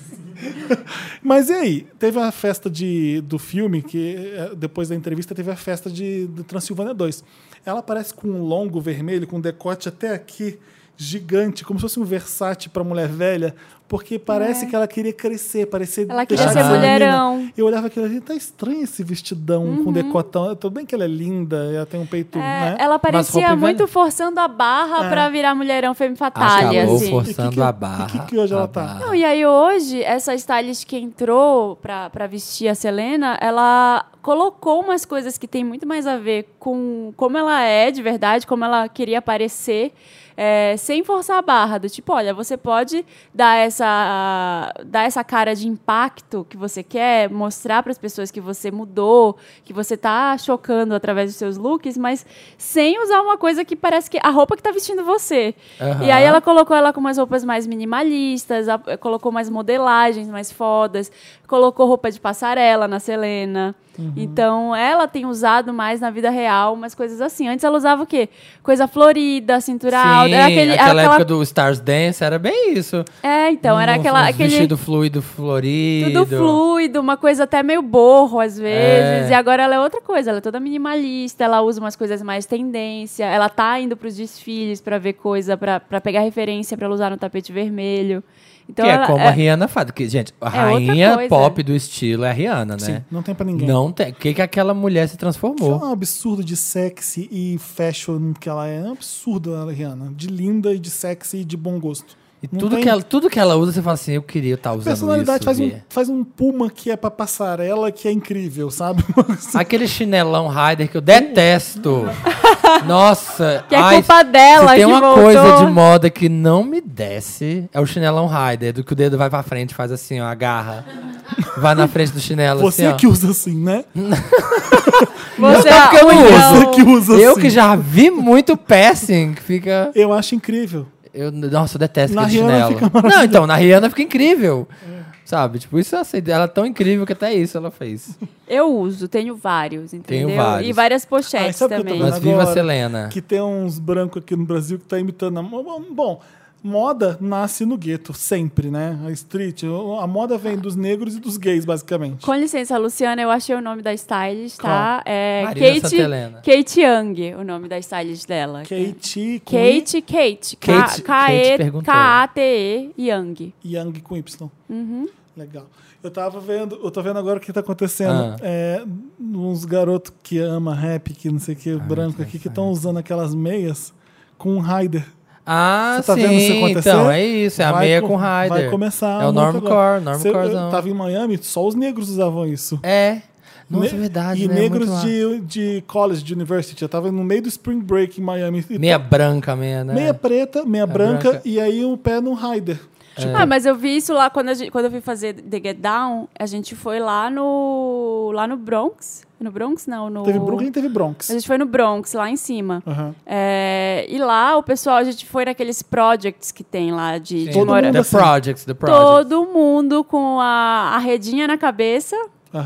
Speaker 1: Mas e aí? Teve a festa de, do filme, que eh, depois da entrevista teve a festa de, do Transilvânia 2. Ela aparece com um longo vermelho, com um decote até aqui, gigante, como se fosse um Versace para mulher velha, porque parece que ela queria crescer, parecer.
Speaker 3: É. Ela queria
Speaker 1: deixar de
Speaker 3: ser
Speaker 1: menina.
Speaker 3: mulherão. Uhum.
Speaker 1: Eu olhava aquilo ali, tá estranho esse vestidão com decotão. Tudo bem que ela é linda, ela tem um peito.
Speaker 3: É,
Speaker 1: né?
Speaker 3: Ela parecia
Speaker 2: roupa
Speaker 3: muito
Speaker 2: velha.
Speaker 3: forçando a barra pra virar mulherão femme fatale,
Speaker 2: Acabou
Speaker 3: assim.
Speaker 1: É. E que
Speaker 2: forçando
Speaker 1: que-
Speaker 2: a
Speaker 1: e que
Speaker 2: barra.
Speaker 1: que hoje ela
Speaker 2: a
Speaker 1: tá?
Speaker 2: barra.
Speaker 3: Não, e aí hoje, essa stylist que entrou pra, pra vestir a Selena, ela colocou umas coisas que tem muito mais a ver com como ela é de verdade, como ela queria aparecer, é, sem forçar a barra. Do tipo, olha, você pode dar essa, dar essa cara de impacto que você quer, mostrar para as pessoas que você mudou, que você tá chocando através dos seus looks, mas sem usar uma coisa que parece que a roupa que tá vestindo você.
Speaker 2: Aham.
Speaker 3: E aí ela colocou ela com umas roupas mais minimalistas, a- colocou umas modelagens mais fodas, colocou roupa de passarela na Selena.
Speaker 2: Uhum.
Speaker 3: Então, ela tem usado mais na vida real umas coisas assim. Antes ela usava o quê? Coisa florida, cintura alta. Era aquele, era
Speaker 2: aquela,
Speaker 3: aquela-
Speaker 2: época do Stars Dance era bem isso.
Speaker 3: É, então, era
Speaker 2: Um-
Speaker 3: aquela,
Speaker 2: um
Speaker 3: aquele
Speaker 2: vestido fluido, florido.
Speaker 3: tudo fluido, uma coisa até meio borro às vezes.
Speaker 2: É.
Speaker 3: E agora ela é outra coisa, ela é toda minimalista, ela usa umas coisas mais tendência, ela tá indo pros desfiles pra ver coisa, pra pra pegar referência pra ela usar no tapete vermelho. Então
Speaker 2: que
Speaker 3: ela
Speaker 2: é como
Speaker 3: é-
Speaker 2: a Rihanna faz. Que, gente, a
Speaker 3: É outra
Speaker 2: rainha
Speaker 3: coisa.
Speaker 2: pop do estilo é a Rihanna, né?
Speaker 1: Sim, não tem pra ninguém.
Speaker 2: Não tem. O que, que aquela mulher se
Speaker 1: É
Speaker 2: transformou?
Speaker 1: um absurdo de sexy e fashion que ela é. É um absurdo ela, Rihanna. De linda e de sexy e de bom gosto.
Speaker 2: E
Speaker 1: Não
Speaker 2: tudo,
Speaker 1: tem-
Speaker 2: que ela, tudo que ela usa, você fala assim, eu queria estar usando
Speaker 1: Personalidade
Speaker 2: isso.
Speaker 1: faz, um,
Speaker 2: Bia.
Speaker 1: faz um puma que é pra passarela que é incrível, sabe?
Speaker 2: Aquele chinelão rider que eu detesto. Nossa.
Speaker 3: Que é
Speaker 2: ai,
Speaker 3: culpa dela
Speaker 2: Se
Speaker 3: que
Speaker 2: tem uma
Speaker 3: voltou.
Speaker 2: coisa de moda que não me desce, é o chinelão rider. Do que o dedo vai pra frente, faz assim, ó, agarra. Vai na frente do chinelo,
Speaker 1: Você
Speaker 2: assim, ó.
Speaker 1: que usa assim, né? tá
Speaker 3: Você é
Speaker 2: Não, tá porque eu não
Speaker 3: olha,
Speaker 2: uso.
Speaker 1: Você que usa
Speaker 2: é Eu
Speaker 1: assim.
Speaker 2: que já vi muito piercing, que fica...
Speaker 1: Eu acho incrível.
Speaker 2: Eu, nossa, eu detesto
Speaker 1: Na
Speaker 2: aquele
Speaker 1: Rihanna
Speaker 2: chinelo.
Speaker 1: fica É.
Speaker 2: não, então, na Rihanna fica incrível. Sabe? Tipo, isso eu aceito. Ela é tão incrível que até isso ela fez.
Speaker 3: Eu uso, tenho vários, entendeu?
Speaker 2: vários.
Speaker 3: E várias
Speaker 1: Ai,
Speaker 3: pochetes
Speaker 1: Ah, sabe o que eu tô
Speaker 3: também.
Speaker 1: vendo
Speaker 2: Mas viva
Speaker 1: agora?
Speaker 2: a Selena.
Speaker 1: Que tem uns brancos aqui no Brasil que tá imitando. a mo- Bom, bom, moda nasce no gueto, sempre, né? A street. A moda vem dos negros e dos gays, basicamente.
Speaker 3: Com licença, Luciana, eu achei o nome da stylist, tá? É
Speaker 2: Marina
Speaker 3: Kate,
Speaker 2: Santelena.
Speaker 3: Kate Young, o nome da stylist dela.
Speaker 1: Kate, com I,
Speaker 3: Kate, Kate,
Speaker 2: Kate-
Speaker 3: K-
Speaker 2: Kate
Speaker 3: K-E-
Speaker 2: perguntou.
Speaker 3: K-A-T-E, Young.
Speaker 1: Young com Y. Legal. Eu tava vendo, eu tô vendo agora o que tá acontecendo.
Speaker 2: Ah.
Speaker 1: É, uns garotos que ama rap, que não sei o que, branco aqui, que estão usando aquelas meias com um rider.
Speaker 2: Ah,
Speaker 1: Você tá
Speaker 2: sim.
Speaker 1: vendo isso acontecer?
Speaker 2: então, é isso. É a
Speaker 1: Vai
Speaker 2: meia
Speaker 1: co-
Speaker 2: com rider.
Speaker 1: Vai começar.
Speaker 2: É o normcore, normcorezão.
Speaker 1: Eu tava em Miami, só os negros usavam isso.
Speaker 2: É. Nossa, é
Speaker 1: Ne-
Speaker 2: verdade,
Speaker 1: E
Speaker 2: né?
Speaker 1: negros
Speaker 2: Muito lá.
Speaker 1: de, de college, de university. Eu tava no meio do spring break em Miami. E
Speaker 2: Meia branca, meia, né?
Speaker 1: Então, Meia preta, meia branca,
Speaker 2: branca. É.
Speaker 1: e aí um pé no rider. Tipo,
Speaker 3: Ah, mas eu vi isso lá quando, a gente- quando eu fui fazer The Get Down, a gente foi lá no. lá no Bronx. No Bronx, não, no.
Speaker 1: Teve Brooklyn, teve Bronx.
Speaker 3: A gente foi no Bronx, lá em cima.
Speaker 1: Aham.
Speaker 3: É, e lá o pessoal, a gente foi naqueles projects que tem lá de, de
Speaker 2: Sim.
Speaker 3: mora-
Speaker 2: The
Speaker 1: assim.
Speaker 2: Projects, The Projects.
Speaker 3: Todo mundo com a, a redinha na cabeça,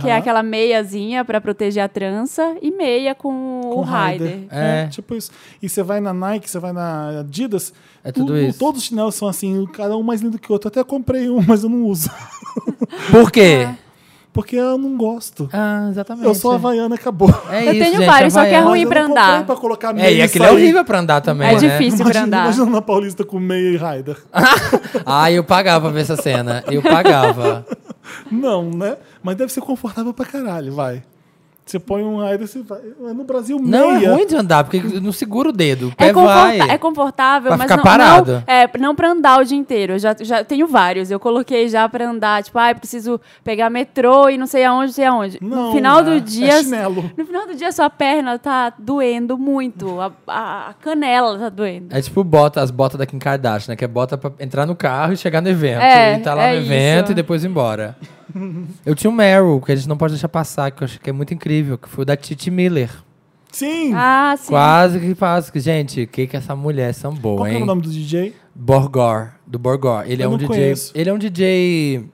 Speaker 3: que é
Speaker 1: Aham.
Speaker 3: aquela meiazinha pra proteger a trança, e meia com,
Speaker 1: com
Speaker 3: o né? rider.
Speaker 2: É.
Speaker 1: É. tipo isso. E você vai na Nike, você vai na Adidas.
Speaker 2: É tudo isso.
Speaker 1: Todos os chinelos são assim, cada um mais lindo que o outro. Eu Até comprei um, mas eu não uso.
Speaker 2: Por quê?
Speaker 1: Porque eu não gosto.
Speaker 2: Ah, exatamente.
Speaker 1: eu sou havaiana, acabou.
Speaker 2: É
Speaker 3: Eu
Speaker 2: isso,
Speaker 3: tenho
Speaker 2: gente,
Speaker 3: vários, só que é
Speaker 2: Havaiana.
Speaker 3: ruim
Speaker 1: Mas eu
Speaker 3: pra
Speaker 1: não
Speaker 3: andar.
Speaker 1: comprei pra colocar meia
Speaker 2: É, e aquele é
Speaker 1: sair.
Speaker 2: horrível pra andar também,
Speaker 3: É
Speaker 2: né?
Speaker 3: difícil pra
Speaker 1: Imagina,
Speaker 3: andar.
Speaker 1: imagina na Paulista com meia e rider.
Speaker 2: Ah, eu pagava pra ver essa cena. Eu pagava.
Speaker 1: Não, né? Mas deve ser confortável pra caralho, vai. Você põe um rider, você vai. No Brasil,
Speaker 2: Não,
Speaker 1: meia.
Speaker 2: é ruim de andar, porque não segura o dedo. O pé
Speaker 3: É,
Speaker 2: vai.
Speaker 3: conforta- é confortável,
Speaker 2: Pra
Speaker 3: mas
Speaker 2: ficar
Speaker 3: não,
Speaker 2: parado.
Speaker 3: não- é, não pra andar o dia inteiro. Eu já, já tenho vários. Eu coloquei já pra andar, tipo, ai, preciso pegar metrô e não sei aonde, sei aonde.
Speaker 1: Não,
Speaker 3: no final
Speaker 1: é
Speaker 3: do dia.
Speaker 1: chinelo.
Speaker 3: No final do dia, sua perna tá doendo muito. A, a- a canela tá doendo.
Speaker 2: É tipo bota, as botas da Kim Kardashian, né? Que é bota pra entrar no carro e chegar no evento.
Speaker 3: É,
Speaker 2: e tá lá
Speaker 3: é
Speaker 2: no evento
Speaker 3: isso.
Speaker 2: e depois ir embora. eu tinha um Meryl, que a gente não pode deixar passar, que eu acho que é muito incrível, que foi o da Titi Miller.
Speaker 1: Sim!
Speaker 3: Ah, sim.
Speaker 2: Quase que faz. que- Gente, o que que essa mulher são
Speaker 1: Qual
Speaker 2: boa,
Speaker 1: que é o
Speaker 2: hein?
Speaker 1: nome do DJ?
Speaker 2: Borgor, do Borgor. Ele
Speaker 1: Eu
Speaker 2: é um
Speaker 1: não
Speaker 2: DJ.
Speaker 1: conheço.
Speaker 2: Ele é um DJ.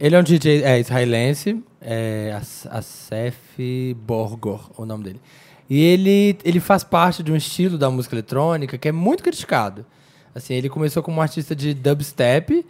Speaker 2: Ele é um DJ é, israelense, é As- Asef Borgor, o nome dele. E ele, ele faz parte de um estilo da música eletrônica que é muito criticado. Assim, ele começou como um artista de dubstep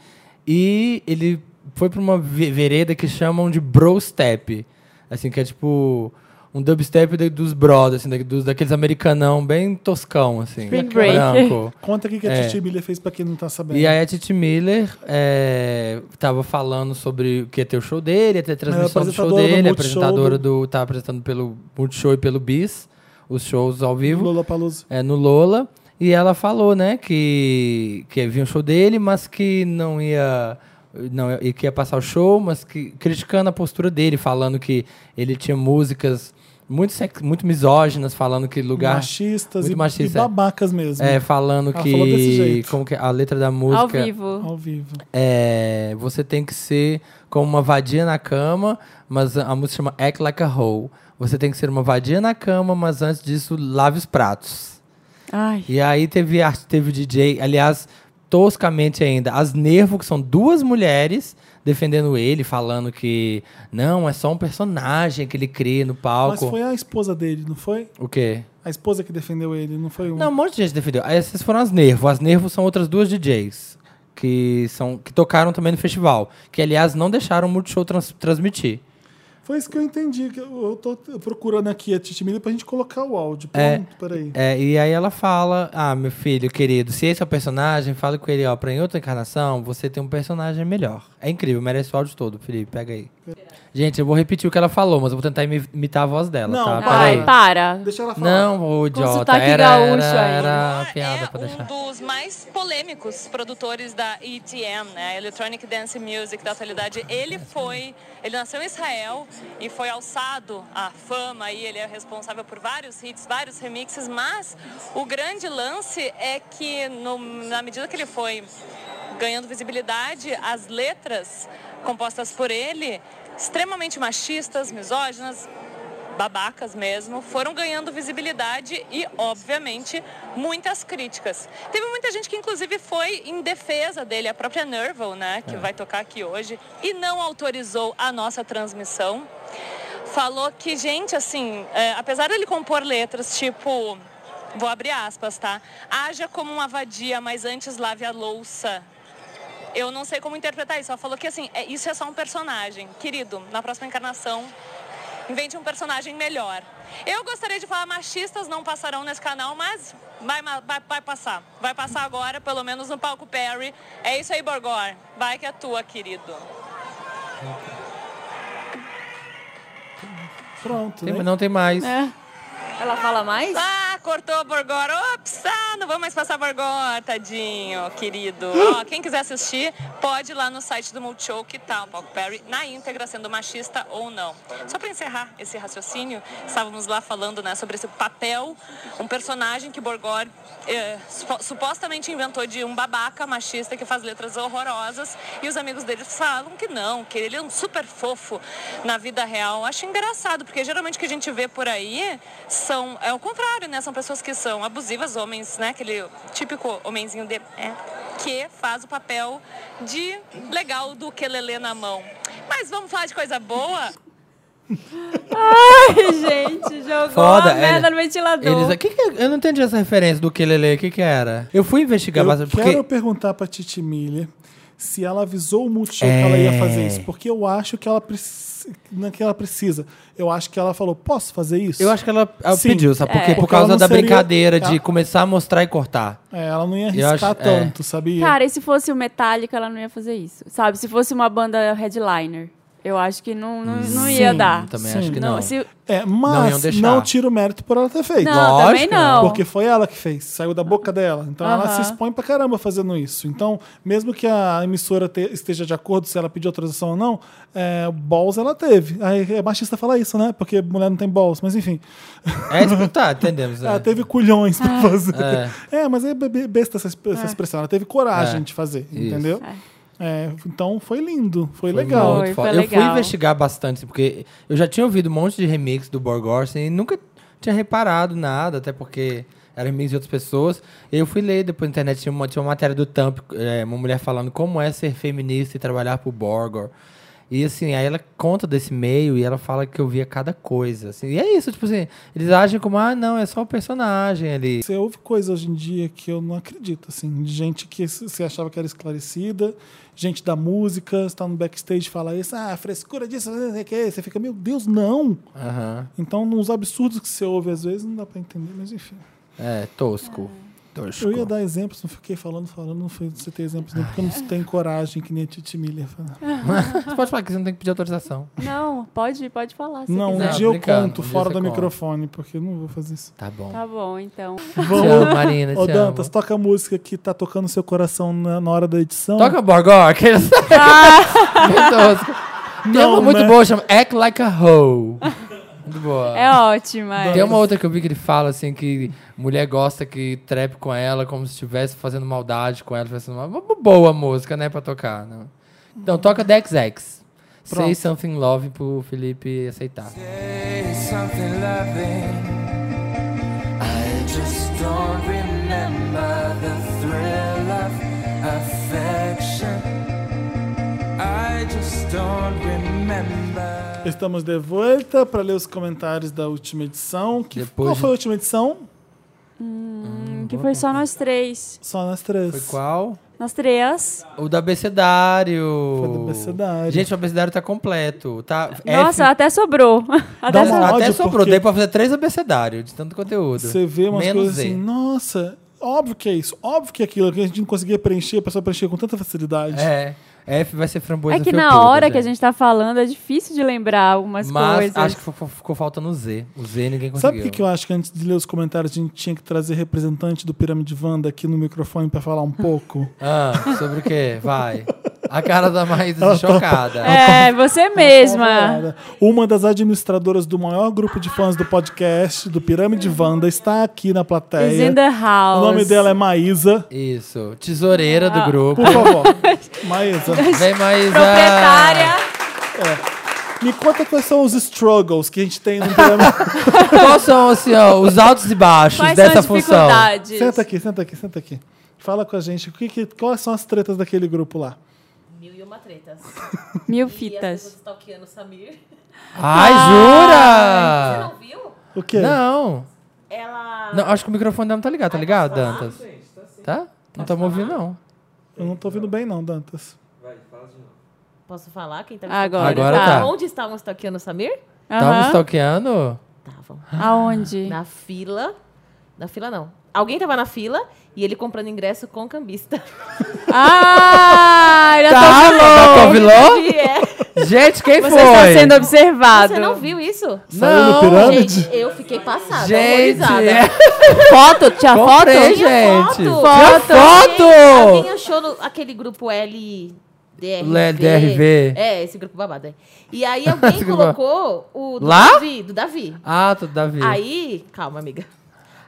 Speaker 2: e ele foi para uma ve- vereda que chamam de brostep, assim que é tipo um dubstep da- dos brothers, assim, da- dos, daqueles americanão bem toscão, assim,
Speaker 3: Spring Break.
Speaker 2: branco.
Speaker 1: Conta aqui que a
Speaker 2: É.
Speaker 1: Titi Miller fez pra quem não tá sabendo.
Speaker 2: E aí a Titi Miller é, tava falando sobre o que ia ter o show dele, ia ter a transmissão do show
Speaker 1: apresentadora do
Speaker 2: dele, a
Speaker 1: Multishow
Speaker 2: apresentadora do. Tá apresentando pelo Multishow e pelo Bis, os shows ao vivo
Speaker 1: Lula Palusa.
Speaker 2: é, no Lola. E ela falou, né, que, que havia um show dele, mas que não ia Não, e que ia passar o show, mas que- criticando a postura dele, falando que ele tinha músicas muito, sex- muito misóginas, falando que lugar.
Speaker 1: Machistas
Speaker 2: muito
Speaker 1: e-
Speaker 2: machista,
Speaker 1: e
Speaker 2: é.
Speaker 1: babacas mesmo.
Speaker 2: É, falando
Speaker 1: Ela
Speaker 2: que.
Speaker 1: falou desse jeito.
Speaker 2: Como que é? a letra da música.
Speaker 1: Ao vivo.
Speaker 2: É, você tem que ser como uma vadia na cama, mas a a música chama Act Like a Hoe. Você tem que ser uma vadia na cama, mas antes disso, lave os pratos.
Speaker 3: Ai.
Speaker 2: E aí teve, ar- teve DJ, aliás, toscamente ainda, as Nervo, que são duas mulheres, defendendo ele, falando que não, é só um personagem que ele cria no
Speaker 1: Mas
Speaker 2: palco.
Speaker 1: foi a esposa dele, não foi?
Speaker 2: O quê?
Speaker 1: A esposa que defendeu ele, não foi um.
Speaker 2: Não, um monte de gente defendeu. Essas foram as Nervo. As Nervo são outras duas DJs que, são, que tocaram também no festival. Que, aliás, não deixaram o Multishow trans- transmitir.
Speaker 1: Foi isso que eu entendi. Que eu, eu tô procurando aqui a Titi Miller pra gente colocar o áudio. Pronto, peraí.
Speaker 2: É, e aí ela fala: Ah, meu filho querido, se esse é o personagem, fala com ele, ó, pra em outra encarnação você tem um personagem melhor. É incrível, merece o áudio todo, Felipe, pega aí. Gente, eu vou repetir o que ela falou, mas eu vou tentar imi- imitar a voz dela,
Speaker 3: Não,
Speaker 2: tá?
Speaker 3: para. Ai, para.
Speaker 1: Deixa ela
Speaker 2: Não, ô
Speaker 3: Com
Speaker 2: idiota,
Speaker 3: sotaque
Speaker 2: era,
Speaker 3: gaúcho
Speaker 2: era,
Speaker 3: aí.
Speaker 2: era piada pra deixar.
Speaker 9: Um dos mais polêmicos produtores da EDM, né, Electronic Dance Music da atualidade. Ele foi, ele nasceu em Israel e foi alçado à fama e ele é responsável por vários hits, vários remixes, mas o grande lance é que no- na medida que ele foi ganhando visibilidade, as letras compostas por ele, extremamente machistas, misóginas, babacas mesmo, foram ganhando visibilidade e, obviamente, muitas críticas. Teve muita gente que, inclusive, foi em defesa dele, a própria Nerval, né, que vai tocar aqui hoje, e não autorizou a nossa transmissão. Falou que, gente, assim, é, apesar dele compor letras tipo. Vou abrir aspas, tá? Haja como uma vadia, mas antes lave a louça. Eu não sei como interpretar isso. Ela falou que assim, é- isso é só um personagem. Querido, na próxima encarnação, invente um personagem melhor. Eu gostaria de falar machistas não passarão nesse canal, mas vai, ma- vai- vai passar. Vai passar agora, pelo menos no palco Perry. É isso aí, Borgor. Vai que é tua, querido.
Speaker 1: Pronto.
Speaker 2: Tem-
Speaker 1: né?
Speaker 2: não tem mais.
Speaker 3: É. Ela fala mais?
Speaker 9: Ah, cortou Borgor. Ops, ah, não vou mais passar Borgor, tadinho, querido. Ó, quem quiser assistir, pode ir lá no site do Multishow que tá o Palco Perry na íntegra, sendo machista ou não. Só para encerrar esse raciocínio, estávamos lá falando né, sobre esse papel, um personagem que Borgor eh, supo- supostamente inventou de um babaca machista que faz letras horrorosas e os amigos dele falam que não, que ele é um super fofo na vida real. Acho engraçado, porque geralmente o que a gente vê por aí são é o contrário, né? São pessoas que são abusivas, homens, né? Aquele típico homenzinho de é, que faz o papel de legal do que lelê na mão. Mas vamos falar de coisa boa?
Speaker 3: Ai, gente, jogou a merda
Speaker 1: é.
Speaker 2: ele-
Speaker 3: no ventilador.
Speaker 2: Eles, que que é- eu não entendi essa referência do que o que, que era? Eu fui investigar
Speaker 1: Eu
Speaker 2: bastante. é Porque...
Speaker 1: quero perguntar pra Titi Miller se ela avisou o Multishow que
Speaker 2: É.
Speaker 1: ela ia fazer isso. Porque eu acho que ela precisa. Não é que ela precisa. Eu acho que ela falou, posso fazer isso?
Speaker 2: Eu acho que ela ela
Speaker 1: Sim.
Speaker 2: pediu, sabe? Porque,
Speaker 1: É.
Speaker 2: por
Speaker 1: Porque ela
Speaker 2: causa
Speaker 1: não
Speaker 2: da
Speaker 1: seria-
Speaker 2: brincadeira de
Speaker 1: Ela-
Speaker 2: começar a mostrar e cortar.
Speaker 1: É, ela não ia
Speaker 2: Eu
Speaker 1: arriscar
Speaker 2: acho- é.
Speaker 1: tanto, sabia?
Speaker 3: Cara, e se fosse o Metallica, ela não ia fazer isso. Sabe, se fosse uma banda headliner, eu acho que não, não, não ia
Speaker 1: Hum. Sim,
Speaker 3: dar.
Speaker 1: também acho que não.
Speaker 3: se-
Speaker 1: É,
Speaker 2: Não iam
Speaker 1: mas
Speaker 2: deixar.
Speaker 1: não, tira o mérito por ela ter feito.
Speaker 3: Não, também Lógico. não. Ah.
Speaker 1: Porque foi ela que fez, saiu da boca dela. Então ela
Speaker 3: Aham.
Speaker 1: se expõe pra caramba fazendo isso. Então, mesmo que a emissora te- esteja de acordo se ela pedir autorização ou não, é, balls ela teve. Aí é machista falar isso, né? Porque mulher não tem balls, mas enfim.
Speaker 2: É, tipo, tá, entendemos.
Speaker 1: Ela
Speaker 2: é.
Speaker 1: teve culhões
Speaker 3: Ah.
Speaker 1: pra fazer.
Speaker 2: É.
Speaker 1: É. mas é be- be- besta essa, exp- essa
Speaker 2: É.
Speaker 1: expressão. Ela teve
Speaker 2: É.
Speaker 1: coragem de fazer,
Speaker 2: Isso.
Speaker 1: entendeu? É, então foi lindo, foi, legal.
Speaker 2: legal. Eu fui investigar bastante, assim, porque eu já tinha ouvido um monte de remix do Borgorsen e nunca tinha reparado nada, até porque era remix de outras pessoas. E eu fui ler depois na internet, tinha uma, tinha uma matéria do Tamp, é, uma mulher falando como é ser feminista e trabalhar pro Borgor. E assim, aí ela conta desse meio e ela fala que eu via cada coisa. assim. E é isso, tipo assim, eles agem como, ah, não, é só o personagem ali.
Speaker 1: Você ouve coisa hoje em dia que eu não acredito, assim, de gente que s- você achava que era esclarecida, gente da música, está no backstage e fala isso, ah, frescura disso, não sei o que, você fica, meu Deus, não!
Speaker 2: Aham.
Speaker 1: Então, nos absurdos que você ouve às vezes, não dá pra entender, mas enfim.
Speaker 2: É, tosco.
Speaker 13: Tosco.
Speaker 1: Eu ia dar exemplos, não fiquei falando, falando, não fui- citei exemplos, não, porque eu não tenho coragem, que nem a Titi Miller. fala.
Speaker 2: Você pode falar que você não tem que pedir autorização.
Speaker 3: Não, pode, pode falar. Se
Speaker 1: Não, um
Speaker 3: quiser.
Speaker 1: dia eu
Speaker 2: brincando,
Speaker 1: conto
Speaker 2: um dia
Speaker 1: fora
Speaker 2: você
Speaker 1: do
Speaker 2: conta.
Speaker 1: microfone, porque eu não vou fazer isso.
Speaker 2: Tá bom.
Speaker 3: Tá bom, então.
Speaker 2: amo, Marina,
Speaker 1: Ô,
Speaker 2: te
Speaker 1: Dantas, toca a música que tá tocando no seu coração na, na hora da edição.
Speaker 2: Toca Borgó, Então, aqueles. Tem uma
Speaker 1: Não,
Speaker 2: Ah, Então, muito
Speaker 1: né?
Speaker 2: boa, chama Act Like a Hoe. Muito boa.
Speaker 3: É ótima. é.
Speaker 2: Tem uma outra que eu vi que ele fala assim que mulher gosta que trap com ela como se estivesse fazendo maldade com ela, fazendo uma, uma boa música, né, pra tocar. né? Então toca Dex X. Say
Speaker 14: Pronto.
Speaker 2: Something Love pro Felipe aceitar.
Speaker 14: Say something loving. I just don't remember the thrill of affection. I just don't remember.
Speaker 1: Estamos de volta para ler os comentários da última edição. Que,
Speaker 2: Depois
Speaker 1: qual
Speaker 2: de-
Speaker 1: foi a última edição?
Speaker 3: Hum, que foi só nós três.
Speaker 1: Só nós três.
Speaker 2: Foi qual?
Speaker 3: Nós três.
Speaker 2: O do abecedário.
Speaker 1: Foi do abecedário.
Speaker 2: Gente, o abecedário tá completo. Tá
Speaker 3: Nossa,
Speaker 2: F-
Speaker 3: até sobrou. Até
Speaker 2: até,
Speaker 3: sobrou.
Speaker 2: sobrou.
Speaker 1: um porque-
Speaker 2: Dei pra fazer três abecedários de tanto conteúdo.
Speaker 1: Você vê umas
Speaker 2: Menos um.
Speaker 1: coisas
Speaker 2: Z.
Speaker 1: assim, nossa, óbvio que é isso, óbvio que é aquilo que a gente não conseguia preencher, a pessoa preenchia com tanta facilidade.
Speaker 2: É, F vai ser framboesa né?
Speaker 3: É que
Speaker 2: felpuda,
Speaker 3: na hora que a
Speaker 2: gente.
Speaker 3: gente tá falando é difícil de lembrar algumas
Speaker 2: Mas
Speaker 3: coisas.
Speaker 2: acho que ficou, ficou faltando o Z. O Z ninguém conseguiu.
Speaker 1: Sabe o que, que eu acho que antes de ler os comentários a gente tinha que trazer representante do Pirâmide Wanda aqui no microfone para falar um pouco?
Speaker 2: Ah, sobre o quê? Vai. A cara da Maísa
Speaker 1: Ela tá-
Speaker 2: chocada.
Speaker 3: É, você mesma.
Speaker 1: Cara, Uma das administradoras do maior grupo de fãs do podcast, do Pirâmide Wanda, está aqui na plateia.
Speaker 3: Is in the house.
Speaker 1: O nome dela é Maísa.
Speaker 2: Isso. Tesoureira do
Speaker 1: Ah.
Speaker 2: grupo.
Speaker 1: Por favor. Maísa.
Speaker 2: Vem, Maísa.
Speaker 1: É. Me conta quais são os struggles que a gente tem no programa.
Speaker 2: Quais são assim, ó, os altos e baixos
Speaker 1: Quais são
Speaker 2: dessa
Speaker 1: as
Speaker 2: função?
Speaker 1: dificuldades? Senta aqui, senta aqui, senta aqui. Fala com a gente. O que que- quais são as tretas daquele grupo lá?
Speaker 6: Mil e uma tretas.
Speaker 3: Mil
Speaker 6: E
Speaker 3: fitas.
Speaker 6: as pessoas stalkeando o Samir.
Speaker 2: Ai,
Speaker 6: Ai, Você
Speaker 2: jura?
Speaker 6: não viu?
Speaker 1: O quê?
Speaker 2: Não.
Speaker 6: Ela.
Speaker 2: Não, acho que o microfone dela não tá ligado, tá ligado, Dantas? Tá? Não tá me ouvindo, não.
Speaker 1: Eu não tô ouvindo bem, não, Dantas.
Speaker 6: Posso falar quem tá me
Speaker 3: Agora
Speaker 2: Agora
Speaker 6: stalkeando?
Speaker 2: tá.
Speaker 6: Onde estavam stalkeando o Samir?
Speaker 2: Estavam Tá stalkeando?
Speaker 3: Aonde?
Speaker 6: Na fila. Na fila, não. Alguém tava na fila e ele comprando ingresso com cambista.
Speaker 3: Ah, já
Speaker 2: Tá,
Speaker 3: tô
Speaker 2: Vilão?
Speaker 6: Ele é.
Speaker 2: Gente, quem
Speaker 3: Você
Speaker 2: foi?
Speaker 3: está sendo observado.
Speaker 6: Você não tá viu isso?
Speaker 2: Saiu do pirâmide?
Speaker 6: Gente, eu fiquei passada.
Speaker 2: Gente,
Speaker 6: horrorizada.
Speaker 2: é.
Speaker 3: Foto? Tinha foto?
Speaker 2: Comprei,
Speaker 6: Tinha
Speaker 2: gente.
Speaker 6: Foto.
Speaker 2: Tinha foto.
Speaker 6: Alguém, alguém achou no, aquele grupo L... DRV.
Speaker 2: LDRV.
Speaker 6: É, esse grupo babado. aí. E aí alguém
Speaker 2: Esse grupo-
Speaker 6: colocou o do
Speaker 2: Lá?
Speaker 6: Davi. Do Davi.
Speaker 2: Ah, tu Davi.
Speaker 6: Aí, calma, amiga.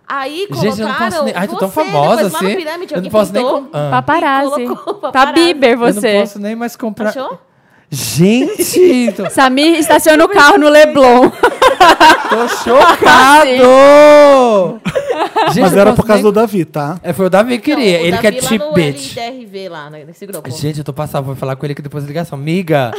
Speaker 6: Aí
Speaker 2: Gente, eu não
Speaker 6: colocaram.
Speaker 2: posso nem- Ai, tô tão
Speaker 6: você,
Speaker 2: famosa
Speaker 6: depois lá no
Speaker 2: assim.
Speaker 6: Pirâmide,
Speaker 2: Eu não
Speaker 6: alguém
Speaker 2: posso nem
Speaker 6: pintou
Speaker 2: com- Ah.
Speaker 6: e
Speaker 3: Paparazzi.
Speaker 6: colocou
Speaker 3: Tá
Speaker 6: paparazzi.
Speaker 3: Bieber
Speaker 2: Eu não
Speaker 3: você.
Speaker 2: posso nem mais comprar.
Speaker 6: Achou?
Speaker 2: Gente, tô,
Speaker 3: Samir estaciona o carro no Leblon. Assim.
Speaker 2: tô chocado! Gente,
Speaker 1: Mas
Speaker 2: eu
Speaker 1: era
Speaker 2: posso
Speaker 1: por
Speaker 2: nem-
Speaker 1: causa do Davi, tá?
Speaker 2: É, foi o Davi que queria.
Speaker 6: O
Speaker 2: ele
Speaker 6: Davi
Speaker 2: quer
Speaker 6: lá
Speaker 2: cheap
Speaker 6: no
Speaker 2: bitch.
Speaker 6: LDRV lá né, nesse grupo.
Speaker 2: Gente, eu tô passado, vou falar com ele que depois da ligação. Miga,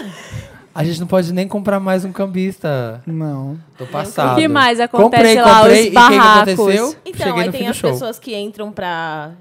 Speaker 2: a gente não pode nem comprar mais um cambista.
Speaker 1: Não.
Speaker 2: Tô passado.
Speaker 3: O que mais acontece
Speaker 2: comprei,
Speaker 3: lá, os
Speaker 2: Comprei, e o que que
Speaker 3: barracos?
Speaker 2: aconteceu?
Speaker 6: Então,
Speaker 2: Cheguei
Speaker 6: aí
Speaker 2: no
Speaker 6: tem
Speaker 2: fim do
Speaker 6: as
Speaker 2: show.
Speaker 6: pessoas que entram pra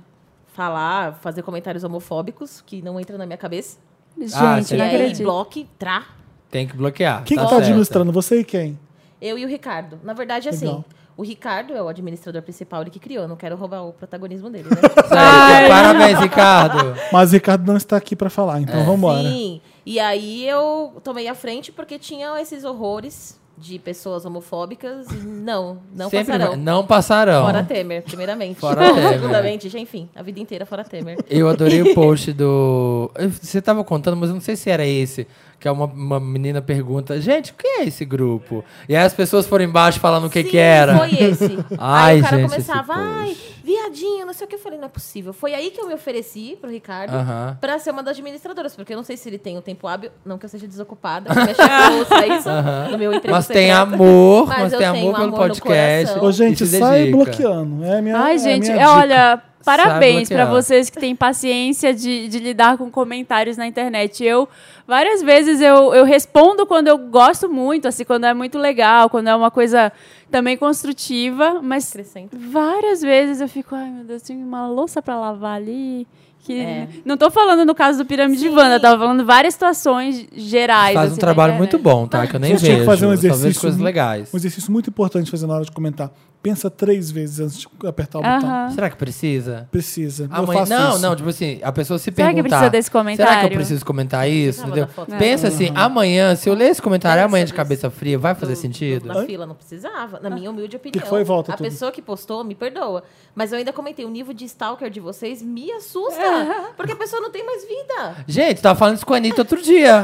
Speaker 6: falar, fazer comentários homofóbicos, que não entram na minha cabeça.
Speaker 2: Gente, Ah, sim.
Speaker 6: e
Speaker 2: não
Speaker 6: aí,
Speaker 2: acredito.
Speaker 6: bloque, trá.
Speaker 2: Tem que bloquear.
Speaker 1: Quem
Speaker 2: tá
Speaker 1: que tá
Speaker 2: certo.
Speaker 1: administrando? Você e quem?
Speaker 6: Eu e o Ricardo. Na verdade, assim,
Speaker 1: Legal.
Speaker 6: o Ricardo é o administrador principal, ele que criou. eu Não quero roubar o protagonismo dele, né?
Speaker 2: Sério, parabéns, Ricardo.
Speaker 1: Mas o Ricardo não está aqui para falar,
Speaker 2: É.
Speaker 1: então vamos embora.
Speaker 6: Sim. E aí eu tomei a frente porque tinham esses horrores de pessoas homofóbicas. E não, não
Speaker 2: Sempre
Speaker 6: passarão.
Speaker 2: vai- não passarão.
Speaker 6: Fora Temer, primeiramente.
Speaker 2: Fora Temer.
Speaker 6: Segundamente, já, enfim, a vida inteira fora Temer.
Speaker 2: Eu adorei o post do. eu- Você tava contando, mas eu não sei se era esse. Que é uma, uma menina pergunta, gente, o que é esse grupo? E aí as pessoas foram embaixo falando o que, que era.
Speaker 6: Foi esse.
Speaker 2: Ai,
Speaker 6: aí o cara
Speaker 2: gente,
Speaker 6: começava, "Ah,
Speaker 2: esse post.
Speaker 6: ai, viadinho, não sei o que. Eu falei, não é possível. Foi aí que eu me ofereci pro Ricardo
Speaker 2: Aham.
Speaker 6: pra ser uma das administradoras, porque eu não sei se ele tem um tempo hábil, não que eu seja desocupada, é que mexe com isso
Speaker 2: Aham.
Speaker 6: no meu emprego.
Speaker 2: Mas tem
Speaker 6: secreto.
Speaker 2: amor, mas
Speaker 6: eu
Speaker 2: tem
Speaker 6: tenho
Speaker 2: amor pelo
Speaker 6: no
Speaker 2: podcast.
Speaker 6: coração.
Speaker 1: Ô, gente,
Speaker 2: Isso se
Speaker 1: sai
Speaker 2: dedica.
Speaker 1: bloqueando. É a minha, é
Speaker 3: Ai,
Speaker 1: a
Speaker 3: gente,
Speaker 1: minha
Speaker 3: é,
Speaker 1: dica.
Speaker 3: olha, parabéns
Speaker 1: bloquear.
Speaker 3: pra vocês que têm paciência de, de lidar com comentários na internet. Eu, várias vezes, eu, eu respondo quando eu gosto muito, assim, quando é muito legal, quando é uma coisa também construtiva, mas várias vezes eu fico, ai, meu Deus, tem uma louça pra lavar ali. Que...
Speaker 6: É.
Speaker 3: Não tô falando no caso do Pirâmide de Wanda, eu tava falando várias situações gerais.
Speaker 2: Faz
Speaker 3: assim,
Speaker 2: um
Speaker 3: na
Speaker 2: trabalho
Speaker 3: internet.
Speaker 2: muito bom, tá? Que eu nem
Speaker 1: Vocês tinham
Speaker 2: vejo.
Speaker 1: que fazer um
Speaker 2: Só vejo
Speaker 1: exercício.
Speaker 2: coisas legais.
Speaker 1: Um exercício muito importante fazer na hora de comentar. pensa três vezes antes de apertar o botão.
Speaker 2: Será que precisa?
Speaker 1: Precisa.
Speaker 2: Ah,
Speaker 1: eu
Speaker 2: mãe,
Speaker 1: faço
Speaker 2: não,
Speaker 1: isso.
Speaker 2: não, tipo assim, a pessoa se
Speaker 3: Será que
Speaker 2: perguntar.
Speaker 3: precisa desse
Speaker 2: Será que
Speaker 3: comentário?
Speaker 2: eu preciso comentar isso?
Speaker 3: Precisava
Speaker 2: Entendeu?
Speaker 3: da foto.
Speaker 2: Pensa
Speaker 3: Não.
Speaker 1: Uhum.
Speaker 2: assim, amanhã, se eu ler esse comentário amanhã de cabeça fria, vai fazer sentido?
Speaker 6: Na fila não precisava, na minha humilde opinião.
Speaker 2: Ah. foi? Volta
Speaker 6: A
Speaker 2: tudo.
Speaker 6: pessoa que postou me perdoa. Mas eu ainda comentei, o nível de stalker de vocês me assusta.
Speaker 2: É.
Speaker 6: Porque a pessoa não tem mais vida.
Speaker 2: Gente, tava falando isso com a Anitta outro dia.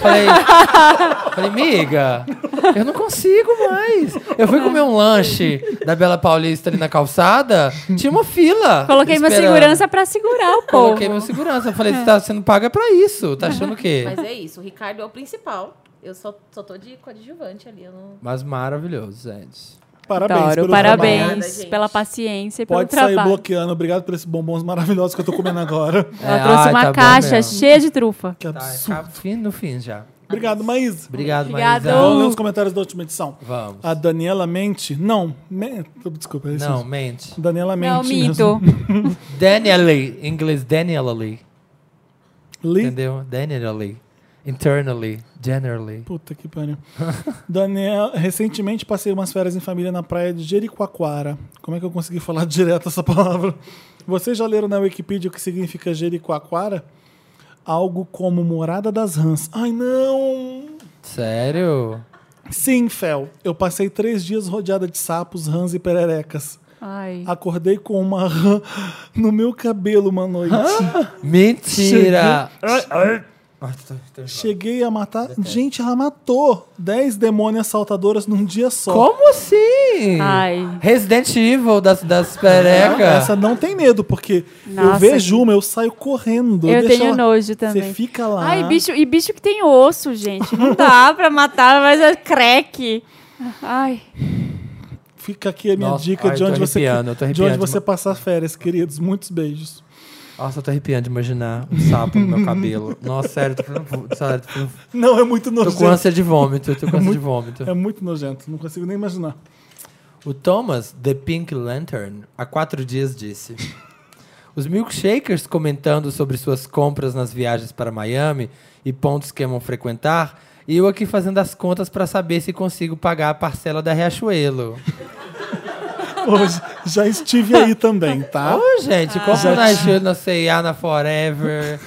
Speaker 2: falei, falei, miga, eu não consigo mais. Eu fui comer um lanche da Bela Paulista ali na calçada, tinha uma fila.
Speaker 3: Coloquei meu
Speaker 2: esperando.
Speaker 3: segurança pra segurar o povo. É.
Speaker 2: Coloquei meu segurança. Falei, você tá sendo paga pra isso. Tá achando o quê?
Speaker 6: Mas é isso, o Ricardo é o principal. Eu só, só tô de coadjuvante ali. Eu não...
Speaker 2: Mas maravilhoso, gente.
Speaker 1: Parabéns
Speaker 3: Adoro,
Speaker 1: pelo
Speaker 3: parabéns
Speaker 1: trabalho.
Speaker 3: pela paciência e pelo
Speaker 1: Pode sair
Speaker 3: trabalho.
Speaker 1: bloqueando. Obrigado por esses bombons maravilhosos que eu tô comendo agora.
Speaker 2: É,
Speaker 3: Ela
Speaker 2: tá
Speaker 3: trouxe uma caixa cheia de trufa.
Speaker 1: Que absurdo.
Speaker 2: Fim Tá, no fim já.
Speaker 1: Obrigado, Maísa.
Speaker 2: Obrigado,
Speaker 1: Obrigado.
Speaker 2: Maísa.
Speaker 1: Vamos ler os comentários da última edição.
Speaker 2: Vamos.
Speaker 1: A Daniela Mente. Não, men- desculpa. é isso
Speaker 2: Não,
Speaker 1: mesmo.
Speaker 2: mente.
Speaker 1: Daniela Mente. mesmo.
Speaker 2: Daniel Lee. Em inglês, Daniel Lee. Entendeu? Daniel Lee. Internally. Generally.
Speaker 1: Puta que pariu. Daniel, recentemente passei umas férias em família na praia de Jericoacoara. Como é que eu consegui falar direto essa palavra? Vocês já leram na Wikipedia o que significa Jericoacoara? Algo como morada das rãs. Ai, não!
Speaker 2: Sério?
Speaker 1: Sim, Fel. Eu passei três dias rodeada de sapos, rãs e pererecas.
Speaker 3: Ai.
Speaker 1: Acordei com uma rã no meu cabelo uma noite.
Speaker 2: Mentira!
Speaker 1: Cheguei, Cheguei a matar. Gente, ela matou 10 demônias saltadoras num dia só.
Speaker 2: Como assim?
Speaker 1: Ai.
Speaker 2: Resident Evil das, das perecas.
Speaker 1: Essa não tem medo, porque eu
Speaker 3: Nossa,
Speaker 1: vejo uma, eu saio correndo.
Speaker 3: Eu
Speaker 1: deixo
Speaker 3: tenho
Speaker 1: ela-
Speaker 3: nojo também.
Speaker 1: Você fica Tá lá.
Speaker 3: Ai, bicho, e bicho que tem osso, gente. Não dá pra matar, mas é creque. Ai.
Speaker 1: Fica aqui a minha
Speaker 2: Nossa,
Speaker 1: dica
Speaker 2: ai,
Speaker 1: de
Speaker 2: eu tô
Speaker 1: onde você
Speaker 2: arrepiando, eu tô
Speaker 1: de onde
Speaker 2: arrepiando.
Speaker 1: você passar férias, queridos. Muitos beijos.
Speaker 2: Nossa, eu tô arrepiando de imaginar um sapo no meu cabelo. Nossa, sério, tô ficando- sério, tô ficando-
Speaker 1: Não, é muito
Speaker 2: Tô
Speaker 1: nojento.
Speaker 2: com ânsia de vômito, tô com
Speaker 1: É
Speaker 2: ânsia de
Speaker 1: muito-
Speaker 2: vômito.
Speaker 1: É muito nojento, não consigo nem imaginar.
Speaker 2: O Thomas, The Pink Lantern, há quatro dias disse. Os milkshakers comentando sobre suas compras nas viagens para Miami e pontos que amam frequentar, e eu aqui fazendo as contas para saber se consigo pagar a parcela da Riachuelo.
Speaker 1: Hoje, já estive aí também, tá?
Speaker 2: Ô, gente, compra na Riachuelo, na C&A, na Forever.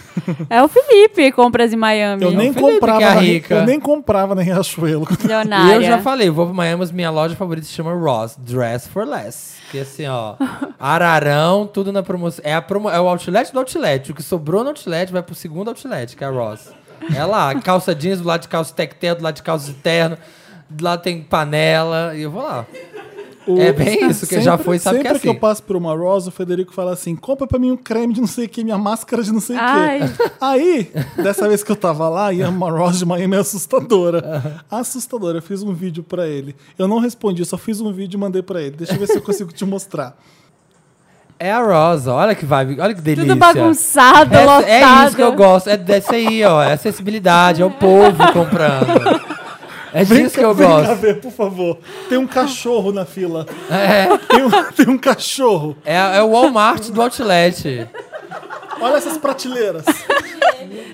Speaker 3: É o Felipe, compras em Miami.
Speaker 1: Eu nem,
Speaker 2: o Felipe
Speaker 1: comprava
Speaker 2: que é
Speaker 1: na,
Speaker 2: rica.
Speaker 1: eu nem comprava na Riachuelo.
Speaker 2: E
Speaker 3: Milionária.
Speaker 2: eu já falei, vou pra Miami, mas minha loja favorita se chama Ross, Dress for Less. Que assim, ó, Ararão, tudo na promoção. É, a promo, é o outlet do outlet. O que sobrou no outlet vai pro segundo outlet, que é a Ross. É lá, calça jeans do lado de calça tectel, do lado de calça de terno. Lá tem panela, e eu vou lá. É bem isso, que já foi, sabe que
Speaker 1: sempre
Speaker 2: é assim.
Speaker 1: eu passo por uma Rosa, o Federico fala assim: compra pra mim um creme de não sei o que, minha máscara de não sei o
Speaker 3: Ai.
Speaker 1: que. Aí, dessa vez que eu tava lá, e a uma Rosa de Miami é assustadora. Assustadora, eu fiz um vídeo pra ele. Eu não respondi, eu só fiz um vídeo e mandei pra ele. Deixa eu ver se eu consigo te mostrar.
Speaker 2: É a Rosa, olha que vibe, olha que delícia.
Speaker 3: bagunçado,
Speaker 2: é, É isso
Speaker 3: lotado.
Speaker 2: que eu gosto, é dessa aí, ó, é acessibilidade, é o povo comprando. É
Speaker 1: Vem
Speaker 2: disso
Speaker 1: cá-
Speaker 2: que eu
Speaker 1: vem cá
Speaker 2: gosto.
Speaker 1: ver, por favor. Tem um cachorro na fila.
Speaker 2: É.
Speaker 1: Tem um, tem um cachorro.
Speaker 2: É, é o Walmart do Outlet.
Speaker 1: Olha essas prateleiras.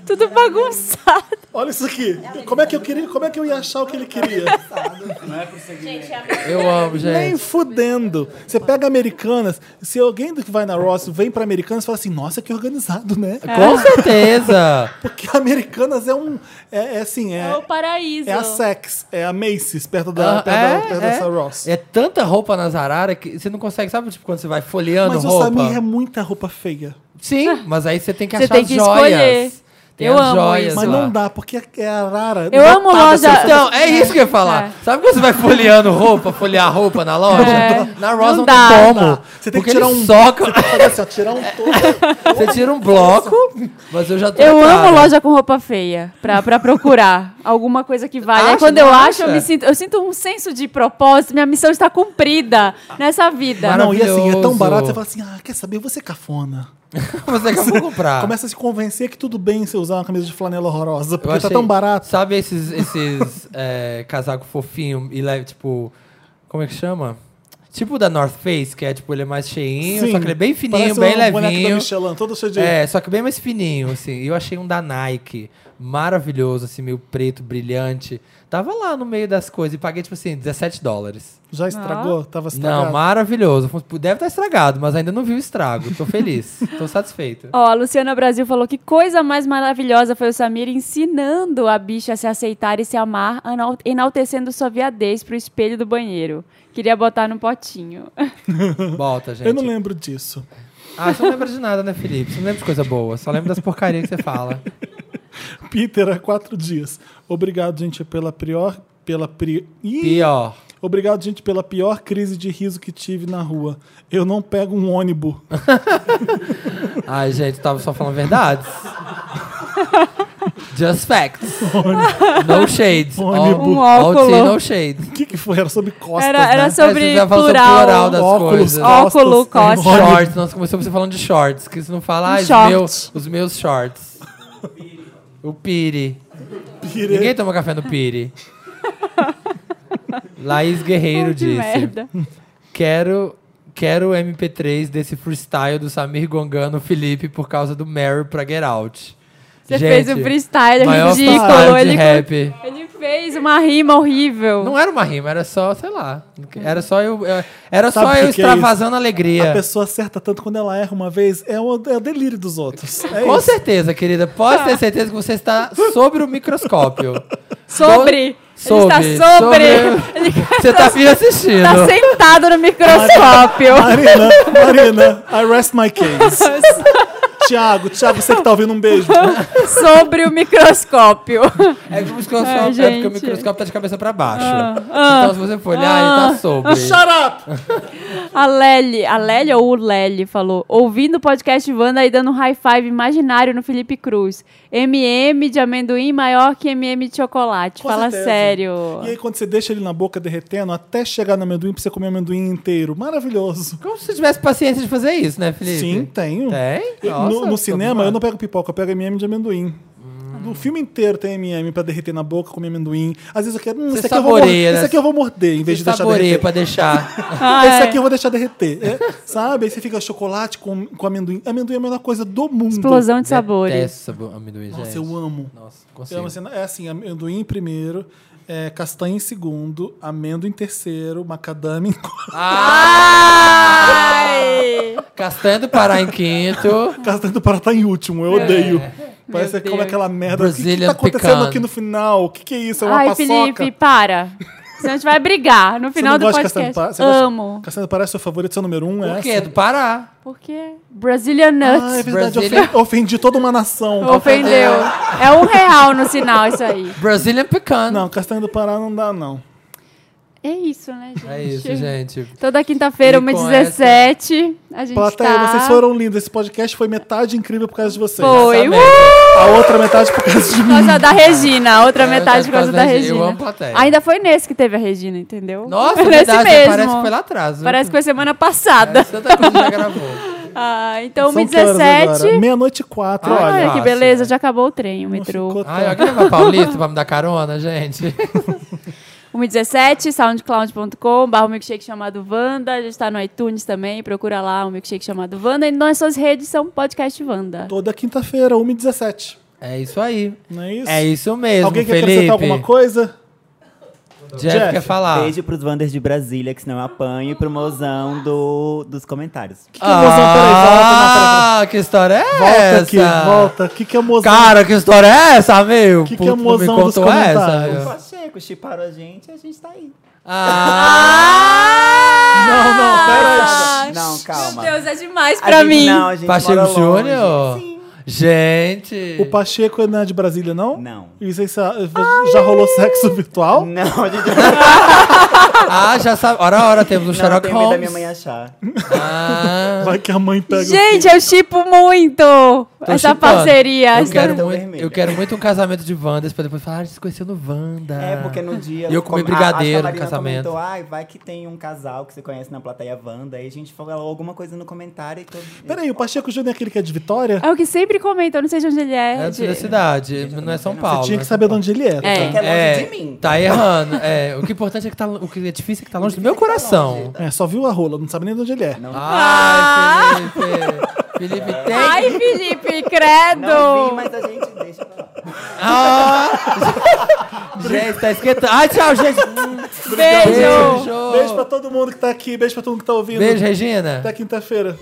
Speaker 3: Tudo bagunçado.
Speaker 1: Olha isso aqui. Como é que eu queria? Como é que eu ia achar o que ele queria?
Speaker 7: é
Speaker 1: é
Speaker 2: Eu amo, gente.
Speaker 1: Nem fudendo. Você pega Americanas, se alguém que vai na Ross vem pra Americanas, fala assim, nossa, que organizado, né?
Speaker 2: É.
Speaker 3: É.
Speaker 2: Com certeza.
Speaker 1: Porque Americanas é um... É, é assim, é...
Speaker 3: É o paraíso.
Speaker 1: é a Sex, é a Macy's, perto, da,
Speaker 2: Ah,
Speaker 1: perto, da- perto dessa Ross.
Speaker 2: é tanta roupa nas araras que você não consegue, sabe, tipo, quando você vai folheando
Speaker 1: Mas o
Speaker 2: roupa?
Speaker 1: Samir é muita roupa feia.
Speaker 2: Sim, mas aí você tem que
Speaker 3: Você
Speaker 2: achar
Speaker 3: tem
Speaker 2: as
Speaker 3: que
Speaker 2: joias.
Speaker 3: escolher.
Speaker 2: Tem
Speaker 3: Eu
Speaker 2: as
Speaker 3: amo
Speaker 2: joias
Speaker 1: Mas
Speaker 2: lá.
Speaker 1: não dá, porque é a Arara...
Speaker 3: Eu amo
Speaker 1: lotada,
Speaker 3: loja-
Speaker 1: essas-
Speaker 2: Então, é isso que eu ia falar. Sabe quando você vai folheando roupa, folhear roupa na loja? Na Ross
Speaker 3: É. Não
Speaker 2: não,
Speaker 3: dá.
Speaker 2: tem
Speaker 1: Não
Speaker 2: como.
Speaker 1: dá. Você tem
Speaker 2: porque
Speaker 1: que tirar
Speaker 2: ele
Speaker 1: um-
Speaker 2: Soca,
Speaker 1: Você fala assim, ó, tirar
Speaker 3: É.
Speaker 1: um todo.
Speaker 2: você tira um bloco, mas eu já tô
Speaker 3: Eu
Speaker 2: atrás.
Speaker 3: amo loja com roupa feia, pra, pra procurar alguma coisa que vale. Aí
Speaker 2: Acha,
Speaker 3: quando eu
Speaker 2: não
Speaker 3: acho, eu,
Speaker 2: acha?
Speaker 3: me sinto, eu sinto um senso de propósito, minha missão está cumprida nessa vida.
Speaker 1: Não, e assim, é tão
Speaker 2: Maravilhoso.
Speaker 1: barato, você fala assim, ah, quer saber, você cafona.
Speaker 2: Mas é que eu vou comprar.
Speaker 1: Começa a se convencer que tudo bem você usar uma camisa de flanela horrorosa,
Speaker 2: Eu
Speaker 1: porque tá
Speaker 2: achei-
Speaker 1: tão barato.
Speaker 2: Sabe esses, esses é, casaco fofinho e leve, tipo. Como é que chama? Tipo o da North Face, que é tipo, ele é mais cheinho,
Speaker 1: Sim.
Speaker 2: só que ele é bem fininho,
Speaker 1: Parece
Speaker 2: bem
Speaker 1: um boneco da
Speaker 2: levinho.
Speaker 1: Michelin, todo cheio de-
Speaker 2: É, só que bem mais fininho, assim. E eu achei um da Nike. maravilhoso, assim, meio preto, brilhante. Tava lá no meio das coisas e paguei, tipo assim, 17 dólares.
Speaker 1: Já estragou?
Speaker 2: Ah.
Speaker 1: Tava estragado?
Speaker 2: Não, maravilhoso. Deve estar estragado, mas ainda não vi o estrago. Tô feliz, tô satisfeito.
Speaker 3: Ó, a Luciana Brasil falou que coisa mais maravilhosa foi o Samir ensinando a bicha a se aceitar e se amar, anal- enaltecendo sua viadez pro espelho do banheiro. Queria botar num potinho.
Speaker 2: Bota, gente.
Speaker 1: Eu não lembro disso.
Speaker 2: Ah, você não lembra de nada, né, Felipe? Você não lembra de coisa boa, só lembra das porcarias que você fala.
Speaker 1: Peter, há quatro dias. Obrigado, gente, pela pior. Pela pri... Ih!
Speaker 2: Pior.
Speaker 1: Obrigado, gente, pela pior crise de riso que tive na rua. Eu não pego um ônibus.
Speaker 2: Ai, gente, tava só falando verdades. Just facts. No shades.
Speaker 1: Um Ônibus.
Speaker 2: All, all tea, no shades.
Speaker 1: O que, que foi? Era sobre costas.
Speaker 3: Era- era
Speaker 1: né?
Speaker 3: sobre
Speaker 2: Aí É, você já falou sobre
Speaker 3: plural.
Speaker 2: plural das
Speaker 1: Óculos,
Speaker 2: coisas.
Speaker 1: costas. Óculo, costas.
Speaker 2: Shorts. Nós começamos falando de shorts. Que você não fala, ah, os,
Speaker 1: Shorts.
Speaker 2: meus, os meus shorts. O pire.
Speaker 1: Pire.
Speaker 2: Ninguém toma café no pire. Laís Guerreiro
Speaker 3: Ai, que
Speaker 2: disse.
Speaker 3: merda.
Speaker 2: Quero... Quero o MP3 desse freestyle do Samir Gongano Felipe por causa do Mary pra Get Out.
Speaker 3: Você fez o freestyle
Speaker 2: maior
Speaker 3: ridículo,
Speaker 2: freestyle de
Speaker 3: ele-
Speaker 2: rap.
Speaker 3: Ele fez uma rima horrível.
Speaker 2: Não era uma rima, era só, sei lá. Era só eu, eu- era
Speaker 1: Sabe
Speaker 2: só
Speaker 1: o que
Speaker 2: eu
Speaker 1: que é isso?
Speaker 2: extravasando alegria.
Speaker 1: A pessoa acerta tanto quando ela erra uma vez, é o, é o delírio dos outros. É
Speaker 2: Com
Speaker 1: isso.
Speaker 2: certeza, querida. Pode
Speaker 3: Tá.
Speaker 2: ter certeza que você está sobre o microscópio.
Speaker 3: Sobre.
Speaker 2: Do-
Speaker 3: Ele está sobre. Ele
Speaker 2: Você tá me assistindo.
Speaker 3: Tá sentado no microscópio.
Speaker 1: Marina, Marina, I rest my case. Tiago, Tiago, você que tá ouvindo, um beijo.
Speaker 3: sobre o microscópio.
Speaker 2: É que o microscópio,
Speaker 3: Ai,
Speaker 2: é porque
Speaker 3: gente.
Speaker 2: o microscópio tá de cabeça pra baixo.
Speaker 3: Ah,
Speaker 2: então, se você for olhar, ele tá sobre.
Speaker 1: Shut
Speaker 3: up! Ah. A Lely, a Lely ou o Lely falou, ouvindo o podcast Wanda e dando um high five imaginário no Felipe Cruz. MM de amendoim maior que MM de chocolate.
Speaker 1: Com
Speaker 3: Fala
Speaker 1: certeza.
Speaker 3: sério.
Speaker 1: E aí, quando você deixa ele na boca derretendo, até chegar no amendoim, pra você comer amendoim inteiro. Maravilhoso.
Speaker 2: Como se você tivesse paciência de fazer isso, né, Felipe?
Speaker 1: Sim, tenho.
Speaker 2: Tem?
Speaker 1: Eu-
Speaker 2: Nossa,
Speaker 1: no no
Speaker 2: tô Hum.
Speaker 1: cinema,
Speaker 2: acostumado.
Speaker 1: eu não pego pipoca, eu pego MM de amendoim. No filme inteiro tem MM pra derreter na boca, comer amendoim. Às vezes eu quero. Hum,
Speaker 2: Você
Speaker 1: esse, aqui eu vou
Speaker 2: saboreia,
Speaker 1: morder,
Speaker 2: né?
Speaker 1: esse aqui eu vou morder, em vez
Speaker 2: Você
Speaker 1: de deixar
Speaker 2: saboreia
Speaker 1: derreter.
Speaker 2: pra deixar.
Speaker 3: Ah,
Speaker 1: esse aqui eu vou deixar derreter. É, sabe? Aí você fica chocolate com, com amendoim. Amendoim é a melhor coisa do mundo.
Speaker 3: Explosão de sabores.
Speaker 2: Detesto sabor- amendoim,
Speaker 1: Nossa,
Speaker 2: gente.
Speaker 1: eu amo.
Speaker 2: Nossa,
Speaker 1: Eu amo
Speaker 2: consigo.
Speaker 1: assim, é assim, amendoim em primeiro, é, castanha em segundo, amêndoa em terceiro, macadame em quarto.
Speaker 3: Ai.
Speaker 2: Castanha do Pará em quinto.
Speaker 1: Castanha do Pará tá em último, eu
Speaker 3: É.
Speaker 1: odeio. Parece que é como aquela merda. O que, que tá
Speaker 2: Brazilian
Speaker 1: acontecendo
Speaker 2: pecan.
Speaker 1: aqui no final? O que, que é isso? É uma
Speaker 3: Ai,
Speaker 1: paçoca?
Speaker 3: Felipe, para. Senão a gente vai brigar no
Speaker 1: Você
Speaker 3: final
Speaker 1: não
Speaker 3: do
Speaker 1: gosta de Castanha
Speaker 3: podcast.
Speaker 1: do Pará? Você gosta-
Speaker 3: Amo.
Speaker 1: Castanha do Pará é seu favorito, seu número um?
Speaker 2: Por
Speaker 1: é
Speaker 2: quê?
Speaker 1: essa?
Speaker 2: Do Pará.
Speaker 3: Por quê? Brazilian Nuts.
Speaker 1: Ah, é verdade,
Speaker 2: Brasília.
Speaker 1: ofen- ofendi toda uma nação.
Speaker 3: Ofendeu. É um real no sinal isso aí.
Speaker 2: Brazilian pecan.
Speaker 1: Não, Castanha do Pará não dá, não.
Speaker 3: É isso, né, gente?
Speaker 2: É isso, gente.
Speaker 3: Toda quinta-feira,
Speaker 2: E com
Speaker 3: 1h17, a gente
Speaker 1: Plateia,
Speaker 3: tá...
Speaker 1: vocês foram lindos. Esse podcast foi metade incrível por causa de vocês.
Speaker 3: Foi.
Speaker 2: Exatamente.
Speaker 3: Uh!
Speaker 1: A outra metade por causa de
Speaker 3: Por
Speaker 1: mim.
Speaker 3: causa da Regina, a outra
Speaker 2: É,
Speaker 3: metade por causa da Regina.
Speaker 2: Eu amo plateia.
Speaker 3: Ainda foi nesse que teve a Regina, entendeu?
Speaker 2: Nossa, é
Speaker 3: nesse
Speaker 2: verdade, né?
Speaker 9: né?
Speaker 3: mesmo.
Speaker 2: parece que foi lá atrás. viu?
Speaker 3: Parece que foi semana passada.
Speaker 2: Tanta coisa já gravou.
Speaker 3: Ah, então,
Speaker 1: São que horas agora?
Speaker 3: 1h17...
Speaker 1: Meia-noite e quatro,
Speaker 2: Ai,
Speaker 1: olha.
Speaker 3: Olha que
Speaker 2: fácil,
Speaker 3: beleza,
Speaker 2: né?
Speaker 3: já acabou o trem, o metrô.
Speaker 1: ficou
Speaker 2: Ai, alguém vai pra é Paulista pra me dar carona, gente?
Speaker 3: 117, soundcloud.com, barra um milkshake chamado Wanda. A gente tá no iTunes também, procura lá um milkshake chamado Wanda. E nossas redes são podcast Wanda.
Speaker 1: Toda quinta-feira, 1h17.
Speaker 2: É isso aí.
Speaker 1: Não é isso?
Speaker 2: É isso mesmo,
Speaker 1: Alguém quer
Speaker 2: Felipe.
Speaker 1: acrescentar alguma coisa?
Speaker 2: Jeff,
Speaker 1: Jeff,
Speaker 2: quer falar.
Speaker 11: Beijo pros Wanders de Brasília, que senão eu apanho, e pro mozão do, dos comentários.
Speaker 1: que é mozão? Peraí, volta,
Speaker 2: Ah, que história é
Speaker 1: Volta
Speaker 2: essa?
Speaker 1: aqui, volta. O que, que é mozão?
Speaker 2: Cara, que história é essa, meu?
Speaker 1: Que que
Speaker 2: Puto,
Speaker 1: é mozão
Speaker 2: me
Speaker 1: dos
Speaker 2: contou essa?
Speaker 1: comentários?
Speaker 11: O
Speaker 2: meu?
Speaker 11: Pacheco chiparou a gente e a gente tá aí.
Speaker 2: Ah!
Speaker 1: Não, não,
Speaker 3: Ah,
Speaker 1: peraí.
Speaker 11: Não, calma.
Speaker 3: Meu Deus, é demais
Speaker 11: A
Speaker 3: pra
Speaker 11: gente-
Speaker 3: mim.
Speaker 11: Não, a gente
Speaker 2: Pacheco
Speaker 11: mora longe.
Speaker 2: Júnior? Gente.
Speaker 1: O Pacheco não é de Brasília, não?
Speaker 11: Não.
Speaker 1: E vocês sa- já rolou sexo virtual?
Speaker 11: Não, a gente
Speaker 2: Ah, já sabe. Ora, ora, temos o
Speaker 11: não, não
Speaker 2: Sherlock
Speaker 11: tem medo da minha
Speaker 2: Holmes.
Speaker 11: mãe achar.
Speaker 2: Ah,
Speaker 1: Vai que a mãe pega. o
Speaker 3: Gente, eu chipo muito
Speaker 2: tô
Speaker 3: essa
Speaker 2: chipando.
Speaker 3: parceria.
Speaker 2: Eu
Speaker 3: Essa-
Speaker 2: quero,
Speaker 11: Cartão
Speaker 2: muito,
Speaker 11: vermelho.
Speaker 2: eu quero muito um casamento de Wanda pra depois falar, ah, a gente se conheceu no Wanda.
Speaker 11: É, porque no dia.
Speaker 2: Ah. E eu comi
Speaker 11: como- a-
Speaker 2: brigadeiro no
Speaker 11: acho que a Marina
Speaker 2: casamento.
Speaker 11: Comentou, Ai, vai que tem um casal que você conhece na plateia Wanda. Aí a gente falou alguma coisa no comentário e todo.
Speaker 1: Peraí, o Pacheco Júnior é aquele que é de Vitória?
Speaker 3: É o que sempre comenta, eu não sei de onde ele é.
Speaker 11: "Ah,
Speaker 2: É
Speaker 3: de-
Speaker 2: da cidade, não é São Paulo.
Speaker 1: Tinha
Speaker 2: né?
Speaker 1: que saber de onde ele era.
Speaker 3: É.
Speaker 11: Que é longe
Speaker 2: É,
Speaker 11: de mim.
Speaker 2: Tá errando. É, o que é importante é que tá, o que é difícil é que tá longe do meu coração.
Speaker 1: É, só viu a rola, não sabe nem de onde ele é.
Speaker 2: Ah. Ai, Felipe. Felipe tem.
Speaker 3: Ai, Felipe, credo!
Speaker 11: Não vi, mas a gente deixa pra lá.
Speaker 2: Ah! Gente, tá esquentando. Ai, tchau, gente.
Speaker 1: Obrigado, gente. Beijo pra todo mundo que tá aqui. Beijo pra todo mundo que tá ouvindo.
Speaker 2: Beijo, Regina.
Speaker 1: Até quinta-feira.